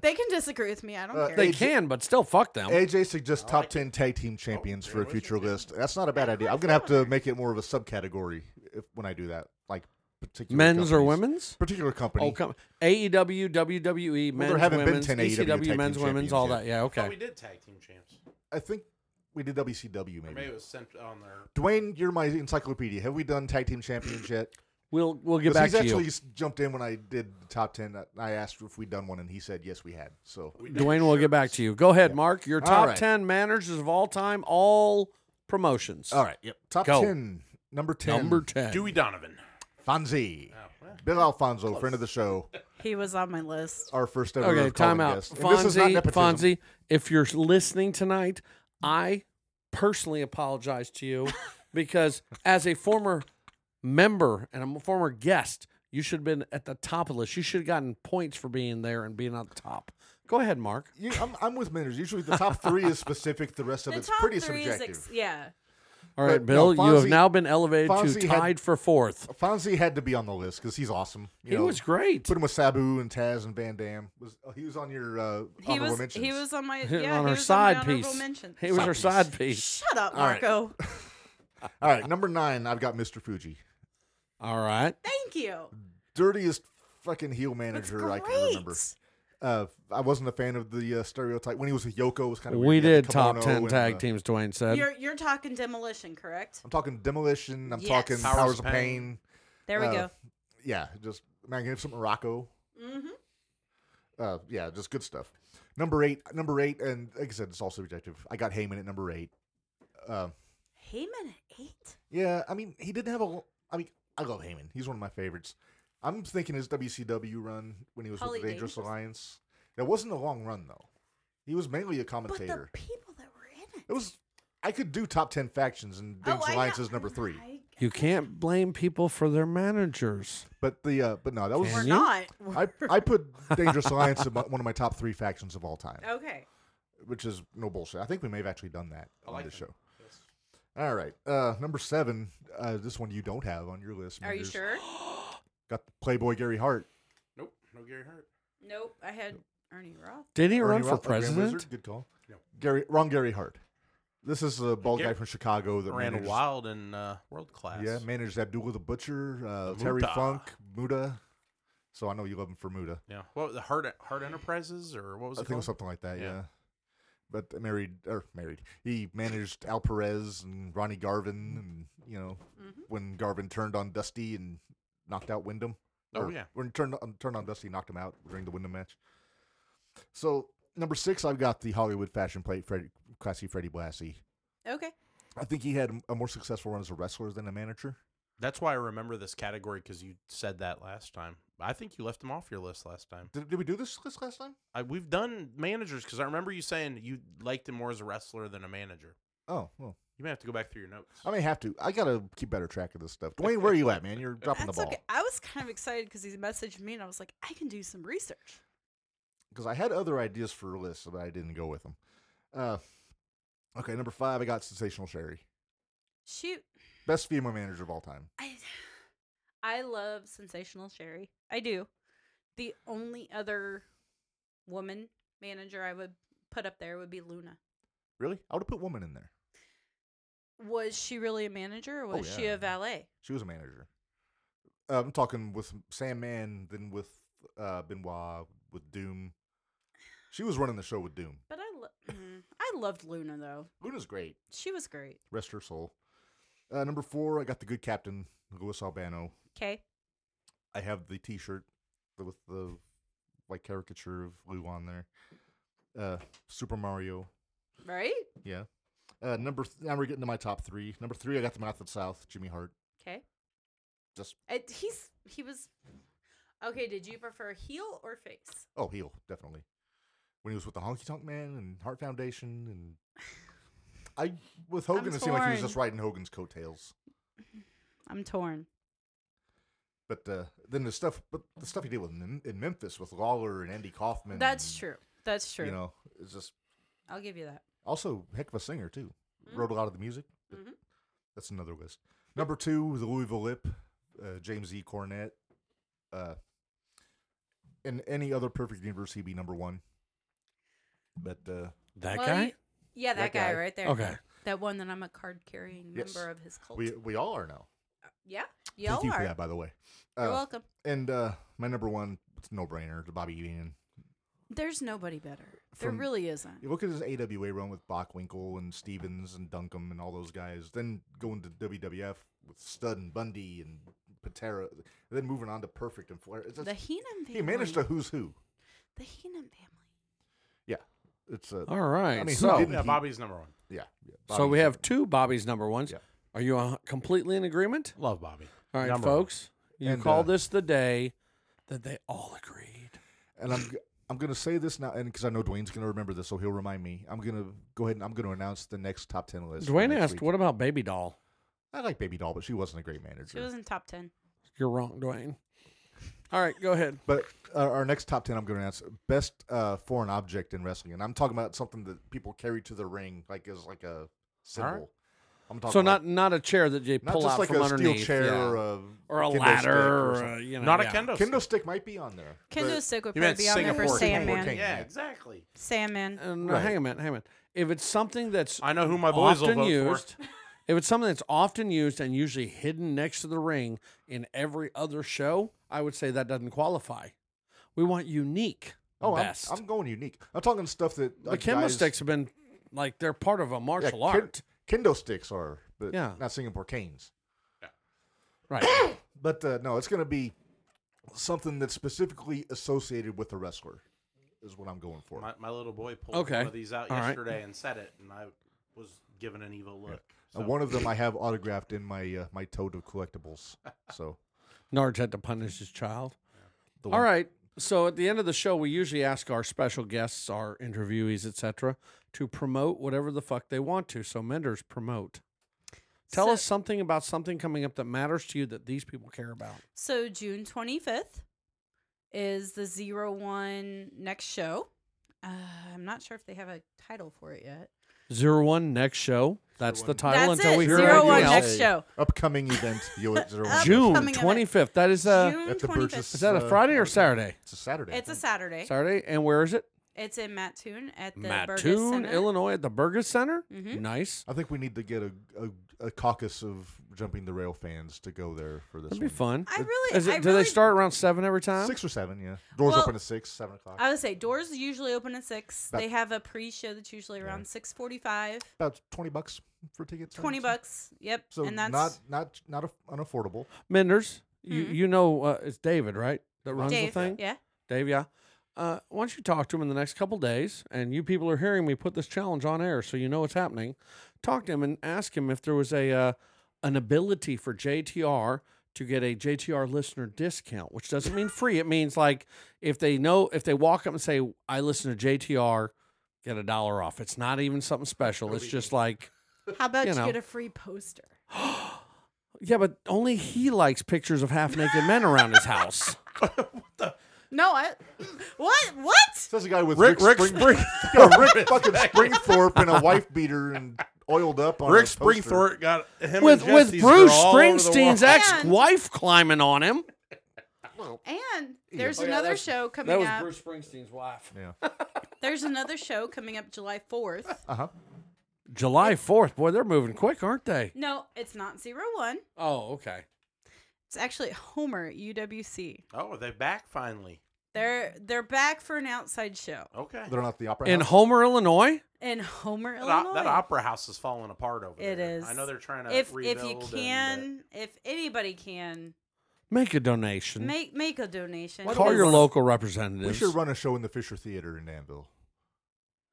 Speaker 4: They can disagree with me. I don't
Speaker 2: Uh,
Speaker 4: care.
Speaker 5: They
Speaker 2: AJ
Speaker 5: can, but still fuck them.
Speaker 2: AJ suggests top ten tag team champions
Speaker 5: Oh,
Speaker 2: for a future list. That's not a bad idea. I'm gonna have to make it more of a subcategory if, when I do that, like particular
Speaker 5: Men's or
Speaker 2: companies.
Speaker 5: women's?
Speaker 2: Particular company.
Speaker 5: Oh, come AEW, WWE, E, men's,
Speaker 2: haven't been
Speaker 5: women's,
Speaker 2: 10 AEW tag
Speaker 5: ECW,
Speaker 2: team
Speaker 5: men's, women's,
Speaker 2: champions
Speaker 5: all
Speaker 2: yet.
Speaker 5: that. Yeah,
Speaker 3: Oh,
Speaker 5: okay.
Speaker 3: we did tag team champs.
Speaker 2: I think we did WCW
Speaker 3: Or maybe
Speaker 2: maybe.
Speaker 3: it was sent on there.
Speaker 2: Dwayne, you're my encyclopedia. Have we done tag team champions yet?
Speaker 5: We'll we'll
Speaker 2: 'Cause
Speaker 5: get back
Speaker 2: he's
Speaker 5: to
Speaker 2: actually
Speaker 5: you.
Speaker 2: s- jumped in when I did the top ten. I- I asked if we'd done one, and he said yes, we had. So
Speaker 5: Dwayne, we'll get back to you. Go ahead, Mark. Your
Speaker 2: All
Speaker 5: top
Speaker 2: right.
Speaker 5: ten managers of all time, all promotions.
Speaker 2: all right, yep. Top
Speaker 5: Go.
Speaker 2: ten, number ten,
Speaker 5: Number ten.
Speaker 3: Dewey Donovan.
Speaker 2: Fonzie,
Speaker 3: Oh, well.
Speaker 2: Bill Alfonso, friend of the show,
Speaker 4: he was on my list.
Speaker 2: our first ever
Speaker 5: okay,
Speaker 2: calling
Speaker 5: time out.
Speaker 2: guest. And this is not
Speaker 5: Fonzie,
Speaker 2: nepotism.
Speaker 5: Fonzie, if you're listening tonight, I personally apologize to you because as a former member and I'm a former guest, you should have been at the top of the list. You should have gotten points for being there and being on the top. Go ahead, Mark.
Speaker 2: You, I'm, I'm with Menders. Usually the top three is specific. The rest of
Speaker 4: The
Speaker 2: it's
Speaker 4: top
Speaker 2: pretty
Speaker 4: three
Speaker 2: subjective.
Speaker 4: is ex- yeah.
Speaker 5: All right,
Speaker 2: But,
Speaker 5: Bill,
Speaker 2: no,
Speaker 5: you have
Speaker 2: Fonzie-
Speaker 5: now been elevated
Speaker 2: Fonzie
Speaker 5: to
Speaker 2: had-
Speaker 5: tied for fourth.
Speaker 2: Fonzie had to be on the list because he's awesome. You
Speaker 5: He
Speaker 2: know,
Speaker 5: was great.
Speaker 2: Put him with Sabu and Taz and Van Dam. Was oh, he was on your uh,
Speaker 4: He
Speaker 2: honorable
Speaker 4: was
Speaker 2: mentions?
Speaker 4: he was on my yeah,
Speaker 5: Hit
Speaker 4: he
Speaker 5: on her
Speaker 4: was on my
Speaker 5: side
Speaker 4: honorable
Speaker 5: piece.
Speaker 4: mention.
Speaker 5: He was our side piece.
Speaker 4: Shut up,
Speaker 2: All right.
Speaker 4: Marco.
Speaker 2: All right, number nine. I've got Mr. Fuji,
Speaker 5: All right.
Speaker 4: Thank you.
Speaker 2: dirtiest fucking heel
Speaker 4: That's
Speaker 2: manager I
Speaker 4: great.
Speaker 2: can remember. Uh, I wasn't a fan of the uh, stereotype when he was with Yoko. It was kind of
Speaker 5: We did top
Speaker 2: kimono
Speaker 5: 10
Speaker 2: and,
Speaker 5: tag
Speaker 2: uh,
Speaker 5: teams, Dwayne said.
Speaker 4: You're you're talking demolition, correct?
Speaker 2: I'm talking demolition. I'm
Speaker 4: Yes.
Speaker 2: talking
Speaker 4: Powers
Speaker 2: powers,
Speaker 3: of
Speaker 2: of
Speaker 3: Pain.
Speaker 2: pain.
Speaker 4: There we
Speaker 2: uh,
Speaker 4: go.
Speaker 2: Yeah, just magnificent Morocco.
Speaker 4: hmm
Speaker 2: uh, yeah, just good stuff. Number eight, number eight, and like I said, it's all subjective. I got Heyman at number eight. Uh,
Speaker 4: Heyman at eight.
Speaker 2: yeah, I mean, he didn't have a. l- I mean, I love Heyman. He's one of my favorites. I'm thinking his WCW run when he was
Speaker 4: Holly
Speaker 2: with the Dangerous
Speaker 4: Dangerous?
Speaker 2: Alliance. That wasn't a long run though. He was mainly a
Speaker 4: But the
Speaker 2: commentator.
Speaker 4: people that were in it.
Speaker 2: It was. I could do top ten factions, and Dangerous
Speaker 4: Oh, I
Speaker 2: Alliance
Speaker 4: know-
Speaker 2: is number three.
Speaker 4: I-
Speaker 5: You can't blame people for their managers.
Speaker 2: But the uh, but no, that was.
Speaker 4: We're
Speaker 5: Can you?
Speaker 4: not.
Speaker 2: I, I put Dangerous Alliance in my, one of my top three factions of all time.
Speaker 4: okay.
Speaker 2: which is no bullshit. I think we may have actually done that
Speaker 3: I
Speaker 2: on
Speaker 3: like
Speaker 2: this
Speaker 3: them.
Speaker 2: show. All right, uh, number seven. Uh, this one you don't have on your list.
Speaker 4: Are you
Speaker 2: Manders.
Speaker 4: sure?
Speaker 2: Got the Playboy Gary Hart.
Speaker 3: Nope, no Gary Hart.
Speaker 4: Nope. I had Ernie Roth.
Speaker 5: Did he run
Speaker 2: Ernie
Speaker 5: for
Speaker 2: Roth, the Grand
Speaker 5: president?
Speaker 2: Wizard, Good call.
Speaker 3: No.
Speaker 2: Gary, wrong Gary Hart. This is a bald
Speaker 3: Gary-
Speaker 2: guy from Chicago that
Speaker 3: Ran
Speaker 2: managed,
Speaker 3: wild in uh, world class.
Speaker 2: Yeah, managed Abdullah the Butcher, uh, Terry
Speaker 3: Muta.
Speaker 2: Funk, Muda. So I know you love him for Muda.
Speaker 3: Yeah. What was the Hart Hart Enterprises or what was
Speaker 2: I
Speaker 3: it
Speaker 2: think it was
Speaker 3: called?
Speaker 2: something like that.
Speaker 3: Yeah.
Speaker 2: Yeah. But uh, married or married, he managed Al Perez and Ronnie Garvin, and you know
Speaker 4: Mhm.
Speaker 2: when Garvin turned on Dusty and knocked out Wyndham.
Speaker 3: Oh,
Speaker 2: or
Speaker 3: yeah.
Speaker 2: when turned on, turned on Dusty, knocked him out during the Wyndham match. So number six, I've got the Hollywood fashion plate, Freddy, classy Freddie Blassie.
Speaker 4: Okay.
Speaker 2: I think he had a more successful run as a wrestler than a manager.
Speaker 3: That's why I remember this category because you said that last time. I think you left him off your list last time.
Speaker 2: Did, did we do this list last time?
Speaker 3: I, we've done managers because I remember you saying you liked him more as a wrestler than a manager.
Speaker 2: Oh, well,
Speaker 3: You may have to go back through your notes.
Speaker 2: I may have to. I gotta keep better track of this stuff. Dwayne, where are you at, man? You're dropping
Speaker 4: That's
Speaker 2: the ball.
Speaker 4: okay. I was kind of excited because he messaged me and I was like, I can do some research.
Speaker 2: because I had other ideas for lists, but I didn't go with them. Uh, okay, number five, I got Sensational Sherry,
Speaker 4: Shoot.
Speaker 2: best female manager of all time.
Speaker 4: I I love Sensational Sherry. I do. The only other woman manager I would put up there would be Luna.
Speaker 2: Really, I would have put woman in there.
Speaker 4: was she really a manager or
Speaker 2: Oh,
Speaker 4: was she
Speaker 2: yeah.
Speaker 4: a valet?
Speaker 2: She was a manager. Uh, I'm talking with Sam Mann, then with uh, Benoit, with Doom. She was running the show with Doom.
Speaker 4: But I, lo- Mm. I loved Luna though.
Speaker 2: Luna's great.
Speaker 4: She was great.
Speaker 2: Rest her soul. Uh, number four, I got the good captain, Luis Albano.
Speaker 4: Okay.
Speaker 2: I have the T-shirt with the like caricature of Lou on there. Uh, Super Mario.
Speaker 4: Right?
Speaker 2: Yeah. Uh, number th- now we're getting to my top three. Number three, I got the Mouth of the South, Jimmy Hart.
Speaker 4: Okay.
Speaker 2: Just
Speaker 4: It, he's he was Okay, did you prefer heel or face?
Speaker 2: oh, heel definitely. When he was with the Honky Tonk Man and Heart Foundation, and I with Hogan, it seemed like he was just
Speaker 4: torn.
Speaker 2: riding Hogan's coattails.
Speaker 4: I'm torn.
Speaker 2: But uh, then the stuff, but the stuff he did with Mem- in Memphis with Lawler and Andy Kaufman.
Speaker 4: That's
Speaker 2: and,
Speaker 4: true. That's true.
Speaker 2: You know, it's just
Speaker 4: I'll give you that.
Speaker 2: Also, heck of a singer too.
Speaker 4: Mm-hmm.
Speaker 2: Wrote a lot of the music. but
Speaker 4: Mhm.
Speaker 2: That's another list. Number two, the Louisville Lip, uh, James E. Cornett. Uh, in any other perfect universe, he'd be number one. But uh,
Speaker 5: That
Speaker 4: Well,
Speaker 5: guy?
Speaker 4: you- yeah,
Speaker 2: That
Speaker 4: that, guy,
Speaker 2: guy.
Speaker 4: right there.
Speaker 5: Okay.
Speaker 4: That one that I'm a card carrying
Speaker 2: Yes.
Speaker 4: member of his cult.
Speaker 2: we we all are now.
Speaker 4: yeah. Y'all
Speaker 2: Thank you
Speaker 4: are.
Speaker 2: for that, by the way.
Speaker 4: You're
Speaker 2: Uh,
Speaker 4: welcome.
Speaker 2: and uh, my number one, it's no brainer, the Bobby Eaton.
Speaker 4: There's nobody better. There
Speaker 2: From-
Speaker 4: really isn't.
Speaker 2: You look at his AWA run with Bockwinkel and Stevens and Duncan and all those guys, then going to WWF with Stud and Bundy and Patera, then moving on to Perfect and Flair. It's just,
Speaker 4: the Heenan family.
Speaker 2: he managed a who's who.
Speaker 4: The Heenan family.
Speaker 2: Yeah, it's a
Speaker 5: All right.
Speaker 2: mean, who
Speaker 5: so,
Speaker 2: didn't-
Speaker 3: Yeah, Bobby's number one.
Speaker 2: yeah. yeah,
Speaker 5: so we
Speaker 2: Bobby's-
Speaker 5: have two Bobby's number ones.
Speaker 2: Yeah.
Speaker 5: Are you uh, completely in agreement?
Speaker 3: Love Bobby.
Speaker 5: All right,
Speaker 3: Number one.
Speaker 5: folks. You
Speaker 2: And,
Speaker 5: call
Speaker 2: uh,
Speaker 5: this the day that they all agreed.
Speaker 2: and I'm g- I'm gonna say this now, and because I know Dwayne's gonna remember this, so he'll remind me. I'm gonna go ahead and I'm gonna announce the next top ten list. for
Speaker 5: Dwayne
Speaker 2: next
Speaker 5: asked,
Speaker 2: week.
Speaker 5: "What about Baby Doll?"
Speaker 2: I like Baby Doll, but she wasn't a great manager.
Speaker 4: She was in top ten.
Speaker 5: You're wrong, Dwayne. All right, go ahead.
Speaker 2: But uh, our next top ten, I'm going to announce best uh, foreign object in wrestling, and I'm talking about something that people carry to the ring, like as like a symbol.
Speaker 5: Alright.
Speaker 2: I'm talking
Speaker 5: So
Speaker 2: about
Speaker 5: not not a chair that you
Speaker 2: not
Speaker 5: pull
Speaker 2: just
Speaker 5: out
Speaker 2: like
Speaker 5: from
Speaker 2: a
Speaker 5: underneath,
Speaker 2: steel chair
Speaker 5: yeah.
Speaker 2: or a
Speaker 5: or a
Speaker 2: kendo stick
Speaker 5: ladder,
Speaker 2: or
Speaker 5: or,
Speaker 2: something.
Speaker 5: a, you know,
Speaker 3: Not
Speaker 5: yeah.
Speaker 3: a kendo.
Speaker 2: kendo
Speaker 3: stick.
Speaker 2: stick might be on there.
Speaker 4: Kendo
Speaker 2: but-
Speaker 4: Stick would
Speaker 3: You
Speaker 4: probably
Speaker 3: meant
Speaker 4: be on there for
Speaker 3: Singapore
Speaker 2: Singapore
Speaker 4: Sandman.
Speaker 2: King.
Speaker 3: Yeah,
Speaker 2: Yeah.
Speaker 3: exactly.
Speaker 4: Sandman.
Speaker 5: And
Speaker 2: Right.
Speaker 5: hang a minute, hang a minute. If it's something that's
Speaker 3: I know who my boys will
Speaker 5: often
Speaker 3: vote
Speaker 5: used,
Speaker 3: for.
Speaker 5: if it's something that's often used and usually hidden next to the ring in every other show, I would say that doesn't qualify. We want unique.
Speaker 2: Oh, I'm,
Speaker 5: best.
Speaker 2: I'm going unique. I'm talking stuff that
Speaker 5: the
Speaker 2: like,
Speaker 5: kendo
Speaker 2: guys-
Speaker 5: sticks have been like they're part of a
Speaker 2: yeah,
Speaker 5: martial
Speaker 2: ken-
Speaker 5: art,
Speaker 2: Kendo sticks are, but
Speaker 5: Yeah.
Speaker 2: not Singapore canes.
Speaker 5: right?
Speaker 2: But uh, no, it's going to be something that's specifically associated with the wrestler. Is what I'm going for.
Speaker 3: My, my little boy pulled
Speaker 5: Okay.
Speaker 3: one of these out
Speaker 5: All right.
Speaker 3: yesterday and said it, and I was given an evil look.
Speaker 2: Uh, one of them I have autographed in my uh, my tote of collectibles. So
Speaker 5: Narge had to punish his child.
Speaker 2: the
Speaker 5: All right. So at the end of the show, we usually ask our special guests, our interviewees, etc., to promote whatever the fuck they want to. So Menders, promote. Tell
Speaker 4: So-
Speaker 5: us something about something coming up that matters to you that these people care about.
Speaker 4: So June 25th is the Zero One next show. Uh, I'm not sure if they have a title for it yet.
Speaker 5: Zero one next show. That's
Speaker 2: Zero
Speaker 5: the
Speaker 2: one.
Speaker 5: title
Speaker 4: That's
Speaker 5: until
Speaker 4: it.
Speaker 5: we hear
Speaker 4: Zero
Speaker 5: anything
Speaker 4: One
Speaker 5: else.
Speaker 4: next show.
Speaker 2: upcoming event. you at zero one.
Speaker 5: June
Speaker 4: Upcoming event.
Speaker 5: twenty fifth. That is uh, a
Speaker 4: June
Speaker 2: at the
Speaker 4: 25th.
Speaker 2: Burgess,
Speaker 5: is that a
Speaker 2: uh,
Speaker 5: Friday or Saturday?
Speaker 2: It's a Saturday. I
Speaker 4: It's a
Speaker 2: think.
Speaker 4: Saturday.
Speaker 5: Saturday. And where is it?
Speaker 4: It's in Mattoon at the Burgess
Speaker 5: Mattoon,
Speaker 4: Center.
Speaker 5: Illinois, at the Burgess Center.
Speaker 4: Mhm.
Speaker 5: Nice.
Speaker 2: I think we need to get a, a, a caucus of jumping the rail fans to go there for this.
Speaker 5: That'd be
Speaker 2: one.
Speaker 5: fun.
Speaker 4: I really,
Speaker 5: Is it,
Speaker 4: I
Speaker 5: do
Speaker 4: really-
Speaker 5: they start around seven every time?
Speaker 2: Six or seven, yeah. Doors
Speaker 4: Well,
Speaker 2: open at six, seven o'clock.
Speaker 4: I would say doors usually open at six.
Speaker 2: About-
Speaker 4: they have a pre-show that's usually around six forty-five.
Speaker 2: About twenty bucks for tickets. I would
Speaker 4: Twenty
Speaker 2: say.
Speaker 4: bucks. Yep.
Speaker 2: So
Speaker 4: and that's
Speaker 2: not not not aff- unaffordable.
Speaker 5: Menders, you
Speaker 4: Mhm.
Speaker 5: you know uh, it's David, right? That runs
Speaker 4: Dave.
Speaker 5: the thing.
Speaker 4: Yeah.
Speaker 5: Dave, yeah. Uh, why don't you talk to him in the next couple days? And you people are hearing me put this challenge on air, so you know what's happening. Talk to him and ask him if there was a uh, an ability for JTR to get a JTR listener discount, which doesn't mean free. It means like if they know if they walk up and say, "I listen to JTR," get a dollar off. It's not even something special. It's just like
Speaker 4: How about
Speaker 5: You
Speaker 4: you,
Speaker 5: know.
Speaker 4: get a free poster?
Speaker 5: Yeah, but only he likes pictures of half naked men around his house.
Speaker 4: No, I. What? What?
Speaker 2: Says a guy with
Speaker 3: Rick, Rick,
Speaker 2: Spring-
Speaker 3: Spring,
Speaker 5: oh,
Speaker 2: yeah, Rick fucking Springthorpe and a wife beater and oiled up on a
Speaker 3: Rick
Speaker 2: poster.
Speaker 3: Springthorpe got him
Speaker 5: With
Speaker 3: and
Speaker 5: with
Speaker 3: Jesse's
Speaker 5: Bruce
Speaker 3: girl all over the
Speaker 5: Springsteen's
Speaker 3: wall.
Speaker 4: wall.
Speaker 5: ex wife climbing on him.
Speaker 4: And there's
Speaker 5: Oh, yeah,
Speaker 4: another
Speaker 5: that's-
Speaker 4: show coming up.
Speaker 5: Springsteen's wife.
Speaker 2: Yeah.
Speaker 4: There's another show coming up July 4th.
Speaker 2: Uh huh.
Speaker 5: July 4th. Boy, they're moving quick, aren't they?
Speaker 4: No, it's not zero one.
Speaker 5: Oh, okay.
Speaker 4: It's actually Homer at UWC.
Speaker 3: Oh, are they back finally?
Speaker 4: They're they're back for an outside show
Speaker 3: Okay.
Speaker 2: They're not the opera.
Speaker 5: In
Speaker 2: house?
Speaker 5: Homer, Illinois?
Speaker 4: in Homer,
Speaker 3: That,
Speaker 4: Illinois.
Speaker 3: o- that opera house is falling apart over
Speaker 4: It
Speaker 3: there. I
Speaker 4: is.
Speaker 3: know they're trying to
Speaker 4: if
Speaker 3: rebuild.
Speaker 4: if you
Speaker 3: and, uh,
Speaker 4: can, if anybody can,
Speaker 5: Make a donation.
Speaker 4: make make a donation.
Speaker 2: What
Speaker 5: Call
Speaker 2: about
Speaker 5: your
Speaker 2: we-
Speaker 5: local
Speaker 2: we
Speaker 5: representatives.
Speaker 2: should run a show in the Fisher Theater in Danville.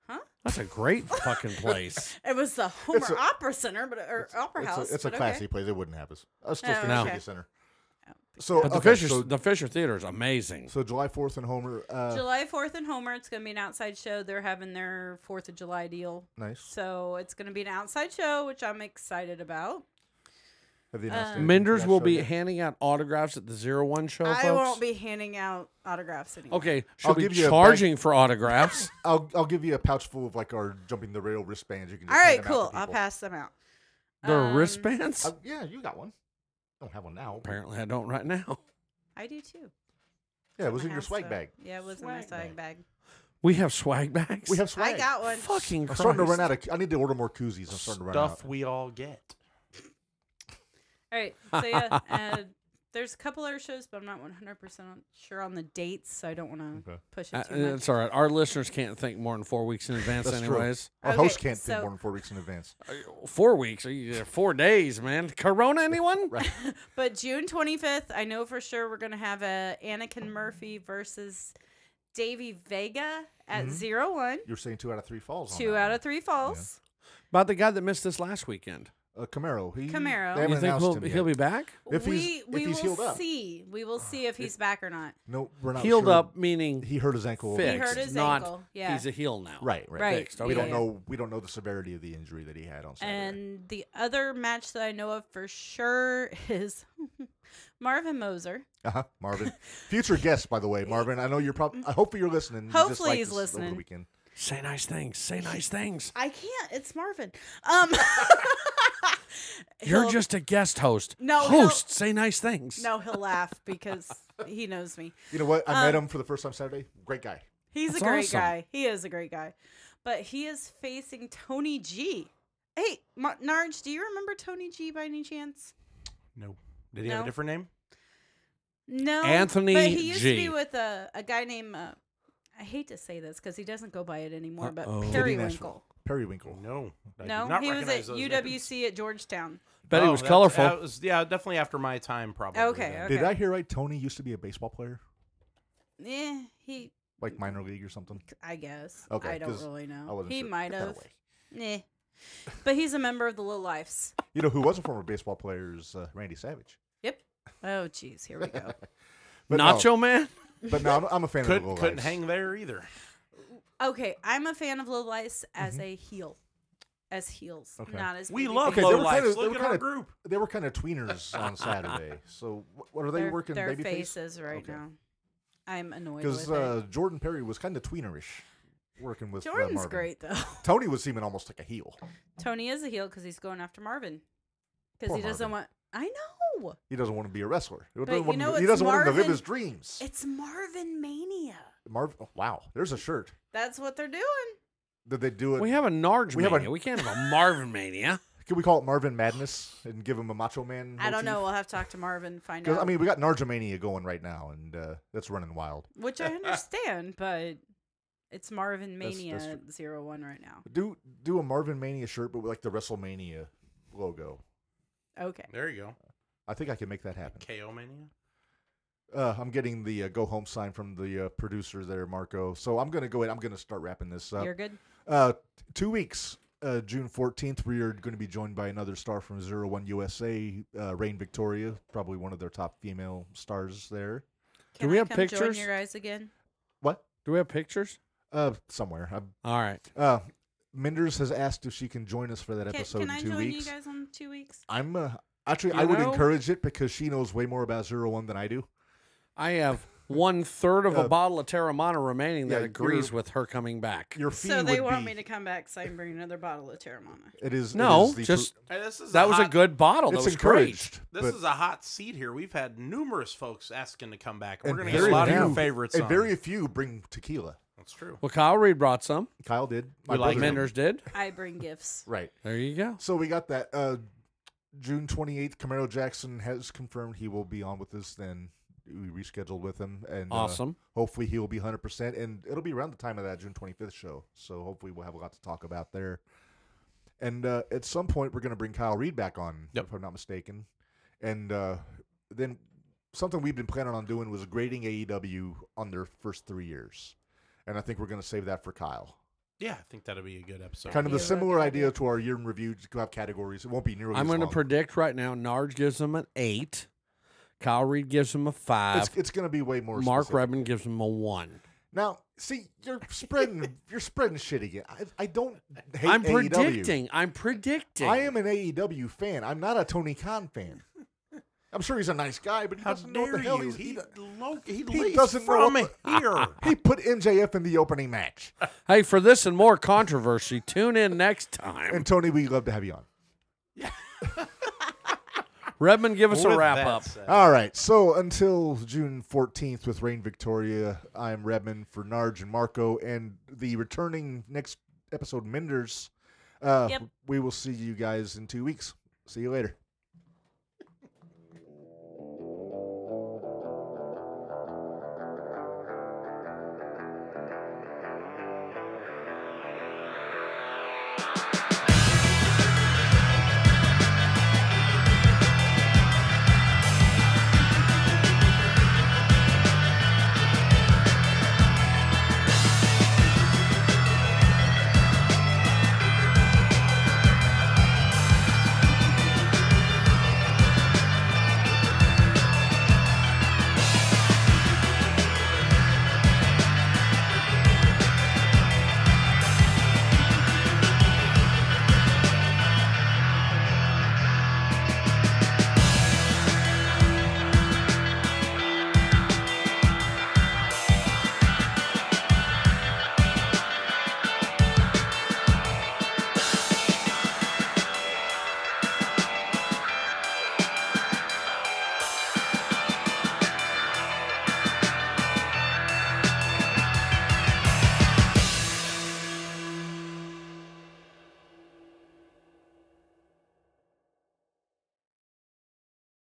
Speaker 4: Huh?
Speaker 5: That's a great fucking place.
Speaker 4: It was the Homer
Speaker 2: a-
Speaker 4: Opera Center, but or
Speaker 2: It's-
Speaker 4: Opera
Speaker 2: it's a-
Speaker 4: House.
Speaker 2: It's a
Speaker 4: but
Speaker 2: classy
Speaker 4: okay.
Speaker 2: place. They wouldn't have us. I still
Speaker 4: Oh,
Speaker 2: think
Speaker 5: No.
Speaker 2: no.
Speaker 5: okay.
Speaker 2: City Center. So,
Speaker 5: But the
Speaker 2: okay,
Speaker 5: Fisher
Speaker 2: so,
Speaker 5: the Fisher Theater is amazing.
Speaker 2: so July 4th and Homer. Uh,
Speaker 4: July Fourth in Homer. It's going to be an outside show. They're having their Fourth of July deal,
Speaker 2: Nice.
Speaker 4: so it's going to be an outside show, which I'm excited about.
Speaker 2: Have they announced
Speaker 4: Uh,
Speaker 2: anything for
Speaker 5: Menders
Speaker 2: that
Speaker 5: Mm. will
Speaker 2: show
Speaker 5: be
Speaker 2: yet?
Speaker 5: handing out autographs at the Zero One show, folks.
Speaker 4: I won't be handing out autographs anymore.
Speaker 5: Okay,
Speaker 2: I'll
Speaker 5: she'll be
Speaker 2: give you a bag-
Speaker 5: charging for autographs.
Speaker 2: I'll I'll give you a pouch full of like our jumping the rail wristbands. You can.
Speaker 4: All
Speaker 2: Just
Speaker 4: right,
Speaker 2: hand them out
Speaker 4: cool.
Speaker 2: to
Speaker 4: I'll
Speaker 2: people.
Speaker 4: pass them out.
Speaker 5: Their
Speaker 4: Um,
Speaker 5: wristbands?
Speaker 2: Uh, yeah, you got one. I don't have one now.
Speaker 5: Apparently, I don't right now.
Speaker 4: I do too.
Speaker 2: Yeah, it was
Speaker 4: My
Speaker 2: in your
Speaker 4: house,
Speaker 2: swag
Speaker 4: though.
Speaker 2: bag.
Speaker 4: Yeah, it was in my swag bag.
Speaker 5: We have swag bags.
Speaker 2: We have swag.
Speaker 4: I got one.
Speaker 5: fucking.
Speaker 2: I'm
Speaker 5: Christ.
Speaker 2: starting to run out of. I need to order more koozies. I'm starting to run out.
Speaker 3: Stuff we all get.
Speaker 4: All right. So yeah, uh, there's a couple other shows, but I'm not 100 percent sure on the dates, so I don't want to
Speaker 2: Okay.
Speaker 4: push
Speaker 5: Uh,
Speaker 4: it too much.
Speaker 5: it's all right. Our listeners can't think more than four weeks in advance,
Speaker 2: That's true.
Speaker 5: anyways.
Speaker 2: Our host
Speaker 4: Okay,
Speaker 2: can't think
Speaker 4: so-
Speaker 2: more than four weeks in advance.
Speaker 5: Four weeks? Are you, four days, man. Corona, anyone?
Speaker 2: Right.
Speaker 4: But June 25th, I know for sure we're gonna have a Anakin Murphy versus Davy Vega at
Speaker 2: Mm-hmm.
Speaker 4: zero one.
Speaker 2: You're saying two out of three falls.
Speaker 4: Two out of three falls.
Speaker 5: About the guy that missed this last weekend.
Speaker 2: three. Uh, Camaro. He,
Speaker 4: Camaro.
Speaker 2: They
Speaker 4: You
Speaker 2: haven't
Speaker 5: You think
Speaker 2: announced
Speaker 5: he'll,
Speaker 2: him
Speaker 5: he'll be
Speaker 2: yet.
Speaker 5: back?
Speaker 2: If
Speaker 4: we
Speaker 2: he's- if
Speaker 4: we
Speaker 2: he's
Speaker 4: will
Speaker 2: healed up. Ah,
Speaker 4: see. We will see if he's back or not.
Speaker 2: No, we're not
Speaker 5: Healed
Speaker 2: sure.
Speaker 5: up, meaning
Speaker 2: He hurt his ankle.
Speaker 5: fixed.
Speaker 4: He hurt his
Speaker 5: not,
Speaker 4: ankle, yeah.
Speaker 5: He's a heel now.
Speaker 2: Right. Right.
Speaker 4: Right.
Speaker 5: Fixed,
Speaker 2: We
Speaker 5: okay.
Speaker 2: don't
Speaker 4: Yeah, yeah.
Speaker 2: know. We don't know the severity of the injury that he had on Saturday.
Speaker 4: And the other match that I know of for sure is Marvin Moser.
Speaker 2: Uh-huh, Marvin, future guest, by the way, Marvin. I know you're probably. I hope you're listening. You just
Speaker 4: Hopefully
Speaker 2: liked
Speaker 4: he's
Speaker 2: us over the
Speaker 4: listening.
Speaker 2: weekend.
Speaker 5: Say nice things. Say nice things.
Speaker 4: I can't. It's Marvin. Um,
Speaker 5: You're
Speaker 4: he'll-
Speaker 5: just a guest host.
Speaker 4: No, he'll-
Speaker 5: Host, say nice things.
Speaker 4: no. He'll laugh because he knows me.
Speaker 2: You know what? I met
Speaker 4: Um,
Speaker 2: him for the first time Saturday. Great guy.
Speaker 4: He's
Speaker 5: That's
Speaker 4: a great
Speaker 5: awesome.
Speaker 4: guy. He is a great guy, but he is facing Tony G. Hey, Mar- Narge, do you remember Tony G by any chance?
Speaker 3: No. Did he have
Speaker 4: No.
Speaker 3: a different name?
Speaker 4: No,
Speaker 5: Anthony
Speaker 4: But he used to
Speaker 5: G.
Speaker 4: be with a, a guy named. Uh, I hate to say this because he doesn't go by it anymore,
Speaker 5: Uh-oh.
Speaker 4: but
Speaker 5: Did
Speaker 2: Diddy
Speaker 4: Periwinkle.
Speaker 2: Nashville. Periwinkle.
Speaker 3: No. I do
Speaker 4: No,
Speaker 3: not
Speaker 4: he was at
Speaker 3: recognize those
Speaker 4: UWC
Speaker 3: names.
Speaker 4: at Georgetown.
Speaker 5: Bet he
Speaker 3: Oh,
Speaker 5: was
Speaker 3: that-
Speaker 5: colorful.
Speaker 3: that was- yeah, definitely after my time, probably.
Speaker 4: Okay,
Speaker 3: then.
Speaker 4: okay.
Speaker 2: Did I hear right? Tony used to be a baseball player,
Speaker 4: Yeah, Eh, he.
Speaker 2: like minor league or something.
Speaker 4: I guess.
Speaker 2: Okay,
Speaker 4: I don't
Speaker 2: 'cause
Speaker 4: really know.
Speaker 2: I wasn't
Speaker 4: he
Speaker 2: sure.
Speaker 4: might
Speaker 2: Get that
Speaker 4: have.
Speaker 2: away.
Speaker 4: Eh. But he's a member of the Low Lifes.
Speaker 2: You know who was a former baseball player is uh, Randy Savage.
Speaker 4: Yep. Oh, jeez. Here we go.
Speaker 2: But no-
Speaker 5: Nacho Man?
Speaker 2: but no, I'm, I'm a fan
Speaker 3: Could,
Speaker 2: of the Low
Speaker 3: couldn't
Speaker 2: Lives.
Speaker 3: hang there either.
Speaker 4: Okay, I'm a fan of Low Lifes as a heel, as heels,
Speaker 2: Okay.
Speaker 4: not as
Speaker 3: We
Speaker 4: baby
Speaker 3: love
Speaker 4: faces.
Speaker 2: Okay,
Speaker 3: Low
Speaker 2: they were
Speaker 3: Lives.
Speaker 2: kind of they
Speaker 3: Look
Speaker 2: were
Speaker 3: at our
Speaker 2: kind of
Speaker 3: group.
Speaker 2: They were kind of tweeners on Saturday. So wh- what are they
Speaker 4: their,
Speaker 2: working?
Speaker 4: their
Speaker 2: babyface?
Speaker 4: faces right
Speaker 2: Okay.
Speaker 4: now. I'm annoyed
Speaker 2: Because
Speaker 4: with
Speaker 2: uh, Jordan Perry was kind of tweenerish, working
Speaker 4: it.
Speaker 2: with uh,
Speaker 4: Jordan's
Speaker 2: Marvin.
Speaker 4: great though.
Speaker 2: Tony was seeming almost like a heel.
Speaker 4: Tony is a heel because he's going after Marvin because
Speaker 2: Poor
Speaker 4: he doesn't
Speaker 2: Marvin.
Speaker 4: want. I know
Speaker 2: He doesn't want to be a wrestler. He
Speaker 4: you
Speaker 2: doesn't, want,
Speaker 4: know,
Speaker 2: him, to- he
Speaker 4: it's
Speaker 2: doesn't want him to live
Speaker 4: Marvin-
Speaker 2: his dreams.
Speaker 4: it's Marvin mania.
Speaker 2: Marv, oh, wow, there's a shirt.
Speaker 4: That's what they're doing.
Speaker 2: Did they do it?
Speaker 5: We have a Narge
Speaker 2: We have a-
Speaker 5: Mania. We can't have a Marvin Mania.
Speaker 2: Can we call it Marvin Madness and give him a Macho Man?
Speaker 4: I don't know. We'll have to talk to Marvin find
Speaker 2: Because
Speaker 4: out.
Speaker 2: I mean, we got Nargemania going right now, and uh, that's running wild.
Speaker 4: which I understand, but it's Marvin
Speaker 2: That's-
Speaker 4: mania
Speaker 2: that's
Speaker 4: zero one right now.
Speaker 2: Do do a Marvin Mania shirt, but with like the WrestleMania logo.
Speaker 4: Okay.
Speaker 3: There you go.
Speaker 2: I think I can make that happen.
Speaker 3: KO Mania.
Speaker 2: Uh, I'm getting the uh, go home sign from the uh, producer there, Marco. So I'm gonna go ahead. I'm gonna start wrapping this up.
Speaker 4: You're good.
Speaker 2: Uh, two weeks, uh, June 14th, we are going to be joined by another star from Zero One USA, uh, Rain Victoria, probably one of their top female stars there.
Speaker 4: Can
Speaker 5: we
Speaker 4: I
Speaker 5: have
Speaker 4: come Join
Speaker 5: pictures?
Speaker 4: your eyes again.
Speaker 2: What?
Speaker 5: Do we have pictures?
Speaker 2: Uh, somewhere. I-
Speaker 5: All right.
Speaker 2: Uh, Menders has asked if she can join us for that
Speaker 4: Can,
Speaker 2: episode
Speaker 4: can
Speaker 2: in
Speaker 4: I
Speaker 2: two
Speaker 4: join
Speaker 2: weeks.
Speaker 4: you guys on two weeks?
Speaker 2: I'm uh, actually,
Speaker 5: You
Speaker 2: I would
Speaker 5: know?
Speaker 2: encourage it because she knows way more about Zero One than I do.
Speaker 5: I have one third of a bottle of Terramana remaining that
Speaker 2: Uh, yeah,
Speaker 5: agrees
Speaker 2: you're-
Speaker 5: with her coming back.
Speaker 2: Your fee
Speaker 4: So they
Speaker 2: would
Speaker 4: want
Speaker 2: be-
Speaker 4: me to come back so I can bring another bottle of Terramana.
Speaker 2: It is it
Speaker 5: No,
Speaker 2: is the
Speaker 5: just
Speaker 3: Hey, this is
Speaker 5: that was a
Speaker 3: hot-
Speaker 5: good bottle.
Speaker 2: It's
Speaker 5: That was great.
Speaker 2: encouraged.
Speaker 3: This
Speaker 2: but-
Speaker 3: is a hot seat here. We've had numerous folks asking to come back. and We're
Speaker 2: and
Speaker 3: going to get a
Speaker 2: very
Speaker 3: lot of
Speaker 2: few-
Speaker 3: your favorites.
Speaker 2: and
Speaker 3: on.
Speaker 2: very few bring tequila.
Speaker 3: That's That's true.
Speaker 5: Well, Kyle Reed brought some.
Speaker 2: Kyle did.
Speaker 3: We like
Speaker 2: brother-
Speaker 5: Menders did.
Speaker 4: I bring gifts.
Speaker 2: Right.
Speaker 5: There you go.
Speaker 2: So we got that. Uh, June 28th, Camaro Jackson has confirmed he will be on with us then. We rescheduled with him. and uh,
Speaker 5: Awesome.
Speaker 2: hopefully he'll be 100%. And it'll be around the time of that June 25th show. So hopefully we'll have a lot to talk about there. And uh, at some point, we're going to bring Kyle Reed back on,
Speaker 3: Yep.
Speaker 2: if I'm not mistaken. And uh, then something we've been planning on doing was grading AEW on their first three years. And I think we're going to save that for Kyle
Speaker 3: Yeah, I think that'll be a good episode.
Speaker 2: kind of a
Speaker 4: Yeah, that's
Speaker 2: similar
Speaker 4: good
Speaker 2: idea
Speaker 4: idea.
Speaker 2: to our year in review. Just have categories. It won't be nearly.
Speaker 5: I'm
Speaker 2: going to
Speaker 5: predict right now. Narge gives him an eight. Kyle Reed gives him a five.
Speaker 2: It's, it's going to be way more.
Speaker 5: Mark
Speaker 2: specific.
Speaker 5: Redman gives him a one.
Speaker 2: Now, see, you're spreading. you're spreading shit again. I, I don't. Hate
Speaker 5: I'm
Speaker 2: AEW.
Speaker 5: predicting. I'm predicting.
Speaker 2: E I am an AEW fan. I'm not a Tony Khan fan. I'm sure he's a nice guy, but he
Speaker 3: How
Speaker 2: doesn't know what the
Speaker 3: dare
Speaker 2: hell
Speaker 3: you?
Speaker 2: he's.
Speaker 3: He,
Speaker 2: He,
Speaker 3: lo- he,
Speaker 2: he
Speaker 3: leaves
Speaker 2: doesn't know
Speaker 3: from
Speaker 2: what
Speaker 3: here.
Speaker 2: he put MJF in the opening match.
Speaker 5: Hey, for this and more controversy, tune in next time.
Speaker 2: And Tony, we love to have you on.
Speaker 5: Redman, give us a
Speaker 3: With
Speaker 5: wrap
Speaker 3: that
Speaker 5: up.
Speaker 3: said,
Speaker 2: All right. So until June 14th with Rain Victoria, I'm Redman for Narge and Marco, and the returning next episode, Menders. Uh,
Speaker 4: Yep.
Speaker 2: We will see you guys in two weeks. See you later.